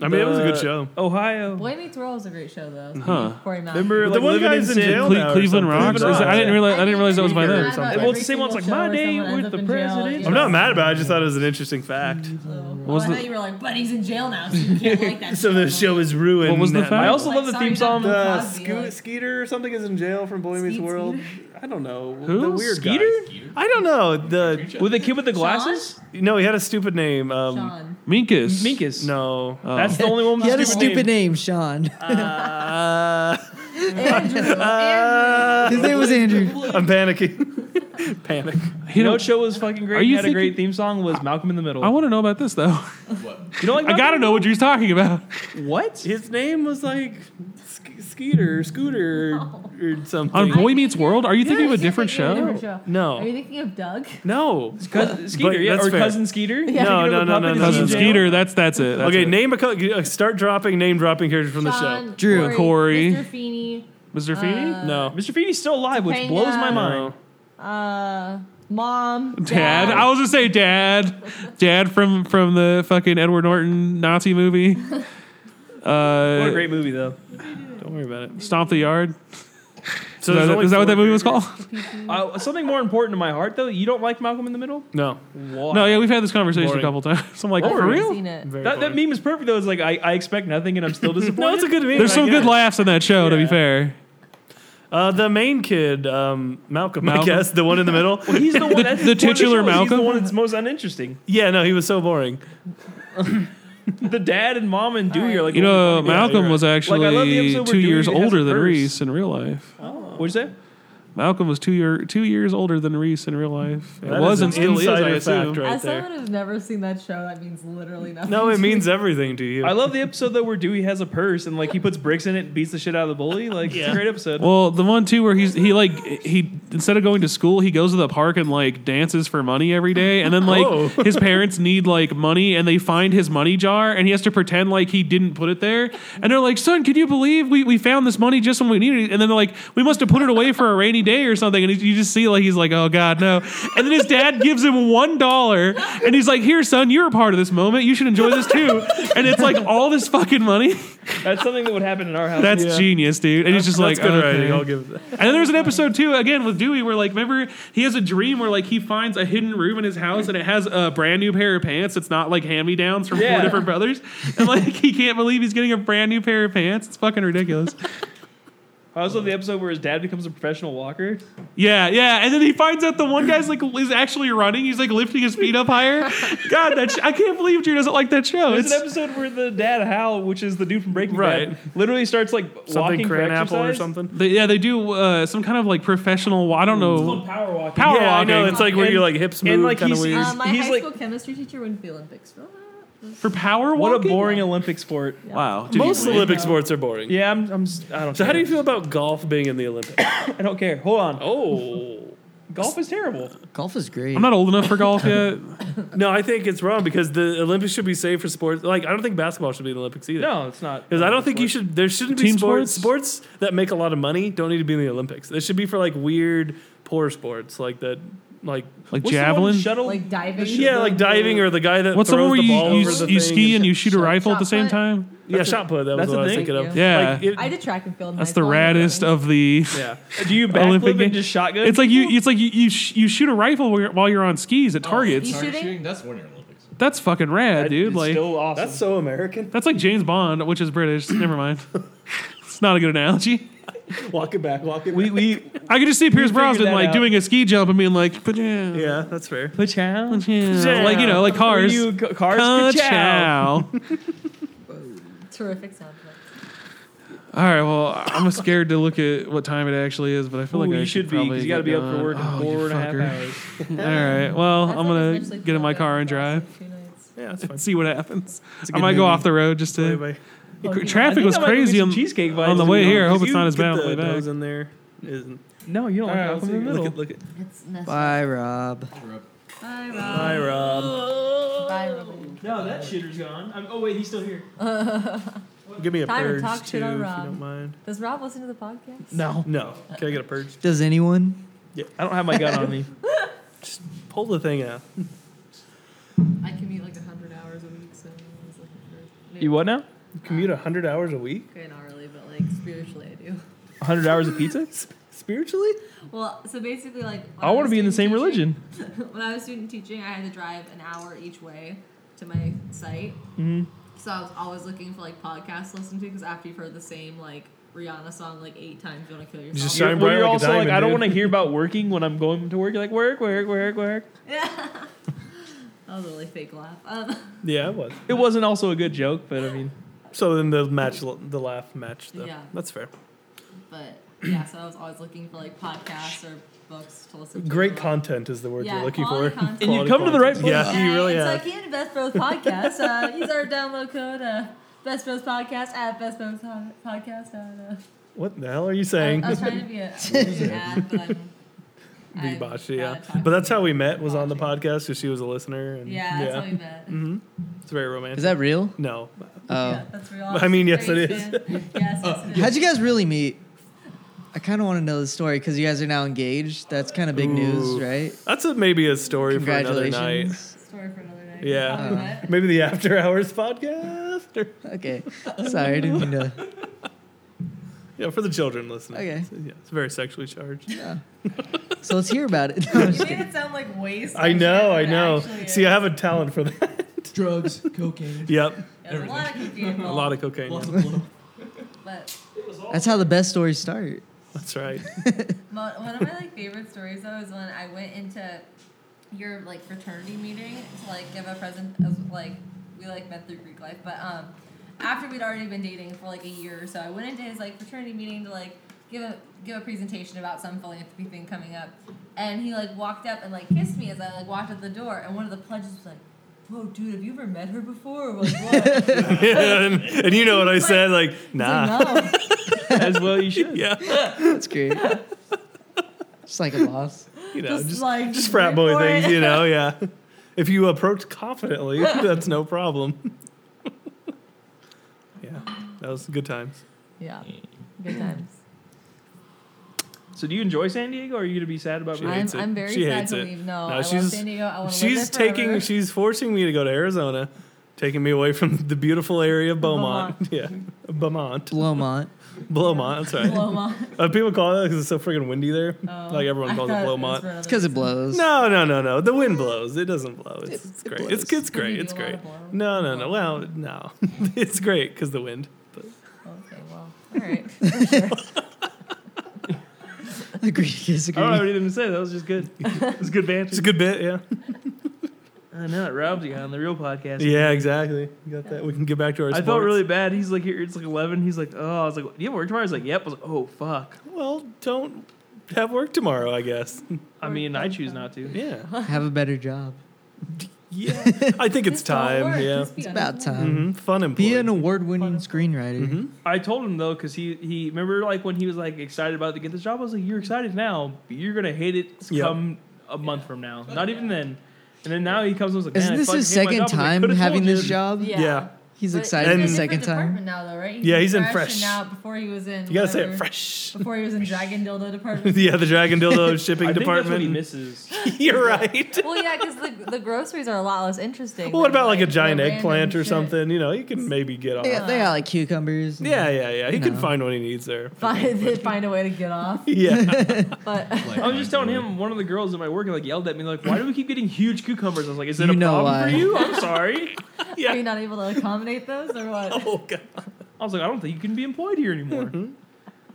Speaker 5: I mean, it was a good
Speaker 2: The-
Speaker 5: show.
Speaker 2: Ohio.
Speaker 4: Boy Meets World is a great show, though.
Speaker 1: Huh.
Speaker 4: Corey Matthews.
Speaker 2: Remember,
Speaker 5: But
Speaker 2: like,
Speaker 5: the one
Speaker 2: living
Speaker 5: guy's
Speaker 2: in
Speaker 5: in
Speaker 2: Sin?
Speaker 5: jail
Speaker 1: Cle-
Speaker 5: now or
Speaker 1: Cleveland
Speaker 5: something.
Speaker 1: Rocks?
Speaker 5: Cleveland
Speaker 1: Is it- I didn't realize. I didn't realize that was by
Speaker 5: Drew
Speaker 1: there.
Speaker 5: Carey. something.
Speaker 2: Well, it's the same one's like, my day with the president.
Speaker 5: I'm not mad about it. I just thought it was an interesting fact.
Speaker 4: Well,
Speaker 1: was
Speaker 4: I
Speaker 1: the-
Speaker 4: thought you were like, but he's in jail now, so you can't like that.
Speaker 5: So the show is ruined.
Speaker 1: What was the fact?
Speaker 2: I also
Speaker 4: Like,
Speaker 2: love the
Speaker 4: sorry,
Speaker 2: theme song.
Speaker 4: Dr.
Speaker 5: Uh,
Speaker 4: Cosby,
Speaker 5: Sco-
Speaker 4: like-
Speaker 5: Skeeter or something is in jail from Boy Meets
Speaker 4: Skeet
Speaker 5: World. I don't know.
Speaker 1: Who?
Speaker 5: The weird guy.
Speaker 2: Skeeter?
Speaker 5: I don't know. The
Speaker 2: With the kid with the glasses?
Speaker 5: no, he had a stupid name. Um,
Speaker 4: Sean.
Speaker 1: Minkus.
Speaker 2: Minkus.
Speaker 5: No.
Speaker 1: Oh.
Speaker 2: That's the only one with
Speaker 3: He had a
Speaker 2: the
Speaker 3: stupid name, Sean.
Speaker 5: Uh,
Speaker 4: Andrew. Andrew.
Speaker 5: uh,
Speaker 3: His name was Andrew.
Speaker 5: I'm panicking. Panic.
Speaker 2: You
Speaker 1: You
Speaker 2: know
Speaker 1: know,
Speaker 2: what show was fucking great?
Speaker 1: Are you
Speaker 2: had a great
Speaker 1: thinking-
Speaker 2: theme song was Malcolm in the Middle.
Speaker 1: I want to know about this though.
Speaker 2: you know, like
Speaker 1: I gotta know what Drew's talking about.
Speaker 2: know. What?
Speaker 5: His name was like Sk- Skeeter, Scooter,
Speaker 4: Oh.
Speaker 5: or something.
Speaker 1: On Boy Meets World, are you thinking of
Speaker 4: You're
Speaker 1: a different
Speaker 4: thinking of a
Speaker 1: show?
Speaker 4: different
Speaker 5: No.
Speaker 4: Are you thinking of Doug?
Speaker 5: no.
Speaker 2: Cousin Skeeter,
Speaker 5: But
Speaker 2: yeah,
Speaker 5: that's
Speaker 2: or
Speaker 5: fair.
Speaker 2: Cousin Skeeter?
Speaker 4: Yeah.
Speaker 5: No, no, no, no, no,
Speaker 1: Cousin
Speaker 5: no.
Speaker 1: Skeeter. That's that's it. That's
Speaker 5: okay,
Speaker 1: it.
Speaker 5: name a co- uh, start dropping name dropping characters from the
Speaker 4: Sean,
Speaker 5: show.
Speaker 3: Drew.
Speaker 4: Corey,
Speaker 1: Corey.
Speaker 4: Mr. Feeney.
Speaker 1: Mr. Feeney.
Speaker 4: Uh,
Speaker 5: No.
Speaker 2: Mr. Feeney's still alive, which
Speaker 4: Topanga.
Speaker 2: blows my
Speaker 4: No.
Speaker 2: mind.
Speaker 4: Uh, mom.
Speaker 1: Dad. I was gonna say Dad. Dad from from the fucking Edward Norton Nazi movie.
Speaker 2: What a
Speaker 1: Uh,
Speaker 2: great movie, though.
Speaker 5: Don't worry about it.
Speaker 1: Stomp the Yard.
Speaker 5: So
Speaker 1: is
Speaker 5: there's
Speaker 1: that,
Speaker 5: only
Speaker 1: is that what
Speaker 5: four
Speaker 1: that movie was
Speaker 5: characters.
Speaker 1: called?
Speaker 2: Uh, something more important to my heart, though. You don't like Malcolm in the Middle?
Speaker 5: No.
Speaker 2: Why?
Speaker 1: No, yeah, we've had this conversation
Speaker 5: Boring.
Speaker 1: a couple times. I'm like,
Speaker 4: I've
Speaker 1: for
Speaker 4: never
Speaker 1: real?
Speaker 4: Seen it.
Speaker 5: Very
Speaker 2: That, that
Speaker 5: boring.
Speaker 2: meme is perfect, though. It's like, I, I expect nothing and I'm still disappointed.
Speaker 5: no, it's a good meme.
Speaker 1: There's
Speaker 5: I
Speaker 1: some good
Speaker 5: guess.
Speaker 1: laughs in that show. To be
Speaker 5: Yeah.
Speaker 1: fair,
Speaker 5: Uh, the main kid, um, Malcolm, I
Speaker 1: Malcolm?
Speaker 5: guess, the one in the middle.
Speaker 2: He's the one
Speaker 1: The-
Speaker 2: that's
Speaker 1: the
Speaker 2: one of
Speaker 1: titular
Speaker 2: shows. He's the
Speaker 1: Malcolm?
Speaker 2: one that's most uninteresting.
Speaker 5: yeah, no, he was so boring.
Speaker 2: The dad and mom and Dewey are like
Speaker 1: you know,
Speaker 2: "Oh, yeah,
Speaker 1: Malcolm
Speaker 2: you're
Speaker 1: was
Speaker 2: right." Like, I love the
Speaker 1: actually
Speaker 2: episode where
Speaker 1: two
Speaker 2: Dewey
Speaker 1: years
Speaker 2: has a
Speaker 1: older than
Speaker 2: purse.
Speaker 1: Reese in real life.
Speaker 2: What'd you say?
Speaker 1: Malcolm was two year two years older than Reese in real life. It
Speaker 5: That is
Speaker 1: was
Speaker 5: an
Speaker 1: and still is, I
Speaker 5: insider
Speaker 1: assume.
Speaker 5: fact right
Speaker 4: As
Speaker 5: there.
Speaker 4: someone who's never seen that show, that means literally nothing.
Speaker 5: No,
Speaker 4: to
Speaker 5: it
Speaker 4: me.
Speaker 5: means everything to you.
Speaker 2: I love the episode though where Dewey has a purse and like he puts bricks in it and beats the shit out of the bully. Like it's a great episode.
Speaker 1: Well, the one too where he's he like he instead of going to school, he goes to the park and like dances for money every day, and then like
Speaker 5: Oh.
Speaker 1: his parents need like money, and they find his money jar, and he has to pretend like he didn't put it there, and they're like, "Son, can you believe we, we found this money just when we needed it?" And then they're like, "We must have put it away for a rainy day or something," and he- you just see like he's like, "Oh God, no!" And then his dad gives him one dollar, and he's like, "Here, son, you're a part of this moment. You should enjoy this too." And it's like all this fucking money.
Speaker 2: That's something that would happen in our house.
Speaker 1: That's
Speaker 5: Yeah.
Speaker 1: genius, dude. And he's just
Speaker 5: That's
Speaker 1: like,
Speaker 5: good
Speaker 1: okay.
Speaker 5: writing. I'll give it that.
Speaker 1: And then there's an episode too, again with Dewey, where like remember he has a dream where like he finds a hidden room in his house and it has a brand new pair of pants. It's not like hand me downs from
Speaker 2: Yeah.
Speaker 1: four different brothers, and like he can't believe he's getting a brand new pair of pants. It's fucking ridiculous.
Speaker 2: I also love the episode where his dad becomes a professional walker.
Speaker 1: Yeah, yeah. And then he finds out the one guy's like is actually running. He's like lifting his feet up higher. God, that sh- I can't believe Drew doesn't like that show.
Speaker 2: There's
Speaker 1: It's
Speaker 2: an episode where the dad Hal, which is the dude from Breaking
Speaker 5: Right.
Speaker 2: Bad, literally starts like
Speaker 5: Something
Speaker 2: walking for
Speaker 5: apple or
Speaker 2: exercise.
Speaker 5: something.
Speaker 1: they, yeah, they do uh, some kind of like professional. I don't
Speaker 2: It's called
Speaker 1: know.
Speaker 2: power walking.
Speaker 1: Power
Speaker 5: yeah, I know.
Speaker 1: walking.
Speaker 5: It's like where
Speaker 2: And-
Speaker 5: you like um, hips
Speaker 2: and,
Speaker 5: move
Speaker 2: like,
Speaker 5: kind of
Speaker 2: he's-
Speaker 5: weird.
Speaker 4: Uh, my
Speaker 2: He's
Speaker 4: high
Speaker 2: like-
Speaker 4: school chemistry teacher wouldn't be Olympics for that.
Speaker 1: for power walking.
Speaker 2: What a boring Olympic sport.
Speaker 4: Yeah.
Speaker 1: Wow, dude,
Speaker 5: Most
Speaker 1: we-
Speaker 5: Olympic sports are boring.
Speaker 2: Yeah, I'm. I'm s- I don't.
Speaker 5: So how
Speaker 2: care.
Speaker 5: do you feel about golf being in the Olympics?
Speaker 2: I don't care. Hold on.
Speaker 5: oh.
Speaker 2: Golf is terrible.
Speaker 3: Golf is great.
Speaker 1: I'm not old enough for golf yet.
Speaker 5: No, I think it's wrong because the Olympics should be safe for sports. Like I don't think basketball should be in the Olympics either.
Speaker 2: No, it's not.
Speaker 5: Because I don't think you should. There shouldn't be
Speaker 1: Team
Speaker 5: sports.
Speaker 1: sports?
Speaker 5: Sports that make a lot of money don't need to be in the Olympics. They should be for like weird, poor sports like that, like
Speaker 1: Like
Speaker 2: What's the one
Speaker 1: javelin.
Speaker 2: shuttle.
Speaker 4: Like diving.
Speaker 5: yeah, like diving or the guy that
Speaker 1: What's the
Speaker 5: throws
Speaker 1: one where
Speaker 5: the
Speaker 1: you,
Speaker 5: ball
Speaker 1: you,
Speaker 5: over
Speaker 1: s-
Speaker 5: the
Speaker 1: you
Speaker 5: thing
Speaker 1: ski and you
Speaker 5: and-
Speaker 1: shoot a rifle at the
Speaker 4: shot
Speaker 1: same
Speaker 4: put.
Speaker 1: time?
Speaker 5: yeah shot put. That was
Speaker 2: that's a
Speaker 5: what I was
Speaker 2: thing?
Speaker 5: thinking of.
Speaker 4: Yeah.
Speaker 1: Yeah.
Speaker 5: Like, it-
Speaker 4: I did track and field. in
Speaker 1: That's
Speaker 4: high
Speaker 1: the
Speaker 4: school. I was
Speaker 1: raddest
Speaker 4: running.
Speaker 1: of the.
Speaker 5: yeah.
Speaker 2: Do you
Speaker 1: Olympic
Speaker 2: backflip
Speaker 1: game.
Speaker 2: and just shotgun?
Speaker 1: It's like you. It's like you. You, sh- you shoot a rifle where- while you're on skis
Speaker 2: Oh,
Speaker 1: at targets.
Speaker 4: You
Speaker 6: Target
Speaker 4: shooting?
Speaker 6: shooting? That's one year Olympics.
Speaker 1: That's fucking rad, dude.
Speaker 2: It's
Speaker 1: Like
Speaker 2: still awesome.
Speaker 5: That's so American.
Speaker 1: that's like James Bond, which is British. Never mind. It's not a good analogy.
Speaker 5: Walk it back. Walk it.
Speaker 2: we we
Speaker 1: I could just see Pierce
Speaker 2: figured
Speaker 1: Brosnan
Speaker 2: that
Speaker 1: like
Speaker 2: out.
Speaker 1: doing a ski jump and being like, "Pachow,
Speaker 5: Yeah, that's fair.
Speaker 2: put down.
Speaker 1: pachow," like you know, like cars.
Speaker 2: You, ca- cars. ka-chow.
Speaker 1: Pachow.
Speaker 4: Terrific sound. effects.
Speaker 1: All right. Well, I'm scared to look at what time it actually is, but I feel
Speaker 2: Ooh,
Speaker 1: like I
Speaker 2: you should be
Speaker 1: probably
Speaker 2: because you got to
Speaker 1: get
Speaker 2: be up for
Speaker 1: going.
Speaker 2: work in
Speaker 1: Oh, you
Speaker 2: four and a half
Speaker 1: fucker.
Speaker 2: hours.
Speaker 1: All right. Well,
Speaker 4: That's
Speaker 1: I'm
Speaker 4: like
Speaker 1: gonna
Speaker 4: essentially
Speaker 1: get in my
Speaker 4: Philadelphia
Speaker 1: car and drive.
Speaker 4: Phillips for two nights.
Speaker 5: Yeah, that's fine.
Speaker 1: and see what happens.
Speaker 5: a
Speaker 1: I
Speaker 5: good
Speaker 1: might go
Speaker 5: movie.
Speaker 1: off the road just to.
Speaker 5: Anyway,
Speaker 1: Cr-
Speaker 2: I think
Speaker 1: Traffic was
Speaker 2: I might go get
Speaker 1: crazy
Speaker 2: some
Speaker 1: on,
Speaker 2: cheesecake vibes
Speaker 1: on the
Speaker 2: if
Speaker 1: way
Speaker 2: you
Speaker 1: here. I
Speaker 5: if
Speaker 1: hope it's
Speaker 5: you
Speaker 1: not as
Speaker 5: get
Speaker 1: bad on the
Speaker 5: the
Speaker 1: way back.
Speaker 5: nose in there. Isn't.
Speaker 2: No, you don't like Malcolm in the middle.
Speaker 5: Look at look at.
Speaker 4: It's messed up.
Speaker 3: Bye, Rob.
Speaker 4: Bye,
Speaker 1: Uh,
Speaker 5: Hi,
Speaker 4: Rob.
Speaker 5: Rob.
Speaker 4: Bye, Rob.
Speaker 2: No, that shitter's gone. I'm, oh wait, he's still here.
Speaker 5: Give me a
Speaker 4: Time to
Speaker 5: purge
Speaker 4: talk
Speaker 5: too,
Speaker 4: shit on
Speaker 5: if you
Speaker 4: Rob.
Speaker 5: don't mind.
Speaker 4: Does Rob listen to the podcast?
Speaker 2: No,
Speaker 5: No, can I get a purge?
Speaker 3: Does anyone?
Speaker 2: I don't have my gun on me.
Speaker 5: Pull the thing out.
Speaker 4: I commute like 100 hours a week, so I was looking for.
Speaker 2: You what now?
Speaker 5: You commute 100 hours a week?
Speaker 4: Okay, not really, but like spiritually, I do.
Speaker 2: 100 hours of pizza?
Speaker 5: Spiritually?
Speaker 4: Well, so basically, like when
Speaker 2: I want
Speaker 4: was
Speaker 2: to be in the same
Speaker 4: student teaching-
Speaker 2: religion.
Speaker 4: when I was student teaching, I had to drive an hour each way to my site.
Speaker 5: Mm-hmm.
Speaker 2: Mhm.
Speaker 4: So I was always looking for like podcasts to listen to because after you've heard the same like Rihanna song like eight times, you want to kill yourself.
Speaker 5: just
Speaker 2: You're,
Speaker 5: Shine
Speaker 2: well,
Speaker 5: bright
Speaker 2: you're
Speaker 5: like a
Speaker 2: also like,
Speaker 5: diamond,
Speaker 2: I don't
Speaker 5: dude.
Speaker 2: want to hear about working when I'm going to work. You're like, work, work, work, work.
Speaker 4: that was a really fake laugh. Um,
Speaker 5: Yeah, it was.
Speaker 2: It wasn't also a good joke, but I mean,
Speaker 5: So then the match, the laugh match, though.
Speaker 4: Yeah.
Speaker 5: That's fair.
Speaker 4: but yeah, so I was always looking for like podcasts or books to listen to.
Speaker 5: Great
Speaker 4: Like,
Speaker 5: content is the word
Speaker 4: Yeah,
Speaker 5: you're looking for.
Speaker 4: quality content.
Speaker 2: And you've
Speaker 5: Quality
Speaker 2: come to the right
Speaker 5: content.
Speaker 2: place.
Speaker 5: Yeah, you really
Speaker 4: and
Speaker 5: have.
Speaker 4: So I can Best Bros Podcast. Uh, use our download code, uh, Best Bros Podcast at Best Bros Pod- Podcast. At, uh,
Speaker 5: What the hell are you
Speaker 4: I,
Speaker 5: saying?
Speaker 4: I was trying to be a an ad, but I'm.
Speaker 5: Be
Speaker 4: I'm
Speaker 5: botched,
Speaker 4: bad
Speaker 5: yeah.
Speaker 4: at talking.
Speaker 5: But that's how we met, was on the podcast, because she was a listener. And
Speaker 4: Yeah, that's how we met.
Speaker 5: It's very romantic.
Speaker 3: Is that real?
Speaker 5: No.
Speaker 3: Oh.
Speaker 4: Yeah, that's real.
Speaker 5: I mean, yes, it
Speaker 4: Great,
Speaker 5: is.
Speaker 4: man. yes, yes, it is.
Speaker 3: How'd you guys really meet? I kind of want to know the story because you guys are now engaged. That's kind of big news,
Speaker 5: Ooh.
Speaker 3: right?
Speaker 5: That's a, maybe a story for another night.
Speaker 3: Congratulations.
Speaker 4: Story for another night.
Speaker 5: Yeah.
Speaker 4: How we met.
Speaker 5: Maybe the after hours podcast. or-
Speaker 3: Okay. Sorry, I didn't mean to.
Speaker 5: yeah, for the children listening.
Speaker 3: Okay.
Speaker 5: It's- yeah, it's very sexually charged.
Speaker 3: yeah. So let's hear about it. No, I'm just
Speaker 4: You made
Speaker 3: kidding.
Speaker 4: it sound like waste.
Speaker 5: I know, I know. See, I have a talent for that.
Speaker 6: Drugs, cocaine.
Speaker 5: Yep.
Speaker 4: There's a lot of cocaine
Speaker 5: A
Speaker 4: involved,
Speaker 5: lot of cocaine.
Speaker 6: Lots
Speaker 5: yeah.
Speaker 6: of blow.
Speaker 4: But
Speaker 3: That's how the best stories start.
Speaker 5: That's right.
Speaker 4: mo- one of my like favorite stories though is when I went into your like fraternity meeting to like give a present. As, like we like met through Greek life, but um, after we'd already been dating for like a year or so, I went into his like fraternity meeting to like give a give a presentation about some philanthropy thing coming up, and he like walked up and like kissed me as I like walked out the door, and one of the pledges was like, "Whoa, dude, have you ever met her before?" Or like, what? It's like,
Speaker 5: and, and you know what I said, like, nah.
Speaker 4: "No."
Speaker 2: As well, you should.
Speaker 5: Yeah,
Speaker 3: That's great. Just like a boss.
Speaker 5: you know,
Speaker 4: Just
Speaker 5: just,
Speaker 4: like,
Speaker 5: just frat
Speaker 4: wait
Speaker 5: boy
Speaker 4: for
Speaker 5: things,
Speaker 4: it.
Speaker 5: you know, yeah. If you approach confidently, that's no problem. yeah, that was good times.
Speaker 4: yeah, good times.
Speaker 2: So do you enjoy San Diego, or are you gonna be sad about
Speaker 5: She
Speaker 4: I'm,
Speaker 5: hates it.
Speaker 4: I'm very
Speaker 5: She
Speaker 4: sad
Speaker 5: hates
Speaker 4: to
Speaker 5: it.
Speaker 4: leave. No,
Speaker 5: No,
Speaker 4: I love
Speaker 5: she's-
Speaker 4: San Diego. I want to live
Speaker 5: She's
Speaker 4: there forever.
Speaker 5: taking, she's forcing me to go to Arizona, taking me away from the beautiful area of Beaumont. Yeah, Beaumont,
Speaker 3: Blomont.
Speaker 5: Blowmont. That's right.
Speaker 4: Blowmont.
Speaker 5: Uh, people call it because it's so freaking windy there.
Speaker 4: Oh.
Speaker 5: Like everyone
Speaker 4: I
Speaker 5: calls it
Speaker 4: thought was
Speaker 5: Blowmont.
Speaker 4: for another
Speaker 3: It's because it
Speaker 4: reason.
Speaker 3: blows.
Speaker 5: No, no, no, no. The wind blows. It doesn't blow. It's,
Speaker 3: It-
Speaker 5: it's
Speaker 3: it
Speaker 5: great.
Speaker 3: blows.
Speaker 5: It's, it's
Speaker 4: Did we
Speaker 5: great.
Speaker 4: do
Speaker 5: It's
Speaker 4: a lot
Speaker 5: great.
Speaker 4: of blowing?
Speaker 5: No, no, no. Well, no. it's great because the wind. But
Speaker 4: Okay, well, all right.
Speaker 3: Agree,
Speaker 2: I don't have
Speaker 3: disagree.
Speaker 2: anything to say. That was just good. It was good banter.
Speaker 5: it's a good bit. Yeah.
Speaker 2: I know it robs you on the real podcast.
Speaker 5: Yeah, exactly. You got that. We can get back to our.
Speaker 2: I
Speaker 5: Sports.
Speaker 2: felt really bad. He's like, here, it's like 11. He's like, oh, I was like, do you have work tomorrow? I was like, yep. I was like, oh, fuck.
Speaker 5: Well, don't have work tomorrow. I guess.
Speaker 2: I mean, I choose not to.
Speaker 5: Yeah.
Speaker 3: Have a better job.
Speaker 5: Yeah. I think it's
Speaker 4: Just don't work.
Speaker 5: time. Yeah.
Speaker 4: Just be
Speaker 3: It's about
Speaker 4: unemployed.
Speaker 3: time.
Speaker 5: hmm Fun and Mm-hmm.
Speaker 3: Be an award-winning screenwriter.
Speaker 2: I told him, though, because he, he, remember, like, when he was, like, excited about to get this job? I was like, you're excited now, but you're going to hate it
Speaker 5: Yep.
Speaker 2: come a month from now. Not even then. And then now he comes and was like,
Speaker 3: Isn't
Speaker 2: "Man, I
Speaker 3: this
Speaker 2: fucking
Speaker 3: his
Speaker 2: hate my
Speaker 3: second
Speaker 2: job." I was like,
Speaker 3: time
Speaker 2: "Coulda
Speaker 3: having
Speaker 2: told you."
Speaker 3: this job?
Speaker 4: Yeah.
Speaker 5: Yeah.
Speaker 3: He's
Speaker 4: But
Speaker 3: excited
Speaker 5: And-
Speaker 3: the
Speaker 4: he's in a
Speaker 3: second
Speaker 4: different
Speaker 3: time.
Speaker 4: department now, though, right?
Speaker 5: Yeah, he's in
Speaker 4: and
Speaker 5: fresh.
Speaker 4: now. Before he was in.
Speaker 5: You gotta say it
Speaker 4: whatever-
Speaker 5: fresh.
Speaker 4: Before he was in Dragon Dildo department.
Speaker 5: yeah, the Dragon Dildo shipping
Speaker 2: I think that's what he
Speaker 5: department.
Speaker 2: misses.
Speaker 5: You're right.
Speaker 4: well, yeah, because the, the groceries are a lot less interesting.
Speaker 5: Well, what
Speaker 4: than,
Speaker 5: about like a
Speaker 4: the
Speaker 5: giant
Speaker 4: random
Speaker 5: eggplant or
Speaker 4: shit.
Speaker 5: something? You know, you can maybe get off.
Speaker 3: They got, they got like cucumbers. and-
Speaker 5: Yeah, yeah, yeah. He
Speaker 3: You
Speaker 5: can
Speaker 3: know.
Speaker 5: find what he needs there.
Speaker 4: Find, find a way to get off,
Speaker 5: Yeah.
Speaker 4: but
Speaker 6: Like,
Speaker 2: I was just telling
Speaker 6: constantly.
Speaker 2: him one of the girls at my work like yelled at me like, "Why do we keep getting huge cucumbers?" I was like, "Is it
Speaker 3: You
Speaker 2: a
Speaker 3: know
Speaker 2: problem
Speaker 3: why.
Speaker 2: for you?" I'm sorry.
Speaker 4: are you
Speaker 5: yeah.
Speaker 4: not able to accommodate those or what?
Speaker 5: Oh, God.
Speaker 2: I was like, "I don't think you can be employed here anymore."
Speaker 5: Mm-hmm.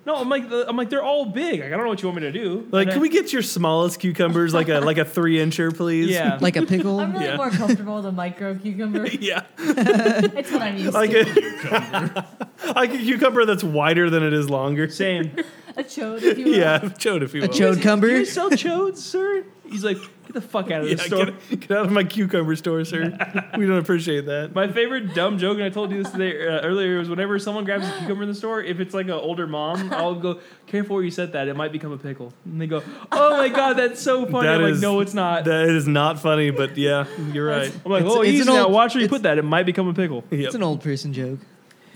Speaker 2: No, I'm like, the- I'm like, they're all big. Like, I don't know what you want me to do.
Speaker 5: Like,
Speaker 2: And
Speaker 5: can
Speaker 2: I-
Speaker 5: we get your smallest cucumbers, like a like a three incher, please?
Speaker 2: Yeah.
Speaker 3: Like a pickle.
Speaker 4: I'm really
Speaker 5: Yeah.
Speaker 4: more comfortable with a micro cucumber.
Speaker 5: yeah.
Speaker 4: it's what I'm used
Speaker 5: Like
Speaker 4: to.
Speaker 5: a like a cucumber that's wider than it is longer.
Speaker 2: Same. Do
Speaker 4: A chode, if you will.
Speaker 5: Yeah, chode if you
Speaker 3: a
Speaker 5: will.
Speaker 3: chode cumber.
Speaker 2: you sell chodes, sir? He's like, "Get the fuck out of
Speaker 5: Yeah,
Speaker 2: this store."
Speaker 5: get, get out of my cucumber store, sir. we don't appreciate that.
Speaker 2: My favorite dumb joke, and I told you this today, uh, earlier, was whenever someone grabs a cucumber in the store, if it's like an older mom, I'll go, careful where you said that, it might become a pickle. And they go, oh my god, that's so funny.
Speaker 5: That
Speaker 2: I'm like,
Speaker 5: is-
Speaker 2: no, it's not.
Speaker 5: That is not funny, but yeah, you're right.
Speaker 2: I'm like,
Speaker 3: It's-
Speaker 2: oh,
Speaker 3: it's
Speaker 2: easy
Speaker 3: an
Speaker 2: now.
Speaker 3: old-
Speaker 2: Watch where you
Speaker 3: it's-
Speaker 2: put that. It might become a pickle.
Speaker 5: Yep.
Speaker 3: It's an old person joke.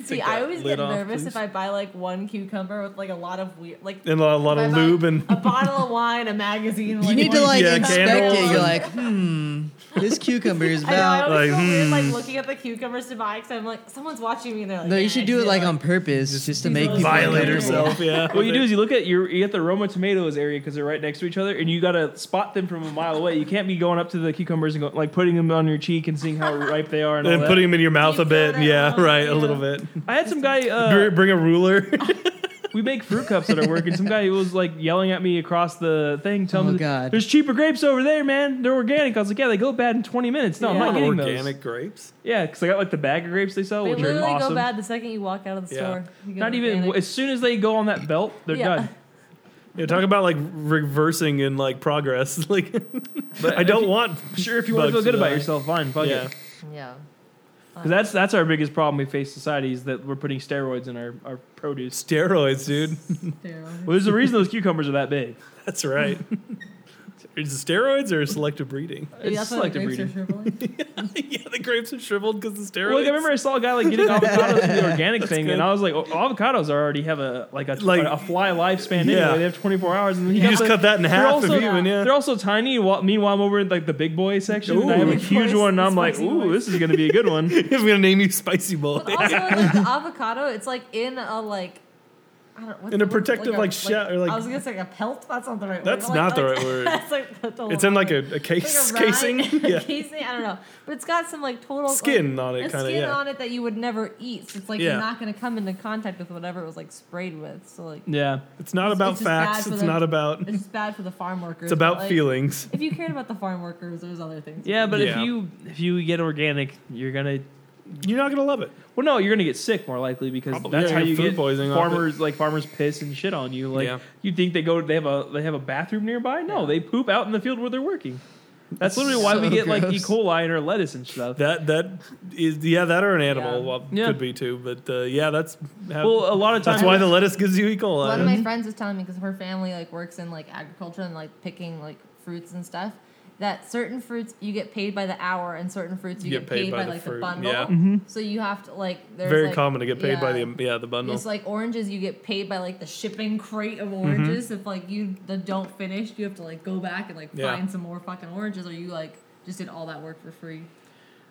Speaker 4: See,
Speaker 5: Take
Speaker 4: I
Speaker 5: that
Speaker 4: always
Speaker 5: lid
Speaker 4: get
Speaker 5: off,
Speaker 4: nervous
Speaker 5: please.
Speaker 4: if I buy like one cucumber with like a lot of weird, like
Speaker 5: And a lot, a lot
Speaker 4: if I
Speaker 5: of
Speaker 4: buy
Speaker 5: lube and
Speaker 4: a bottle of wine, a magazine.
Speaker 3: You
Speaker 4: like,
Speaker 3: need to
Speaker 4: one
Speaker 3: like
Speaker 5: Yeah,
Speaker 3: inspect
Speaker 5: candles.
Speaker 3: it. You're like, hmm, this cucumber is
Speaker 4: I know. I
Speaker 3: about.
Speaker 4: always
Speaker 5: Like,
Speaker 4: feel weird, like
Speaker 5: hmm.
Speaker 4: looking at the cucumbers to buy because I'm like, someone's watching me. And they're like,
Speaker 3: No,
Speaker 4: "Yeah,
Speaker 3: you should
Speaker 4: I
Speaker 3: do it
Speaker 4: did
Speaker 3: like on purpose, just to
Speaker 4: These
Speaker 3: make
Speaker 4: are
Speaker 3: people
Speaker 5: violate
Speaker 4: Yeah.
Speaker 3: uncomfortable.
Speaker 5: herself. Yeah.
Speaker 2: What you do is you look at your you get the Roma tomatoes area because they're right next to each other, and you gotta spot them from a mile away. You can't be going up to the cucumbers and go, like putting them on your cheek and seeing how ripe they are. And, all
Speaker 5: and
Speaker 2: that.
Speaker 5: putting them in your mouth a
Speaker 4: You
Speaker 5: bit.
Speaker 4: gotta,
Speaker 5: Yeah,
Speaker 4: uh,
Speaker 5: right,
Speaker 4: yeah.
Speaker 5: a little bit.
Speaker 2: I had some guy.
Speaker 5: Br-
Speaker 2: Uh,
Speaker 5: Bring a ruler.
Speaker 2: we make fruit cups at our work, and some guy was like yelling at me across the thing, telling
Speaker 3: Oh,
Speaker 2: me,
Speaker 3: God.
Speaker 2: "There's cheaper grapes over there, man. They're organic." I was like, "Yeah, they go bad in 20 minutes." No, I'm
Speaker 4: Yeah.
Speaker 2: not getting
Speaker 5: organic
Speaker 2: those.
Speaker 5: grapes.
Speaker 2: Yeah, because I got like the bag of grapes they sell,
Speaker 4: They
Speaker 2: which are
Speaker 4: literally
Speaker 2: awesome.
Speaker 4: go bad the second you walk out of the
Speaker 5: Yeah.
Speaker 4: store. You go
Speaker 2: Not even
Speaker 4: organic.
Speaker 2: as soon as they go on that belt, they're
Speaker 4: Yeah.
Speaker 2: done.
Speaker 5: Yeah, talk about like reversing in like progress. Like
Speaker 2: But
Speaker 5: I
Speaker 2: if
Speaker 5: don't
Speaker 2: you-
Speaker 5: want.
Speaker 2: Sure, if you want to
Speaker 5: bugs
Speaker 2: feel good about
Speaker 5: die.
Speaker 2: yourself, fine, fuck
Speaker 5: Yeah.
Speaker 2: it.
Speaker 4: Yeah.
Speaker 2: Because that's that's our biggest problem we face society is that we're putting steroids in our, our produce.
Speaker 5: Steroids, dude.
Speaker 4: Steroids.
Speaker 2: Well, there's a reason those cucumbers are that big.
Speaker 5: That's right. Is it steroids or selective breeding?
Speaker 4: Maybe
Speaker 2: It's
Speaker 4: that's why the
Speaker 2: selective
Speaker 4: grapes are
Speaker 2: breeding.
Speaker 4: shriveling.
Speaker 5: yeah, the grapes are shriveled because the steroids.
Speaker 2: Well, like, I remember I saw a guy like getting avocados from the organic thing,
Speaker 5: good.
Speaker 2: and I was like, oh, avocados are already have a like a
Speaker 5: Like-
Speaker 2: a fly lifespan
Speaker 5: Yeah.
Speaker 2: anyway. They have 24 hours, and then he
Speaker 5: you
Speaker 2: got
Speaker 5: just
Speaker 2: the-
Speaker 5: cut that in
Speaker 2: they're
Speaker 5: half
Speaker 2: also-
Speaker 5: if even. Yeah.
Speaker 2: They're also tiny. While, meanwhile, I'm over in like the big boy section, and I
Speaker 5: Ooh.
Speaker 2: have a
Speaker 5: Big
Speaker 2: huge
Speaker 4: boys,
Speaker 2: one, and I'm
Speaker 4: the
Speaker 2: like,
Speaker 4: spicy
Speaker 2: ooh,
Speaker 4: boys.
Speaker 2: this is gonna be a good one.
Speaker 5: I'm gonna name you Spicy Bowl.
Speaker 4: But also, like, the avocado, it's like in a like. I don't, what's
Speaker 5: In
Speaker 4: the
Speaker 5: a
Speaker 4: word?
Speaker 5: protective, like, shell, or, like-
Speaker 4: I was gonna say like a pelt. That's not the right
Speaker 5: That's
Speaker 4: word. but,
Speaker 5: not
Speaker 4: like,
Speaker 5: the
Speaker 4: like-
Speaker 5: right word.
Speaker 4: that's like the, the
Speaker 5: It's
Speaker 4: wrong
Speaker 5: in like
Speaker 4: word.
Speaker 5: a, a case
Speaker 4: Like a
Speaker 5: casing.
Speaker 4: rind-
Speaker 5: Yeah.
Speaker 4: casing. I don't know, but it's got some like total like,
Speaker 5: Skin on it,
Speaker 4: a
Speaker 5: kinda,
Speaker 4: skin
Speaker 5: yeah.
Speaker 4: on it that you would never eat. So it's like
Speaker 5: Yeah.
Speaker 4: you're not gonna come into contact with whatever it was like sprayed with. So like
Speaker 2: Yeah,
Speaker 5: It's not about
Speaker 4: just bad
Speaker 5: facts.
Speaker 4: for
Speaker 5: It's
Speaker 4: them.
Speaker 5: not about.
Speaker 4: it's bad for the farm workers.
Speaker 5: It's about
Speaker 4: but, like,
Speaker 5: feelings.
Speaker 4: If you cared about the farm workers, there's other things.
Speaker 2: yeah, but
Speaker 5: Yeah.
Speaker 2: if you if you get organic, you're gonna
Speaker 5: You're not gonna love it.
Speaker 2: Well, no, you're gonna get sick more likely because
Speaker 5: Probably.
Speaker 2: that's
Speaker 5: Yeah,
Speaker 2: how
Speaker 5: you
Speaker 2: you
Speaker 5: get food
Speaker 2: get
Speaker 5: poisoning off
Speaker 2: Farmers like farmers piss and shit on you. Like
Speaker 5: Yeah.
Speaker 2: you think they go, they have a they have a bathroom nearby. No, they poop out in the field where they're working. That's literally why we
Speaker 3: So
Speaker 2: get like E.
Speaker 3: gross.
Speaker 2: coli in our lettuce and stuff.
Speaker 5: That that is yeah, that or an animal
Speaker 4: Yeah.
Speaker 5: Well,
Speaker 2: Yeah.
Speaker 5: could be too. But uh, yeah, that's how,
Speaker 2: well, a lot of times
Speaker 5: that's why the lettuce gives you E. coli.
Speaker 4: One of my friends was telling me because her family like works in like agriculture and like picking like fruits and stuff. That certain fruits you get paid by the hour, and certain fruits you, get, paid, by,
Speaker 5: the
Speaker 4: like
Speaker 5: fruit,
Speaker 4: the bundle.
Speaker 5: yeah.
Speaker 4: So you have to like there's
Speaker 5: Very
Speaker 4: like-
Speaker 5: common to get paid by
Speaker 4: yeah.
Speaker 5: the yeah the bundle.
Speaker 4: It's like oranges, you get paid by like the shipping crate of oranges. If like you the don't finish, you have to like go back and like
Speaker 5: Mm-hmm. Yeah.
Speaker 4: find some more fucking oranges, or you like just did all that work for free.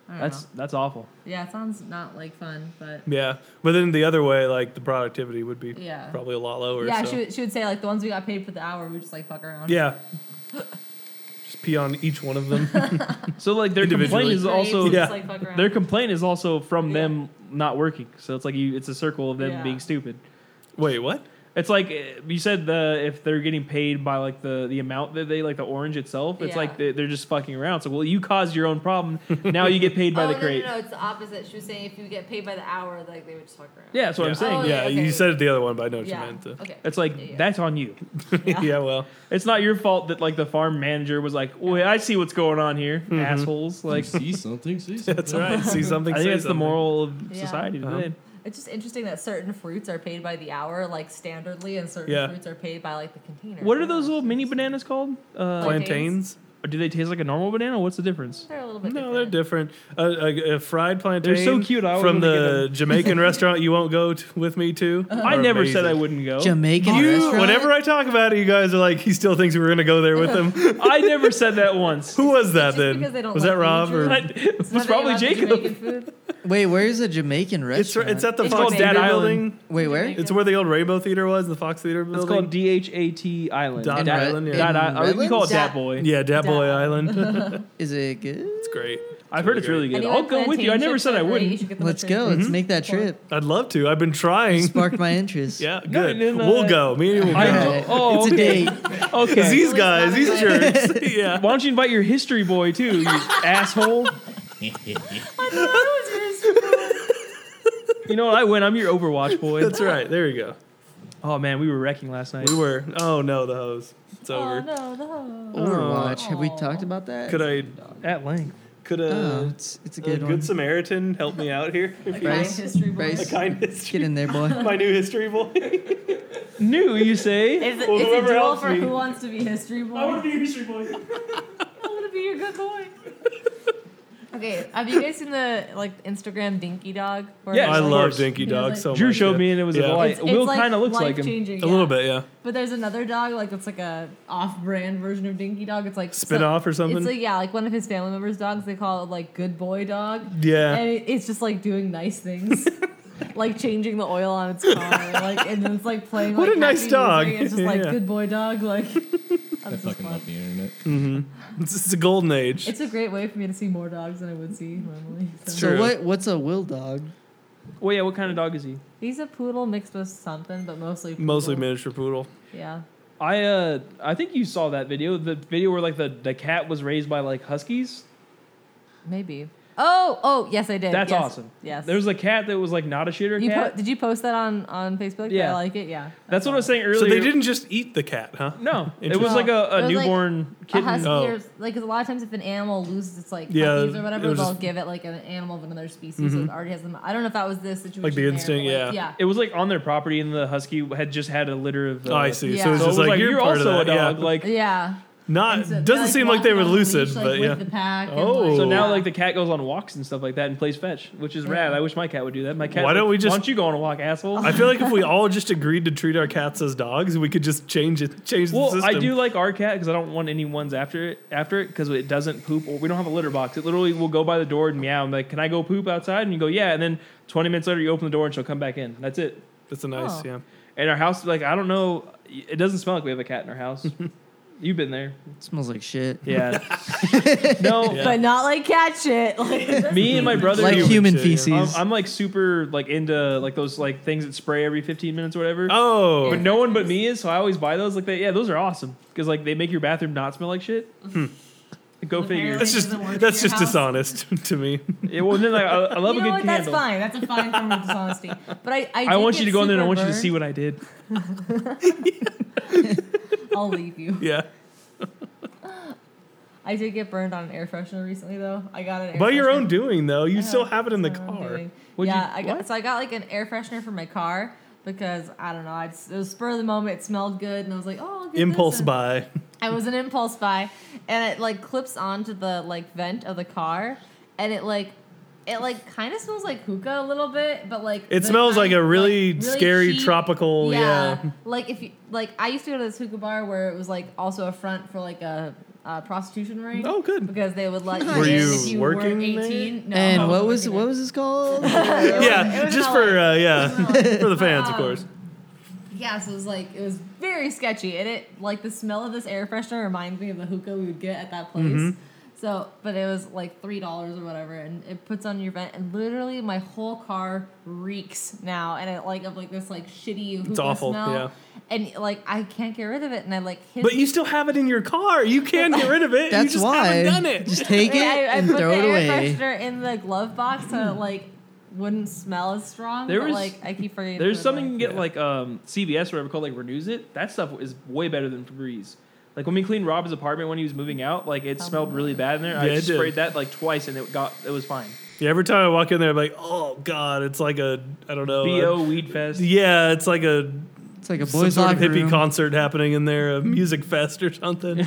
Speaker 4: I don't
Speaker 2: that's
Speaker 4: know.
Speaker 2: that's awful.
Speaker 4: yeah, it sounds not like fun, but
Speaker 5: yeah, but then the other way, like the productivity would be
Speaker 4: Yeah.
Speaker 5: probably a lot lower.
Speaker 4: yeah,
Speaker 5: so.
Speaker 4: she would, she would say like the ones we got paid for the hour, we just like fuck around.
Speaker 5: yeah. Just pee on each one of them.
Speaker 2: So like their
Speaker 5: Individually.
Speaker 2: complaint is also
Speaker 5: Yeah.
Speaker 4: like, fuck around.
Speaker 2: their complaint is also from
Speaker 4: Yeah.
Speaker 2: them not working. So it's like you, it's a circle of them
Speaker 4: Yeah.
Speaker 2: being stupid.
Speaker 5: Wait, what?
Speaker 2: It's like eh, you said the if they're getting paid by like the the amount that they like the orange itself, it's
Speaker 4: Yeah.
Speaker 2: like they, they're just fucking around. So well, you caused your own problem. now you get paid by
Speaker 4: oh,
Speaker 2: the
Speaker 4: no,
Speaker 2: crate.
Speaker 4: No, no, it's the opposite. She was saying if you get paid by the hour, like they would just fuck around.
Speaker 2: Yeah, that's what
Speaker 5: Yeah.
Speaker 2: I'm saying.
Speaker 4: Oh,
Speaker 5: yeah,
Speaker 4: yeah, okay.
Speaker 5: you said it the other one, but I know what
Speaker 4: Yeah.
Speaker 5: you meant. uh,
Speaker 4: Okay.
Speaker 2: It's like
Speaker 4: Yeah, yeah.
Speaker 2: that's on you.
Speaker 5: Yeah. well,
Speaker 2: It's not your fault that like the farm manager was like, "Wait, I see what's going on here,
Speaker 5: Mm-hmm.
Speaker 2: assholes." Like, I
Speaker 6: see something, see something.
Speaker 5: that's right. See something.
Speaker 2: think
Speaker 5: say
Speaker 2: that's the
Speaker 5: something.
Speaker 2: moral of
Speaker 4: Yeah.
Speaker 2: society today.
Speaker 5: Uh-huh.
Speaker 4: It's just interesting that certain fruits are paid by the hour, like standardly, and certain
Speaker 5: Yeah.
Speaker 4: fruits are paid by like the container.
Speaker 2: What are those little mini bananas called? Uh,
Speaker 4: Plantains.
Speaker 5: Plantains?
Speaker 2: or do they taste like a normal banana? What's the difference?
Speaker 4: They're a little bit.
Speaker 5: No,
Speaker 4: different.
Speaker 5: they're different. A, a, a fried plantain.
Speaker 2: They're so cute, I always
Speaker 5: from
Speaker 2: wanna get
Speaker 5: the
Speaker 2: them.
Speaker 5: Jamaican restaurant you won't go t- with me to.
Speaker 2: Uh-huh. I
Speaker 5: are
Speaker 2: never said I
Speaker 5: amazing.
Speaker 2: wouldn't go.
Speaker 3: Jamaican
Speaker 5: You-
Speaker 3: restaurant.
Speaker 5: whenever I talk about it, you guys are like, he still thinks we were gonna go there with him.
Speaker 2: I never said that once.
Speaker 5: Who was that
Speaker 4: just because they
Speaker 5: then?
Speaker 4: don't
Speaker 5: Was
Speaker 4: like
Speaker 5: that Rob
Speaker 4: Andrew.
Speaker 5: or?
Speaker 2: I- it was probably Jacob.
Speaker 3: Wait, where is a Jamaican
Speaker 5: It's
Speaker 3: restaurant?
Speaker 5: it's at the
Speaker 4: It's
Speaker 5: Fox
Speaker 4: called
Speaker 5: Theater
Speaker 4: Dead
Speaker 2: Island.
Speaker 5: building.
Speaker 3: Wait, where?
Speaker 4: Jamaican.
Speaker 5: It's where the old Rainbow Theater was, the Fox Theater building.
Speaker 2: It's called D H A T Island.
Speaker 5: Dot
Speaker 2: Dat-
Speaker 5: Island, yeah.
Speaker 2: Dot
Speaker 3: In
Speaker 2: I- or we uh, call it
Speaker 3: Redlands?
Speaker 2: Dat Boy.
Speaker 5: yeah, Dat Boy
Speaker 4: Dat.
Speaker 5: Island.
Speaker 3: Is it good?
Speaker 5: It's great.
Speaker 2: I've heard it's really good. I'll go with you. I never said I wouldn't.
Speaker 3: Let's go. Let's make that trip.
Speaker 5: I'd love to. I've been trying.
Speaker 3: Spark my interest.
Speaker 5: Yeah, good.
Speaker 2: No, no, no,
Speaker 5: we'll
Speaker 2: no.
Speaker 5: go. Me and you will
Speaker 2: I
Speaker 5: go.
Speaker 3: Yeah.
Speaker 2: enjoy- oh,
Speaker 3: it's a
Speaker 2: okay.
Speaker 3: date.
Speaker 5: Because
Speaker 2: Okay.
Speaker 5: these guys, these jerks. yeah.
Speaker 2: Why don't you invite your history boy too, you asshole? You know what? I win. I'm your Overwatch boy.
Speaker 5: That's right. There you go.
Speaker 2: Oh man, we were wrecking last night.
Speaker 5: We were. Oh no, the hose. It's
Speaker 4: Oh
Speaker 5: over.
Speaker 4: no, no.
Speaker 3: Overwatch. Have we
Speaker 4: Aw.
Speaker 3: talked about that?
Speaker 5: Could I?
Speaker 2: at length.
Speaker 5: Could uh,
Speaker 3: Oh, it's, it's a
Speaker 5: a
Speaker 3: good
Speaker 5: good
Speaker 3: one.
Speaker 5: Samaritan help me out here? If you-
Speaker 4: Kind
Speaker 3: Bryce,
Speaker 4: history boy.
Speaker 5: a
Speaker 3: Bryce,
Speaker 5: kind history.
Speaker 3: get in there, boy.
Speaker 5: My new history boy.
Speaker 2: New, you say?
Speaker 4: It's,
Speaker 5: Well,
Speaker 4: it's a
Speaker 5: whoever
Speaker 4: duel
Speaker 5: helps
Speaker 4: for
Speaker 5: me.
Speaker 4: who wants to be history boy. I want to
Speaker 5: be history boy.
Speaker 4: be your good boy. okay, have you guys seen the like Instagram Dinky Dog? Where
Speaker 2: Yes.
Speaker 5: I
Speaker 2: Of
Speaker 5: love
Speaker 2: course.
Speaker 5: Dinky
Speaker 4: He was
Speaker 5: Dog
Speaker 4: like-
Speaker 5: so much.
Speaker 2: Drew showed
Speaker 5: yeah.
Speaker 2: me, and it was
Speaker 5: Oh Yeah.
Speaker 2: a delight. Will kind of looks like him.
Speaker 4: life-changing,
Speaker 5: A
Speaker 4: yeah.
Speaker 5: little bit, yeah.
Speaker 4: But there's another dog, like it's like a off-brand version of Dinky Dog. It's like
Speaker 5: Spin-off or something?
Speaker 4: It's like yeah, like one of his family members' dogs. They call it like Good Boy Dog, and
Speaker 5: Yeah.
Speaker 4: it, it's just like doing nice things, like changing the oil on its car, like and then it's like playing.
Speaker 5: What
Speaker 4: like,
Speaker 5: a nice
Speaker 4: happy
Speaker 5: dog.
Speaker 4: music. It's just like
Speaker 5: Yeah.
Speaker 4: Good Boy Dog, like.
Speaker 6: I
Speaker 4: That's just
Speaker 6: fucking
Speaker 4: fun.
Speaker 6: love the internet.
Speaker 5: It's, it's a golden age.
Speaker 4: It's a great way for me to see more dogs than I would see normally. So.
Speaker 3: So
Speaker 5: True.
Speaker 3: what? What's a will dog?
Speaker 2: Well, yeah. What kind of dog is he?
Speaker 4: He's a poodle mixed with something, but mostly poodle.
Speaker 5: Mostly miniature poodle.
Speaker 4: Yeah.
Speaker 2: I uh, I think you saw that video. The video where like the the cat was raised by like huskies.
Speaker 4: Maybe. Oh, oh, yes, I did.
Speaker 2: That's
Speaker 4: Yes.
Speaker 2: awesome.
Speaker 4: Yes.
Speaker 2: There was a cat that was like not a shitter
Speaker 4: you po-
Speaker 2: cat.
Speaker 4: did you post that on on Facebook? Did
Speaker 2: Yeah.
Speaker 4: I like it. Yeah.
Speaker 2: That's what I was saying earlier.
Speaker 5: So they didn't just eat the cat, huh?
Speaker 2: No, it was
Speaker 5: Interesting.
Speaker 2: like a,
Speaker 4: It
Speaker 2: a
Speaker 4: was like
Speaker 2: newborn
Speaker 4: A
Speaker 2: kitten.
Speaker 4: husky,
Speaker 5: Oh.
Speaker 4: or, like, 'cause a lot of times if an animal loses its like
Speaker 5: Yeah,
Speaker 4: puppies or
Speaker 5: it
Speaker 4: whatever,
Speaker 5: was
Speaker 4: they'll
Speaker 5: just- Mm-hmm.
Speaker 4: give it like an animal of another species that already has them. I don't know if that was this situation.
Speaker 5: Like the
Speaker 4: there, but,
Speaker 5: instinct,
Speaker 4: like,
Speaker 5: yeah.
Speaker 4: Yeah.
Speaker 2: It was like on their property, and the husky had just had a litter of. Uh,
Speaker 5: Oh, I see.
Speaker 4: Yeah.
Speaker 5: So
Speaker 2: So
Speaker 5: it's
Speaker 2: it
Speaker 5: just
Speaker 2: was
Speaker 5: like, you're,
Speaker 2: you're
Speaker 5: part
Speaker 2: also
Speaker 5: of
Speaker 2: a
Speaker 5: that,
Speaker 2: dog.
Speaker 5: yeah.
Speaker 2: Like
Speaker 4: yeah.
Speaker 5: Not
Speaker 4: And so they're,
Speaker 5: doesn't seem like they
Speaker 4: walking
Speaker 5: were
Speaker 4: on the
Speaker 5: lucid,
Speaker 4: leash, like,
Speaker 5: but
Speaker 4: with
Speaker 5: yeah.
Speaker 4: The pack and,
Speaker 5: Oh.
Speaker 4: like,
Speaker 2: so now,
Speaker 4: yeah.
Speaker 2: like the cat goes on walks and stuff like that and plays fetch, which is rad. I wish my cat would do that. My cat.
Speaker 5: Why don't we just-
Speaker 2: Why don't you go on a walk, asshole?
Speaker 5: I feel like if we all just agreed to treat our cats as dogs, we could just change it. Change
Speaker 2: well,
Speaker 5: the system.
Speaker 2: I do like our cat because I don't want any ones after it after it because it doesn't poop or we don't have a litter box. It literally will go by the door and meow. I'm like, can I go poop outside? And you go, yeah. And then 20 minutes later, you open the door and she'll come back in. That's it.
Speaker 5: That's a nice,
Speaker 4: Oh.
Speaker 5: yeah.
Speaker 2: And our house, like, I don't know. It doesn't smell like we have a cat in our house. You've been there.
Speaker 3: It smells like shit.
Speaker 2: Yeah. no,
Speaker 5: Yeah.
Speaker 4: but not like cat shit. Like,
Speaker 2: me and my brother.
Speaker 3: Like
Speaker 5: human
Speaker 3: human
Speaker 5: shit, yeah.
Speaker 3: feces.
Speaker 2: I'm, I'm like super like into like those like things that spray every 15 minutes or whatever.
Speaker 5: Oh,
Speaker 2: But no one but
Speaker 5: Hmm.
Speaker 2: me is, so I always buy those. Like, they, yeah, those are awesome because like they make your bathroom not smell like shit. Go figure.
Speaker 4: Apparently-
Speaker 5: That's just
Speaker 4: doesn't work
Speaker 5: that's
Speaker 4: in your
Speaker 5: just
Speaker 4: house.
Speaker 5: dishonest to me.
Speaker 2: It was like, I, I love
Speaker 4: you
Speaker 2: a
Speaker 4: know
Speaker 2: good
Speaker 4: what? That's
Speaker 2: candle.
Speaker 4: fine. That's a fine form of dishonesty. But I, I,
Speaker 2: I
Speaker 4: did
Speaker 2: want you to
Speaker 4: get
Speaker 2: go in there and I
Speaker 4: super
Speaker 2: want you to see
Speaker 4: burned.
Speaker 2: what I did.
Speaker 4: I'll leave you.
Speaker 5: Yeah.
Speaker 4: I did get burned on an air freshener recently, though. I got an air
Speaker 5: By your
Speaker 4: freshener.
Speaker 5: own doing though. You
Speaker 4: I
Speaker 5: still
Speaker 4: know,
Speaker 5: have it in the
Speaker 4: that's what I'm
Speaker 5: car.
Speaker 4: doing.
Speaker 2: What'd
Speaker 4: yeah,
Speaker 2: you-
Speaker 4: I got,
Speaker 2: what?
Speaker 4: so I got like an air freshener for my car because I don't know. I just, it was spur of the moment. It smelled good, and I was like, oh, I'll get this,"
Speaker 5: Impulse
Speaker 4: and-
Speaker 5: buy.
Speaker 4: I was an impulse buy, and it like clips onto the like vent of the car, and it like. It like kind of smells like hookah a little bit, but like
Speaker 5: It
Speaker 4: the
Speaker 5: smells like
Speaker 4: kind-
Speaker 5: a really scary
Speaker 4: cheap-
Speaker 5: tropical, yeah.
Speaker 4: Like if you like, I used to go to this hookah bar where it was like also a front for like a, a prostitution ring.
Speaker 5: Oh, good.
Speaker 4: Because they would let you
Speaker 3: Were
Speaker 4: in
Speaker 3: you
Speaker 4: if you
Speaker 5: working
Speaker 4: were
Speaker 5: there?
Speaker 4: 18. No, I
Speaker 3: and what was
Speaker 4: wasn't working
Speaker 3: what
Speaker 4: there.
Speaker 3: was this called?
Speaker 4: It
Speaker 5: yeah,
Speaker 4: was
Speaker 5: just
Speaker 4: not
Speaker 5: for uh, yeah,
Speaker 4: It was not
Speaker 5: for the fans,
Speaker 4: Um,
Speaker 5: of course.
Speaker 4: Yeah, so it was like it was very sketchy, and it like the smell of this air freshener reminds me of the hookah we would get at that place.
Speaker 3: Mm-hmm.
Speaker 4: So, but it was like three dollars or whatever, and it puts on your vent, and literally my whole car reeks now, and it like of like this like shitty hookah
Speaker 5: awful,
Speaker 4: smell,
Speaker 5: yeah.
Speaker 4: and like I can't get rid of it, and I like hit.
Speaker 5: But you still have it in your car. You can get rid of it.
Speaker 3: That's
Speaker 5: you just
Speaker 3: why.
Speaker 5: haven't done it.
Speaker 3: Just take it
Speaker 4: I, I
Speaker 3: and
Speaker 4: put
Speaker 3: throw
Speaker 4: the
Speaker 3: it
Speaker 4: air
Speaker 3: away.
Speaker 4: freshener in the glove box so it like wouldn't smell as strong.
Speaker 2: There
Speaker 4: but
Speaker 2: was-
Speaker 4: like I keep forgetting. to
Speaker 2: There's
Speaker 4: put it
Speaker 2: something you
Speaker 4: away.
Speaker 2: can get like um, CVS or whatever called like renews it. That stuff is way better than Febreze. Like when we cleaned Rob's apartment when he was moving out, like
Speaker 4: Oh,
Speaker 2: it smelled really bad in there. I
Speaker 5: Yeah, it
Speaker 2: just
Speaker 5: did.
Speaker 2: sprayed that like twice and it got it was fine.
Speaker 5: Yeah, every time I walk in there, I'm like, oh god, it's like a I don't know. a-
Speaker 2: Bo Weed Fest.
Speaker 5: yeah, it's like a
Speaker 3: It's like a
Speaker 5: some
Speaker 3: boys'
Speaker 5: sort of
Speaker 3: locker
Speaker 5: hippie
Speaker 3: room.
Speaker 5: concert happening in there, a music fest or something.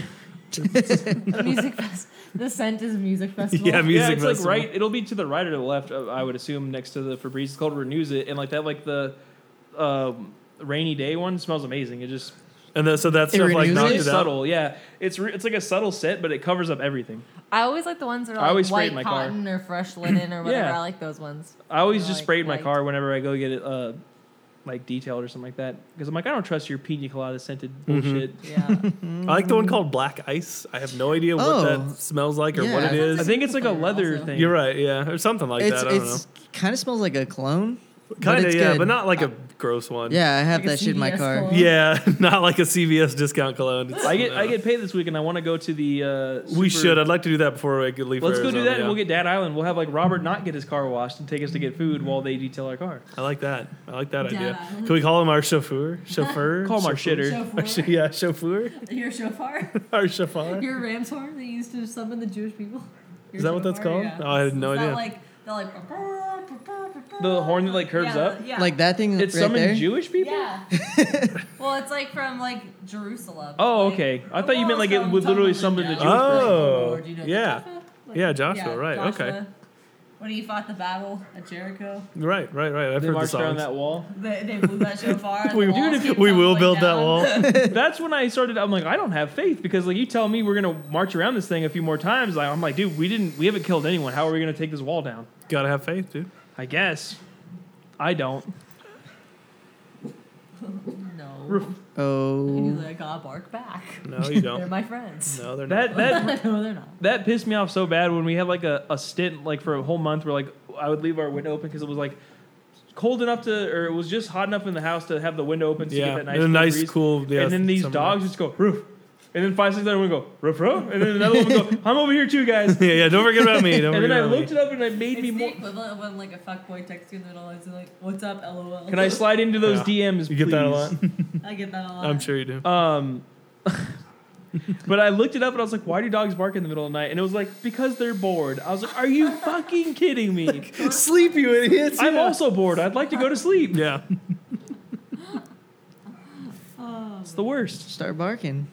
Speaker 4: A music fest. The scent is a music festival.
Speaker 5: yeah, music
Speaker 2: yeah, it's
Speaker 5: festival.
Speaker 2: like right. It'll be to the right or to the left. uh, I would assume next to the Febreze. It's called Renews It, and like that, like the um, rainy day one smells amazing. It just
Speaker 5: And then, so that
Speaker 3: It
Speaker 5: stuff like
Speaker 3: renews
Speaker 5: knocked
Speaker 2: really
Speaker 5: it, out.
Speaker 2: subtle. Yeah, it's re- it's like a subtle set, but it covers up everything.
Speaker 4: I always like the ones that are
Speaker 2: I
Speaker 4: like
Speaker 2: always spray it
Speaker 4: white
Speaker 2: in my car.
Speaker 4: cotton or fresh linen or whatever.
Speaker 2: Yeah.
Speaker 4: I like those ones.
Speaker 2: I always
Speaker 4: They're,
Speaker 2: just
Speaker 4: like,
Speaker 2: sprayed my
Speaker 4: light.
Speaker 2: car whenever I go get it, uh, like detailed or something like that, because I'm like I don't trust your pina colada scented
Speaker 5: Mm-hmm.
Speaker 2: bullshit.
Speaker 4: Yeah.
Speaker 5: I like the one called Black Ice. I have no idea what
Speaker 3: Mm-hmm. Oh.
Speaker 5: that smells like or
Speaker 3: Yeah.
Speaker 5: what it
Speaker 3: That
Speaker 5: is.
Speaker 2: I think it's like a leather
Speaker 4: Also.
Speaker 2: thing.
Speaker 5: You're right, yeah, or something like
Speaker 3: it's
Speaker 5: that. I don't know.
Speaker 3: it's kind of smells like a clone. but
Speaker 5: Kind of,
Speaker 3: it's
Speaker 5: yeah,
Speaker 3: good.
Speaker 5: but not like a gross one.
Speaker 3: Yeah, I have
Speaker 4: Like a
Speaker 3: that shit in my
Speaker 4: CVS
Speaker 3: car.
Speaker 4: clone.
Speaker 5: yeah, not like a CVS discount cologne. It's-
Speaker 2: I get I get paid this week, and I want to go to the. Uh,
Speaker 5: we
Speaker 2: super-
Speaker 5: should. I'd like to do that before I leave.
Speaker 2: Let's
Speaker 5: for
Speaker 2: go do
Speaker 5: Arizona,
Speaker 2: that, and
Speaker 5: yeah.
Speaker 2: we'll get Dad Island. We'll have like Robert not get his car washed and take us to get food while they detail our car.
Speaker 5: I like that. I like that
Speaker 4: Dad
Speaker 5: idea.
Speaker 4: Island.
Speaker 5: Can we call him our chauffeur? Chauffeur?
Speaker 2: Call him our
Speaker 5: Chauffeur?
Speaker 2: shitter.
Speaker 5: Our sh- yeah, chauffeur.
Speaker 4: Your shofar.
Speaker 5: Our chauffeur.
Speaker 4: Your ram's horn that you used to summon the Jewish people. Your
Speaker 5: Is that what that's
Speaker 4: shofar,
Speaker 5: called?
Speaker 4: yeah.
Speaker 5: Oh, I had no
Speaker 4: It's not
Speaker 5: idea.
Speaker 4: like they're like
Speaker 2: The horn that, like, curves
Speaker 4: yeah,
Speaker 2: up?
Speaker 4: Yeah.
Speaker 3: Like that thing
Speaker 2: It's
Speaker 3: right
Speaker 2: summoned
Speaker 3: there.
Speaker 2: Jewish people.
Speaker 4: Yeah. well, it's like from like Jerusalem.
Speaker 2: Oh,
Speaker 4: Like,
Speaker 2: okay. I
Speaker 4: the
Speaker 2: thought you meant, like, it
Speaker 4: walls
Speaker 2: would
Speaker 4: from
Speaker 2: literally
Speaker 4: Tumblr
Speaker 2: summon the
Speaker 4: down.
Speaker 2: Jewish
Speaker 5: Oh, person.
Speaker 4: Lord, you know,
Speaker 5: yeah.
Speaker 4: Joshua? Like,
Speaker 5: Yeah, Joshua, right, okay.
Speaker 4: When he fought the battle at Jericho,
Speaker 5: Right, right, right. I've
Speaker 2: They
Speaker 5: heard the
Speaker 2: marched around
Speaker 5: songs.
Speaker 2: that wall.
Speaker 4: they, they blew that so far.
Speaker 5: We, we will build that wall.
Speaker 2: That's when I started. I'm like, I don't have faith because like you tell me we're gonna march around this thing a few more times. Like, I'm like, dude, we didn't, we haven't killed anyone. How are we gonna take this wall down?
Speaker 5: Gotta have faith, dude.
Speaker 2: I guess. I don't.
Speaker 4: No. And he's
Speaker 3: Oh,
Speaker 4: like, I'll bark back.
Speaker 5: No,
Speaker 4: They're
Speaker 5: you don't.
Speaker 4: my friends.
Speaker 5: no, they're not.
Speaker 2: That that
Speaker 4: no, they're not.
Speaker 2: that pissed me off so bad when we had like a, a stint like for a whole month where like I would leave our window open because it was like cold enough to or it was just hot enough in the house to have the window open to
Speaker 5: yeah,
Speaker 2: get that nice
Speaker 5: and a nice,
Speaker 2: breeze.
Speaker 5: cool. Yeah,
Speaker 2: and then these
Speaker 5: summer.
Speaker 2: dogs just go roof, and then five seconds later we go roof roof, and then another one would go I'm over here too guys.
Speaker 5: Yeah, yeah. Don't forget about me.
Speaker 2: And
Speaker 5: Don't forget
Speaker 2: then I
Speaker 5: about me.
Speaker 2: looked it up and it made
Speaker 4: It's
Speaker 2: me
Speaker 4: the
Speaker 2: more.
Speaker 4: equivalent of when like a fuckboy texts you in the middle of the night, like, what's up, lol.
Speaker 2: Can I slide into those DMs?
Speaker 5: You get that a
Speaker 2: please?
Speaker 5: lot.
Speaker 4: I get that a lot.
Speaker 5: I'm sure you do.
Speaker 2: Um, but I looked it up and I was like, why do dogs bark in the middle of the night? And it was like, because they're bored. I was like, are you fucking kidding me?
Speaker 5: Sleep, you idiots.
Speaker 2: I'm
Speaker 5: yeah.
Speaker 2: also bored. I'd like to go to sleep.
Speaker 5: Yeah.
Speaker 4: Oh.
Speaker 2: It's the worst.
Speaker 3: start barking.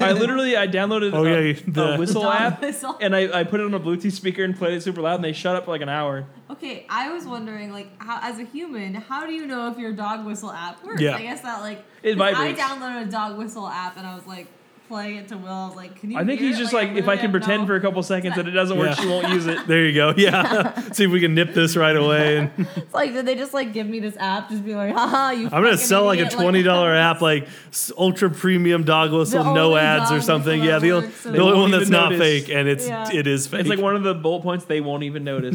Speaker 2: I literally, I downloaded
Speaker 5: Oh,
Speaker 2: uh,
Speaker 5: yeah, you-
Speaker 2: the
Speaker 5: the-
Speaker 2: whistle
Speaker 4: Dog
Speaker 2: app
Speaker 4: whistle.
Speaker 2: and I, I put it on a Bluetooth speaker and played it super loud and they shut up for like an hour.
Speaker 4: Okay, I was wondering, like, how as a human, how do you know if your dog whistle app works?
Speaker 5: Yeah.
Speaker 4: I guess that like
Speaker 2: It
Speaker 4: 'cause
Speaker 2: vibrates.
Speaker 4: I downloaded a dog whistle app and I was like playing it to Will. I was like, can you?
Speaker 2: I think
Speaker 4: hear
Speaker 2: he's
Speaker 4: it?
Speaker 2: just like, if I
Speaker 4: literally
Speaker 2: can
Speaker 4: don't
Speaker 2: pretend
Speaker 4: know.
Speaker 2: for a couple seconds that it doesn't work,
Speaker 5: Yeah.
Speaker 2: she won't use it.
Speaker 5: There you go. Yeah. See if we can nip this right away. And
Speaker 4: It's like, did they just like give me this app? Just be like, haha, you.
Speaker 5: I'm gonna
Speaker 4: fucking
Speaker 5: sell like a
Speaker 4: idiot,"
Speaker 5: twenty dollar app, like s- ultra premium dog whistle, no
Speaker 4: only
Speaker 5: ads
Speaker 4: dog
Speaker 5: or
Speaker 4: whistle
Speaker 5: something.
Speaker 4: that
Speaker 5: Yeah, the,
Speaker 4: works, so
Speaker 5: the
Speaker 4: they
Speaker 5: only
Speaker 2: won't
Speaker 5: one that's
Speaker 2: even
Speaker 5: not
Speaker 2: notice.
Speaker 5: fake, and it's
Speaker 4: Yeah.
Speaker 5: it is fake.
Speaker 2: It's like one of the bullet points they won't even notice.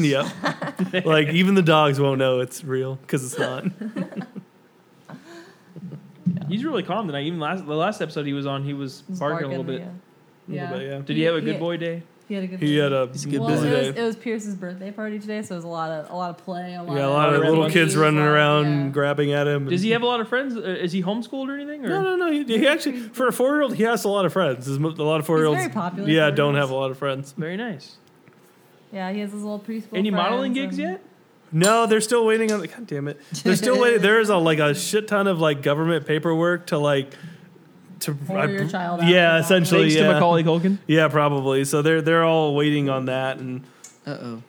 Speaker 5: Yep. like even the dogs won't know it's real because it's not.
Speaker 2: He's really calm tonight. Even last the last episode he was on, he was
Speaker 4: Just
Speaker 2: barking a little bit.
Speaker 4: yeah. Yeah.
Speaker 5: little bit, yeah.
Speaker 2: Did you have a good
Speaker 4: Yeah.
Speaker 2: boy day?
Speaker 4: He had a good.
Speaker 5: He had a,
Speaker 3: He's a good
Speaker 4: well,
Speaker 5: busy
Speaker 4: it was,
Speaker 5: day.
Speaker 4: it was Pierce's birthday party today, so it was a lot of a lot of play. A lot
Speaker 5: yeah, a lot of
Speaker 2: Around
Speaker 5: little
Speaker 2: him.
Speaker 5: kids running around
Speaker 4: Yeah.
Speaker 5: grabbing at him.
Speaker 2: Does
Speaker 5: and-
Speaker 2: he have a lot of friends? Uh, Is he homeschooled or anything? Or?
Speaker 5: No, no, no. He, he actually, for a four-year-old, he has a lot of friends. There's mo- a lot of four-year-olds.
Speaker 4: very popular
Speaker 5: Yeah,
Speaker 4: for
Speaker 5: don't
Speaker 4: his-
Speaker 5: have a lot of friends.
Speaker 2: Very nice.
Speaker 4: Yeah, he has his little preschool.
Speaker 2: Any modeling
Speaker 4: friends
Speaker 2: gigs
Speaker 4: and-
Speaker 2: yet?
Speaker 5: No, they're still waiting on the. God damn it! They're still waiting. There is a like a shit ton of like government paperwork to like to
Speaker 4: Pour your child out
Speaker 5: Yeah,
Speaker 4: for that.
Speaker 5: essentially.
Speaker 2: Thanks
Speaker 5: yeah.
Speaker 2: to Macaulay Culkin.
Speaker 5: Yeah, probably. So they're they're all waiting on that, and
Speaker 3: Uh oh.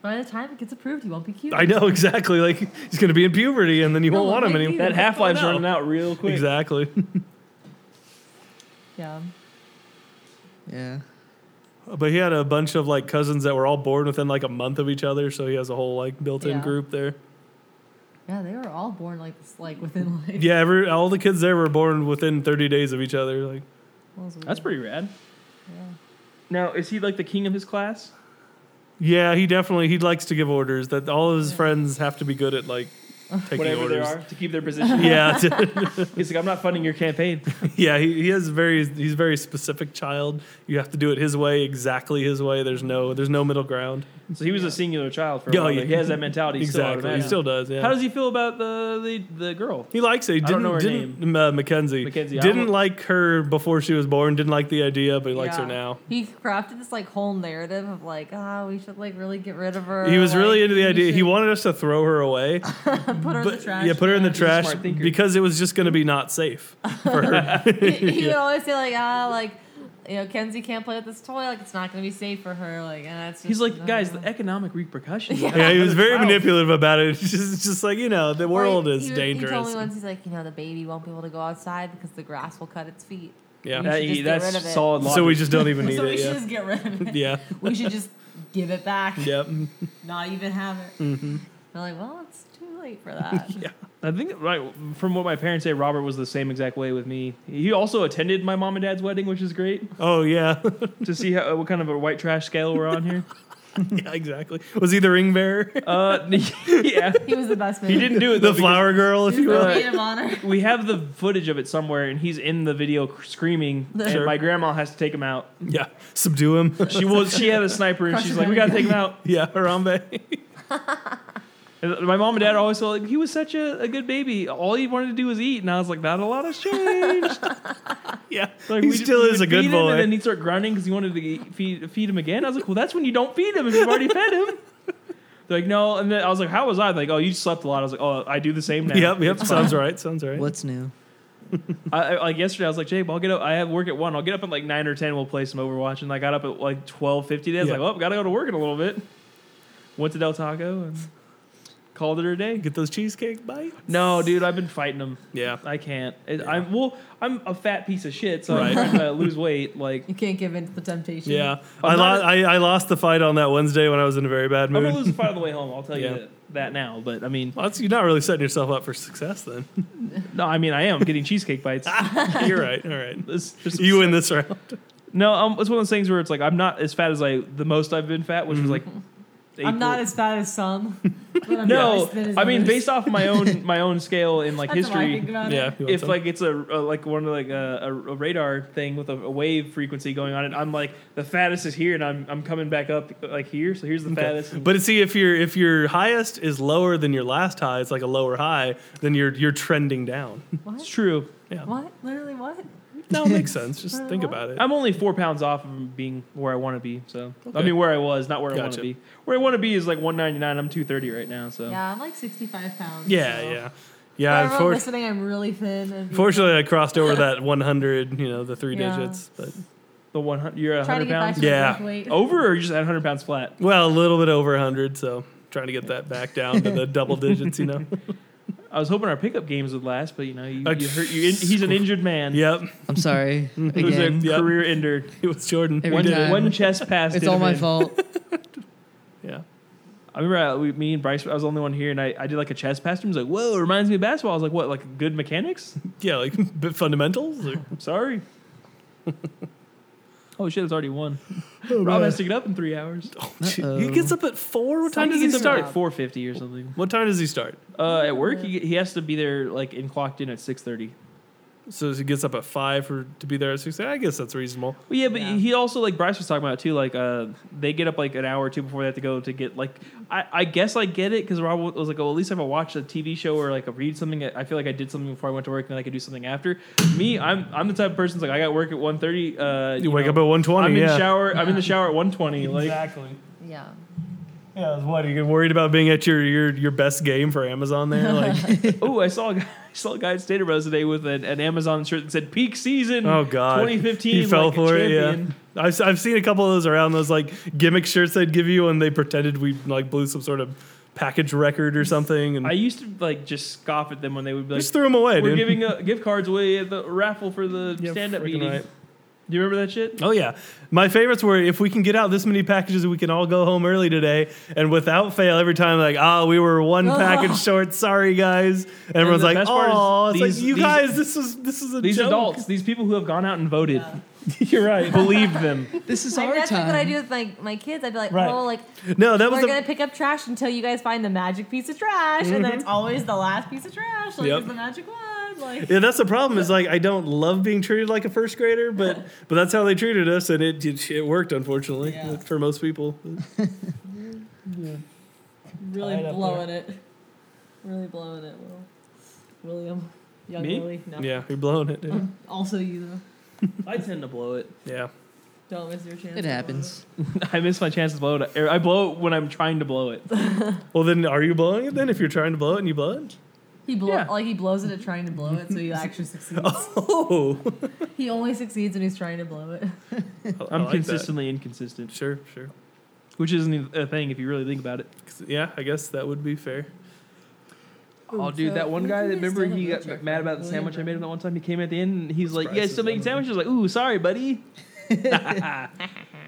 Speaker 4: By the time it gets approved, he won't be cute.
Speaker 5: I know exactly. Like he's gonna be in puberty, and then you
Speaker 4: No,
Speaker 5: won't want
Speaker 4: like
Speaker 5: him
Speaker 4: you.
Speaker 5: anymore.
Speaker 2: That Half Life's
Speaker 5: Oh, no.
Speaker 2: running out real quick.
Speaker 5: Exactly.
Speaker 4: Yeah.
Speaker 3: Yeah.
Speaker 5: But he had a bunch of like cousins that were all born within like a month of each other, so he has a whole like built-in
Speaker 4: Yeah.
Speaker 5: group there.
Speaker 4: Yeah, they were all born like this, like within like.
Speaker 5: Yeah, every all the kids there were born within 30 days of each other. Like
Speaker 4: That was
Speaker 2: That's
Speaker 4: weird.
Speaker 2: pretty rad.
Speaker 4: Yeah.
Speaker 2: Now, is he like the king of his class?
Speaker 5: Yeah, he definitely he likes to give orders that all of his friends have to be good at like taking
Speaker 2: Whatever
Speaker 5: orders.
Speaker 2: they are to keep their position.
Speaker 5: Yeah, to-
Speaker 2: He's like, I'm not funding your campaign.
Speaker 5: yeah, he, he has very he's a very specific child. You have to do it his way, exactly his way. There's no there's no middle ground.
Speaker 2: So he was a singular child for a
Speaker 5: Yeah,
Speaker 2: while.
Speaker 5: yeah.
Speaker 2: He has that mentality. still
Speaker 5: exactly, he
Speaker 2: automatically.
Speaker 5: still does. Yeah,
Speaker 2: How does he feel about the the, the girl?
Speaker 5: he likes it. He
Speaker 2: I
Speaker 5: didn't
Speaker 2: don't know her
Speaker 5: didn't Uh, Mackenzie
Speaker 2: Mackenzie, I
Speaker 5: didn't
Speaker 2: don't-
Speaker 5: like her before she was born. Didn't like the idea, but he likes her
Speaker 4: Yeah.
Speaker 5: now.
Speaker 4: He crafted this like whole narrative of like, ah, we should like really get rid of her.
Speaker 5: He was
Speaker 4: like,
Speaker 5: really into the
Speaker 4: we
Speaker 5: idea. He
Speaker 4: should
Speaker 5: wanted us to throw her away,
Speaker 4: put her in the
Speaker 5: but
Speaker 4: trash.
Speaker 5: yeah, put her in the
Speaker 2: He's a smart
Speaker 5: trash
Speaker 2: thinker.
Speaker 5: because it was just going to be not safe.
Speaker 4: he would always say like, ah, like, you know, Kenzie can't play with this toy. Like, it's not going to be safe for her. Like, and that's. Just,
Speaker 2: He's like, guys,
Speaker 4: no.
Speaker 2: the economic repercussions.
Speaker 4: Yeah.
Speaker 5: Yeah, he was very
Speaker 2: Wow.
Speaker 5: manipulative about it. It's just, it's just like you know, the
Speaker 4: Or he-
Speaker 5: world is
Speaker 4: he, would- He told
Speaker 5: dangerous.
Speaker 4: me once he's like, you know, the baby won't be able to go outside because the grass will cut its feet.
Speaker 5: yeah,
Speaker 2: That-
Speaker 4: should just get
Speaker 2: that's
Speaker 4: rid of it.
Speaker 2: solid logic.
Speaker 5: so we just don't even need
Speaker 4: so we
Speaker 5: it.
Speaker 4: should
Speaker 5: Yeah,
Speaker 4: just get rid of it.
Speaker 5: yeah,
Speaker 4: We should just give it back.
Speaker 5: yep.
Speaker 4: Not even have it. They're like, well, it's too late for that.
Speaker 5: Yeah.
Speaker 2: I think right from what my parents say, Robert was the same exact way with me. He also attended my mom and dad's wedding, which is great
Speaker 5: Oh yeah,
Speaker 2: to see how, what kind of a white trash scale we're on here.
Speaker 5: yeah, exactly. Was he the ring bearer,
Speaker 2: Uh, yeah,
Speaker 4: He was the best man.
Speaker 2: he didn't do it.
Speaker 5: the
Speaker 2: Though, because
Speaker 5: flower girl, if
Speaker 4: He
Speaker 5: you
Speaker 4: was
Speaker 5: will?
Speaker 4: the
Speaker 2: Uh,
Speaker 4: maid of honor.
Speaker 2: We have the footage of it somewhere, and he's in the video cr- screaming, and
Speaker 4: Sure.
Speaker 2: my grandma has to take him out.
Speaker 5: Yeah, subdue him.
Speaker 2: She was she had a sniper, and
Speaker 4: Crush
Speaker 2: she's
Speaker 4: him
Speaker 2: like, "We
Speaker 4: down.
Speaker 2: gotta take him out."
Speaker 5: yeah, Harambe.
Speaker 2: And my mom and dad always felt like he was such a, a good baby. All he wanted to do was eat, and I was like, "Not a lot has changed."
Speaker 5: Yeah,
Speaker 2: Like,
Speaker 5: he
Speaker 2: we-
Speaker 5: still
Speaker 2: we
Speaker 5: is
Speaker 2: would
Speaker 5: a good
Speaker 2: feed Him, and then
Speaker 5: boy.
Speaker 2: he'd start grunting because he wanted to eat, feed, feed him again. I was like, well, that's when you don't feed him if you've already fed him. They're like, no. And then I was like, how was I? They're like, oh, you slept a lot. I was like, oh, I do the same now.
Speaker 5: Yep, yep. Sounds right. Sounds right.
Speaker 3: What's new?
Speaker 2: I, I, like yesterday, I was like, Jabe, I'll get up. I have work at one. I'll get up at like nine or ten. We'll play some Overwatch. And I got up at like twelve fifty. Days. I
Speaker 5: Yeah.
Speaker 2: was like, oh, gotta go to work in a little bit. Went to Del Taco and called it a day.
Speaker 5: Get those cheesecake bites.
Speaker 2: No, dude, I've been fighting them.
Speaker 5: Yeah.
Speaker 2: I can't. It, I'm well. I'm a fat piece of shit, so
Speaker 5: Right.
Speaker 2: I'm trying to lose weight. Like
Speaker 4: You can't give in to the temptation.
Speaker 5: Yeah,
Speaker 2: I'm
Speaker 5: I, lo-
Speaker 2: not-
Speaker 5: I, I lost the fight on that Wednesday when I was in a very bad
Speaker 2: I'm gonna
Speaker 5: mood.
Speaker 2: lose a fight on the way home. I'll tell
Speaker 5: Yeah.
Speaker 2: you that now. But I mean,
Speaker 5: Well, that's, you're not really setting yourself up for success then.
Speaker 2: no, I mean I am getting cheesecake bites.
Speaker 5: you're right. All right.
Speaker 2: It's just-
Speaker 5: You win this round.
Speaker 2: No, um, it's one of those things where it's like I'm not as fat as I the most I've been fat, which was like.
Speaker 4: I'm not
Speaker 2: April.
Speaker 4: as fat as some. But I'm
Speaker 2: No,
Speaker 4: worse than as
Speaker 2: I mean
Speaker 4: others.
Speaker 2: based off of my own my own scale in like
Speaker 4: That's how I think
Speaker 2: history.
Speaker 4: about
Speaker 5: Yeah.
Speaker 4: it.
Speaker 5: you want
Speaker 2: If
Speaker 5: some?
Speaker 2: like it's a, a like one of like a, a a radar thing with a, a wave frequency going on, and I'm like the fattest is here, and I'm I'm coming back up like here. So here's the fattest. and-
Speaker 5: But see, if your if your highest is lower than your last high, it's like a lower high. Then you're you're trending down.
Speaker 2: it's
Speaker 4: What?
Speaker 2: true.
Speaker 5: Yeah,
Speaker 4: What? Literally what?
Speaker 5: no, it makes sense. Just think
Speaker 4: What?
Speaker 5: about it.
Speaker 2: I'm only four pounds off of being where I want to be. So I
Speaker 5: Okay.
Speaker 2: mean, where I was, not where I want
Speaker 5: Gotcha.
Speaker 2: to be. Where I want to be is like 199. I'm 230 right now. So
Speaker 4: Yeah, I'm like 65 pounds.
Speaker 5: yeah,
Speaker 4: so.
Speaker 5: yeah,
Speaker 4: For
Speaker 5: yeah.
Speaker 4: everyone
Speaker 5: Unfor-
Speaker 4: listening, I'm really thin. And
Speaker 5: fortunately, I crossed over that 100. You know, the three
Speaker 4: Yeah.
Speaker 5: digits. But
Speaker 2: the 100, you're at
Speaker 4: trying to
Speaker 2: 100 pounds
Speaker 4: get back
Speaker 2: Oh.
Speaker 4: to my
Speaker 5: Yeah.
Speaker 4: correct weight.
Speaker 2: over, or you're just at 100 pounds flat.
Speaker 5: well, a little bit over 100. So trying to get that back down to the double digits. You know.
Speaker 2: I was hoping our pickup games would last, but you know, you,
Speaker 5: Uh,
Speaker 2: you hurt. You in, he's an injured man.
Speaker 5: yep,
Speaker 3: I'm sorry.
Speaker 2: It was a
Speaker 3: Again.
Speaker 5: Yep.
Speaker 2: career ender.
Speaker 5: it was Jordan.
Speaker 3: Every
Speaker 2: One,
Speaker 3: time.
Speaker 2: one chest pass.
Speaker 3: It's
Speaker 2: did
Speaker 3: all
Speaker 2: him
Speaker 3: my
Speaker 2: in.
Speaker 3: fault.
Speaker 5: Yeah,
Speaker 2: I remember I, we, me and Bryce. I was the only one here, and I, I did like a chest pass. to him. He's like, "Whoa, it reminds me of basketball." I was like, "What? Like good mechanics?"
Speaker 5: yeah, like but fundamentals. Or,
Speaker 2: I'm sorry. oh shit! It's already one.
Speaker 5: oh,
Speaker 2: Rob has to get up in three hours.
Speaker 3: Uh-oh.
Speaker 5: he gets up at four. Uh, What time
Speaker 2: Somebody
Speaker 5: does he
Speaker 2: gets up
Speaker 5: start?
Speaker 2: at four fifty or something?
Speaker 5: What time does he start?
Speaker 2: Uh, at work, he, he has to be there like and clocked in at six thirty.
Speaker 5: So he gets up at five for to be there at six. I guess that's reasonable.
Speaker 2: Well, yeah, but
Speaker 3: Yeah.
Speaker 2: he also like Bryce was talking about too. Like, uh, they get up like an hour or two before they have to go to get like. I, I guess I get it because Rob was like, "Oh, at least if I watch a TV show or like I read something, I feel like I did something before I went to work, and then I could do something after." Me, I'm I'm the type of person that's like I got work at 1.30. Uh,
Speaker 5: You, wake
Speaker 2: know,
Speaker 5: up at one
Speaker 2: I'm
Speaker 5: twenty.
Speaker 2: in
Speaker 5: Yeah.
Speaker 2: shower. I'm in the
Speaker 4: Yeah.
Speaker 2: shower at 1.20. Like,
Speaker 5: exactly.
Speaker 4: Yeah.
Speaker 5: Yeah. that's What are you worried about being at your your your best game for Amazon there? Like,
Speaker 2: oh, I saw a guy, I saw a guy at Stater Bros today with an, an Amazon shirt that said "Peak Season."
Speaker 5: oh god,
Speaker 2: 2015.
Speaker 5: He fell
Speaker 2: like, a
Speaker 5: for it. Yeah.
Speaker 2: champion.
Speaker 5: I've, s- I've seen a couple of those around those like gimmick shirts they'd give you when they pretended we like blew some sort of package record or something and
Speaker 2: I used to like just scoff at them when they would be like,
Speaker 5: just threw them away,
Speaker 2: We're
Speaker 5: dude.
Speaker 2: giving uh, gift cards away at the raffle for the
Speaker 5: Yeah,
Speaker 2: stand up
Speaker 5: freaking
Speaker 2: meeting.
Speaker 5: right.
Speaker 2: Do you remember that shit?
Speaker 5: Oh yeah, my favorites were if we can get out this many packages, we can all go home early today, and without fail, every time like, ah, we were one
Speaker 4: Oh.
Speaker 5: package short. Sorry guys. And everyone's
Speaker 2: the
Speaker 5: like,
Speaker 2: best part is
Speaker 5: oh, it's
Speaker 2: these-
Speaker 5: like you
Speaker 2: these-
Speaker 5: guys, this is this is a
Speaker 2: These
Speaker 5: joke."
Speaker 2: adults, these people who have gone out and voted,
Speaker 4: Yeah.
Speaker 5: You're right.
Speaker 2: believe them.
Speaker 3: This is
Speaker 4: Like,
Speaker 3: our
Speaker 4: that's
Speaker 3: time.
Speaker 4: what I do with my, my kids. I'd be like,
Speaker 5: Right.
Speaker 4: oh, like
Speaker 5: No, that
Speaker 4: we're
Speaker 5: was the,
Speaker 4: gonna pick up trash until you guys find the magic piece of trash, and then it's always the last piece of trash. Like
Speaker 5: Yep.
Speaker 4: it's the magic one. Like
Speaker 5: yeah. That's the problem is like I don't love being treated like a first grader, but but that's how they treated us, and it it, it worked unfortunately
Speaker 4: Yeah.
Speaker 5: for most people.
Speaker 4: really
Speaker 5: Tied up
Speaker 4: blowing it. Really blowing it, Will. William. Young
Speaker 2: Me?
Speaker 4: Willie. No.
Speaker 5: Yeah, you're blowing it, dude.
Speaker 4: Also you though.
Speaker 2: I tend to blow it.
Speaker 5: Yeah.
Speaker 4: Don't miss your chance. to
Speaker 3: It
Speaker 4: blow
Speaker 3: happens.
Speaker 2: I miss my chance to blow it. Er, I blow it when I'm trying to blow it.
Speaker 5: Well, then are you blowing it then? If you're trying to blow it and you blow it,
Speaker 4: He blow
Speaker 2: Yeah.
Speaker 4: like he blows it at trying to blow it, so he actually succeeds.
Speaker 5: oh,
Speaker 4: He only succeeds when he's trying to blow it.
Speaker 5: I- I
Speaker 2: I'm
Speaker 5: like that.
Speaker 2: consistently inconsistent,
Speaker 5: Sure, sure.
Speaker 2: which isn't even a thing if you really think about it.
Speaker 5: 'Cause- Yeah, I guess that would be fair.
Speaker 2: Oh, dude,
Speaker 4: So,
Speaker 2: that one
Speaker 4: what
Speaker 2: guy. That
Speaker 4: do they
Speaker 2: remember
Speaker 4: still
Speaker 2: he
Speaker 4: have
Speaker 2: got
Speaker 4: milkshake
Speaker 2: mad
Speaker 4: from?
Speaker 2: about the
Speaker 4: William
Speaker 2: sandwich I
Speaker 4: Brown?
Speaker 2: made him that one time. He came at the end and he's like, "Yeah,
Speaker 5: price
Speaker 2: still
Speaker 5: is
Speaker 2: making
Speaker 5: that one?
Speaker 2: sandwiches." I was like, "Ooh, sorry, buddy."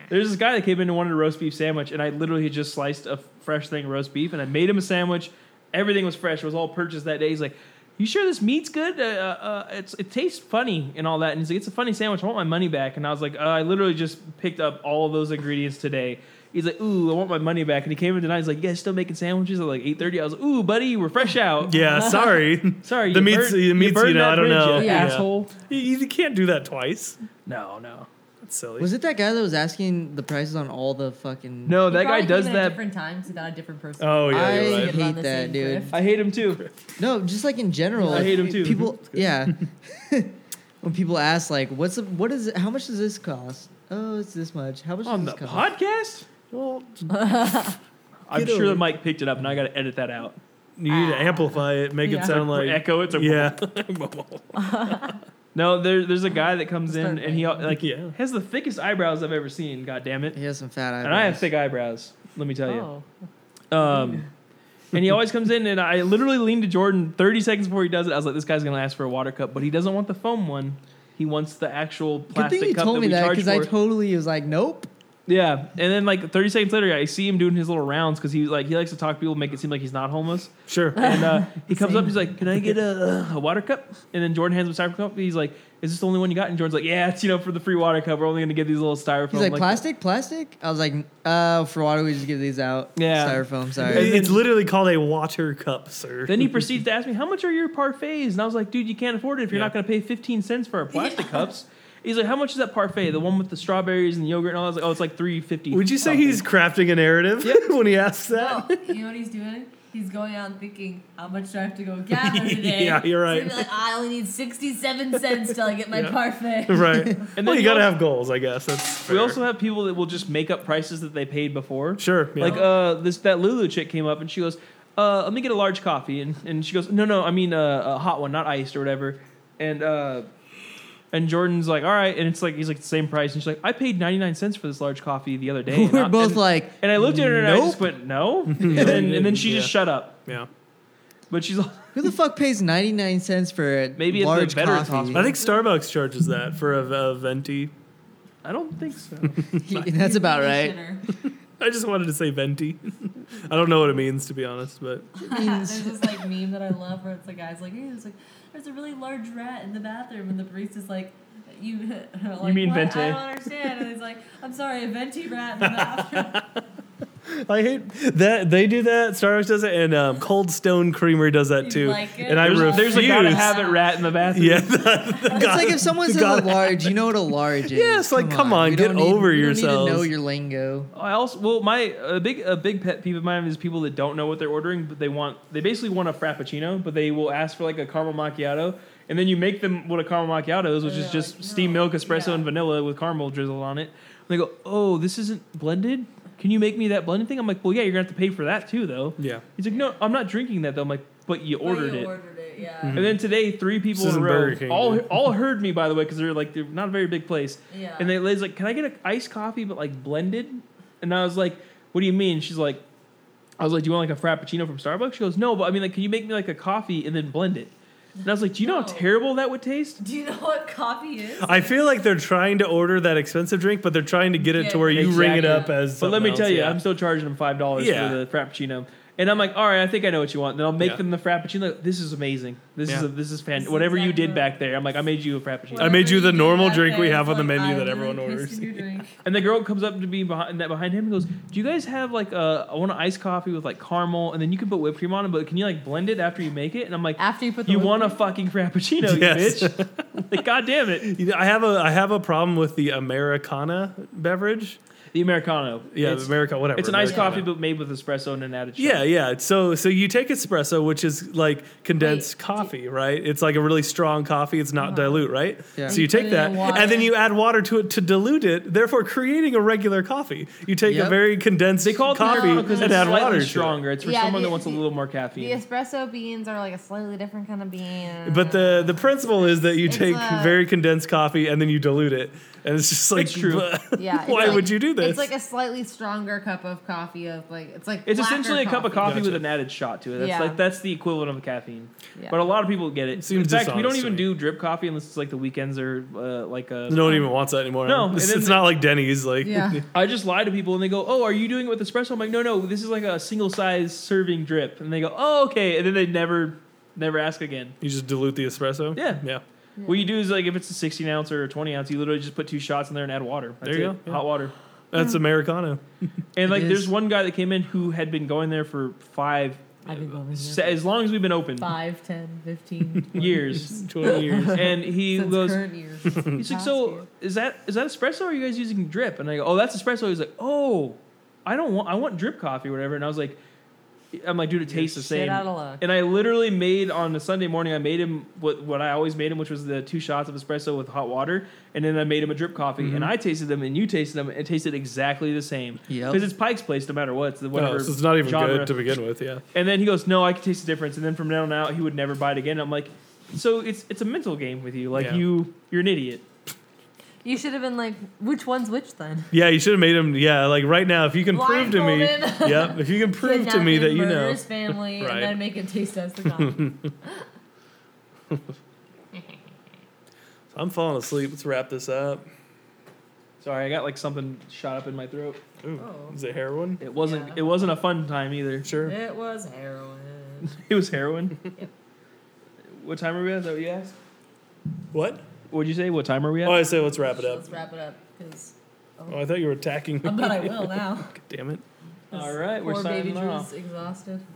Speaker 2: There's this guy that came in and wanted a roast beef sandwich, and I literally just sliced a fresh thing of roast beef, and I made him a sandwich. Everything was fresh. It was all purchased that day. He's like, "You sure this meat's good? Uh, uh, uh, it's it tastes funny and all that." And he's like, "It's a funny sandwich. I want my money back." And I was like, uh, "I literally just picked up all of those ingredients today." He's like, "Ooh, I want my money back." And he came in tonight. He's like, "Yeah, still making sandwiches at like 8:30." I was like, "Ooh, buddy, we're fresh out."
Speaker 5: Yeah, sorry.
Speaker 2: Sorry,
Speaker 5: The
Speaker 2: you
Speaker 5: meats-
Speaker 2: burned-
Speaker 5: the meats,
Speaker 2: burned
Speaker 5: you know,
Speaker 2: that
Speaker 5: I don't
Speaker 2: bridge,
Speaker 5: know.
Speaker 2: you
Speaker 5: Yeah.
Speaker 2: asshole.
Speaker 5: you, you can't do that twice.
Speaker 2: No, no,
Speaker 5: That's silly.
Speaker 3: Was it that guy that was asking the prices on all the fucking?
Speaker 2: no.
Speaker 4: He
Speaker 2: Oh, that guy
Speaker 4: probably
Speaker 2: does
Speaker 4: came in at
Speaker 2: that.
Speaker 4: different times. He got a different person.
Speaker 5: oh yeah,
Speaker 3: I
Speaker 5: you're right.
Speaker 4: Get him on
Speaker 3: hate
Speaker 4: the
Speaker 3: that,
Speaker 4: same
Speaker 3: dude.
Speaker 4: riff.
Speaker 2: I hate him too.
Speaker 3: No, just like in general.
Speaker 2: I
Speaker 3: if
Speaker 2: hate 'em too.
Speaker 3: People, yeah. when people ask like, "What's the, what is how much does this cost?" Oh, it's this much. How much
Speaker 2: On the
Speaker 3: does this cost?
Speaker 2: podcast?
Speaker 5: Well,
Speaker 2: I'm
Speaker 5: Get
Speaker 2: sure
Speaker 5: over
Speaker 2: that Mike picked it up, and I got to edit that out.
Speaker 5: you need to amplify it, make
Speaker 4: Yeah.
Speaker 5: it sound like
Speaker 2: echo. It's a
Speaker 5: yeah,
Speaker 2: No, there, there's a guy that comes in
Speaker 4: Start
Speaker 2: and he like
Speaker 5: Yeah.
Speaker 2: has the thickest eyebrows I've ever seen. God damn it!
Speaker 3: He has some fat eyebrows.
Speaker 2: And I have thick eyebrows. Let me tell you.
Speaker 4: Oh.
Speaker 2: Um, and he always comes in, and I literally leaned to Jordan 30 seconds before he does it. I was like, this guy's gonna ask for a water cup, but he doesn't want the foam one. He wants the actual
Speaker 3: Good
Speaker 2: plastic
Speaker 3: thing you
Speaker 2: cup
Speaker 3: told
Speaker 2: that
Speaker 3: me
Speaker 2: we
Speaker 3: that
Speaker 2: charge
Speaker 3: because
Speaker 2: for.
Speaker 3: I totally was like, "Nope."
Speaker 2: Yeah, and then like 30 seconds later, I see him doing his little rounds because he like he likes to talk to people, make it seem like he's not homeless.
Speaker 5: sure.
Speaker 2: And uh, he comes up, he's like, "Can I get a, a water cup?" And then Jordan hands him a styrofoam cup. He's like, "Is this the only one you got?" And Jordan's like, "Yeah, it's you know for the free water cup. We're only gonna give these little styrofoam."
Speaker 3: He's like, "Plastic, plastic." I was like, "Uh, for water, we just give these out."
Speaker 2: Yeah.
Speaker 3: Styrofoam. Sorry.
Speaker 5: It's literally called a water cup, sir.
Speaker 2: Then he proceeds to ask me, "How much are your parfaits?" And I was like, "Dude, you can't afford it if you're
Speaker 5: Yeah.
Speaker 2: not gonna pay 15 cents for our plastic cups." He's like, "How much is that parfait? The one with the strawberries and yogurt and all?" I was like, "Oh, it's like 3.50."
Speaker 5: Would you say he's crafting a narrative when he asks that?
Speaker 4: No, you know what he's doing? He's going out and thinking, how much do I have to go gather today?
Speaker 5: Yeah, you're
Speaker 4: So he'd
Speaker 5: right.
Speaker 4: be like, I only need 67 cents till I get my
Speaker 5: Yeah.
Speaker 4: parfait.
Speaker 5: Right.
Speaker 2: then
Speaker 5: well,
Speaker 2: he
Speaker 5: you gotta
Speaker 2: also-
Speaker 5: have goals, I guess. That's
Speaker 2: We
Speaker 5: fair.
Speaker 2: also have people that will just make up prices that they paid before.
Speaker 5: sure. yeah.
Speaker 2: Like uh, this that Lulu chick came up and she goes, uh, "Let me get a large coffee," and, and she goes, "No, no, I mean uh, a hot one, not iced or whatever." And uh, and Jordan's like, "All right," and it's like he's like the same price, and she's like, "I paid ninety nine cents for this large coffee the other day." and
Speaker 3: We're
Speaker 2: I-
Speaker 3: both
Speaker 2: and,
Speaker 3: like,
Speaker 2: and I looked at her and I just
Speaker 3: "Nope."
Speaker 2: went, "No," and then and then she just
Speaker 5: Yeah.
Speaker 2: shut up.
Speaker 5: yeah.
Speaker 2: But she's like,
Speaker 3: "Who the fuck pays ninety nine cents for a
Speaker 2: Maybe it's the
Speaker 3: large
Speaker 2: better
Speaker 3: coffee?"
Speaker 5: I think Starbucks charges that for a, a venti.
Speaker 2: "I don't think so."
Speaker 3: That's about right.
Speaker 4: Shitter.
Speaker 5: I just wanted to say venti. I don't know what it means to be honest, but
Speaker 4: There's this like meme that I love where it's the guy's like, hey, there's like, there's a really large rat in the bathroom, and the barista's like, you, like,
Speaker 2: mean
Speaker 4: what?
Speaker 2: venti.
Speaker 4: I don't understand. And he's like, I'm sorry, a venti rat in the bathroom.
Speaker 5: I hate that they do that. Starbucks does it, and um, Cold Stone Creamery does that
Speaker 4: You
Speaker 5: too.
Speaker 4: like it?
Speaker 5: and I
Speaker 2: There's,
Speaker 5: refuse.
Speaker 2: there's a gotta have it rat in the bathroom.
Speaker 5: yeah,
Speaker 3: It's like if someone says a large, you know what a large is.
Speaker 5: Yeah, it's like, come on,
Speaker 3: we
Speaker 5: get
Speaker 3: don't need-
Speaker 5: over
Speaker 3: we don't need
Speaker 5: yourselves.
Speaker 3: to know your lingo.
Speaker 2: I also well, my a big a big pet peeve of mine is people that don't know what they're ordering, but they want they basically want a frappuccino, but they will ask for like a caramel macchiato, and then you make them what a caramel macchiato is, which
Speaker 4: And
Speaker 2: is
Speaker 4: they're
Speaker 2: just
Speaker 4: like,
Speaker 2: steamed
Speaker 4: no,
Speaker 2: milk, espresso,
Speaker 4: yeah.
Speaker 2: and vanilla with caramel drizzled on it. And they go, "Oh, this isn't blended. Can you make me that blended thing?" I'm like, "Well, yeah, you're gonna have to pay for that too, though."
Speaker 5: yeah.
Speaker 2: He's like, "No, I'm not drinking that though." I'm like, "But you ordered
Speaker 4: you
Speaker 2: it."
Speaker 4: Ordered it, yeah.
Speaker 2: And then today, three people
Speaker 5: This
Speaker 2: in a
Speaker 5: isn't
Speaker 2: row,
Speaker 5: Burger King,
Speaker 2: all
Speaker 5: dude.
Speaker 2: all heard me by the way, because they're like they're not a very big place.
Speaker 5: Mm-hmm.
Speaker 4: Yeah.
Speaker 2: And they lady's like, "Can I get an iced coffee, but like blended?" And I was like, "What do you mean?" She's like, "I was like, do you want like a frappuccino from Starbucks?" She goes, "No, but I mean, like, can you make me like a coffee and then blend it?" And I was like, "Do you know how
Speaker 4: No.
Speaker 2: terrible that would taste?"
Speaker 4: Do you know what coffee is?
Speaker 5: I feel like they're trying to order that expensive drink, but they're trying to get it
Speaker 4: Yeah,
Speaker 5: to where you ring it
Speaker 2: Exactly.
Speaker 5: up as.
Speaker 2: But let
Speaker 5: something
Speaker 2: me
Speaker 5: else,
Speaker 2: tell you,
Speaker 5: yeah.
Speaker 2: I'm still charging them five dollars
Speaker 5: Yeah.
Speaker 2: for the frappuccino. And I'm like, all right, I think I know what you want. Then I'll make
Speaker 5: Yeah.
Speaker 2: them the frappuccino. This is amazing. This is
Speaker 5: Yeah.
Speaker 2: a, this is fan.
Speaker 4: This is
Speaker 2: Whatever you
Speaker 4: exactly
Speaker 2: did
Speaker 4: what-
Speaker 2: back there, I'm like, I made you a frappuccino.
Speaker 5: I made you the
Speaker 4: Whatever
Speaker 5: normal
Speaker 4: do back
Speaker 5: drink we
Speaker 4: there,
Speaker 5: have
Speaker 4: it's
Speaker 5: on the menu
Speaker 4: I
Speaker 5: that
Speaker 4: literally
Speaker 5: everyone
Speaker 4: tasted
Speaker 5: orders.
Speaker 4: your drink.
Speaker 2: And the girl comes up to be behind that behind him and goes, "Do you guys have like uh, I want an iced coffee with like caramel, and then you can put whipped cream on it, but can you like blend it after you make it?" And I'm like,
Speaker 4: After you put the
Speaker 2: "You
Speaker 4: whipped
Speaker 2: want a
Speaker 4: cream-
Speaker 2: fucking frappuccino,
Speaker 5: Yes.
Speaker 2: you bitch! like, God damn it,
Speaker 5: You know, I have a I have a problem with the Americana beverage.
Speaker 2: the americano.
Speaker 5: Yeah,
Speaker 2: it's,
Speaker 5: America, whatever.
Speaker 2: it's an iced
Speaker 5: Americana.
Speaker 2: coffee, but made with espresso and an added sugar.
Speaker 5: Yeah, yeah. So so you take espresso, which is like condensed
Speaker 4: Wait,
Speaker 5: coffee, right? It's like a really strong coffee. It's not dilute, right?
Speaker 3: Yeah.
Speaker 5: So you
Speaker 4: You put
Speaker 5: take
Speaker 4: it
Speaker 5: that
Speaker 4: in water.
Speaker 5: and then you add water to it to dilute it, therefore creating a regular coffee. You take a
Speaker 3: Yep.
Speaker 5: very condensed
Speaker 2: They call it
Speaker 5: coffee
Speaker 2: coffee
Speaker 4: Americano
Speaker 5: and
Speaker 2: because it's
Speaker 5: add water
Speaker 2: slightly
Speaker 5: to it.
Speaker 2: stronger. It's for
Speaker 4: Yeah,
Speaker 2: someone
Speaker 4: the-
Speaker 2: that wants a
Speaker 4: the-
Speaker 2: little more
Speaker 4: The
Speaker 2: caffeine.
Speaker 4: espresso beans are like a slightly different kind of bean.
Speaker 5: But the the principle is that you
Speaker 4: It's
Speaker 5: take
Speaker 4: a-
Speaker 5: very condensed coffee and then you dilute it, and it's just like
Speaker 2: It's true.
Speaker 4: yeah, it's
Speaker 5: why
Speaker 4: like-
Speaker 5: would you do this?
Speaker 4: It's like a slightly stronger cup of coffee. Of like it's like
Speaker 2: It's
Speaker 4: blacker
Speaker 2: essentially a cup of coffee
Speaker 5: Gotcha.
Speaker 2: with an added shot to it. That's
Speaker 4: Yeah.
Speaker 2: like that's the equivalent of a caffeine.
Speaker 4: Yeah.
Speaker 2: But a lot of people get it.
Speaker 5: Seems
Speaker 2: In fact, we don't
Speaker 5: dishonest to
Speaker 2: even
Speaker 5: me.
Speaker 2: do drip coffee unless it's like the weekends or uh, like a
Speaker 5: no one even wants that anymore.
Speaker 2: No,
Speaker 5: it's,
Speaker 2: and then
Speaker 5: it's
Speaker 2: the-
Speaker 5: not like Denny's. Like
Speaker 4: Yeah.
Speaker 2: I just lie to people and they go, "Oh, are you doing it with espresso?" I'm like, "No, no, this is like a single size serving drip." And they go, "Oh, okay." And then they never, never ask again.
Speaker 5: you just dilute the espresso.
Speaker 2: Yeah.
Speaker 5: yeah.
Speaker 2: What you do is like if it's a 16 ounce or a 20 ounce, you literally just put two shots in there and add water. That's
Speaker 5: There you
Speaker 2: it.
Speaker 5: go. Yeah.
Speaker 2: Hot water.
Speaker 5: That's Americano.
Speaker 2: And
Speaker 3: It
Speaker 2: like, there's
Speaker 3: is.
Speaker 2: one guy that came in who had been going there for five,
Speaker 4: I've been going
Speaker 2: se- as long as we've been open,
Speaker 4: five, ten, fifteen
Speaker 2: years, 20 years, and he
Speaker 4: Since
Speaker 2: goes.
Speaker 4: current years.
Speaker 2: He's like,
Speaker 4: Past
Speaker 2: so
Speaker 4: years.
Speaker 2: is that is that espresso? Or are you guys using drip? And I go, oh, that's espresso. He's like, oh, I don't want, I want drip coffee or whatever. And I was like, I'm like, dude, it tastes the
Speaker 4: Shit
Speaker 2: same.
Speaker 4: out of luck.
Speaker 2: And I literally made on a Sunday morning, I made him what what I always made him, which was the two shots of espresso with hot water, and then I made him a drip coffee.
Speaker 4: Mm-hmm.
Speaker 2: And I tasted them, and you tasted them, and it tasted exactly the same.
Speaker 3: Yep.
Speaker 2: because it's Pike's Place, no matter what. It's the whatever.
Speaker 5: no, Oh, so it's not even
Speaker 2: genre.
Speaker 5: good to begin with. Yeah,
Speaker 2: And then he goes, "No, I can taste the difference." And then from now on out, he would never buy it again. And I'm like, so it's it's a mental game with you. Like
Speaker 5: Yeah.
Speaker 2: you you're an idiot.
Speaker 4: You should have been like, which one's which then?
Speaker 5: yeah. You should have made him. Yeah, like right now, if you can prove to me,
Speaker 4: Blindfolded.
Speaker 5: yep. If you can prove to
Speaker 4: Kidnap
Speaker 5: me
Speaker 4: him,
Speaker 5: that you
Speaker 4: murder
Speaker 5: know,
Speaker 4: his family
Speaker 5: Right.
Speaker 4: and then make it taste as the coffee.
Speaker 5: I'm falling asleep. Let's wrap this up.
Speaker 2: Sorry, I got like something shot up in my throat.
Speaker 5: Ooh,
Speaker 4: Oh.
Speaker 5: is it heroin?
Speaker 2: It wasn't.
Speaker 4: Yeah.
Speaker 2: It wasn't a fun time either.
Speaker 5: Sure.
Speaker 4: it was heroin.
Speaker 2: It was heroin. What time are we at? Is that what you asked?
Speaker 5: What?
Speaker 2: What'd you say? What time are we at?
Speaker 5: Oh, I said let's wrap it up.
Speaker 4: Let's wrap it up because
Speaker 5: Oh, I thought you were attacking me.
Speaker 4: I bet I will now.
Speaker 5: Damn it.
Speaker 2: All right, we're
Speaker 4: Poor baby
Speaker 2: signing
Speaker 4: Drew's
Speaker 2: off.
Speaker 4: exhausted.